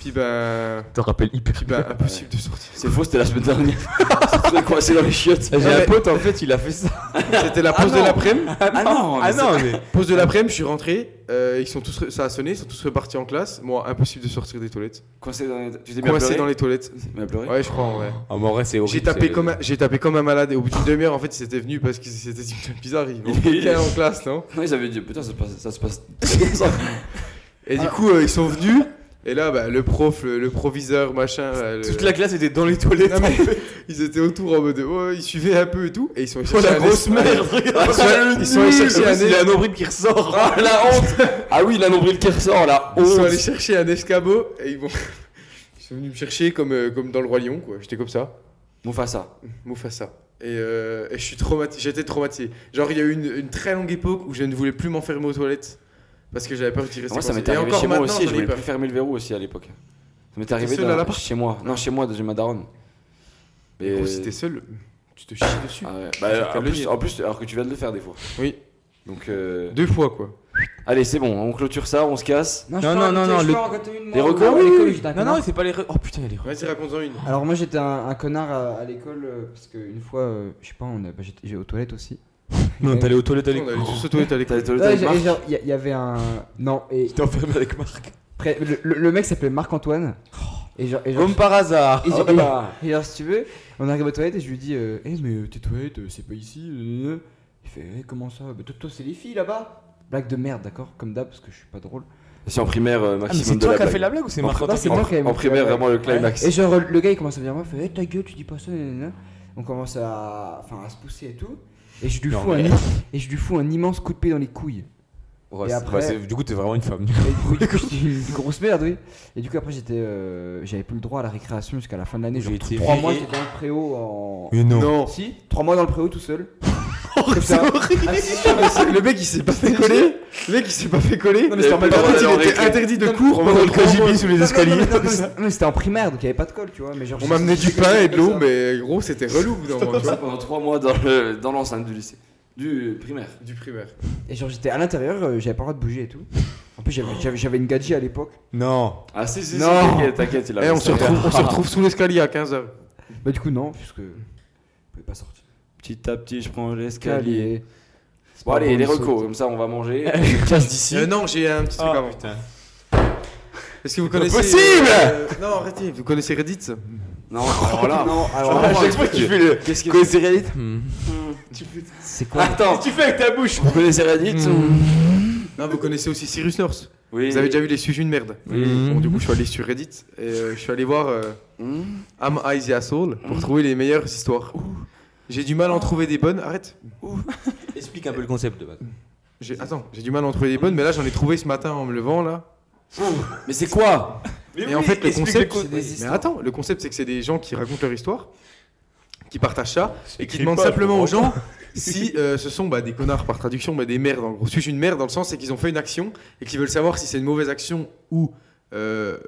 [SPEAKER 5] Puis ben.
[SPEAKER 3] Je te rappelle hyper
[SPEAKER 5] Puis ben, impossible de sortir.
[SPEAKER 4] C'est faux, c'était la semaine dernière. [LAUGHS] C'est trouvé coincé dans les chiottes.
[SPEAKER 3] J'ai
[SPEAKER 5] Non,
[SPEAKER 3] un
[SPEAKER 5] mais-
[SPEAKER 3] pote en fait, il a fait ça.
[SPEAKER 5] C'était la pause de l'après-midi.
[SPEAKER 4] Ah non,
[SPEAKER 3] Ah non, mais
[SPEAKER 5] Pause de l'après-midi, je suis rentré. euh, ils sont tous, re- ça a sonné, ils sont tous repartis en classe. Moi, impossible de sortir des toilettes.
[SPEAKER 4] coincé dans les. Tu t'es mis à
[SPEAKER 5] Coincé
[SPEAKER 4] pleurer
[SPEAKER 5] dans les toilettes.
[SPEAKER 4] Tu t'es mis à pleurer
[SPEAKER 5] Ouais, je crois en vrai.
[SPEAKER 3] Ah, mais en vrai, c'est horrible.
[SPEAKER 5] J'ai tapé,
[SPEAKER 3] c'est-
[SPEAKER 5] comme un, j'ai tapé comme un malade et au bout d'une demi-heure, en fait, ils étaient venus parce qu'ils c'était bizarre. [LAUGHS] Ils vont
[SPEAKER 4] Il est-
[SPEAKER 5] en classe, non
[SPEAKER 4] Non, ils avaient dit, putain, ça se passe. Ça se passe très bien, ça.
[SPEAKER 5] Et
[SPEAKER 3] Ah.
[SPEAKER 5] du coup, euh, ils sont venus. Et là, bah, le prof, le, le proviseur, machin. euh, le-
[SPEAKER 3] Toute la classe était dans les toilettes.
[SPEAKER 5] Non, mais [LAUGHS] ils étaient autour en mode ouais, ils suivaient un peu et tout. Et ils
[SPEAKER 3] Oh,
[SPEAKER 5] sont allés chercher un es- Ils sont allés- ils sont allés chercher un es-
[SPEAKER 3] Il y a un nombril qui ressort.
[SPEAKER 4] Ah la honte
[SPEAKER 3] [LAUGHS]
[SPEAKER 4] Ah oui, la nombril qui ressort, la
[SPEAKER 5] Ils sont allés
[SPEAKER 4] honte
[SPEAKER 5] chercher un escabeau et ils vont. [LAUGHS] Ils sont venus me chercher comme, euh, comme dans le Roi Lion, quoi. J'étais comme ça.
[SPEAKER 4] Mufasa.
[SPEAKER 5] Mufasa. Et, euh, et je suis traumatisé. J'étais traumatisé. Genre, il y a eu une, une très longue époque où je ne voulais plus m'enfermer aux toilettes parce que j'avais peur d'y rester.
[SPEAKER 4] Moi, ça
[SPEAKER 5] coincé.
[SPEAKER 4] m'était
[SPEAKER 5] Et
[SPEAKER 4] arrivé
[SPEAKER 5] encore
[SPEAKER 4] chez moi
[SPEAKER 5] maintenant,
[SPEAKER 4] aussi, je
[SPEAKER 5] j'en ai
[SPEAKER 4] voulais
[SPEAKER 5] peur.
[SPEAKER 4] plus fermer le verrou aussi à l'époque. Ça m'était arrivé
[SPEAKER 5] seul
[SPEAKER 4] dans-
[SPEAKER 5] à l'appart
[SPEAKER 4] chez moi. Non, chez moi, de chez ma daronne.
[SPEAKER 5] Mais gros, si t'es seul, tu te chies dessus.
[SPEAKER 4] Ah ouais.
[SPEAKER 5] Je
[SPEAKER 4] Bah,
[SPEAKER 5] préfère
[SPEAKER 4] en,
[SPEAKER 5] le
[SPEAKER 4] plus,
[SPEAKER 5] dire.
[SPEAKER 4] en plus, alors que tu viens de le faire des fois.
[SPEAKER 5] Oui.
[SPEAKER 4] Donc, euh,
[SPEAKER 5] Deux fois, quoi.
[SPEAKER 4] allez, c'est bon, on clôture ça, on se casse.
[SPEAKER 6] Non, je
[SPEAKER 3] Non,
[SPEAKER 6] peux
[SPEAKER 3] non,
[SPEAKER 6] raconter-
[SPEAKER 3] non, non,
[SPEAKER 6] je peux
[SPEAKER 3] le-
[SPEAKER 6] raconter une, moi,
[SPEAKER 4] les
[SPEAKER 6] où
[SPEAKER 4] records,
[SPEAKER 6] à
[SPEAKER 4] oui,
[SPEAKER 6] l'école,
[SPEAKER 4] oui.
[SPEAKER 6] j'étais un
[SPEAKER 3] Non,
[SPEAKER 6] connard.
[SPEAKER 3] non, c'est pas les. re- Oh putain, il y a les. re-
[SPEAKER 5] Vas-y, raconte-en une.
[SPEAKER 6] Alors moi j'étais un, un connard à, à l'école euh, parce qu'une fois, euh, je sais pas, on a- bah, j'étais- j'ai aux toilettes aussi.
[SPEAKER 3] Non, t'allais aux toilettes avec.
[SPEAKER 5] On allait tous aux toilettes à
[SPEAKER 4] T'as
[SPEAKER 5] l'école.
[SPEAKER 4] les toilettes
[SPEAKER 6] Ouais,
[SPEAKER 4] avec
[SPEAKER 6] j'ai-
[SPEAKER 4] Marc
[SPEAKER 6] genre, Il y, a- il y avait un... Non, et
[SPEAKER 3] T'es enfermé avec Marc.
[SPEAKER 6] près- le, le- le mec s'appelait Marc-Antoine. Et genre, et genre-
[SPEAKER 3] Comme par hasard.
[SPEAKER 6] et,
[SPEAKER 4] Ah,
[SPEAKER 6] j'ai- et-
[SPEAKER 4] bah.
[SPEAKER 6] et genre, si tu veux, on arrive aux toilettes et je lui dis euh, Eh mais euh, tes toilettes, euh, c'est pas ici euh, euh. Il fait Eh, comment ça Bah, Toi, toi, c'est les filles là-bas Blague de merde, d'accord Comme d'hab, parce que je suis pas drôle.
[SPEAKER 4] C'est en primaire,
[SPEAKER 5] Ah,
[SPEAKER 4] euh, maximum de la blague.
[SPEAKER 3] la blague ou c'est
[SPEAKER 4] En
[SPEAKER 3] Marc
[SPEAKER 6] Non, c'est moi qui avais
[SPEAKER 4] En primaire,
[SPEAKER 6] vraiment
[SPEAKER 4] vraiment le climax.
[SPEAKER 6] Et genre, euh, le gars il commence à venir moi, il fait Eh, ta gueule, tu dis pas ça, nanana. On commence à, enfin, à se pousser et tout. Et je, lui
[SPEAKER 3] Non,
[SPEAKER 6] fous un,
[SPEAKER 3] [LAUGHS] mais-
[SPEAKER 6] et je lui fous un immense coup de pied dans les couilles.
[SPEAKER 3] Ouais,
[SPEAKER 6] Et
[SPEAKER 3] c'est-
[SPEAKER 6] après-
[SPEAKER 3] bah, c'est- Du coup, t'es vraiment une femme.
[SPEAKER 6] Et du coup, du coup, j'étais une grosse merde, oui. Et du coup, après, j'étais, euh, j'avais plus le droit à la récréation jusqu'à la fin de l'année.
[SPEAKER 3] J'ai
[SPEAKER 6] Genre,
[SPEAKER 3] été
[SPEAKER 6] trois
[SPEAKER 3] viré.
[SPEAKER 6] mois, j'étais dans le préau en.
[SPEAKER 3] Mais non.
[SPEAKER 5] Non.
[SPEAKER 6] Si, trois mois dans le préau tout seul. Comme ça. Ah, si, si, mais c'est-
[SPEAKER 5] Le mec il s'est pas fait
[SPEAKER 4] [LAUGHS]
[SPEAKER 5] coller. Le mec il s'est pas fait coller.
[SPEAKER 4] Non, mais c'est
[SPEAKER 5] Et
[SPEAKER 4] normal
[SPEAKER 5] par
[SPEAKER 4] d'avoir
[SPEAKER 5] contre,
[SPEAKER 4] la
[SPEAKER 5] Euh, il était
[SPEAKER 4] récré.
[SPEAKER 5] interdit de cours.
[SPEAKER 4] mais-
[SPEAKER 5] pendant le
[SPEAKER 4] mais-
[SPEAKER 5] cours. euh,
[SPEAKER 3] Kojibi sous les escaliers.
[SPEAKER 5] [LAUGHS]
[SPEAKER 6] Non, non, non, non, mais c'était en primaire, donc il y avait pas de colle, tu vois. Mais genre,
[SPEAKER 5] On m'amenait du pain et de l'eau, mais gros c'était relou. au bout d'un moment, tu vois.
[SPEAKER 4] Pendant 3 mois dans le- dans l'enceinte du lycée. Du primaire.
[SPEAKER 5] [LAUGHS] Du primaire.
[SPEAKER 6] Et genre, j'étais à l'intérieur, euh, j'avais pas le droit de bouger et tout. En plus, j'avais- j'avais j'avais une gadji à l'époque.
[SPEAKER 7] Non.
[SPEAKER 4] Ah si, si, si,
[SPEAKER 5] Non.
[SPEAKER 4] t'inquiète, t'inquiète, il a
[SPEAKER 5] Eh,
[SPEAKER 4] fait
[SPEAKER 5] on se
[SPEAKER 4] ça.
[SPEAKER 5] retrouve, on se retrouve sous l'escalier à 15h.
[SPEAKER 6] Bah, du coup, non, puisque. Je pouvais pas sortir.
[SPEAKER 4] Petit à petit, je prends l'escalier.
[SPEAKER 6] Calier.
[SPEAKER 4] Bon, allez, les recos, comme ça, on va manger.
[SPEAKER 5] [LAUGHS]
[SPEAKER 4] Je casse d'ici.
[SPEAKER 5] Euh, non, j'ai un petit truc avant.
[SPEAKER 7] putain.
[SPEAKER 5] Est-ce que vous connaissez.
[SPEAKER 4] possible
[SPEAKER 5] euh, Non, arrêtez. Vous connaissez Reddit
[SPEAKER 4] Non, alors là,
[SPEAKER 6] Non, alors.
[SPEAKER 4] Ah,
[SPEAKER 3] À chaque fois que tu fais le.
[SPEAKER 4] qu'est-ce que...
[SPEAKER 3] Connaissez
[SPEAKER 4] [LAUGHS]
[SPEAKER 3] Reddit Hmm.
[SPEAKER 6] C'est quoi
[SPEAKER 4] Attends,
[SPEAKER 7] Tu fais avec ta bouche
[SPEAKER 4] vous connaissez Reddit
[SPEAKER 5] Non, vous connaissez aussi Cyrus North.
[SPEAKER 4] Oui.
[SPEAKER 5] Vous avez déjà vu les sujets de merde. Bon, du coup, je suis allé sur Reddit et euh, je suis allé voir euh,
[SPEAKER 4] Hmm.
[SPEAKER 5] Am I the Asshole pour trouver les meilleures histoires. J'ai du mal à en trouver des bonnes. Arrête.
[SPEAKER 3] [LAUGHS] Explique un peu le concept de base.
[SPEAKER 5] J'ai- Attends, j'ai du mal à en trouver des bonnes, mais là, j'en ai trouvé ce matin en me levant là.
[SPEAKER 4] Mais c'est quoi
[SPEAKER 5] Et en fait, le concept. mais attends, le concept, c'est que c'est des gens qui racontent leur histoire, qui partagent ça, et qui
[SPEAKER 7] écrit
[SPEAKER 5] demandent
[SPEAKER 7] pas,
[SPEAKER 5] simplement
[SPEAKER 7] je
[SPEAKER 5] aux gens si euh, ce sont bah, des connards par traduction, mais des merdes en gros. Suis-je une merde dans le sens, c'est qu'ils ont fait une action et qu'ils veulent savoir si c'est une mauvaise action ou. euh,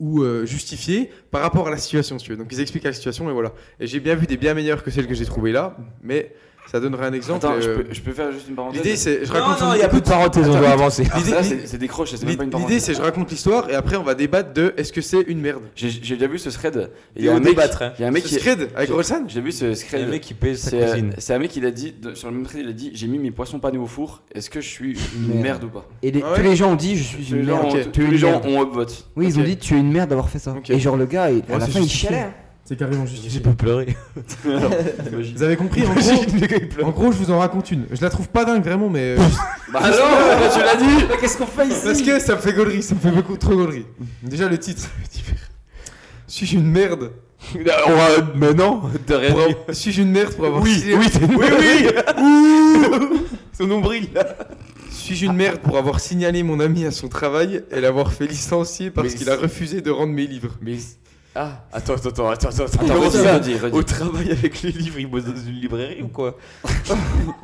[SPEAKER 5] ou euh, justifiée par rapport à la situation, si tu veux. Donc ils expliquent la situation et voilà. Et j'ai bien vu des bien meilleures que celles que j'ai trouvées là, mais ça donnera un exemple.
[SPEAKER 4] Attends, je,
[SPEAKER 5] euh,
[SPEAKER 4] peux, je peux faire juste une parenthèse
[SPEAKER 5] L'idée c'est, je raconte.
[SPEAKER 3] non,
[SPEAKER 5] une-
[SPEAKER 3] il n'y a plus de parenthèse, on doit avancer.
[SPEAKER 4] Ah,
[SPEAKER 5] l'idée-
[SPEAKER 4] là, c'est c'est des croches, c'est même pas une
[SPEAKER 5] L'idée
[SPEAKER 4] parenthèse.
[SPEAKER 5] c'est, je raconte l'histoire et après on va débattre de est-ce que c'est une merde.
[SPEAKER 4] J'ai j'ai déjà vu ce thread. Il
[SPEAKER 3] Et on débattre, hein.
[SPEAKER 4] Il y a un mec
[SPEAKER 5] Ce
[SPEAKER 4] qui.
[SPEAKER 5] Scred avec
[SPEAKER 4] je-
[SPEAKER 5] Orelsan
[SPEAKER 4] J'ai vu ce thread.
[SPEAKER 3] Le mec qui pèse sa
[SPEAKER 4] C'est euh,
[SPEAKER 3] cuisine.
[SPEAKER 4] c'est un mec, il a dit, de- sur le même thread, il a dit J'ai mis mes poissons panés au four, est-ce que je suis une
[SPEAKER 6] Merde.
[SPEAKER 4] merde ou pas
[SPEAKER 6] Et les-
[SPEAKER 5] Ah ouais
[SPEAKER 6] tous les gens ont dit, je suis
[SPEAKER 4] Tous
[SPEAKER 6] une
[SPEAKER 4] les gens
[SPEAKER 6] merde.
[SPEAKER 4] ont-
[SPEAKER 5] ok.
[SPEAKER 4] tous
[SPEAKER 6] Tu es
[SPEAKER 4] les
[SPEAKER 6] une
[SPEAKER 4] gens
[SPEAKER 6] merde.
[SPEAKER 4] ont upvote.
[SPEAKER 6] Oui, ils ont
[SPEAKER 5] Ok.
[SPEAKER 6] dit, tu es une merde d'avoir fait ça.
[SPEAKER 5] Ok.
[SPEAKER 6] Et genre, le gars, il- à
[SPEAKER 5] Ouais,
[SPEAKER 6] la
[SPEAKER 5] c'est
[SPEAKER 6] fin, il
[SPEAKER 5] justifié.
[SPEAKER 6] chialait. hein.
[SPEAKER 5] C'est carrément juste.
[SPEAKER 3] J'ai pas pleuré.
[SPEAKER 5] Vous avez compris [LAUGHS] en gros, en gros, je vous en raconte une. Je la trouve pas dingue vraiment, mais. euh,
[SPEAKER 4] Bah non, tu l'as dit
[SPEAKER 6] Qu'est-ce qu'on fait
[SPEAKER 5] [LAUGHS] Parce que ça me fait gaulerie, ça me fait beaucoup trop gaulerie. Déjà le titre. Suis-je une merde
[SPEAKER 1] Euh,
[SPEAKER 7] On va. Mais non De
[SPEAKER 5] pour
[SPEAKER 7] rien.
[SPEAKER 5] avoir- Suis-je une merde pour avoir.
[SPEAKER 7] Oui,
[SPEAKER 5] scié-
[SPEAKER 7] oui, oui, oui Son nombril
[SPEAKER 5] Suis-je une merde pour avoir signalé mon ami à son travail et l'avoir fait licencier parce
[SPEAKER 4] Mais
[SPEAKER 5] qu'il a refusé de rendre mes livres
[SPEAKER 4] Mais. Ah
[SPEAKER 7] Attends, attends, attends, attends, attends, attends.
[SPEAKER 4] Attends,
[SPEAKER 7] Comment
[SPEAKER 4] redis,
[SPEAKER 7] ça
[SPEAKER 4] redis, redis.
[SPEAKER 7] Au travail avec les livres, il bosse dans une librairie ou
[SPEAKER 3] [LAUGHS]
[SPEAKER 7] quoi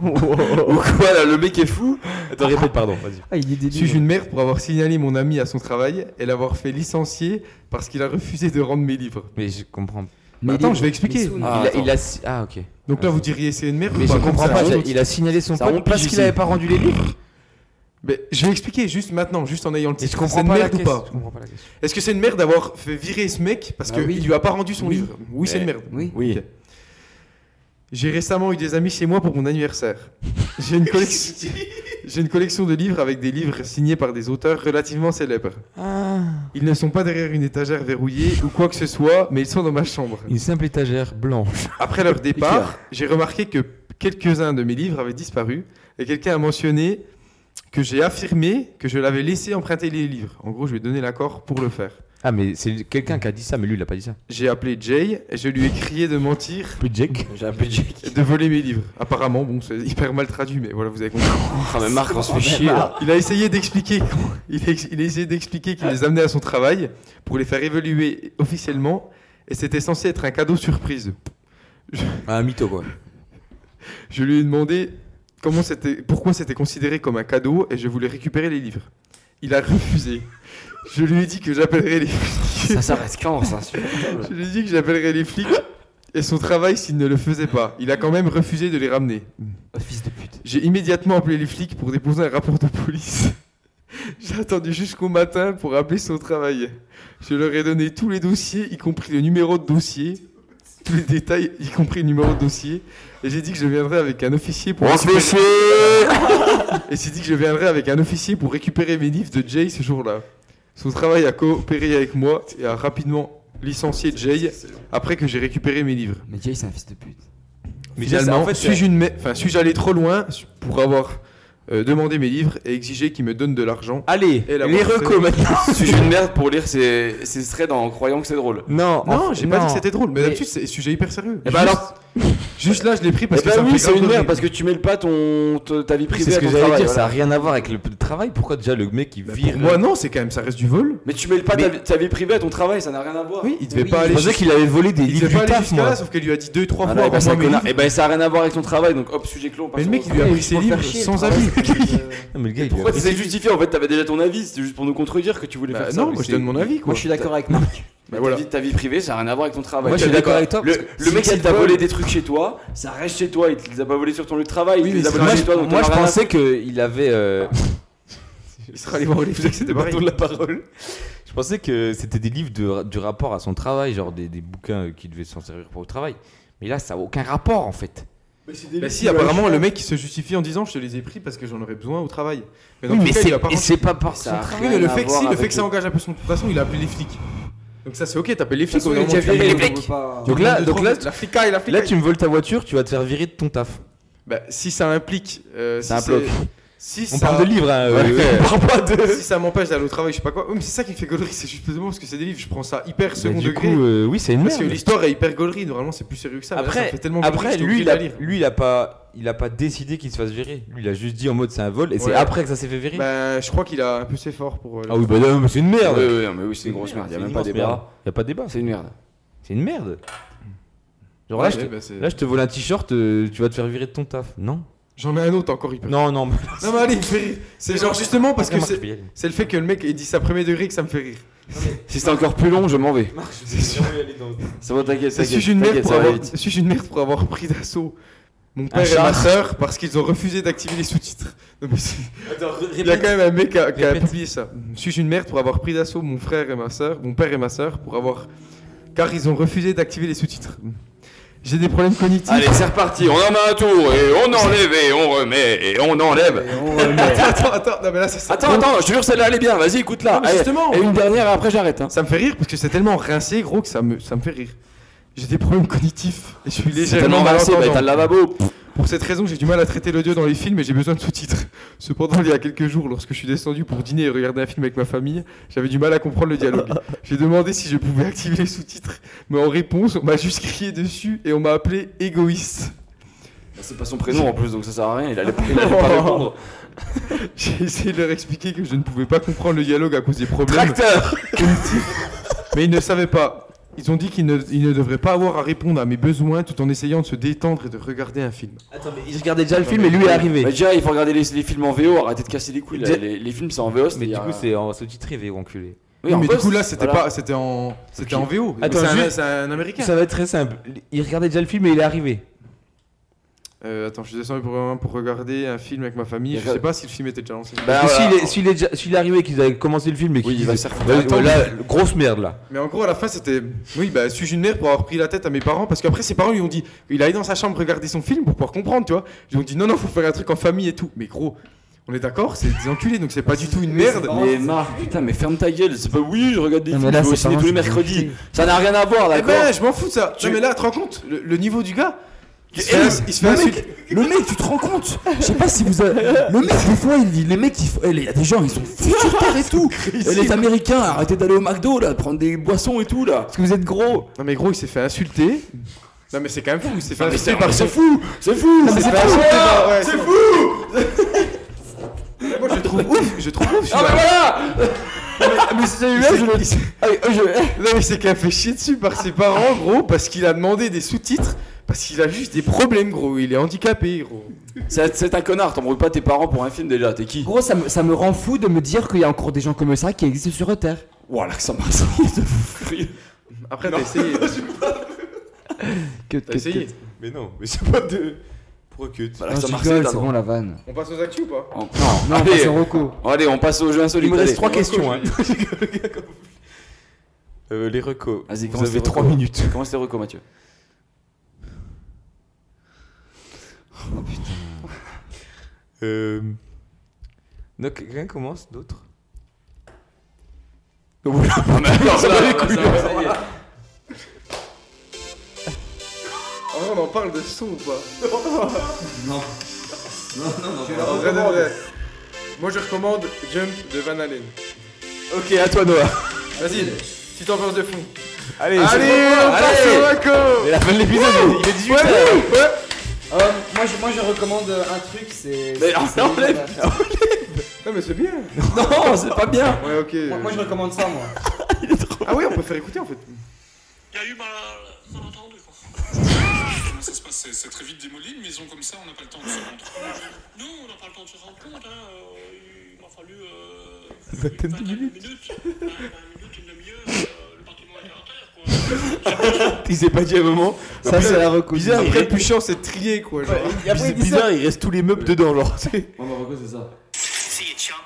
[SPEAKER 4] Ou quoi là, le mec est fou
[SPEAKER 3] Attends, répète, pardon, vas-y.
[SPEAKER 6] Ah, il est débile.
[SPEAKER 5] Suis-je une merde pour avoir signalé mon ami à son travail et l'avoir fait licencier parce qu'il a refusé de rendre mes livres
[SPEAKER 3] Mais je comprends.
[SPEAKER 6] Mais
[SPEAKER 5] Attends,
[SPEAKER 6] les-
[SPEAKER 5] je vais expliquer.
[SPEAKER 6] les sous-
[SPEAKER 4] Ah,
[SPEAKER 3] il, a,
[SPEAKER 4] attends.
[SPEAKER 3] il a si- Ah, ok.
[SPEAKER 5] Donc là, vous diriez c'est une merde
[SPEAKER 3] Mais
[SPEAKER 5] ou
[SPEAKER 3] je
[SPEAKER 5] pas
[SPEAKER 3] comprends
[SPEAKER 5] Ça
[SPEAKER 3] pas, il a,
[SPEAKER 5] raconte.
[SPEAKER 3] il a signalé son
[SPEAKER 4] Ça
[SPEAKER 3] pote
[SPEAKER 4] rompit
[SPEAKER 3] parce
[SPEAKER 4] ici.
[SPEAKER 3] qu'il avait pas rendu les livres.
[SPEAKER 5] Mais je vais expliquer juste maintenant, juste en ayant le
[SPEAKER 3] Et je
[SPEAKER 5] titre. C'est
[SPEAKER 3] comprends
[SPEAKER 5] une
[SPEAKER 3] pas la
[SPEAKER 5] merde ou
[SPEAKER 3] question.
[SPEAKER 5] pas
[SPEAKER 3] Je comprends pas la question.
[SPEAKER 5] Est-ce que c'est une merde d'avoir fait virer ce mec parce
[SPEAKER 6] Bah
[SPEAKER 5] qu'il
[SPEAKER 6] oui.
[SPEAKER 5] lui a pas rendu son
[SPEAKER 6] Oui.
[SPEAKER 5] livre Oui, c'est une merde.
[SPEAKER 6] Oui.
[SPEAKER 4] Oui.
[SPEAKER 5] Ok. J'ai récemment eu des amis chez moi pour mon anniversaire. J'ai une, collection... [LAUGHS] J'ai une collection de livres avec des livres signés par des auteurs relativement célèbres. Ils ne sont pas derrière une étagère verrouillée ou quoi que ce soit, mais ils sont dans ma chambre.
[SPEAKER 3] Une simple étagère blanche.
[SPEAKER 5] [LAUGHS] Après leur départ, j'ai remarqué que quelques-uns de mes livres avaient disparu et quelqu'un a mentionné que j'ai affirmé que je l'avais laissé emprunter les livres. En gros, je lui ai donné l'accord pour le faire.
[SPEAKER 3] Ah, mais c'est quelqu'un qui a dit ça, mais lui, il a pas dit ça.
[SPEAKER 5] J'ai appelé Jay et je lui ai crié de mentir
[SPEAKER 3] Plus Jack.
[SPEAKER 4] J'ai un peu de
[SPEAKER 5] et de voler mes livres. Apparemment, bon, c'est hyper mal traduit, mais voilà, vous avez compris.
[SPEAKER 4] Ah, mais Marc, on se fait chier là.
[SPEAKER 5] Il a essayé d'expliquer [LAUGHS] qu'on- il a ex- il a essayé d'expliquer qu'il les amenait à son travail pour les faire évoluer officiellement et c'était censé être un cadeau surprise.
[SPEAKER 3] Un mytho, quoi.
[SPEAKER 5] Je lui ai demandé comment c'était, pourquoi c'était considéré comme un cadeau et je voulais récupérer les livres. Il a refusé. Je lui ai dit que j'appellerais les flics.
[SPEAKER 4] Ça s'arrête quand ça c'est insupportable.
[SPEAKER 5] Je lui ai dit que j'appellerais les flics et son travail s'il ne le faisait pas. Il a quand même refusé de les ramener.
[SPEAKER 6] Oh, Fils de pute.
[SPEAKER 5] J'ai immédiatement appelé les flics pour déposer un rapport de police. [LAUGHS] J'ai attendu jusqu'au matin pour appeler son travail. Je leur ai donné tous les dossiers, y compris le numéro de dossier, tous les détails, y compris le numéro de dossier. Et j'ai dit que je viendrais avec un officier pour.
[SPEAKER 4] On se fait
[SPEAKER 5] récupérer-
[SPEAKER 4] chier
[SPEAKER 5] [LAUGHS] Et j'ai dit que je viendrais avec un officier pour récupérer mes livres de Jay ce jour-là. Son travail a coopéré avec moi et a rapidement licencié Jay après que j'ai récupéré mes livres.
[SPEAKER 6] Mais Jay, c'est un fils de pute.
[SPEAKER 3] Mais
[SPEAKER 5] Finalement,
[SPEAKER 3] en fait,
[SPEAKER 5] suis-je une me- enfin, suis-je allé trop loin pour avoir euh, demandé mes livres et exigé qu'ils me donnent de l'argent
[SPEAKER 3] Allez,
[SPEAKER 5] Et la
[SPEAKER 3] les
[SPEAKER 5] boîte.
[SPEAKER 3] recos maintenant.
[SPEAKER 4] Suis-je une merde pour lire ces, ces threads en croyant que c'est drôle
[SPEAKER 3] Non,
[SPEAKER 5] Non, j'ai pas dit que c'était drôle, mais,
[SPEAKER 3] Mais-
[SPEAKER 5] d'habitude c'est un sujet hyper sérieux.
[SPEAKER 4] Eh ben
[SPEAKER 5] Juste-
[SPEAKER 4] alors-
[SPEAKER 5] juste là, je l'ai pris parce
[SPEAKER 4] Eh
[SPEAKER 5] que
[SPEAKER 4] ben
[SPEAKER 5] ça me
[SPEAKER 4] oui,
[SPEAKER 5] fait
[SPEAKER 4] c'est
[SPEAKER 5] grave
[SPEAKER 4] une
[SPEAKER 5] rire.
[SPEAKER 4] merde parce que tu mets le pas ton, ton- ta vie privée
[SPEAKER 3] C'est ce
[SPEAKER 4] à
[SPEAKER 3] que
[SPEAKER 4] ton
[SPEAKER 3] j'allais
[SPEAKER 4] travail,
[SPEAKER 3] dire,
[SPEAKER 4] voilà.
[SPEAKER 3] ça a rien à voir avec le le travail. Pourquoi déjà le mec il
[SPEAKER 5] Bah,
[SPEAKER 3] vire euh,
[SPEAKER 5] pour moi non, c'est quand même ça reste du vol.
[SPEAKER 4] Mais tu mets le pas
[SPEAKER 5] Mais-
[SPEAKER 4] ta, vie- ta vie privée à ton travail, ça n'a rien à voir.
[SPEAKER 5] Oui, il devait
[SPEAKER 6] Oui,
[SPEAKER 5] pas
[SPEAKER 6] je
[SPEAKER 5] aller.
[SPEAKER 3] Je pensais qu'il avait volé des
[SPEAKER 5] Il devait
[SPEAKER 3] livres
[SPEAKER 5] pas
[SPEAKER 3] du
[SPEAKER 5] aller
[SPEAKER 3] taf,
[SPEAKER 5] jusqu'à
[SPEAKER 3] moi.
[SPEAKER 5] là, sauf qu'elle lui a dit deux trois
[SPEAKER 4] Ah
[SPEAKER 5] fois.
[SPEAKER 4] non, eh ben,
[SPEAKER 5] avant
[SPEAKER 4] c'est un
[SPEAKER 5] moi, mes
[SPEAKER 4] connard.
[SPEAKER 5] livres.
[SPEAKER 4] Eh ben, ça a rien à voir avec ton travail, donc hop, sujet clos. on passe
[SPEAKER 5] Mais le
[SPEAKER 4] au
[SPEAKER 5] mec,
[SPEAKER 4] autre.
[SPEAKER 5] il lui a pris ses
[SPEAKER 6] faut le faire
[SPEAKER 5] livres
[SPEAKER 6] chier,
[SPEAKER 5] sans
[SPEAKER 6] le [LAUGHS] travail.
[SPEAKER 5] avis.
[SPEAKER 3] Non, mais le gars, il
[SPEAKER 4] Pourquoi
[SPEAKER 3] lui
[SPEAKER 4] tu
[SPEAKER 3] a-
[SPEAKER 4] t'es justifié En fait, t'avais déjà ton avis, c'était juste pour nous contredire que tu voulais
[SPEAKER 5] Bah,
[SPEAKER 4] faire ça.
[SPEAKER 5] non,
[SPEAKER 4] mais
[SPEAKER 5] moi je
[SPEAKER 4] c'est-
[SPEAKER 5] donne mon avis
[SPEAKER 6] Moi,
[SPEAKER 5] quoi.
[SPEAKER 6] je suis d'accord avec Marc.
[SPEAKER 4] Mais
[SPEAKER 5] voilà.
[SPEAKER 4] ta, vie, ta vie privée, ça n'a rien à voir avec ton travail.
[SPEAKER 6] Moi, je suis
[SPEAKER 4] Le-
[SPEAKER 6] d'accord avec toi,
[SPEAKER 4] Le,
[SPEAKER 6] parce que
[SPEAKER 4] le
[SPEAKER 6] si
[SPEAKER 4] mec,
[SPEAKER 6] tu
[SPEAKER 4] il t'a
[SPEAKER 6] voles-
[SPEAKER 4] volé des trucs chez toi, ça reste chez toi. Il te les a pas volés sur ton lieu de travail. il te les a volés
[SPEAKER 6] moi,
[SPEAKER 4] chez toi.
[SPEAKER 6] je,
[SPEAKER 4] donc
[SPEAKER 6] moi,
[SPEAKER 4] t'en
[SPEAKER 6] je
[SPEAKER 4] as rien à
[SPEAKER 6] pensais qu'il avait. euh,
[SPEAKER 5] Il sera allé voir Olivier que
[SPEAKER 7] [LAUGHS]
[SPEAKER 3] Bah,
[SPEAKER 5] Ah, c'était pareil.
[SPEAKER 7] de la parole. Je pensais que c'était des livres de- du rapport à son travail, genre des, des bouquins euh, qui devaient s'en servir pour le travail. Mais là, ça n'a aucun rapport en fait.
[SPEAKER 5] Bah si, apparemment, le mec il se justifie en disant je te les ai pris parce que j'en aurais besoin au travail. Mais dans tout cas, il a pas
[SPEAKER 7] et
[SPEAKER 5] rendu-
[SPEAKER 7] c'est pas par
[SPEAKER 4] Ça
[SPEAKER 7] ça.
[SPEAKER 4] a rien
[SPEAKER 5] Oui, mais le
[SPEAKER 4] à
[SPEAKER 5] fait que
[SPEAKER 4] voir
[SPEAKER 5] si, le
[SPEAKER 4] avec
[SPEAKER 5] fait que ça
[SPEAKER 4] le-
[SPEAKER 5] engage un peu son. De toute façon, il a appelé les flics. Donc ça, c'est ok, t'appelles les flics.
[SPEAKER 6] on
[SPEAKER 5] au bout d'un
[SPEAKER 6] a déjà
[SPEAKER 5] moment,
[SPEAKER 6] vu,
[SPEAKER 5] tu-
[SPEAKER 4] les
[SPEAKER 6] mais on
[SPEAKER 4] flics.
[SPEAKER 6] peut pas-
[SPEAKER 7] Donc là,
[SPEAKER 5] Deux,
[SPEAKER 7] donc
[SPEAKER 5] trois,
[SPEAKER 7] là,
[SPEAKER 5] la flicaille, la
[SPEAKER 7] là,
[SPEAKER 5] flicaille.
[SPEAKER 7] tu me voles ta voiture, tu vas te faire virer de ton taf.
[SPEAKER 5] Bah, si ça implique. euh, si
[SPEAKER 7] un
[SPEAKER 5] c'est-
[SPEAKER 7] bloc.
[SPEAKER 5] Si
[SPEAKER 7] On
[SPEAKER 5] ça-
[SPEAKER 7] parle de E. livres, hein, euh,
[SPEAKER 5] Ouais.
[SPEAKER 7] on [LAUGHS] parle pas de.
[SPEAKER 5] Si ça m'empêche d'aller au travail, je sais pas quoi. Oui, mais c'est ça qui me fait gaulerie, c'est juste parce que c'est des livres, je prends ça hyper second
[SPEAKER 7] Bah, du
[SPEAKER 5] degré.
[SPEAKER 7] coup, euh, oui, c'est une
[SPEAKER 5] parce que
[SPEAKER 7] merde.
[SPEAKER 5] l'histoire est hyper gaulerie, normalement c'est plus sérieux que ça. mais là, ça me
[SPEAKER 7] Après,
[SPEAKER 5] fait tellement gaulerie,
[SPEAKER 7] après
[SPEAKER 5] j'étais
[SPEAKER 7] lui,
[SPEAKER 5] obligé
[SPEAKER 7] il a,
[SPEAKER 5] de la lire.
[SPEAKER 7] lui, il a pas, il a pas décidé qu'il se fasse virer. Lui, il a juste dit en mode c'est un vol, et c'est
[SPEAKER 5] Ouais.
[SPEAKER 7] après que ça s'est fait virer.
[SPEAKER 5] Bah, je crois qu'il a un peu ses efforts pour. euh, le-
[SPEAKER 7] ah oui, bah non, mais c'est une merde.
[SPEAKER 4] Oui, oui, mais oui, c'est une grosse merde. Il y a même pas débat.
[SPEAKER 7] Il y a pas de débat.
[SPEAKER 4] C'est une merde.
[SPEAKER 7] C'est une merde. Genre
[SPEAKER 5] Ouais,
[SPEAKER 7] là, je te,
[SPEAKER 5] bah, c'est-
[SPEAKER 7] là, je te vole un t-shirt, euh, tu vas te faire virer de ton taf. Non
[SPEAKER 5] J'en ai un autre encore hyper.
[SPEAKER 7] Non, non. mais-
[SPEAKER 5] Non, mais allez, il me fait rire. C'est genre justement parce que
[SPEAKER 7] Remarque,
[SPEAKER 5] c'est
[SPEAKER 7] je vais y aller.
[SPEAKER 5] c'est le fait que le mec ait dit ça premier degré que ça me fait rire.
[SPEAKER 4] Si c'est encore plus long, je m'en vais. C'est bon, t'inquiète,
[SPEAKER 5] C'est
[SPEAKER 4] t'inquiète.
[SPEAKER 5] suis une merde
[SPEAKER 4] t'inquiète,
[SPEAKER 5] pour
[SPEAKER 4] ça va
[SPEAKER 5] avoir,
[SPEAKER 4] vite.
[SPEAKER 5] suis une merde pour avoir pris d'assaut mon père et ma sœur parce qu'ils ont refusé d'activer les sous-titres. Non, mais c'est- Il y a quand même un mec qui a, qui a
[SPEAKER 7] Répète.
[SPEAKER 5] publié ça. Suis-je une merde pour avoir pris d'assaut mon frère et ma sœur, mon père et ma sœur pour avoir car ils ont refusé d'activer les sous-titres. J'ai des problèmes cognitifs.
[SPEAKER 4] Allez, c'est reparti. On en met un tour et on enlève et on remet et on enlève.
[SPEAKER 5] [LAUGHS] attends, attends, attends, non mais là ça, ça-
[SPEAKER 4] Attends, attends, je te jure, celle-là, elle est bien. Vas-y, écoute-la.
[SPEAKER 5] Non, mais
[SPEAKER 4] Allez,
[SPEAKER 5] justement.
[SPEAKER 4] Et une dernière, et après, j'arrête. hein.
[SPEAKER 5] ça me fait rire parce que c'est tellement rincé gros que ça me ça me fait rire. J'ai des problèmes cognitifs et je suis
[SPEAKER 4] C'est tellement
[SPEAKER 5] légèrement
[SPEAKER 4] rincé, bah,
[SPEAKER 5] malentendant.
[SPEAKER 4] t'as le lavabo. Pff,
[SPEAKER 5] Pour cette raison, j'ai du mal à traiter l'audio dans les films et j'ai besoin de sous-titres. Cependant, il y a quelques jours, lorsque je suis descendu pour dîner et regarder un film avec ma famille, j'avais du mal à comprendre le dialogue. J'ai demandé si je pouvais activer les sous-titres, mais en réponse, on m'a juste crié dessus et on m'a appelé égoïste.
[SPEAKER 4] Bah, C'est pas son prénom en plus, donc ça sert à rien. Il allait, il
[SPEAKER 5] [LAUGHS]
[SPEAKER 4] allait pas répondre.
[SPEAKER 5] J'ai essayé de leur expliquer que je ne pouvais pas comprendre le dialogue à cause des problèmes,
[SPEAKER 4] Tracteur
[SPEAKER 5] mais ils ne savaient pas. Ils ont dit qu'ils ne, ils ne devraient pas avoir à répondre à mes besoins tout en essayant de se détendre et de regarder un film.
[SPEAKER 3] Attends, mais il regardait déjà le film et lui est arrivé.
[SPEAKER 4] Bah, déjà, il faut regarder les, les films en VO, arrêtez de casser les couilles. là.
[SPEAKER 3] Déjà-
[SPEAKER 4] Les, les films, c'est en VO.
[SPEAKER 7] Mais du
[SPEAKER 4] c'est-à-dire,
[SPEAKER 7] coup,
[SPEAKER 4] euh,
[SPEAKER 7] c'est en sous-titré, VO, enculé.
[SPEAKER 4] oui, en
[SPEAKER 5] mais du
[SPEAKER 4] poste,
[SPEAKER 5] coup, là, c'était
[SPEAKER 4] voilà.
[SPEAKER 5] pas, c'était en, c'était en VO.
[SPEAKER 3] Attends,
[SPEAKER 5] c'est un,
[SPEAKER 3] juste-
[SPEAKER 5] c'est un américain.
[SPEAKER 3] Ça va être très simple. Il regardait déjà le film et il est arrivé.
[SPEAKER 5] Euh, attends, je suis descendu pour, pour regarder un film avec ma famille.
[SPEAKER 4] Il
[SPEAKER 5] Je
[SPEAKER 4] regarde-
[SPEAKER 5] sais pas si le film était déjà lancé.
[SPEAKER 4] Bah,
[SPEAKER 3] Parce que
[SPEAKER 4] voilà.
[SPEAKER 3] S'il est, s'il est déjà- s'il est arrivé et qu'ils avaient commencé le film et
[SPEAKER 4] Oui,
[SPEAKER 3] qu'ils
[SPEAKER 4] il va
[SPEAKER 3] disaient,
[SPEAKER 4] se faire
[SPEAKER 3] Bah,
[SPEAKER 5] Attends,
[SPEAKER 3] là, grosse merde là.
[SPEAKER 5] Mais en gros, à la fin, c'était. Oui, bah, suis-je une merde pour avoir pris la tête à mes parents Parce qu'après, ses parents lui ont dit il allait dans sa chambre regarder son film pour pouvoir comprendre, tu vois. Ils ont dit non, non, faut faire un truc en famille et tout. Mais gros, on est d'accord, c'est des enculés, donc c'est pas du tout une merde.
[SPEAKER 4] Mais Marc, putain, mais ferme ta gueule. C'est pas oui, je regarde des
[SPEAKER 6] Non, mais
[SPEAKER 4] films,
[SPEAKER 6] là,
[SPEAKER 4] je vais au
[SPEAKER 6] c'est
[SPEAKER 4] ciné
[SPEAKER 6] pas
[SPEAKER 4] tous les
[SPEAKER 6] un- c'est
[SPEAKER 4] mercredis. Ça n'a rien à voir,
[SPEAKER 5] Eh
[SPEAKER 4] d'accord
[SPEAKER 5] ben, je m'en fous de ça. Tu mais là, tu te rends compte le, le niveau du gars Il se fait, ins- il se fait insulter.
[SPEAKER 9] Le mec, tu te rends compte Je sais pas si vous avez... Le mec, des fois, il dit... Les mecs, il faut... y a des gens, ils sont fous sur terre et
[SPEAKER 5] [LAUGHS]
[SPEAKER 9] tout Et Les Américains, arrêtez d'aller au McDo, là, prendre des boissons et tout, là
[SPEAKER 6] Parce que vous êtes gros.
[SPEAKER 5] Non, mais gros, il s'est fait insulter. Non, mais c'est quand même fou. Il s'est fait
[SPEAKER 4] mais
[SPEAKER 5] insulter
[SPEAKER 4] c'est-
[SPEAKER 5] par
[SPEAKER 4] c'est
[SPEAKER 5] son
[SPEAKER 4] fou C'est fou
[SPEAKER 5] C'est fou C'est fou [LAUGHS] Moi je trouve ouf Je trouve ouf
[SPEAKER 4] Ah, mais voilà
[SPEAKER 5] Mais celui-là je Non mais c'est qu'elle fait chier dessus par ses parents gros parce qu'il a demandé des sous-titres parce qu'il a juste des problèmes gros Il est handicapé gros
[SPEAKER 4] C'est c'est un connard, t'embrouilles pas tes parents pour un film déjà, t'es qui
[SPEAKER 6] Gros, ça me, ça me rend fou de me dire qu'il y a encore des gens comme ça qui existent sur Terre.
[SPEAKER 4] Ouah, l'accent marseillais Oh, [LAUGHS] de fou rire.
[SPEAKER 5] Après t'as [LAUGHS] essayé
[SPEAKER 6] Que,
[SPEAKER 5] T'as essayé
[SPEAKER 7] Mais non, mais c'est pas de. Pourquoi que
[SPEAKER 4] Bah,
[SPEAKER 6] Non,
[SPEAKER 4] l'accent
[SPEAKER 6] je
[SPEAKER 4] marseillais,
[SPEAKER 6] rigole,
[SPEAKER 4] t'as
[SPEAKER 6] Ah, c'est bon la vanne.
[SPEAKER 5] On passe aux actus ou pas
[SPEAKER 4] Non,
[SPEAKER 6] Non,
[SPEAKER 4] allez,
[SPEAKER 6] c'est Rocco.
[SPEAKER 4] bon, allez, on passe au jeu insolite.
[SPEAKER 3] Il me reste
[SPEAKER 4] allez.
[SPEAKER 3] trois questions. hein.
[SPEAKER 7] Euh, les recos.
[SPEAKER 4] Vas-y,
[SPEAKER 7] Vous
[SPEAKER 4] commence
[SPEAKER 7] avez
[SPEAKER 4] tes
[SPEAKER 7] 3
[SPEAKER 4] recos.
[SPEAKER 7] minutes.
[SPEAKER 4] Comment c'était Rocco, Mathieu
[SPEAKER 7] Euh... Donc, quelqu'un commence, d'autres Donc, voilà.
[SPEAKER 4] Ah, mais alors là, ça y est.
[SPEAKER 5] Ah, On en parle de son ou pas
[SPEAKER 9] non, non,
[SPEAKER 5] En vrai, de vrai. Moi je recommande Jump de Van Halen
[SPEAKER 7] Ok, à toi, Noah.
[SPEAKER 5] Vas-y Petite ambiance de fond
[SPEAKER 7] Allez,
[SPEAKER 5] Allez on passe
[SPEAKER 7] Allez.
[SPEAKER 5] au Rocco
[SPEAKER 7] c'est la fin de l'épisode, il est- il est 18 h
[SPEAKER 6] Euh, moi, je, moi, je recommande euh, un truc, c'est.
[SPEAKER 4] Mais on
[SPEAKER 6] c'est-
[SPEAKER 4] enlève.
[SPEAKER 5] Non mais c'est bien
[SPEAKER 4] [LAUGHS] Non, c'est pas bien.
[SPEAKER 5] Ouais ok
[SPEAKER 6] Moi, moi, je recommande ça, moi.
[SPEAKER 5] Ah oui on peut faire écouter en fait
[SPEAKER 10] Il y a eu bah, un malentendu quoi. Comment ça se passe C'est- C'est très vite démoli, une maison comme ça, on n'a pas le temps de se rendre compte. Non, on n'a pas le temps de se rendre compte. Hein. euh, Il m'a fallu. Euh, une vingtaine de minutes. Ouais, 20 minutes, une demi-heure. euh, Le bâtiment était en
[SPEAKER 3] Il s'est pas dit à un moment.
[SPEAKER 6] Ça, c'est la recoupe.
[SPEAKER 3] Bizarre,
[SPEAKER 5] Après,
[SPEAKER 3] il
[SPEAKER 5] le plus chiant, c'est de trier, quoi. Genre.
[SPEAKER 3] reste, bizarre, il reste tous les meubles dedans, genre. tu sais.
[SPEAKER 11] On va voir quoi, c'est ça.
[SPEAKER 12] Essayez de chiant.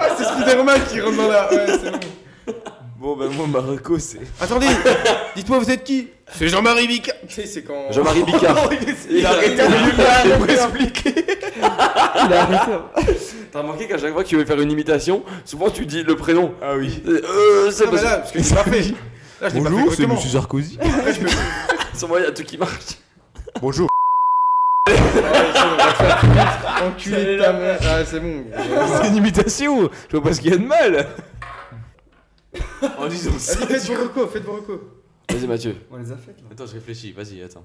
[SPEAKER 5] Ah, c'est Spider-Man qui rentre dans la. Ouais, c'est bon.
[SPEAKER 3] Bon, bah, moi, Marocco, c'est.
[SPEAKER 5] Attendez, dites-moi, vous êtes qui C'est Jean-Marie Bicard. Tu sais, c'est quand. [LAUGHS]
[SPEAKER 4] Jean-Marie Bicard.
[SPEAKER 5] Il a arrêté au milieu de la-
[SPEAKER 4] Pour expliquer.
[SPEAKER 6] Il a arrêté.
[SPEAKER 4] T'as remarqué qu'à chaque fois que tu veux faire une imitation, souvent tu dis le prénom.
[SPEAKER 3] Ah oui.
[SPEAKER 4] Euh, c'est
[SPEAKER 5] Ah, mais là,
[SPEAKER 4] pas
[SPEAKER 5] parce que je l'ai pas fait. Là, je l'ai pas fait
[SPEAKER 3] [LAUGHS]
[SPEAKER 5] correctement.
[SPEAKER 3] Sarkozy.
[SPEAKER 5] Après, je me-
[SPEAKER 4] Sûrement, il y a tout qui marche.
[SPEAKER 5] Bonjour. Enculé de ta mère. Ah, c'est [LAUGHS] bon.
[SPEAKER 3] C'est une imitation. Je vois pas ce qu'il y a de mal. En disant ça.
[SPEAKER 5] Vas-y, faites vos recos, faites vos recos.
[SPEAKER 4] Vas-y, Mathieu.
[SPEAKER 6] On les a faites là.
[SPEAKER 3] Attends, je réfléchis. Vas-y, attends.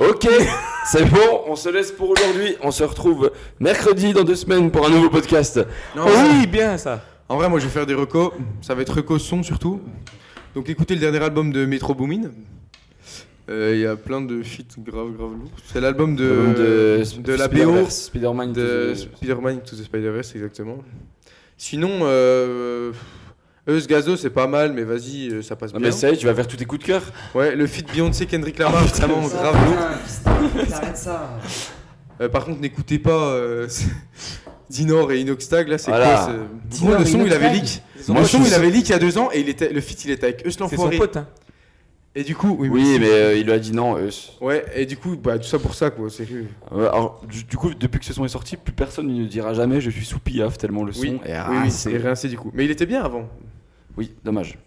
[SPEAKER 4] Ok, c'est bon, on se laisse pour aujourd'hui. On se retrouve mercredi dans deux semaines pour un nouveau podcast.
[SPEAKER 5] Non,
[SPEAKER 3] Oui, bien ça.
[SPEAKER 5] En vrai, moi, je vais faire des recos. Ça va être recos son surtout. Donc, écoutez le dernier album de Metro Boomin. Euh, Il y a plein de shit grave, grave lourd. C'est l'album de, de, la BO
[SPEAKER 4] Spider-Verse, Spider-Man
[SPEAKER 5] de
[SPEAKER 4] to the-
[SPEAKER 5] Spider-Man to the Spider-Verse, exactement. Sinon, euh, Eus Gazo, c'est pas mal, mais vas-y, euh, ça passe
[SPEAKER 4] Non,
[SPEAKER 5] bien.
[SPEAKER 4] Ah, mais ça y est, tu vas faire tous tes coups de cœur.
[SPEAKER 5] Ouais, le feat Beyoncé Kendrick Lamar, vraiment grave lourd.
[SPEAKER 6] Arrête ça.
[SPEAKER 5] Euh, par contre, n'écoutez pas euh, [LAUGHS] Dinor et Inoxtag. Là, c'est
[SPEAKER 4] Voilà.
[SPEAKER 5] quoi ce...
[SPEAKER 6] Dinor
[SPEAKER 5] Gros,
[SPEAKER 6] et
[SPEAKER 5] le son, il
[SPEAKER 6] Inoxtag.
[SPEAKER 5] avait leak.
[SPEAKER 4] Moi,
[SPEAKER 5] le
[SPEAKER 4] je
[SPEAKER 5] son,
[SPEAKER 4] suis
[SPEAKER 5] il avait leak il y a deux ans et il était... le feat, il était avec Eus
[SPEAKER 3] C'est son
[SPEAKER 5] l'enfoiré.
[SPEAKER 3] pote. Hein.
[SPEAKER 5] Et du coup, oui,
[SPEAKER 4] Oui, mais euh, il lui a dit non. euh, c'est-
[SPEAKER 5] Ouais, et du coup, bah, tout ça pour ça, quoi, sérieux.
[SPEAKER 4] Ouais, alors, du, du coup, depuis que ce son est sorti, plus personne ne dira jamais je suis sous piaf tellement le son
[SPEAKER 5] Oui,
[SPEAKER 4] est
[SPEAKER 5] oui, oui,
[SPEAKER 4] rincé.
[SPEAKER 5] c'est rincé du coup. Mais il était bien avant.
[SPEAKER 4] Oui, dommage.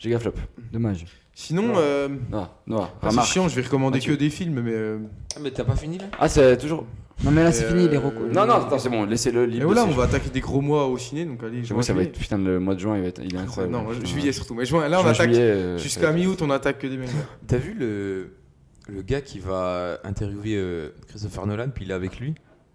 [SPEAKER 4] Giga flop.
[SPEAKER 6] Dommage.
[SPEAKER 5] Sinon, euh,
[SPEAKER 4] Noah, Noah,
[SPEAKER 5] ah, c'est
[SPEAKER 4] remarque.
[SPEAKER 5] chiant, je vais recommander
[SPEAKER 4] Mathieu.
[SPEAKER 5] que des films, mais. euh,
[SPEAKER 3] Ah, mais t'as pas fini là
[SPEAKER 4] Ah, c'est toujours.
[SPEAKER 6] Non, mais là,
[SPEAKER 5] mais,
[SPEAKER 6] c'est
[SPEAKER 5] euh,
[SPEAKER 6] fini les recos.
[SPEAKER 4] Non, non, attends, c'est bon, laissez-le
[SPEAKER 5] Et
[SPEAKER 4] libre.
[SPEAKER 5] voilà,
[SPEAKER 4] c'est-
[SPEAKER 5] on va attaquer des gros mois au ciné, donc allez,
[SPEAKER 4] J'avoue,
[SPEAKER 5] juin,
[SPEAKER 4] ça va
[SPEAKER 5] juillet.
[SPEAKER 4] être. Putain, le mois de juin, il, va être... il est incroyable.
[SPEAKER 5] Non, ju-
[SPEAKER 4] Putain.
[SPEAKER 5] juillet surtout. Mais juin, là, on
[SPEAKER 4] Juin,
[SPEAKER 5] attaque.
[SPEAKER 4] juillet, euh, ça
[SPEAKER 5] Jusqu'à
[SPEAKER 4] va être-
[SPEAKER 5] mi-août, on attaque que des mecs.
[SPEAKER 3] T'as vu le, le gars qui va interviewer euh, Christopher Nolan, puis il est avec lui,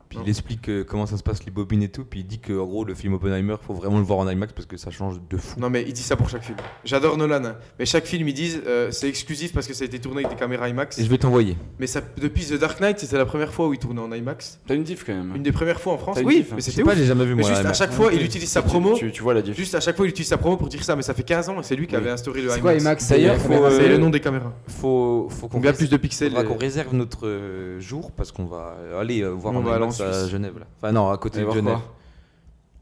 [SPEAKER 3] puis
[SPEAKER 5] Non.
[SPEAKER 3] il explique euh, comment ça se passe les bobines et tout, puis il dit que en gros le film Oppenheimer, faut vraiment le voir en IMAX parce que ça change de fou.
[SPEAKER 5] Non, mais il dit ça pour chaque film. J'adore Nolan, hein. mais chaque film, ils disent euh, c'est exclusif parce que ça a été tourné avec des caméras IMAX.
[SPEAKER 3] Et je vais t'envoyer.
[SPEAKER 5] Mais ça, depuis The Dark Knight, c'était la première fois où il tournait en IMAX.
[SPEAKER 4] T'as une diff quand même.
[SPEAKER 5] Une des premières fois en France.
[SPEAKER 4] T'as une
[SPEAKER 5] Oui,
[SPEAKER 4] diff, hein.
[SPEAKER 5] mais
[SPEAKER 3] Je sais
[SPEAKER 5] c'était
[SPEAKER 3] pas,
[SPEAKER 5] ouf.
[SPEAKER 3] j'ai jamais vu
[SPEAKER 5] Mais
[SPEAKER 3] moi.
[SPEAKER 5] juste à
[SPEAKER 3] IMAX.
[SPEAKER 5] chaque fois, il utilise sa
[SPEAKER 4] Tu-
[SPEAKER 5] promo.
[SPEAKER 4] Tu, tu vois la diff.
[SPEAKER 5] Juste à chaque fois, il utilise sa promo pour dire ça, mais ça fait 15 ans et c'est lui qui
[SPEAKER 3] Oui.
[SPEAKER 5] avait instauré le
[SPEAKER 6] C'est
[SPEAKER 5] IMAX.
[SPEAKER 6] quoi, IMAX
[SPEAKER 3] D'ailleurs,
[SPEAKER 6] c'est
[SPEAKER 3] faut,
[SPEAKER 6] la caméra,
[SPEAKER 3] euh,
[SPEAKER 5] C'est le nom des caméras.
[SPEAKER 3] faut, faut qu'on
[SPEAKER 5] Combien
[SPEAKER 3] reste-
[SPEAKER 5] plus de pixels
[SPEAKER 3] Faudra qu'on réserve notre euh, jour parce qu'on va aller euh, voir
[SPEAKER 5] On
[SPEAKER 3] en
[SPEAKER 5] va aller en
[SPEAKER 3] IMAX à
[SPEAKER 5] Suisse.
[SPEAKER 3] Genève là. Enfin non, à côté
[SPEAKER 4] Allez
[SPEAKER 3] de
[SPEAKER 4] voir
[SPEAKER 3] Genève.
[SPEAKER 4] quoi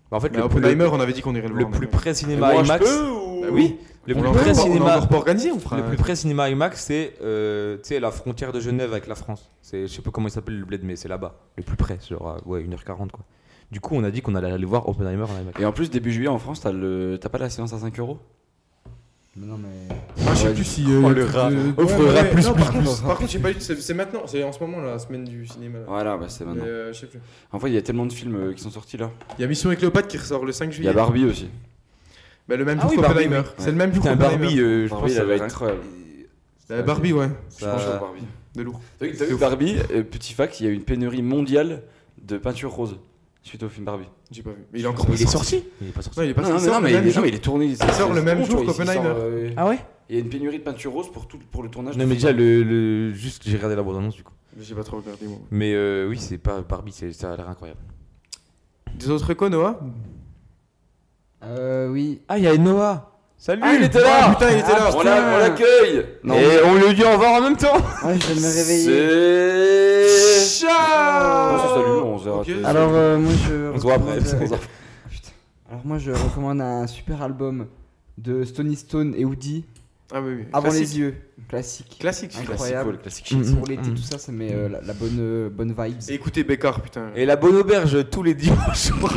[SPEAKER 3] Bah, en fait,
[SPEAKER 5] Mais
[SPEAKER 3] le,
[SPEAKER 5] Oppenheimer,
[SPEAKER 3] le,
[SPEAKER 5] on avait dit qu'on irait le voir.
[SPEAKER 3] le
[SPEAKER 5] en
[SPEAKER 3] plus
[SPEAKER 5] IMAX.
[SPEAKER 3] près cinéma
[SPEAKER 4] Moi, je
[SPEAKER 3] IMAX.
[SPEAKER 4] peux ou-
[SPEAKER 5] Bah
[SPEAKER 3] oui, le
[SPEAKER 5] On l'a
[SPEAKER 3] plus
[SPEAKER 5] encore
[SPEAKER 3] près
[SPEAKER 5] pas- on l'a
[SPEAKER 3] cinéma.
[SPEAKER 5] encore pas organisé, on fera.
[SPEAKER 3] Le
[SPEAKER 5] un-
[SPEAKER 3] plus près cinéma IMAX, c'est euh, tu sais, la frontière de Genève avec la France. C'est, je sais pas comment il s'appelle le bled, mais c'est là-bas. Le plus près, c'est genre à, ouais, 1h40 quoi. Du coup, on a dit qu'on allait aller voir Oppenheimer en IMAX.
[SPEAKER 4] Et en plus, début juillet en France, t'as le... t'as pas la séance à 5 euros
[SPEAKER 6] Mais non, mais.
[SPEAKER 5] Ah, je sais plus si. euh,
[SPEAKER 4] Oh,
[SPEAKER 5] il y
[SPEAKER 4] le
[SPEAKER 5] a
[SPEAKER 4] rat.
[SPEAKER 5] de-
[SPEAKER 4] Offre
[SPEAKER 5] Ouais,
[SPEAKER 4] rat
[SPEAKER 5] ouais,
[SPEAKER 4] plus,
[SPEAKER 5] non,
[SPEAKER 4] plus,
[SPEAKER 5] par
[SPEAKER 4] plus.
[SPEAKER 5] contre- Par contre, j'ai pas eu. C'est c'est maintenant, c'est en ce moment la semaine du cinéma. là.
[SPEAKER 4] Voilà, bah c'est
[SPEAKER 5] Mais,
[SPEAKER 4] maintenant.
[SPEAKER 5] euh, je sais plus.
[SPEAKER 4] En fait, il y a tellement de films euh, qui sont sortis là.
[SPEAKER 5] Il y a Mission et Cléopâtre qui ressort le 5
[SPEAKER 4] Il y a
[SPEAKER 5] juillet.
[SPEAKER 4] Barbie aussi.
[SPEAKER 5] Bah, le même
[SPEAKER 3] Ah
[SPEAKER 5] jour
[SPEAKER 3] oui,
[SPEAKER 5] qu'Oppenheimer.
[SPEAKER 3] Barbie,
[SPEAKER 5] C'est le même jour
[SPEAKER 3] Putain,
[SPEAKER 5] qu'Oppenheimer.
[SPEAKER 3] Barbie, euh, je
[SPEAKER 4] Barbie,
[SPEAKER 3] pense
[SPEAKER 4] elle
[SPEAKER 3] que
[SPEAKER 4] va
[SPEAKER 3] va
[SPEAKER 4] être
[SPEAKER 3] être.
[SPEAKER 4] incroyable.
[SPEAKER 5] Euh, Barbie, ouais,
[SPEAKER 4] Je pense à Barbie.
[SPEAKER 5] de lourd.
[SPEAKER 4] T'as vu, t'as vu
[SPEAKER 5] ouf.
[SPEAKER 4] Barbie, euh, petit fact, il y a eu une pénurie mondiale de peinture rose suite au film Barbie.
[SPEAKER 5] J'ai pas vu. Mais il est encore
[SPEAKER 3] Il est
[SPEAKER 5] sorti.
[SPEAKER 3] sorti Il est pas sorti.
[SPEAKER 5] Non, il est pas
[SPEAKER 4] non,
[SPEAKER 5] sorti. Il
[SPEAKER 4] non,
[SPEAKER 5] sort
[SPEAKER 4] non, mais
[SPEAKER 5] le
[SPEAKER 4] il,
[SPEAKER 5] même
[SPEAKER 4] est, non,
[SPEAKER 5] jour.
[SPEAKER 4] mais il est tourné.
[SPEAKER 5] Il sort le même jour qu'Oppenheimer.
[SPEAKER 4] Ah
[SPEAKER 3] ouais
[SPEAKER 4] Il y a une pénurie de peinture rose pour tout, pour le tournage.
[SPEAKER 3] Non, mais déjà, le, le- juste, j'ai regardé la bande-annonce du coup.
[SPEAKER 5] J'ai pas trop regardé, moi.
[SPEAKER 3] Mais euh, oui, c'est pas Barbie, c'est, ça a l'air incroyable.
[SPEAKER 5] Des autres recos, Noah
[SPEAKER 6] Euh, oui.
[SPEAKER 3] Ah, il y a Noah Salut
[SPEAKER 4] Ah, il était là
[SPEAKER 5] Putain, il était là
[SPEAKER 4] On l'a- on l'accueille
[SPEAKER 6] Non.
[SPEAKER 3] Et on lui dit au revoir en même temps
[SPEAKER 6] Ouais, je vais me réveiller.
[SPEAKER 4] C'est.
[SPEAKER 5] Ciao
[SPEAKER 4] On se salue, on se verra.
[SPEAKER 5] Ok.
[SPEAKER 4] tous.
[SPEAKER 6] Alors, euh, moi, je.
[SPEAKER 3] On se voit après.
[SPEAKER 6] recommande, euh,
[SPEAKER 4] On se-
[SPEAKER 6] [LAUGHS] Putain. Alors, moi, je recommande un super album de Stony Stone et Woody.
[SPEAKER 5] Ah oui, oui.
[SPEAKER 6] Avant
[SPEAKER 5] Classique.
[SPEAKER 6] les yeux. Classique.
[SPEAKER 5] Classique,
[SPEAKER 4] Ah,
[SPEAKER 5] celui-là.
[SPEAKER 6] Incroyable.
[SPEAKER 4] classique.
[SPEAKER 3] Mm, mm,
[SPEAKER 6] Pour l'été,
[SPEAKER 3] mm.
[SPEAKER 6] tout ça, ça met euh, la, la bonne, euh, bonne vibe.
[SPEAKER 5] Et Écoutez Bécard, putain.
[SPEAKER 3] Et la bonne auberge tous les dimanches.
[SPEAKER 5] Bon,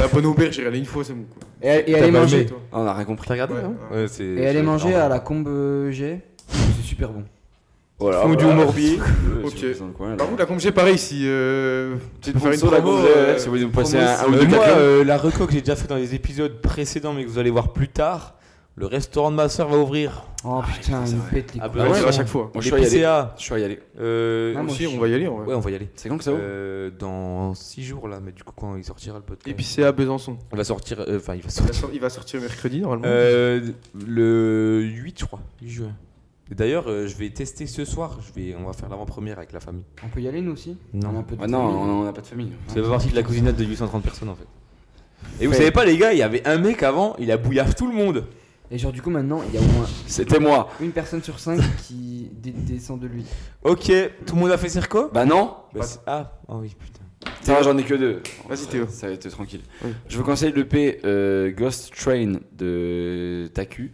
[SPEAKER 5] la bonne auberge, j'irai aller une fois, c'est bon. quoi.
[SPEAKER 6] Et, et
[SPEAKER 3] T'as
[SPEAKER 6] aller
[SPEAKER 3] pas
[SPEAKER 6] manger.
[SPEAKER 3] aimé.
[SPEAKER 5] Et toi
[SPEAKER 4] Ah, on a rien compris.
[SPEAKER 3] T'as regardé
[SPEAKER 5] Ouais,
[SPEAKER 3] non
[SPEAKER 5] ouais.
[SPEAKER 3] Ouais, c'est-
[SPEAKER 6] Et aller
[SPEAKER 3] c'est-
[SPEAKER 6] manger
[SPEAKER 3] Ah,
[SPEAKER 6] à la combe euh, G. C'est super bon.
[SPEAKER 4] Voilà.
[SPEAKER 5] Fondue
[SPEAKER 4] voilà.
[SPEAKER 5] au Morbier.
[SPEAKER 4] Euh,
[SPEAKER 5] Ok.
[SPEAKER 4] si vous êtes dans le coin, là.
[SPEAKER 5] Par contre, la combe pareil, si euh, tu peux faire une
[SPEAKER 4] Bonsoir, la
[SPEAKER 5] promo,
[SPEAKER 4] Gonzelle,
[SPEAKER 5] euh,
[SPEAKER 4] si vous voulez nous passer un un ou
[SPEAKER 3] Euh,
[SPEAKER 4] deux
[SPEAKER 3] moi,
[SPEAKER 4] quatre-
[SPEAKER 3] euh, la reco que j'ai déjà fait dans les épisodes précédents, mais que vous allez voir plus tard, le restaurant de ma soeur va ouvrir.
[SPEAKER 6] Oh putain, il me pète les
[SPEAKER 3] Ah,
[SPEAKER 6] couilles.
[SPEAKER 5] Ah ouais,
[SPEAKER 3] c'est
[SPEAKER 5] à
[SPEAKER 3] bon.
[SPEAKER 5] chaque fois.
[SPEAKER 4] Moi, je
[SPEAKER 3] les
[SPEAKER 4] suis à y aller.
[SPEAKER 3] PCA.
[SPEAKER 4] Je suis à y aller.
[SPEAKER 3] euh,
[SPEAKER 6] Ah, moi
[SPEAKER 5] Si,
[SPEAKER 6] aussi.
[SPEAKER 5] on va y aller, en vrai.
[SPEAKER 3] ouais, on va y aller.
[SPEAKER 4] C'est quand que ça ouvre
[SPEAKER 3] Euh, dans 6 jours là, mais du coup, quand il sortira le podcast,
[SPEAKER 5] Épicé à Besançon.
[SPEAKER 3] on va sortir. euh, Enfin, il va
[SPEAKER 5] Il va
[SPEAKER 3] sortir.
[SPEAKER 5] sor- Il va sortir mercredi, normalement.
[SPEAKER 3] Euh, le 8, je crois. 8 juin. Et D'ailleurs, euh, je vais tester ce soir. Je vais, on va faire l'avant-première avec la famille.
[SPEAKER 6] On peut y aller nous aussi
[SPEAKER 3] Non.
[SPEAKER 6] On a un peu de
[SPEAKER 4] Ah non,
[SPEAKER 6] famille.
[SPEAKER 4] on n'a pas de famille.
[SPEAKER 3] Ça fait partie de la cousinade de 830 personnes en fait. Et vous savez pas, les gars, il y avait un mec avant, il a bouillave tout le monde.
[SPEAKER 6] Et genre, du coup, maintenant, il y a au moins
[SPEAKER 4] C'était moi.
[SPEAKER 6] une personne sur cinq qui dé- descend de lui.
[SPEAKER 3] Ok, tout le monde a fait circo
[SPEAKER 4] Bah non.
[SPEAKER 3] Bah, c'est- Ah, ah oui, putain.
[SPEAKER 4] Tiens, j'en ai que deux.
[SPEAKER 5] Vas-y, Théo.
[SPEAKER 4] Ça va être tranquille.
[SPEAKER 5] Oui.
[SPEAKER 4] Je vous conseille l'EP euh, Ghost Train de Taku.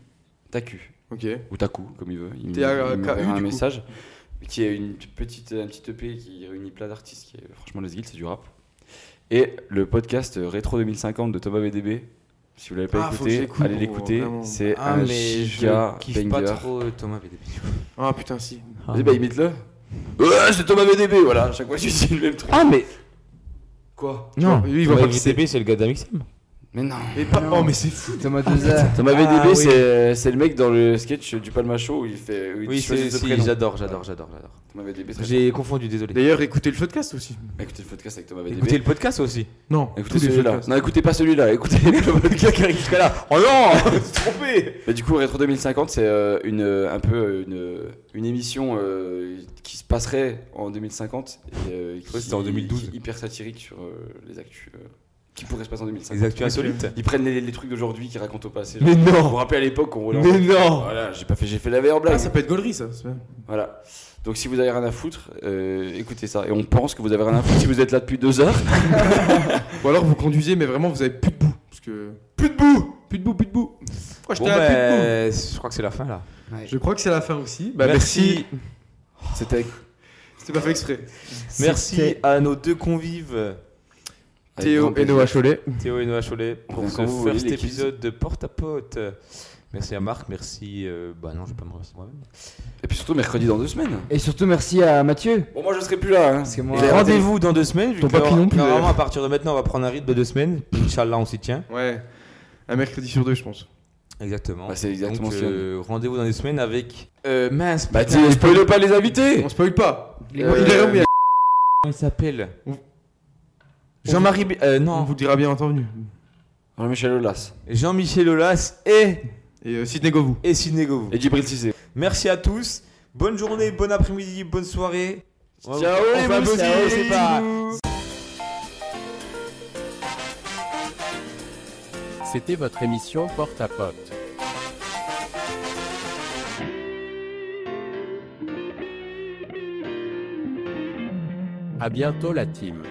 [SPEAKER 4] Taku.
[SPEAKER 5] Ok.
[SPEAKER 4] Ou Taku, comme il veut. Il
[SPEAKER 5] T A K U,
[SPEAKER 4] il m'enverra
[SPEAKER 5] du
[SPEAKER 4] un
[SPEAKER 5] coup.
[SPEAKER 4] message. Qui est une petite, un petit EP qui réunit plein d'artistes. Qui est, franchement, les guilds, c'est du rap. Et le podcast euh, Rétro 2050 de Thomas VDB. Si vous l'avez pas
[SPEAKER 5] Ah, faut que
[SPEAKER 4] écouté,
[SPEAKER 5] j'écoute,
[SPEAKER 4] allez
[SPEAKER 5] gros,
[SPEAKER 4] l'écouter.
[SPEAKER 5] vraiment.
[SPEAKER 4] C'est
[SPEAKER 3] Ah,
[SPEAKER 4] un
[SPEAKER 3] mais je
[SPEAKER 4] giga
[SPEAKER 3] kiffe pas
[SPEAKER 4] banger.
[SPEAKER 3] trop euh, Thomas VDB.
[SPEAKER 5] Ah putain, si.
[SPEAKER 4] Vas-y, bah imite-le. Ouais, c'est Thomas VDB, voilà. À chaque fois, tu dis le même truc.
[SPEAKER 3] Ah, mais
[SPEAKER 4] Quoi
[SPEAKER 5] Non, lui, il voit pas qui c'est.
[SPEAKER 3] c'est le gars d'Amixem.
[SPEAKER 4] Mais non.
[SPEAKER 5] Mais pas- Oh, mais c'est fou.
[SPEAKER 6] C'est Thomas Deza.
[SPEAKER 4] Thomas
[SPEAKER 3] Ah,
[SPEAKER 4] VDB,
[SPEAKER 3] oui.
[SPEAKER 4] c'est c'est le mec dans le sketch du Palma Show où il fait. où il
[SPEAKER 3] Oui,
[SPEAKER 4] choisit
[SPEAKER 3] c'est
[SPEAKER 4] ce
[SPEAKER 3] si,
[SPEAKER 4] prénom.
[SPEAKER 3] j'adore, j'adore, j'adore, j'adore. Bah,
[SPEAKER 4] Thomas VDB, très
[SPEAKER 3] J'ai confondu, désolé.
[SPEAKER 5] D'ailleurs, écoutez le podcast aussi.
[SPEAKER 4] bien. Écoutez le podcast avec Thomas VDB.
[SPEAKER 3] Écoutez le podcast aussi.
[SPEAKER 5] Non,
[SPEAKER 4] Écoutez celui-là. Non, écoutez pas celui-là, écoutez le podcast qui arrive jusqu'à là.
[SPEAKER 5] [LAUGHS]
[SPEAKER 4] Oh non trompé Mais du coup, Rétro 2050, c'est euh, une, euh, un peu euh, une, une émission euh, qui se passerait en 2050. Et, euh, qui-
[SPEAKER 3] c'était en 2012.
[SPEAKER 4] qui est Hyper satirique sur euh, les actus. euh, qui pourraient se passer en 2050.
[SPEAKER 3] Les actus insolites.
[SPEAKER 4] Ils prennent les, les trucs d'aujourd'hui qu'ils racontent au passé.
[SPEAKER 5] Mais
[SPEAKER 4] Genre,
[SPEAKER 5] non.
[SPEAKER 4] Vous vous rappelez à l'époque, on relance.
[SPEAKER 5] Mais non
[SPEAKER 4] Voilà, j'ai pas fait, j'ai fait la meilleure blague.
[SPEAKER 5] Ah, ça peut être gaulerie, ça. c'est vrai.
[SPEAKER 4] Voilà. Donc si vous avez rien à foutre, euh, écoutez ça. Et on pense que vous avez rien à foutre si vous êtes là depuis deux heures. [LAUGHS]
[SPEAKER 5] Ou alors vous conduisez, mais vraiment, vous avez plus de boue. Parce que. Plus de boue Plus de boue, plus de boue. Moi, je
[SPEAKER 3] Bon,
[SPEAKER 5] t'ai appelé de boue.
[SPEAKER 3] bah, je crois que c'est la fin là.
[SPEAKER 5] Je crois que c'est la fin aussi. Bah, merci.
[SPEAKER 4] C'était
[SPEAKER 5] C'était pas fait exprès.
[SPEAKER 3] Merci à nos deux convives,
[SPEAKER 5] Théo et Noah Cholet.
[SPEAKER 3] Théo et Noah Cholet,
[SPEAKER 4] Bien
[SPEAKER 3] pour ce
[SPEAKER 4] sûr, vous voyez
[SPEAKER 3] first
[SPEAKER 4] les kids.
[SPEAKER 3] épisode de Porte à Pote. Merci à Marc, merci. euh, bah non, je vais pas me remercier moi-même.
[SPEAKER 4] Et puis surtout mercredi dans deux semaines.
[SPEAKER 6] Et surtout, merci à Mathieu.
[SPEAKER 4] Bon moi je serai plus là. Hein.
[SPEAKER 6] Parce que moi-
[SPEAKER 4] Il est raté.
[SPEAKER 3] Rendez-vous dans deux semaines. vu
[SPEAKER 5] Ton
[SPEAKER 3] que
[SPEAKER 5] papy non plus,
[SPEAKER 3] Normalement,
[SPEAKER 5] d'ailleurs.
[SPEAKER 3] à partir de maintenant, on va prendre un rythme de deux semaines. Inch'Allah, on s'y tient.
[SPEAKER 5] Ouais. Un mercredi sur deux, je pense.
[SPEAKER 3] Exactement.
[SPEAKER 4] Bah, c'est exactement
[SPEAKER 3] Donc,
[SPEAKER 4] ce qu'il y a.
[SPEAKER 3] euh, Rendez-vous dans deux semaines avec. Euh, mince,
[SPEAKER 4] Bah
[SPEAKER 3] putain,
[SPEAKER 4] dis, spoil pas les invités.
[SPEAKER 5] On spoil pas.
[SPEAKER 6] Les
[SPEAKER 5] Euh,
[SPEAKER 6] mots-
[SPEAKER 5] Guillaume, il y a-
[SPEAKER 3] comment il s'appelle
[SPEAKER 5] On-
[SPEAKER 3] Jean-Marie. Bi- euh,
[SPEAKER 5] On
[SPEAKER 3] non,
[SPEAKER 5] vous dira bien entendu.
[SPEAKER 4] Jean-Michel Aulas.
[SPEAKER 3] Jean-Michel Aulas et.
[SPEAKER 5] Et euh, Sidney Govou.
[SPEAKER 3] Et Sidney Govou.
[SPEAKER 4] Et Djibril Cissé.
[SPEAKER 3] Merci à tous. Bonne journée, bon après-midi, bonne soirée. Ciao
[SPEAKER 4] les mousses, ciao, c'est pas-
[SPEAKER 13] C'était votre émission Porte à Pote. À bientôt la team.